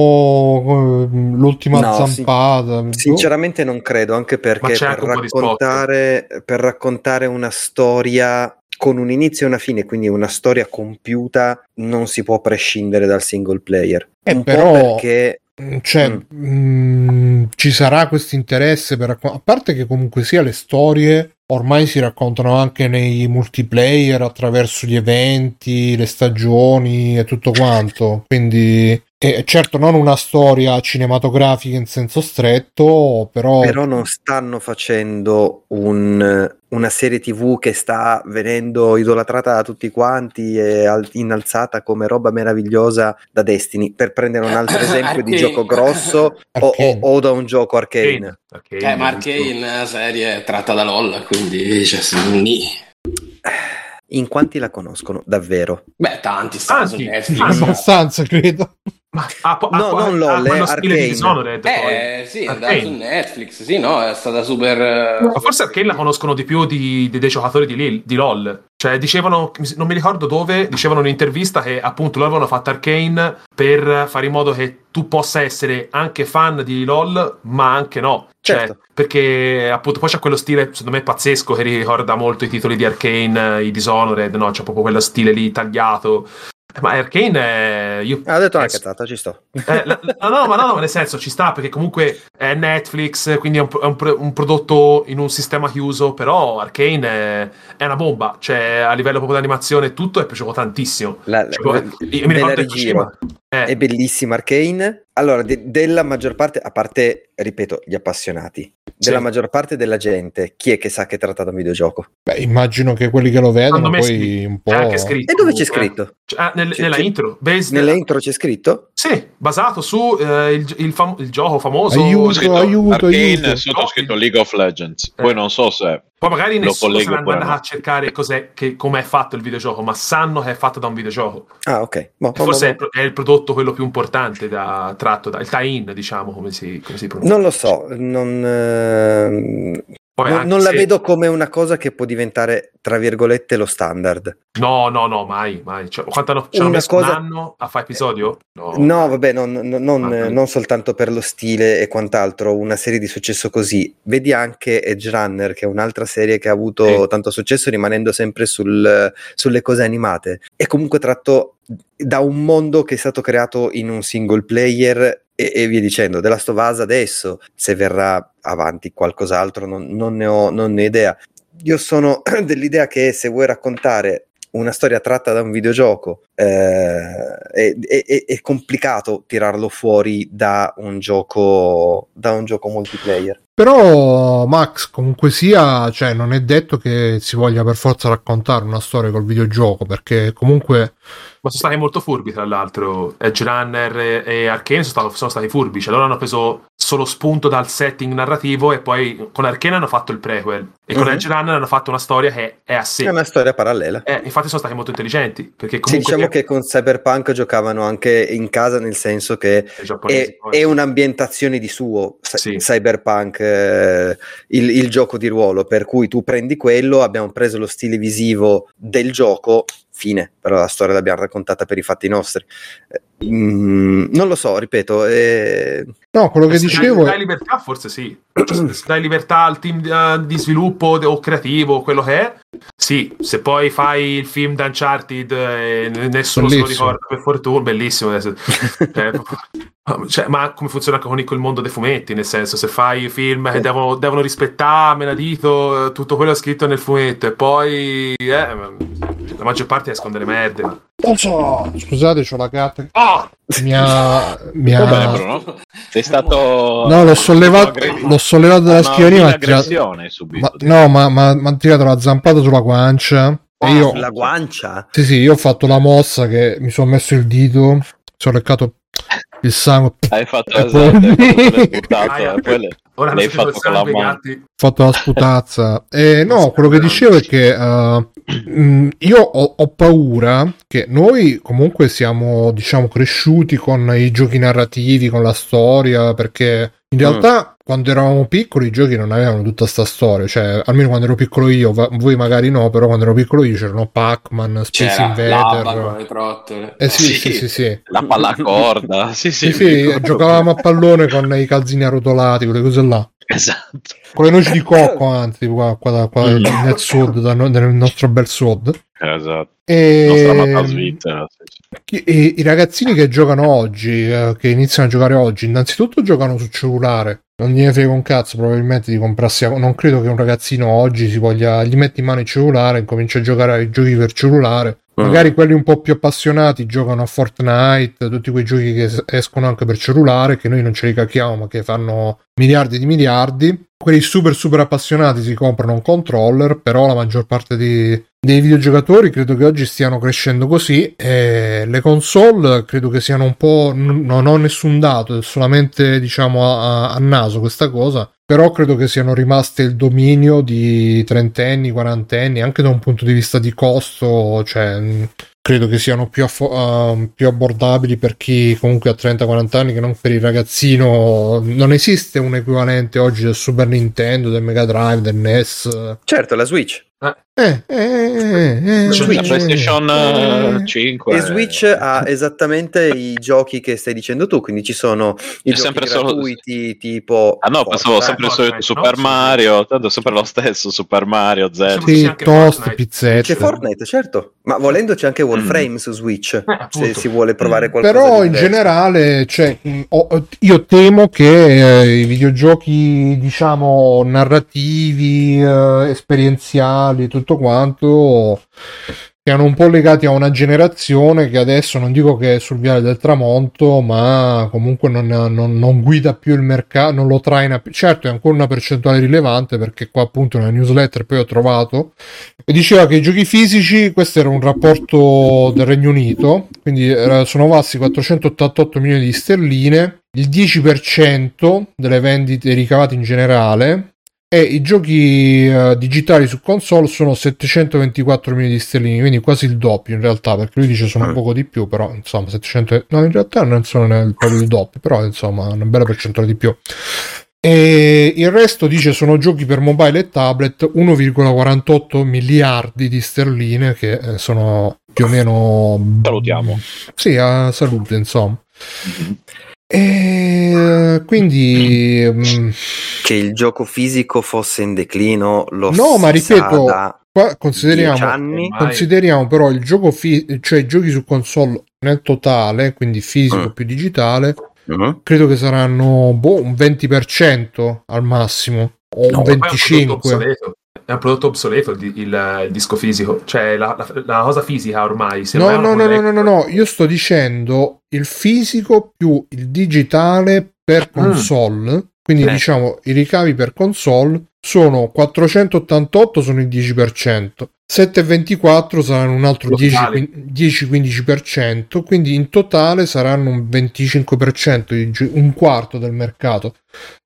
Speaker 1: eh, l'ultima
Speaker 3: No, sì.
Speaker 1: zampata. Boh.
Speaker 3: Sinceramente non credo, anche
Speaker 4: Ma
Speaker 3: perché
Speaker 4: c'è
Speaker 3: per
Speaker 4: anche un po' di
Speaker 3: raccontare, per raccontare una storia con un inizio e una fine, quindi una storia compiuta, non si può prescindere dal single player.
Speaker 1: Eh,
Speaker 3: un
Speaker 1: però-
Speaker 3: po' perché
Speaker 1: Cioè, mm, mh, ci sarà questo interesse per raccon- a parte che comunque sia le storie ormai si raccontano anche nei multiplayer attraverso gli eventi, le stagioni e tutto quanto, quindi e certo non una storia cinematografica in senso stretto, però,
Speaker 3: Però non stanno facendo un- una serie tv che sta venendo idolatrata da tutti quanti e al- innalzata come roba meravigliosa da Destiny, per prendere un
Speaker 4: *coughs*
Speaker 3: altro esempio di
Speaker 2: Arcane.
Speaker 3: gioco grosso o, o- o da un gioco arcane.
Speaker 2: Eh, ma Arcane eh, serie è tratta da LOL, quindi cioè, sì, nì.
Speaker 3: In quanti la conoscono davvero?
Speaker 2: Beh, tanti stanno su
Speaker 4: Tanti.
Speaker 2: Netflix.
Speaker 4: Ah, no.
Speaker 1: abbastanza credo.
Speaker 4: Ma, ah, po- ah,
Speaker 3: No,
Speaker 4: qua-
Speaker 3: non
Speaker 4: ah,
Speaker 3: LOL,
Speaker 4: quello
Speaker 3: eh,
Speaker 4: stile di
Speaker 3: Arcane.
Speaker 4: Dishonored, poi.
Speaker 2: Eh, sì, è andata
Speaker 4: Arcane.
Speaker 2: su Netflix, sì, no, è stata super... eh,
Speaker 4: Ma forse Arcane la conoscono di più di, di- dei giocatori di, Lil- di LOL. Cioè, dicevano, non mi ricordo dove, dicevano in un'intervista che appunto loro avevano fatto Arcane per fare in modo che tu possa essere anche fan di LOL, ma anche no. Cioè,
Speaker 3: Certo.
Speaker 4: perché appunto poi c'è quello stile, secondo me, pazzesco che ricorda molto i titoli di Arcane, eh, i Dishonored, no? C'è proprio quello stile lì tagliato. Ma Arcane è. Io
Speaker 3: Ah, ho detto una
Speaker 4: penso-
Speaker 3: cazzata, ci sto.
Speaker 4: eh, la- la- no, ma no, no, nel senso ci sta perché comunque è Netflix, quindi è un, pro- è un pro- un prodotto in un sistema chiuso, però Arkane è, è una bomba, cioè a livello proprio di animazione e tutto è piaciuto tantissimo.
Speaker 3: La-
Speaker 4: Cioè, guarda,
Speaker 3: ve
Speaker 4: io mi
Speaker 3: la
Speaker 4: ricordo
Speaker 3: rigiro.
Speaker 4: Hiroshima. Eh,
Speaker 3: È bellissima Arcane. Allora, de- della maggior parte, a parte, ripeto, gli appassionati, della
Speaker 4: Sì.
Speaker 3: maggior parte della gente, chi è che sa che è tratta da un videogioco?
Speaker 1: Beh, immagino che quelli che lo vedono
Speaker 4: Secondo me
Speaker 1: poi
Speaker 4: sì.
Speaker 1: un po'...
Speaker 4: è anche scritto.
Speaker 3: E dove c'è
Speaker 4: comunque, eh.
Speaker 3: scritto?
Speaker 4: Cioè, ah, nel-
Speaker 3: C'è-
Speaker 4: nella
Speaker 3: c'è-
Speaker 4: intro, based-
Speaker 3: Nelle intro c'è scritto?
Speaker 4: sì, basato su eh, il, il fam- il gioco famoso.
Speaker 5: Ho
Speaker 1: Aiuto.
Speaker 5: scritto
Speaker 1: aiuto,
Speaker 5: Arcane,
Speaker 1: aiuto.
Speaker 5: sotto ho scritto League of Legends.
Speaker 4: Eh.
Speaker 5: Poi non so se
Speaker 4: Poi magari
Speaker 5: Lo
Speaker 4: nessuno se
Speaker 5: collego
Speaker 4: ne
Speaker 5: pure a
Speaker 4: andrà
Speaker 5: me.
Speaker 4: a cercare cos'è, che, com'è fatto il videogioco, ma sanno che è fatto da un videogioco.
Speaker 3: Ah, ok. Boh, boh,
Speaker 4: Forse è il
Speaker 3: boh.
Speaker 4: pro- è il prodotto quello più importante da, tratto dal tie-in, diciamo, come si, come si pronuncia.
Speaker 3: Non lo so, non, ehm,
Speaker 4: Poi
Speaker 3: non-
Speaker 4: anche
Speaker 3: non la
Speaker 4: se-
Speaker 3: vedo come una cosa che può diventare, tra virgolette, lo standard.
Speaker 4: No, no, no, mai, mai. Cioè, quanto hanno, ci hanno
Speaker 3: Una
Speaker 4: messo
Speaker 3: cosa-
Speaker 4: un anno a fare episodio? No,
Speaker 3: No, vabbè, non, non- non-
Speaker 4: Ah,
Speaker 3: non soltanto per lo stile e quant'altro, una serie di successo così. Vedi anche Edge Runner, che è un'altra serie che ha avuto
Speaker 4: Sì.
Speaker 3: tanto successo rimanendo sempre sul- sulle cose animate. È comunque tratto da un mondo che è stato creato in un single player e, e via dicendo. Della Stovasa adesso, se verrà avanti qualcos'altro, non, non ne ho, non ne ho idea. Io sono *clears throat* dell'idea che se vuoi raccontare una storia tratta da un videogioco eh, è, è- è complicato tirarlo fuori da un gioco da un gioco multiplayer
Speaker 1: Però Max comunque sia, cioè non è detto che si voglia per forza raccontare una storia col videogioco, perché comunque
Speaker 4: Ma sono stati molto furbi, tra l'altro. Edge Runner e, e Arkane sono, stato- sono stati furbi. Cioè, loro hanno preso solo spunto dal setting narrativo e poi con Arkane hanno fatto il prequel. E con
Speaker 3: Mhm.
Speaker 4: Edge Runner hanno fatto una storia che è a sé.
Speaker 3: è una storia parallela
Speaker 4: Eh, infatti sono stati molto intelligenti. Perché
Speaker 3: Sì,
Speaker 4: comunque...
Speaker 3: diciamo che con Cyberpunk giocavano anche in casa nel senso che
Speaker 4: i giapponesi
Speaker 3: è,
Speaker 4: poi-
Speaker 3: è un'ambientazione di suo sa-
Speaker 4: Sì.
Speaker 3: cyberpunk eh, il, il gioco di ruolo per cui tu prendi quello abbiamo preso lo stile visivo del gioco fine però la storia l'abbiamo raccontata per i fatti nostri Eh, mm, non lo so ripeto eh,
Speaker 1: No, quello che
Speaker 4: Se
Speaker 1: dicevo
Speaker 4: dai
Speaker 1: è
Speaker 4: libertà, forse sì. Cioè, se dai libertà al team eh, di sviluppo de- o creativo, quello che è. Sì, se poi fai il film di Uncharted eh, n- nessuno se
Speaker 1: Bellissimo.
Speaker 4: lo ricorda, per fortuna, bellissimo.
Speaker 1: *laughs*
Speaker 4: eh, se- cioè, cioè, ma come funziona anche con il col mondo dei fumetti? Nel senso, se fai i film che
Speaker 1: Eh.
Speaker 3: Sì.
Speaker 4: devono, devono rispettare, menadito, eh, tutto quello scritto nel fumetto, e poi eh, la maggior parte escono delle merde.
Speaker 1: Non so, scusate, c'ho la gatta che
Speaker 4: Ah!
Speaker 1: mi ha mi ha-
Speaker 5: Va bene, Bruno. sei stato
Speaker 1: No, l'ho sollevato l'ho sollevato dalla scrivania, ma,
Speaker 5: aggressione
Speaker 1: ma-
Speaker 5: subito.
Speaker 1: no, ma ma mi ha tirato la zampata sulla guancia e io
Speaker 3: *laughs* la guancia
Speaker 1: Sì, sì, io ho fatto la mossa che mi sono messo il dito, ci ho leccato il sangue, ho
Speaker 5: Hai fatto
Speaker 1: E
Speaker 5: esatto,
Speaker 1: poi-
Speaker 5: hai fatto le buttate,
Speaker 4: Aia.
Speaker 5: e poi le-
Speaker 4: Ora
Speaker 5: L'hai
Speaker 4: non so
Speaker 5: fatto
Speaker 4: che
Speaker 5: con la
Speaker 4: sangue,
Speaker 5: mano.
Speaker 4: gatti.
Speaker 1: fatto la sputazza. E no, quello che dicevo è che eh, mh, io ho, ho paura che noi comunque siamo, diciamo, cresciuti con i giochi narrativi, con la storia, perché in realtà quando eravamo piccoli i giochi non avevano tutta sta storia, cioè almeno quando ero piccolo io, va- voi magari no, però quando ero piccolo io c'erano Pac-Man, Space
Speaker 2: C'era l'Abba con
Speaker 1: Invader.
Speaker 2: le trottole.
Speaker 1: Eh sì, sì,
Speaker 5: Sì.
Speaker 1: sì, sì. *laughs*
Speaker 5: La palla a corda, sì, sì,
Speaker 1: Sì,
Speaker 5: mi
Speaker 1: sì,
Speaker 5: ricordo.
Speaker 1: giocavamo a pallone con i calzini arrotolati, quelle cose là.
Speaker 5: Esatto.
Speaker 1: con le noci di cocco, anzi, qua, qua, qua
Speaker 5: Mm.
Speaker 1: nel sud, da no- nel nostro bel sud.
Speaker 5: Esatto.
Speaker 1: Eh,
Speaker 5: Nostra amata
Speaker 1: E,
Speaker 5: Svizzera. sì, sì.
Speaker 1: chi- e i ragazzini che giocano oggi, eh, che iniziano a giocare oggi, innanzitutto giocano sul cellulare. Non gliene frega un cazzo, probabilmente di comprarsi. a- Non credo che un ragazzino oggi si voglia. gli metti in mano il cellulare e comincia a giocare ai giochi per cellulare. Magari quelli un po' più appassionati giocano a Fortnite, tutti quei giochi che es- escono anche per cellulare, che noi non ce li cacchiamo, ma che fanno miliardi di miliardi. Quelli super super appassionati si comprano un controller, però la maggior parte di- dei videogiocatori credo che oggi stiano crescendo così. E le console credo che siano un po'... n- non ho nessun dato, è solamente diciamo a- a- a naso questa cosa, però credo che siano rimaste il dominio di trentenni, quarantenni, anche da un punto di vista di costo, cioè mh, credo che siano più, affo- ehm, più abbordabili per chi comunque ha 30-40 anni che non per il ragazzino. Non esiste un equivalente oggi del Super Nintendo, del Mega Drive, del NES.
Speaker 3: Certo, la Switch.
Speaker 1: Eh, eh, eh, eh,
Speaker 3: La
Speaker 5: La
Speaker 3: Switch.
Speaker 5: PlayStation eh, Ah,
Speaker 1: eh.
Speaker 5: 5
Speaker 3: E Switch eh, ha esattamente i giochi che stai dicendo tu, quindi ci sono i
Speaker 5: È
Speaker 3: giochi
Speaker 5: sempre solo-
Speaker 3: gratuiti tipo...
Speaker 5: Ah no, pensavo
Speaker 3: Fortnite.
Speaker 4: Fortnite,
Speaker 5: sempre il solito
Speaker 4: no?
Speaker 5: Super Mario, tanto è sempre lo stesso Super Mario Z.
Speaker 4: Sì,
Speaker 1: Sì,
Speaker 4: anche
Speaker 1: toast,
Speaker 4: Fortnite.
Speaker 1: pizzette.
Speaker 3: C'è Fortnite, certo, ma volendo c'è anche
Speaker 1: Mm.
Speaker 3: Warframe su Switch, se
Speaker 4: appunto.
Speaker 3: si vuole provare qualcosa
Speaker 1: Eh, Però
Speaker 3: di
Speaker 1: in
Speaker 3: diverso.
Speaker 1: generale, cioè, mh, ho- io temo che eh, i videogiochi, diciamo, narrativi, eh, esperienziali, tutto quanto, siano un po' legati a una generazione che adesso non dico che è sul viale del tramonto, ma comunque non, non- non guida più il mercato, non lo traina più. Certo, è ancora una percentuale rilevante perché qua appunto nella newsletter poi ho trovato e diceva che i giochi fisici, questo era un rapporto del Regno Unito, quindi eh, sono valsi 488 milioni di sterline, il 10% delle vendite ricavate in generale e i giochi eh, digitali su console sono 724 milioni di sterline, quindi quasi il doppio in realtà, perché lui dice sono un
Speaker 6: Eh.
Speaker 1: poco di più, però insomma 700... e- No, in realtà non sono neanche proprio il doppio, però insomma una bella percentuale di più. E il resto dice sono giochi per mobile e tablet 1,48 miliardi di sterline che eh, sono più o meno
Speaker 5: Salutiamo.
Speaker 1: sì, a salute, insomma. E quindi mm,
Speaker 3: Che il gioco fisico fosse in declino, lo
Speaker 1: No, ma
Speaker 3: si sa
Speaker 1: ripeto, Eh,
Speaker 3: da
Speaker 1: qua
Speaker 3: 10
Speaker 1: consideriamo
Speaker 3: anni.
Speaker 1: Consideriamo però il gioco fi- cioè i giochi su console nel totale, quindi fisico
Speaker 4: Eh.
Speaker 3: Mm.
Speaker 1: più digitale,
Speaker 3: Mhm.
Speaker 1: credo che saranno boh, un 20% al massimo o un
Speaker 4: No, ma poi È un prodotto
Speaker 1: 25.
Speaker 4: obsoleto, È un prodotto obsoleto il, eh, il- il disco fisico, cioè la, la- la cosa fisica ormai. se
Speaker 1: No,
Speaker 4: ormai
Speaker 1: no,
Speaker 4: non
Speaker 1: no, no,
Speaker 4: è-
Speaker 1: no, no, no, io sto dicendo il fisico più il digitale per
Speaker 4: Mm.
Speaker 1: console, quindi
Speaker 3: Eh.
Speaker 1: diciamo i ricavi per console sono 488 sono il 10%, 724 saranno un altro
Speaker 4: Totale.
Speaker 1: 10-15%, quindi in totale saranno un 25%, di gio- un quarto del mercato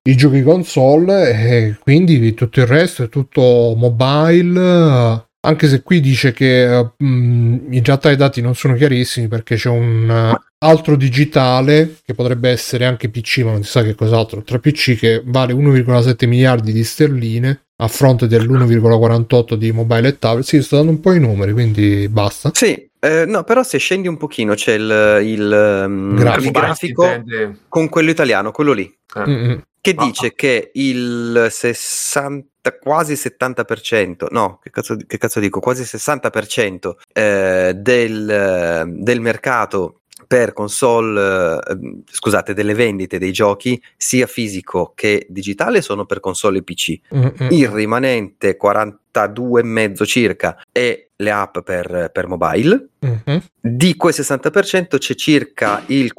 Speaker 1: i giochi console e quindi tutto il resto è tutto mobile. eh, Anche se qui dice che eh, mh, in realtà i dati non sono chiarissimi perché c'è un eh, altro digitale che potrebbe essere anche PC, ma non si sa che cos'altro, tra PC che vale 1,7 miliardi di sterline a fronte dell'1,48 di mobile e tablet. Sì, sto dando un po' i numeri, quindi basta.
Speaker 3: Sì, eh, no, però se scendi un pochino c'è il, il, um,
Speaker 1: Grafico.
Speaker 3: il
Speaker 4: Mobile
Speaker 3: grafico
Speaker 4: intende-
Speaker 3: con quello italiano, quello lì.
Speaker 4: eh.
Speaker 1: Mm, mm.
Speaker 3: che
Speaker 4: Ma-
Speaker 3: dice che il 60 quasi 70% no che cazzo, che cazzo dico quasi 60% eh, del, eh, del mercato per console eh, scusate delle vendite dei giochi sia fisico che digitale sono per console e pc
Speaker 1: Mm, mm.
Speaker 3: il rimanente 42,5 circa è le app per, per mobile
Speaker 1: Mhm.
Speaker 3: di quel 60% c'è circa il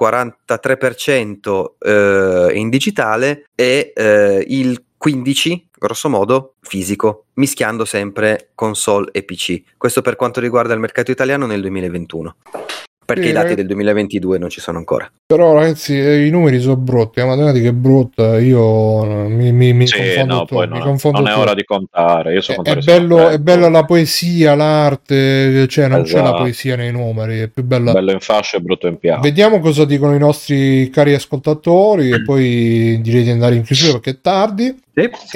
Speaker 3: 43% eh, in digitale e eh, il 15% grosso modo fisico, mischiando sempre console e PC. Questo per quanto riguarda il mercato italiano nel 2021. Perché
Speaker 1: Sì,
Speaker 3: i dati
Speaker 1: ragazzi.
Speaker 3: del 2022 non ci sono ancora.
Speaker 1: Però ragazzi, eh, i numeri sono brutti, la matematica è brutta, io eh, mi, mi, mi
Speaker 5: Sì,
Speaker 1: confondo
Speaker 5: no,
Speaker 1: tutto,
Speaker 5: poi
Speaker 1: mi
Speaker 5: non,
Speaker 1: confondo
Speaker 5: non è
Speaker 1: tutto.
Speaker 5: ora di contare. Io so
Speaker 1: È,
Speaker 5: contare
Speaker 1: è
Speaker 5: solo
Speaker 1: bello,
Speaker 5: tre.
Speaker 1: è bella la poesia, l'arte, cioè non c'è la
Speaker 5: eh. Esatto.
Speaker 1: poesia nei numeri, è più bella.
Speaker 5: Bello in fascia e brutto in piano.
Speaker 1: Vediamo cosa dicono i nostri cari ascoltatori
Speaker 5: Mm.
Speaker 1: e poi direi di andare in chiusura perché è tardi.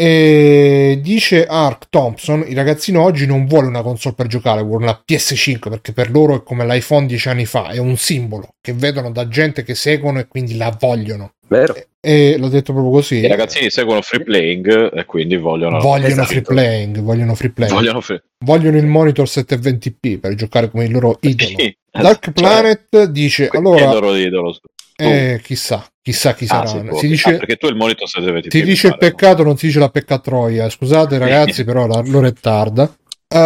Speaker 1: E dice Ark Thompson, il ragazzino oggi non vuole una console per giocare, vuole una PS5 perché per loro è come l'iPhone dieci anni fa, è un simbolo che vedono da gente che seguono e quindi la vogliono.
Speaker 3: Vero?
Speaker 1: E l'ho detto proprio così.
Speaker 5: I ragazzini seguono free playing e quindi vogliono.
Speaker 1: vogliono
Speaker 3: esatto.
Speaker 1: free playing, vogliono free playing. Vogliono...
Speaker 5: vogliono free-
Speaker 1: il monitor 720p per giocare come il loro idolo.
Speaker 5: *laughs* Sì.
Speaker 1: Dark
Speaker 5: Cioè,
Speaker 1: Planet dice
Speaker 5: chi è
Speaker 1: allora
Speaker 5: il loro idolo?
Speaker 1: eh, chissà, chissà chi
Speaker 5: Ah,
Speaker 1: sarà.
Speaker 5: sì, può.
Speaker 1: si
Speaker 5: Ah,
Speaker 1: dice
Speaker 5: perché tu il monitor se devi
Speaker 1: Si dice il peccato, non si dice la peccatroia. Scusate ragazzi, però la- l'ora è tarda. Eh,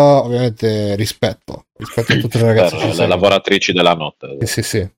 Speaker 1: ovviamente rispetto, rispetto a tutte le ragazze.
Speaker 5: per
Speaker 1: ci
Speaker 5: le
Speaker 1: seguono.
Speaker 5: lavoratrici della notte.
Speaker 1: Sì, sì, sì.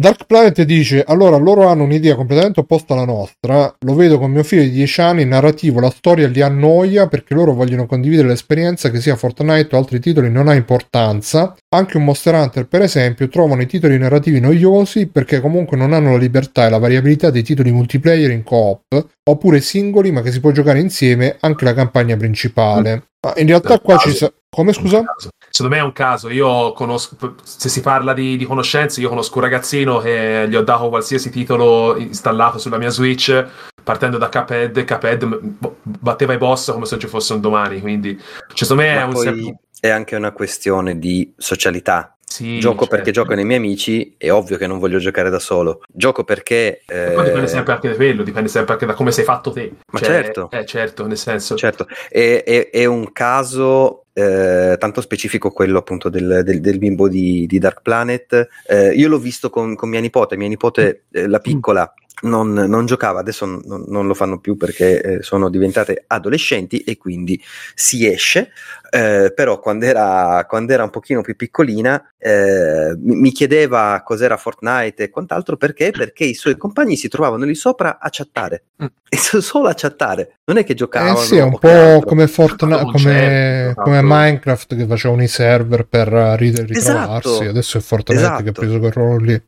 Speaker 1: Dark Planet dice: Allora, loro hanno un'idea completamente opposta alla nostra. Lo vedo con mio figlio di 10 anni. Il narrativo, la storia li annoia perché loro vogliono condividere l'esperienza che sia Fortnite o altri titoli non ha importanza. Anche un Monster Hunter, per esempio, trovano i titoli narrativi noiosi perché comunque non hanno la libertà e la variabilità dei titoli multiplayer in coop, oppure singoli, ma che si può giocare insieme anche la campagna principale. Ma in realtà qua ci sa- Come scusa?
Speaker 4: Un caso. Secondo me è un caso. Io conosco, se si parla di, di conoscenze, io conosco un ragazzino che gli ho dato qualsiasi titolo installato sulla mia Switch, partendo da Cuphead. Cuphead m- b- batteva i boss come se non ci fosse un domani. Quindi, cioè, secondo me è
Speaker 3: Ma
Speaker 4: un
Speaker 3: poi
Speaker 4: sem-
Speaker 3: è anche una questione di socialità.
Speaker 4: sì,
Speaker 3: gioco
Speaker 4: cioè,
Speaker 3: perché giocano i miei amici, è ovvio che non voglio giocare da solo. Gioco perché... eh,
Speaker 4: Poi dipende sempre anche da quello, dipende sempre anche da come sei fatto te.
Speaker 3: Ma
Speaker 4: Cioè,
Speaker 3: certo.
Speaker 4: eh, certo, nel senso.
Speaker 3: Certo, è, è- è un caso eh, tanto specifico quello appunto del, del- del bimbo di, di Dark Planet. Eh, io l'ho visto con, con mia nipote, mia nipote, eh, la piccola, non, non giocava, adesso non, non lo fanno più perché eh, sono diventate adolescenti e quindi si esce, eh, però quando era, quando era un pochino più piccolina eh, mi, mi chiedeva cos'era Fortnite e quant'altro perché? Perché i suoi compagni si trovavano lì sopra a chattare,
Speaker 4: Mm.
Speaker 3: e so- *laughs* solo a chattare, non è che
Speaker 1: Eh
Speaker 3: giocavano.
Speaker 1: sì, è un
Speaker 3: o che
Speaker 1: po'
Speaker 3: altro.
Speaker 1: come Fortnite,
Speaker 4: Ah, un
Speaker 1: come,
Speaker 4: certo,
Speaker 1: come
Speaker 4: esatto.
Speaker 1: Minecraft che facevano i server per eh, ri- ritrovarsi.
Speaker 3: Esatto.
Speaker 1: Adesso è Fortnite che ha
Speaker 3: Esatto.
Speaker 1: preso quel ruolo lì.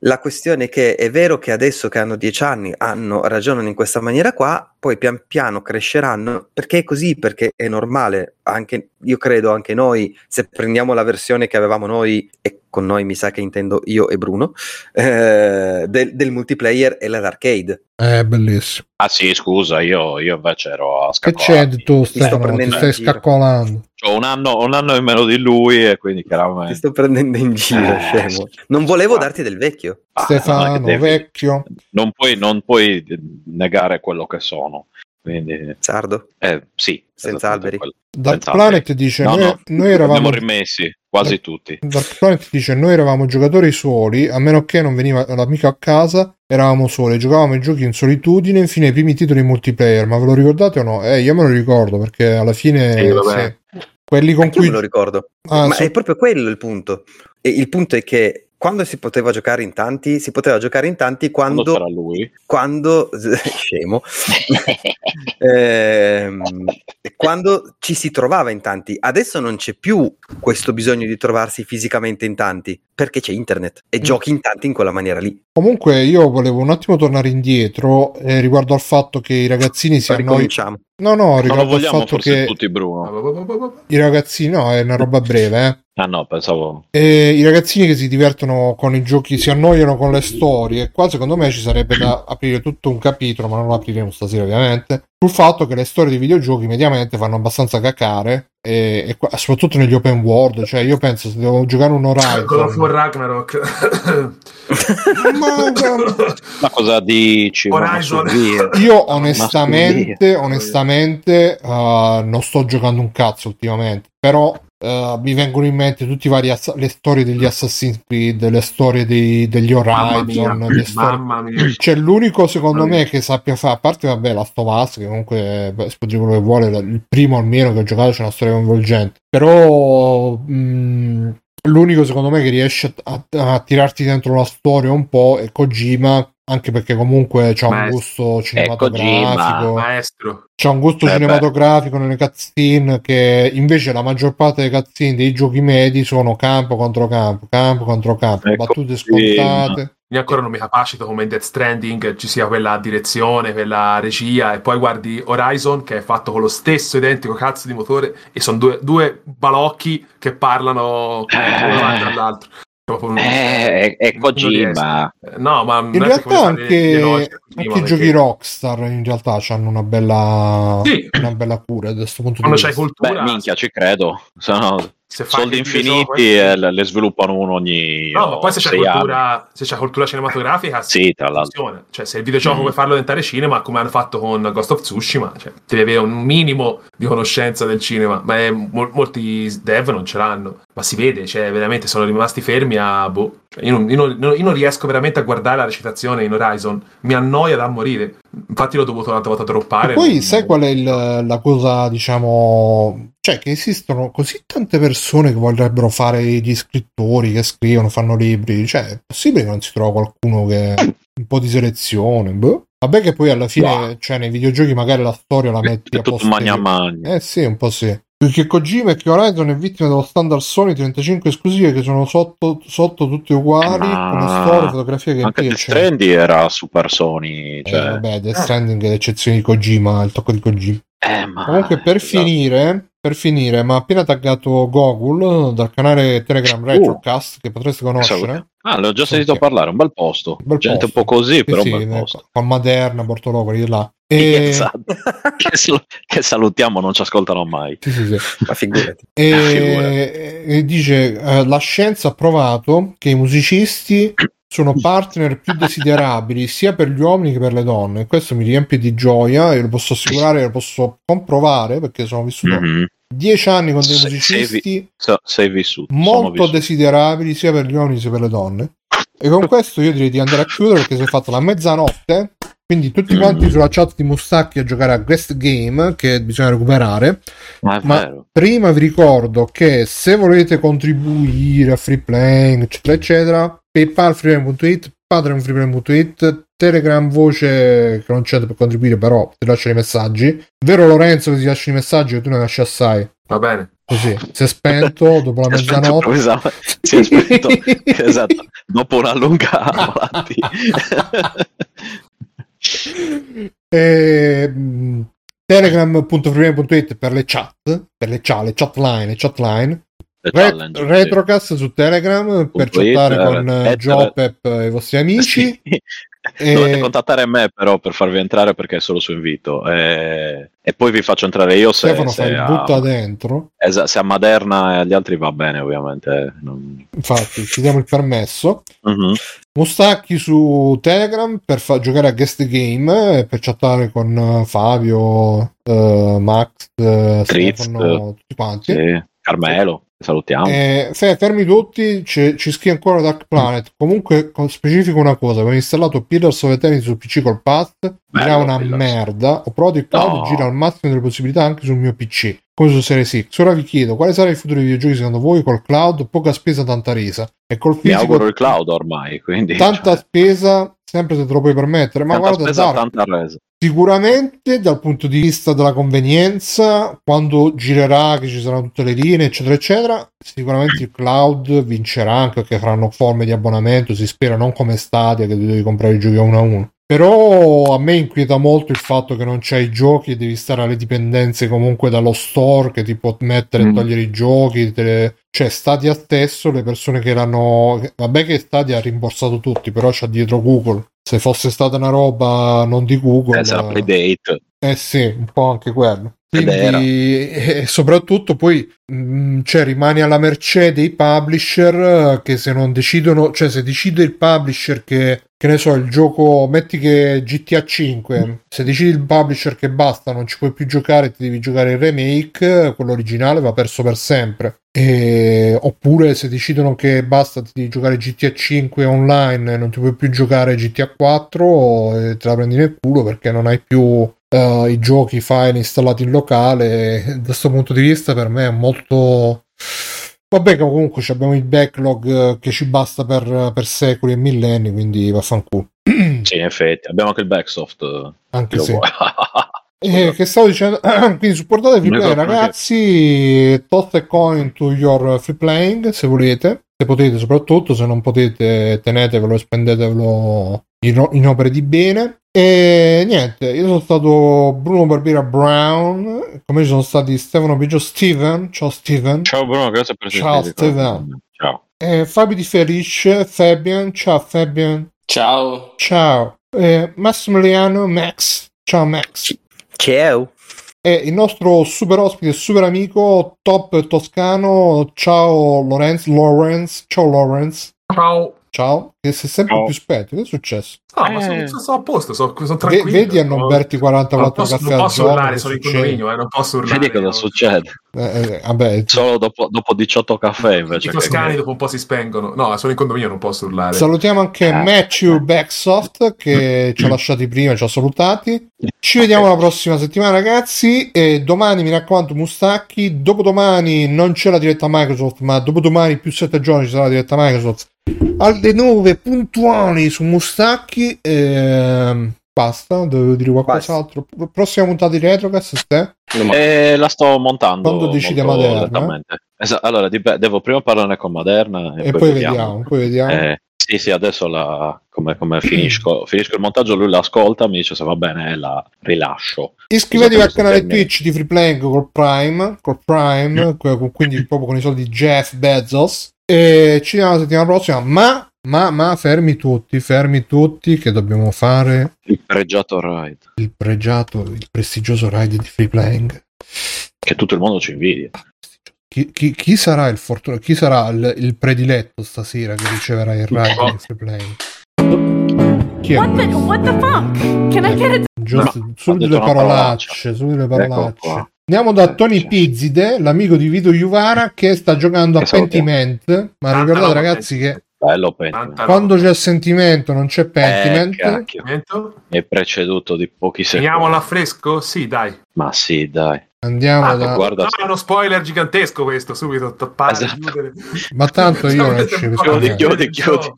Speaker 3: La questione è che è vero che adesso che hanno dieci anni hanno, ragionano in questa maniera qua, poi pian piano cresceranno, perché è così, perché è normale, anche, io credo anche noi, se prendiamo la versione che avevamo noi, e con noi mi sa che intendo io e Bruno, eh, del, del multiplayer e l'arcade.
Speaker 1: È bellissimo.
Speaker 5: Ah sì, scusa, io, io invece ero a
Speaker 1: Che c'è di
Speaker 5: scaccolare.
Speaker 1: tu,
Speaker 3: ah, sto
Speaker 1: Stefano? Ti
Speaker 3: prendendo
Speaker 1: stai
Speaker 3: in giro.
Speaker 1: scaccolando.
Speaker 5: Ho un anno, un anno in meno di lui e quindi
Speaker 3: Ti
Speaker 5: chiaramente...
Speaker 3: sto prendendo in giro,
Speaker 5: Eh,
Speaker 3: scemo. Non volevo
Speaker 5: scusa.
Speaker 3: darti del vecchio.
Speaker 5: Ah,
Speaker 1: Stefano,
Speaker 5: no, che devi-
Speaker 1: vecchio.
Speaker 5: non, puoi, non puoi negare quello che sono. Quindi,
Speaker 3: Sardo,
Speaker 5: eh, sì.
Speaker 3: Senza
Speaker 5: esattamente
Speaker 3: alberi.
Speaker 5: quello.
Speaker 1: Dark
Speaker 5: Senza
Speaker 1: Planet dice:
Speaker 5: No,
Speaker 1: Cioè, noi,
Speaker 5: no,
Speaker 1: noi
Speaker 5: Abbiamo
Speaker 1: eravamo. Eh,
Speaker 5: rimessi quasi tutti.
Speaker 1: Dark Planet dice: Noi eravamo giocatori soli, a meno che non veniva l'amico a casa, eravamo soli, giocavamo ai giochi in solitudine. Infine, i primi titoli multiplayer. Ma ve lo ricordate o no? Eh, io me lo ricordo perché alla fine.
Speaker 4: Sì, vabbè.
Speaker 1: sì, quelli con
Speaker 3: anch'io
Speaker 1: cui.
Speaker 3: me lo ricordo.
Speaker 1: Ah,
Speaker 3: Ma
Speaker 1: sì.
Speaker 3: è proprio quello il punto. E il punto è che quando si poteva giocare in tanti, si poteva giocare in tanti
Speaker 5: Quando
Speaker 3: quando
Speaker 5: sarà lui?
Speaker 3: quando *laughs* scemo ehm, quando ci si trovava in tanti adesso non c'è più questo bisogno di trovarsi fisicamente in tanti perché c'è internet e giochi in tanti in quella maniera lì
Speaker 1: Comunque, io volevo un attimo tornare indietro eh, riguardo al fatto che i ragazzini si annoiano.
Speaker 3: ricominciamo
Speaker 1: No, no,
Speaker 5: Non lo
Speaker 1: riguardo al
Speaker 5: vogliamo
Speaker 1: fatto
Speaker 5: forse
Speaker 1: che
Speaker 5: tutti,
Speaker 4: Ah,
Speaker 5: Bruno.
Speaker 1: i ragazzini. No, è una roba breve, eh.
Speaker 5: Ah no, pensavo...
Speaker 1: E I ragazzini che si divertono con i giochi si annoiano con le storie. Qua secondo me ci sarebbe
Speaker 4: *clears throat*
Speaker 1: da aprire tutto un capitolo, ma non lo apriremo stasera ovviamente. Sul fatto che le storie di videogiochi mediamente fanno abbastanza cacare, e, e qua- soprattutto negli open world. Cioè, io penso se devo giocare un
Speaker 4: God of
Speaker 1: Horizon.
Speaker 4: War
Speaker 3: *laughs*
Speaker 4: Ragnarok.
Speaker 1: Ma guarda,
Speaker 5: Ma cosa dici? Ma
Speaker 4: Horizon.
Speaker 5: su, via.
Speaker 1: io onestamente, onestamente, eh, non sto giocando un cazzo ultimamente, però. eh, mi vengono in mente tutte le storie degli Assassin's Creed, le storie dei- degli
Speaker 4: Mamma mia,
Speaker 1: Horizon,
Speaker 4: *clears throat*
Speaker 1: le storie,
Speaker 4: mamma mia.
Speaker 1: C'è Cioè, l'unico secondo
Speaker 4: Allora.
Speaker 1: me che sappia fare, a parte vabbè la Stovaz che comunque beh, si può dire quello che vuole, la- il primo almeno che ho giocato c'è una storia coinvolgente, però mh, l'unico secondo me che riesce a, a- a tirarti dentro la storia un po' è Kojima, anche perché comunque c'ha un
Speaker 4: Maestro.
Speaker 1: gusto
Speaker 5: Kojima,
Speaker 1: cinematografico,
Speaker 4: Maestro.
Speaker 1: c'ha un gusto
Speaker 5: Eh, beh.
Speaker 1: cinematografico nelle cutscene che invece la maggior parte delle cutscene dei giochi medi sono campo contro campo, campo contro campo,
Speaker 5: Ecco,
Speaker 1: battute
Speaker 5: Kojima.
Speaker 1: scontate.
Speaker 4: Io ancora non mi capacito come in Death Stranding ci sia quella direzione, quella regia, e poi guardi Horizon che è fatto con lo stesso identico cazzo di motore e sono due, due balocchi che parlano
Speaker 3: *laughs*
Speaker 4: uno davanti all'altro. Proprio un-
Speaker 5: Eh, è, è
Speaker 4: non riesco.
Speaker 5: Kojima.
Speaker 4: Eh, No, ma non
Speaker 1: In
Speaker 4: è
Speaker 1: realtà
Speaker 4: perché voglio fare le- le
Speaker 1: anche,
Speaker 4: logiche prima,
Speaker 1: anche i giochi
Speaker 4: perché-
Speaker 1: Rockstar in realtà hanno una bella,
Speaker 4: Sì.
Speaker 1: una bella cura da questo punto di
Speaker 4: Quando
Speaker 1: vista.
Speaker 4: c'hai cultura,
Speaker 5: Beh, minchia, ci credo. Sono
Speaker 4: Se fai
Speaker 5: Soldi
Speaker 4: il videogioco,
Speaker 5: infiniti
Speaker 4: eh,
Speaker 5: eh, le le sviluppano uno ogni
Speaker 4: No, ma poi se c'è,
Speaker 5: sei anni.
Speaker 4: cultura, se c'è cultura cinematografica
Speaker 5: Sì, tra l'altro.
Speaker 4: funziona. Cioè, se il videogioco
Speaker 5: Mm.
Speaker 4: vuoi farlo diventare cinema, come hanno fatto con Ghost of Tsushima, cioè, devi avere un minimo di conoscenza del cinema. Ma eh, mol- molti dev non ce l'hanno. Ma si vede, cioè, veramente sono rimasti fermi a. Boh. Cioè, io, non, io non- io non riesco veramente a guardare la recitazione in Horizon. Mi annoia da morire. Infatti, l'ho dovuto un'altra volta droppare.
Speaker 1: E poi
Speaker 4: Non-
Speaker 1: sai qual è il- la cosa, diciamo, cioè che esistono così tante persone che vorrebbero fare gli scrittori, che scrivono, fanno libri, cioè è possibile che non si trova qualcuno che un po' di selezione, boh. Vabbè che poi alla fine,
Speaker 4: Bah.
Speaker 1: cioè nei videogiochi magari la storia la metti
Speaker 5: È
Speaker 1: a
Speaker 5: tutto
Speaker 1: posto.
Speaker 5: magna magna.
Speaker 1: Eh sì, un po' sì. Più che Kojima e che Horizon è vittima dello standard Sony 35 esclusive che sono sotto, sotto tutte uguali,
Speaker 5: Ma-
Speaker 1: come storia, fotografia che
Speaker 5: Anche Death
Speaker 1: eccetera.
Speaker 5: Stranding era Super Sony,
Speaker 1: Eh,
Speaker 5: cioè...
Speaker 1: vabbè, Death Stranding è l'eccezione di Kojima, il tocco di Kojima.
Speaker 5: eh, ma-
Speaker 1: Comunque per
Speaker 5: esatto.
Speaker 1: finire, per finire, mi ha appena taggato Gogol dal canale Telegram Retrocast che potreste conoscere.
Speaker 5: Ah, l'ho già sentito
Speaker 1: Ok.
Speaker 5: parlare, un bel posto.
Speaker 1: Bel
Speaker 5: Gente
Speaker 1: posto.
Speaker 5: un po' così, però
Speaker 1: sì,
Speaker 5: un bel
Speaker 1: eh,
Speaker 5: posto.
Speaker 1: con Maderna, Bortolocoli di
Speaker 5: *laughs*
Speaker 1: là. E...
Speaker 5: Esatto.
Speaker 1: *laughs*
Speaker 5: che, sal- che salutiamo, non ci ascoltano mai.
Speaker 1: Sì, sì, sì.
Speaker 3: ma figurati.
Speaker 5: Ah,
Speaker 1: E, e dice eh, la scienza ha provato che i musicisti sono partner più desiderabili sia per gli uomini che per le donne. Questo mi riempie di gioia e lo posso assicurare, lo posso comprovare perché sono vissuto
Speaker 5: Mhm.
Speaker 1: dieci anni con dei
Speaker 5: Se- se vi-
Speaker 1: musicisti.
Speaker 5: So- sei vissuto. sono
Speaker 1: molto
Speaker 5: vissuto.
Speaker 1: desiderabili sia per gli uomini sia per le donne. E con questo io direi di andare a chiudere perché si è fatta la mezzanotte. Quindi tutti quanti
Speaker 5: Mm.
Speaker 1: sulla chat di Mustacchi a giocare a Guest Game che bisogna recuperare.
Speaker 5: Ma è
Speaker 1: Ma *laughs*
Speaker 5: vero.
Speaker 1: prima vi ricordo che se volete contribuire a free playing, eccetera, eccetera, paypalfreeplaying.it, patreonfreeplaying.it, telegram voce che non c'è per contribuire, però ti lascio i messaggi. Vero Lorenzo che ti lascia i messaggi che tu ne lasci assai.
Speaker 4: Va bene.
Speaker 1: Così, si è
Speaker 5: *laughs*
Speaker 1: spento dopo la
Speaker 5: Si è
Speaker 1: mezzanotte.
Speaker 5: spento improvvisamente- si è
Speaker 1: *laughs*
Speaker 5: spento, esatto, dopo una lunga malattia.
Speaker 1: Eh, mh, telegram.freemium.it per le chat per le chat, le chat line, le chat line.
Speaker 5: The
Speaker 1: Re-
Speaker 5: challenge, sì.
Speaker 1: retrocast su telegram per
Speaker 5: Punto it,
Speaker 1: chattare
Speaker 5: eh,
Speaker 1: con eh,
Speaker 5: et-
Speaker 1: Gio, Pep e i vostri amici Eh.
Speaker 5: Sì. *laughs* cioè,
Speaker 1: E-
Speaker 5: Dovete contattare me però per farvi entrare perché è solo su invito. E, e poi vi faccio entrare io se,
Speaker 1: Stefano
Speaker 5: se
Speaker 1: fa il
Speaker 5: a-
Speaker 1: butta dentro
Speaker 5: Esa- se a Maderna e agli altri va bene ovviamente. Non-
Speaker 1: infatti ci diamo il permesso
Speaker 5: Mhm.
Speaker 1: Mustacchi su Telegram per fa- giocare a guest game eh, per chattare con eh, Fabio eh, Max eh,
Speaker 5: Fritz,
Speaker 1: Stefano tutti quanti
Speaker 5: Sì. Carmelo, ti salutiamo.
Speaker 1: Eh, fe- fermi tutti, ci, ci scrive ancora
Speaker 5: Mm.
Speaker 1: Dark Planet. Comunque, con- specifico una cosa: avevo installato Pillars of Eternity su PC col pad, era una
Speaker 5: Pillars.
Speaker 1: merda. Ho provato il cloud,
Speaker 5: No.
Speaker 1: gira al massimo delle possibilità anche sul mio PC, come su Series X. Ora vi chiedo, quale sarà il futuro dei videogiochi secondo voi col cloud? Poca spesa, tanta resa. E col
Speaker 5: Mi
Speaker 1: fisico,
Speaker 5: auguro il cloud ormai, quindi
Speaker 1: tanta
Speaker 5: cioè,
Speaker 1: spesa, sempre se te lo puoi permettere. Ma
Speaker 5: *laughs* tanta
Speaker 1: guarda,
Speaker 5: spesa,
Speaker 1: Dark,
Speaker 5: tanta resa.
Speaker 1: Sicuramente dal punto di vista della convenienza, quando girerà, che ci saranno tutte le linee, eccetera, eccetera, sicuramente il cloud vincerà anche perché faranno forme di abbonamento, si spera non come Stadia che ti devi comprare i giochi a uno a uno. Però a me inquieta molto il fatto che non c'hai i giochi e devi stare alle dipendenze comunque dallo store che ti può mettere e
Speaker 4: Mm.
Speaker 1: togliere i giochi. te le- Cioè, Stadia stesso, le persone che l'hanno. Vabbè, che Stadia ha rimborsato tutti, però c'ha dietro Google. Se fosse stata una roba non di Google,
Speaker 5: Eh, sarà
Speaker 1: eh,
Speaker 5: Playdate.
Speaker 1: eh sì, un po' anche quello.
Speaker 5: Ed era.
Speaker 1: Quindi, e soprattutto poi mh, cioè, rimani alla mercé dei publisher eh, che se non decidono, cioè se decide il publisher che, che ne so, il gioco, metti che GTA
Speaker 5: Mm.
Speaker 1: 5, se decide il publisher che basta, non ci puoi più giocare, ti devi giocare il remake, eh, quello originale va perso per sempre. E- oppure se decidono che basta, ti devi giocare GTA 5 online, eh, non ti puoi più giocare GTA 4, eh, te la prendi nel culo perché non hai più eh, i giochi, i file installati in locale. eh, Da questo punto di vista, per me è molto. Vabbè, che comunque ci abbiamo il backlog eh, che ci basta per, per secoli e millenni, quindi vaffanculo.
Speaker 5: Sì, in effetti, abbiamo anche il backsoft. eh,
Speaker 1: Anche
Speaker 5: lo
Speaker 1: se.
Speaker 5: *laughs* vuoi.
Speaker 1: Eh, che stavo dicendo? *clears throat* Quindi supportate Free
Speaker 5: Noi
Speaker 1: Play,
Speaker 5: proprio
Speaker 1: ragazzi. Tot e coin to your free playing se volete. Se potete, soprattutto se non potete, tenetevelo e spendetevelo in, in opere di bene. E niente, io sono stato Bruno Barbiera Brown. Come ci sono stati Stefano Biggio Steven. Ciao Steven.
Speaker 5: Ciao Bruno, grazie per essere
Speaker 1: Ciao,
Speaker 5: stato qui.
Speaker 1: Steven.
Speaker 5: Ciao.
Speaker 1: E Fabio Di Felice, Fabian. Ciao Fabian.
Speaker 2: Ciao.
Speaker 1: Ciao. Eh, Massimiliano Max. Ciao Max.
Speaker 3: Ciao.
Speaker 1: è il nostro super ospite, super amico, top toscano. Ciao Lorenz, Lawrence, ciao Lawrence,
Speaker 4: Ciao.
Speaker 1: ciao, che sei sempre
Speaker 5: Ciao.
Speaker 1: più spento, che è successo?
Speaker 4: Ah, ma sono,
Speaker 5: Eh.
Speaker 4: sono- sono a posto, sono, sono
Speaker 1: Ve-
Speaker 4: tranquillo.
Speaker 1: vedi a non berti 44
Speaker 4: non posso,
Speaker 1: caffè
Speaker 4: non
Speaker 1: al
Speaker 4: posso
Speaker 1: giorno,
Speaker 4: urlare,
Speaker 1: che
Speaker 4: sono in
Speaker 1: eh, succede?
Speaker 4: condominio, eh, non posso urlare.
Speaker 5: Vedi cosa
Speaker 4: no.
Speaker 5: succede?
Speaker 1: Eh, eh, vabbè,
Speaker 5: Solo dopo, dopo 18 caffè
Speaker 4: I
Speaker 5: invece. che-
Speaker 4: toscani dopo un po' si spengono. No, sono in condominio, non posso urlare.
Speaker 1: Salutiamo anche
Speaker 5: Ah.
Speaker 1: Matthew Backsoft che ci ha lasciati prima, ci ha salutati. Ci vediamo la prossima settimana, ragazzi. E domani mi raccomando, Mustacchi. Dopodomani non c'è la diretta Microsoft, ma dopodomani più 7 giorni ci sarà la diretta Microsoft alle 9 puntuali su Mustacchi. Ehm, basta, devo dire qualcos'altro. Pro- Prossima puntata di Retrocast, Ste?
Speaker 2: Domani.
Speaker 5: Eh, la sto montando.
Speaker 1: Quando decide
Speaker 5: molto
Speaker 1: Maderna? eh?
Speaker 5: lentamente. Esa- allora, dip- devo prima parlarne con Maderna e,
Speaker 1: e poi vediamo. Mm. Poi vediamo.
Speaker 5: Eh, sì, sì, adesso la- come, come finisco, finisco il montaggio, lui l'ascolta, mi dice se va bene e la rilascio.
Speaker 1: Iscrivetevi al
Speaker 5: Esatto,
Speaker 1: canale
Speaker 5: per me.
Speaker 1: Twitch di Free Playing col Prime, col Prime que- con- quindi proprio con i soldi di Jeff Bezos. E ci vediamo la settimana prossima. Ma, ma, ma, fermi tutti, fermi tutti, che dobbiamo fare
Speaker 5: Il pregiato ride,
Speaker 1: il pregiato, il prestigioso ride di Free Playing.
Speaker 5: che tutto il mondo ci invidia.
Speaker 1: Chi, chi- chi sarà il fortuna, chi sarà il, il prediletto stasera che riceverà il ride di Free Playing? Chi è?
Speaker 7: What the what the funk? Can I get a
Speaker 1: Mm. Giusto,
Speaker 5: No, ha
Speaker 1: solo
Speaker 5: detto
Speaker 1: delle
Speaker 5: una
Speaker 1: parolacce, solo delle
Speaker 5: Ecco
Speaker 1: parolacce.
Speaker 5: qua.
Speaker 1: Andiamo da Tony
Speaker 5: Cioè.
Speaker 1: Pizzide, l'amico di Vito Juvara che sta giocando a
Speaker 5: Che salutiamo.
Speaker 1: Pentiment, ma
Speaker 5: Ah,
Speaker 4: Tanta
Speaker 1: ricordate
Speaker 4: roba,
Speaker 1: ragazzi che
Speaker 5: Bello Pentiment.
Speaker 4: Tanta roba.
Speaker 1: quando c'è sentimento non c'è
Speaker 5: Eh,
Speaker 1: Pentiment.
Speaker 5: cacchio,
Speaker 4: Momento.
Speaker 5: mi è preceduto di pochi
Speaker 4: Finiamolo a
Speaker 5: secondi.
Speaker 4: fresco? Sì, dai.
Speaker 5: Ma sì, dai.
Speaker 1: Andiamo
Speaker 4: Ah,
Speaker 1: da...
Speaker 5: guarda-
Speaker 4: No, è uno spoiler gigantesco questo, subito tappare,
Speaker 5: Esatto.
Speaker 4: chiudere.
Speaker 1: Ma tanto io
Speaker 5: *laughs*
Speaker 1: non ci
Speaker 5: Chiudi,
Speaker 1: riesco.
Speaker 5: chiudi, chiudi.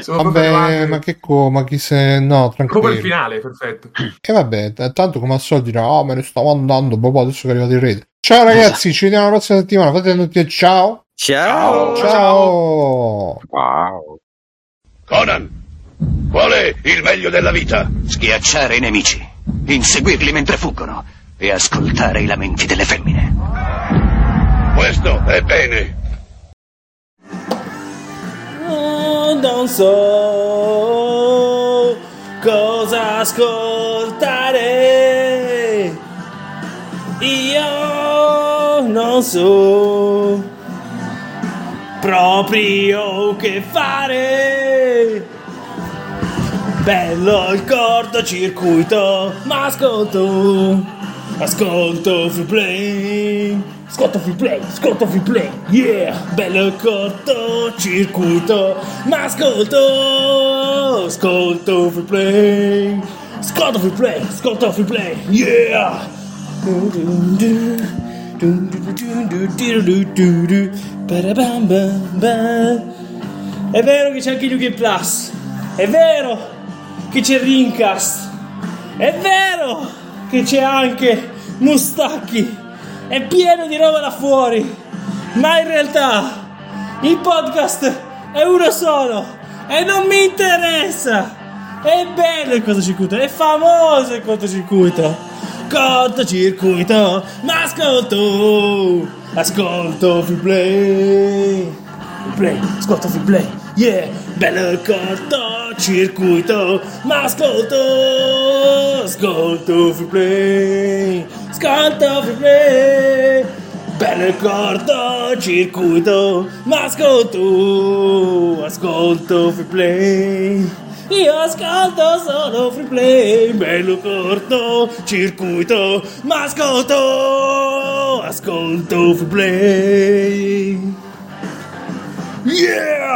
Speaker 4: Sono proprio
Speaker 1: Vabbè,
Speaker 4: arrivati.
Speaker 1: ma che co, ma chi se... No,
Speaker 4: Proprio
Speaker 1: tranquillo.
Speaker 4: il finale, perfetto.
Speaker 1: E vabbè, t- tanto come al solito dirà, oh me ne stavo andando, proprio adesso che è arrivato il rete. Ciao ragazzi, ci vediamo la prossima settimana, fate tutti e ciao!
Speaker 3: Ciao.
Speaker 1: Ciao!
Speaker 5: Wow.
Speaker 8: Conan, qual è il meglio della vita?
Speaker 9: Schiacciare i nemici, inseguirli mentre fuggono e ascoltare i lamenti delle femmine.
Speaker 8: Questo è bene.
Speaker 10: non so cosa ascoltare. Io non so proprio che fare. Bello il cortocircuito, ma ascolto, ascolto free play. Ascolto free play, ascolto free play, yeah! Bello il cortocircuito, ma ascolto, ascolto free play. Ascolto free play, ascolto free play, yeah! Parabamba. È vero che c'è anche Yugi Plus. È vero che c'è Rincast. È vero che c'è anche Mustacchi. È pieno di roba là fuori. Ma in realtà il podcast è uno solo e non mi interessa. È bello il cortocircuito, è famoso il cortocircuito. Cortocircuito, ma ascolto, ascolto free play. Free play, ascolto free play, yeah, bello il cortocircuito, ma ascolto, ascolto free play, ascolto free play. Bello il cortocircuito, ma ascolto, ascolto free play. Io ascolto solo free play, bello corto, circuito, ma ascolto, ascolto free play. Yeah!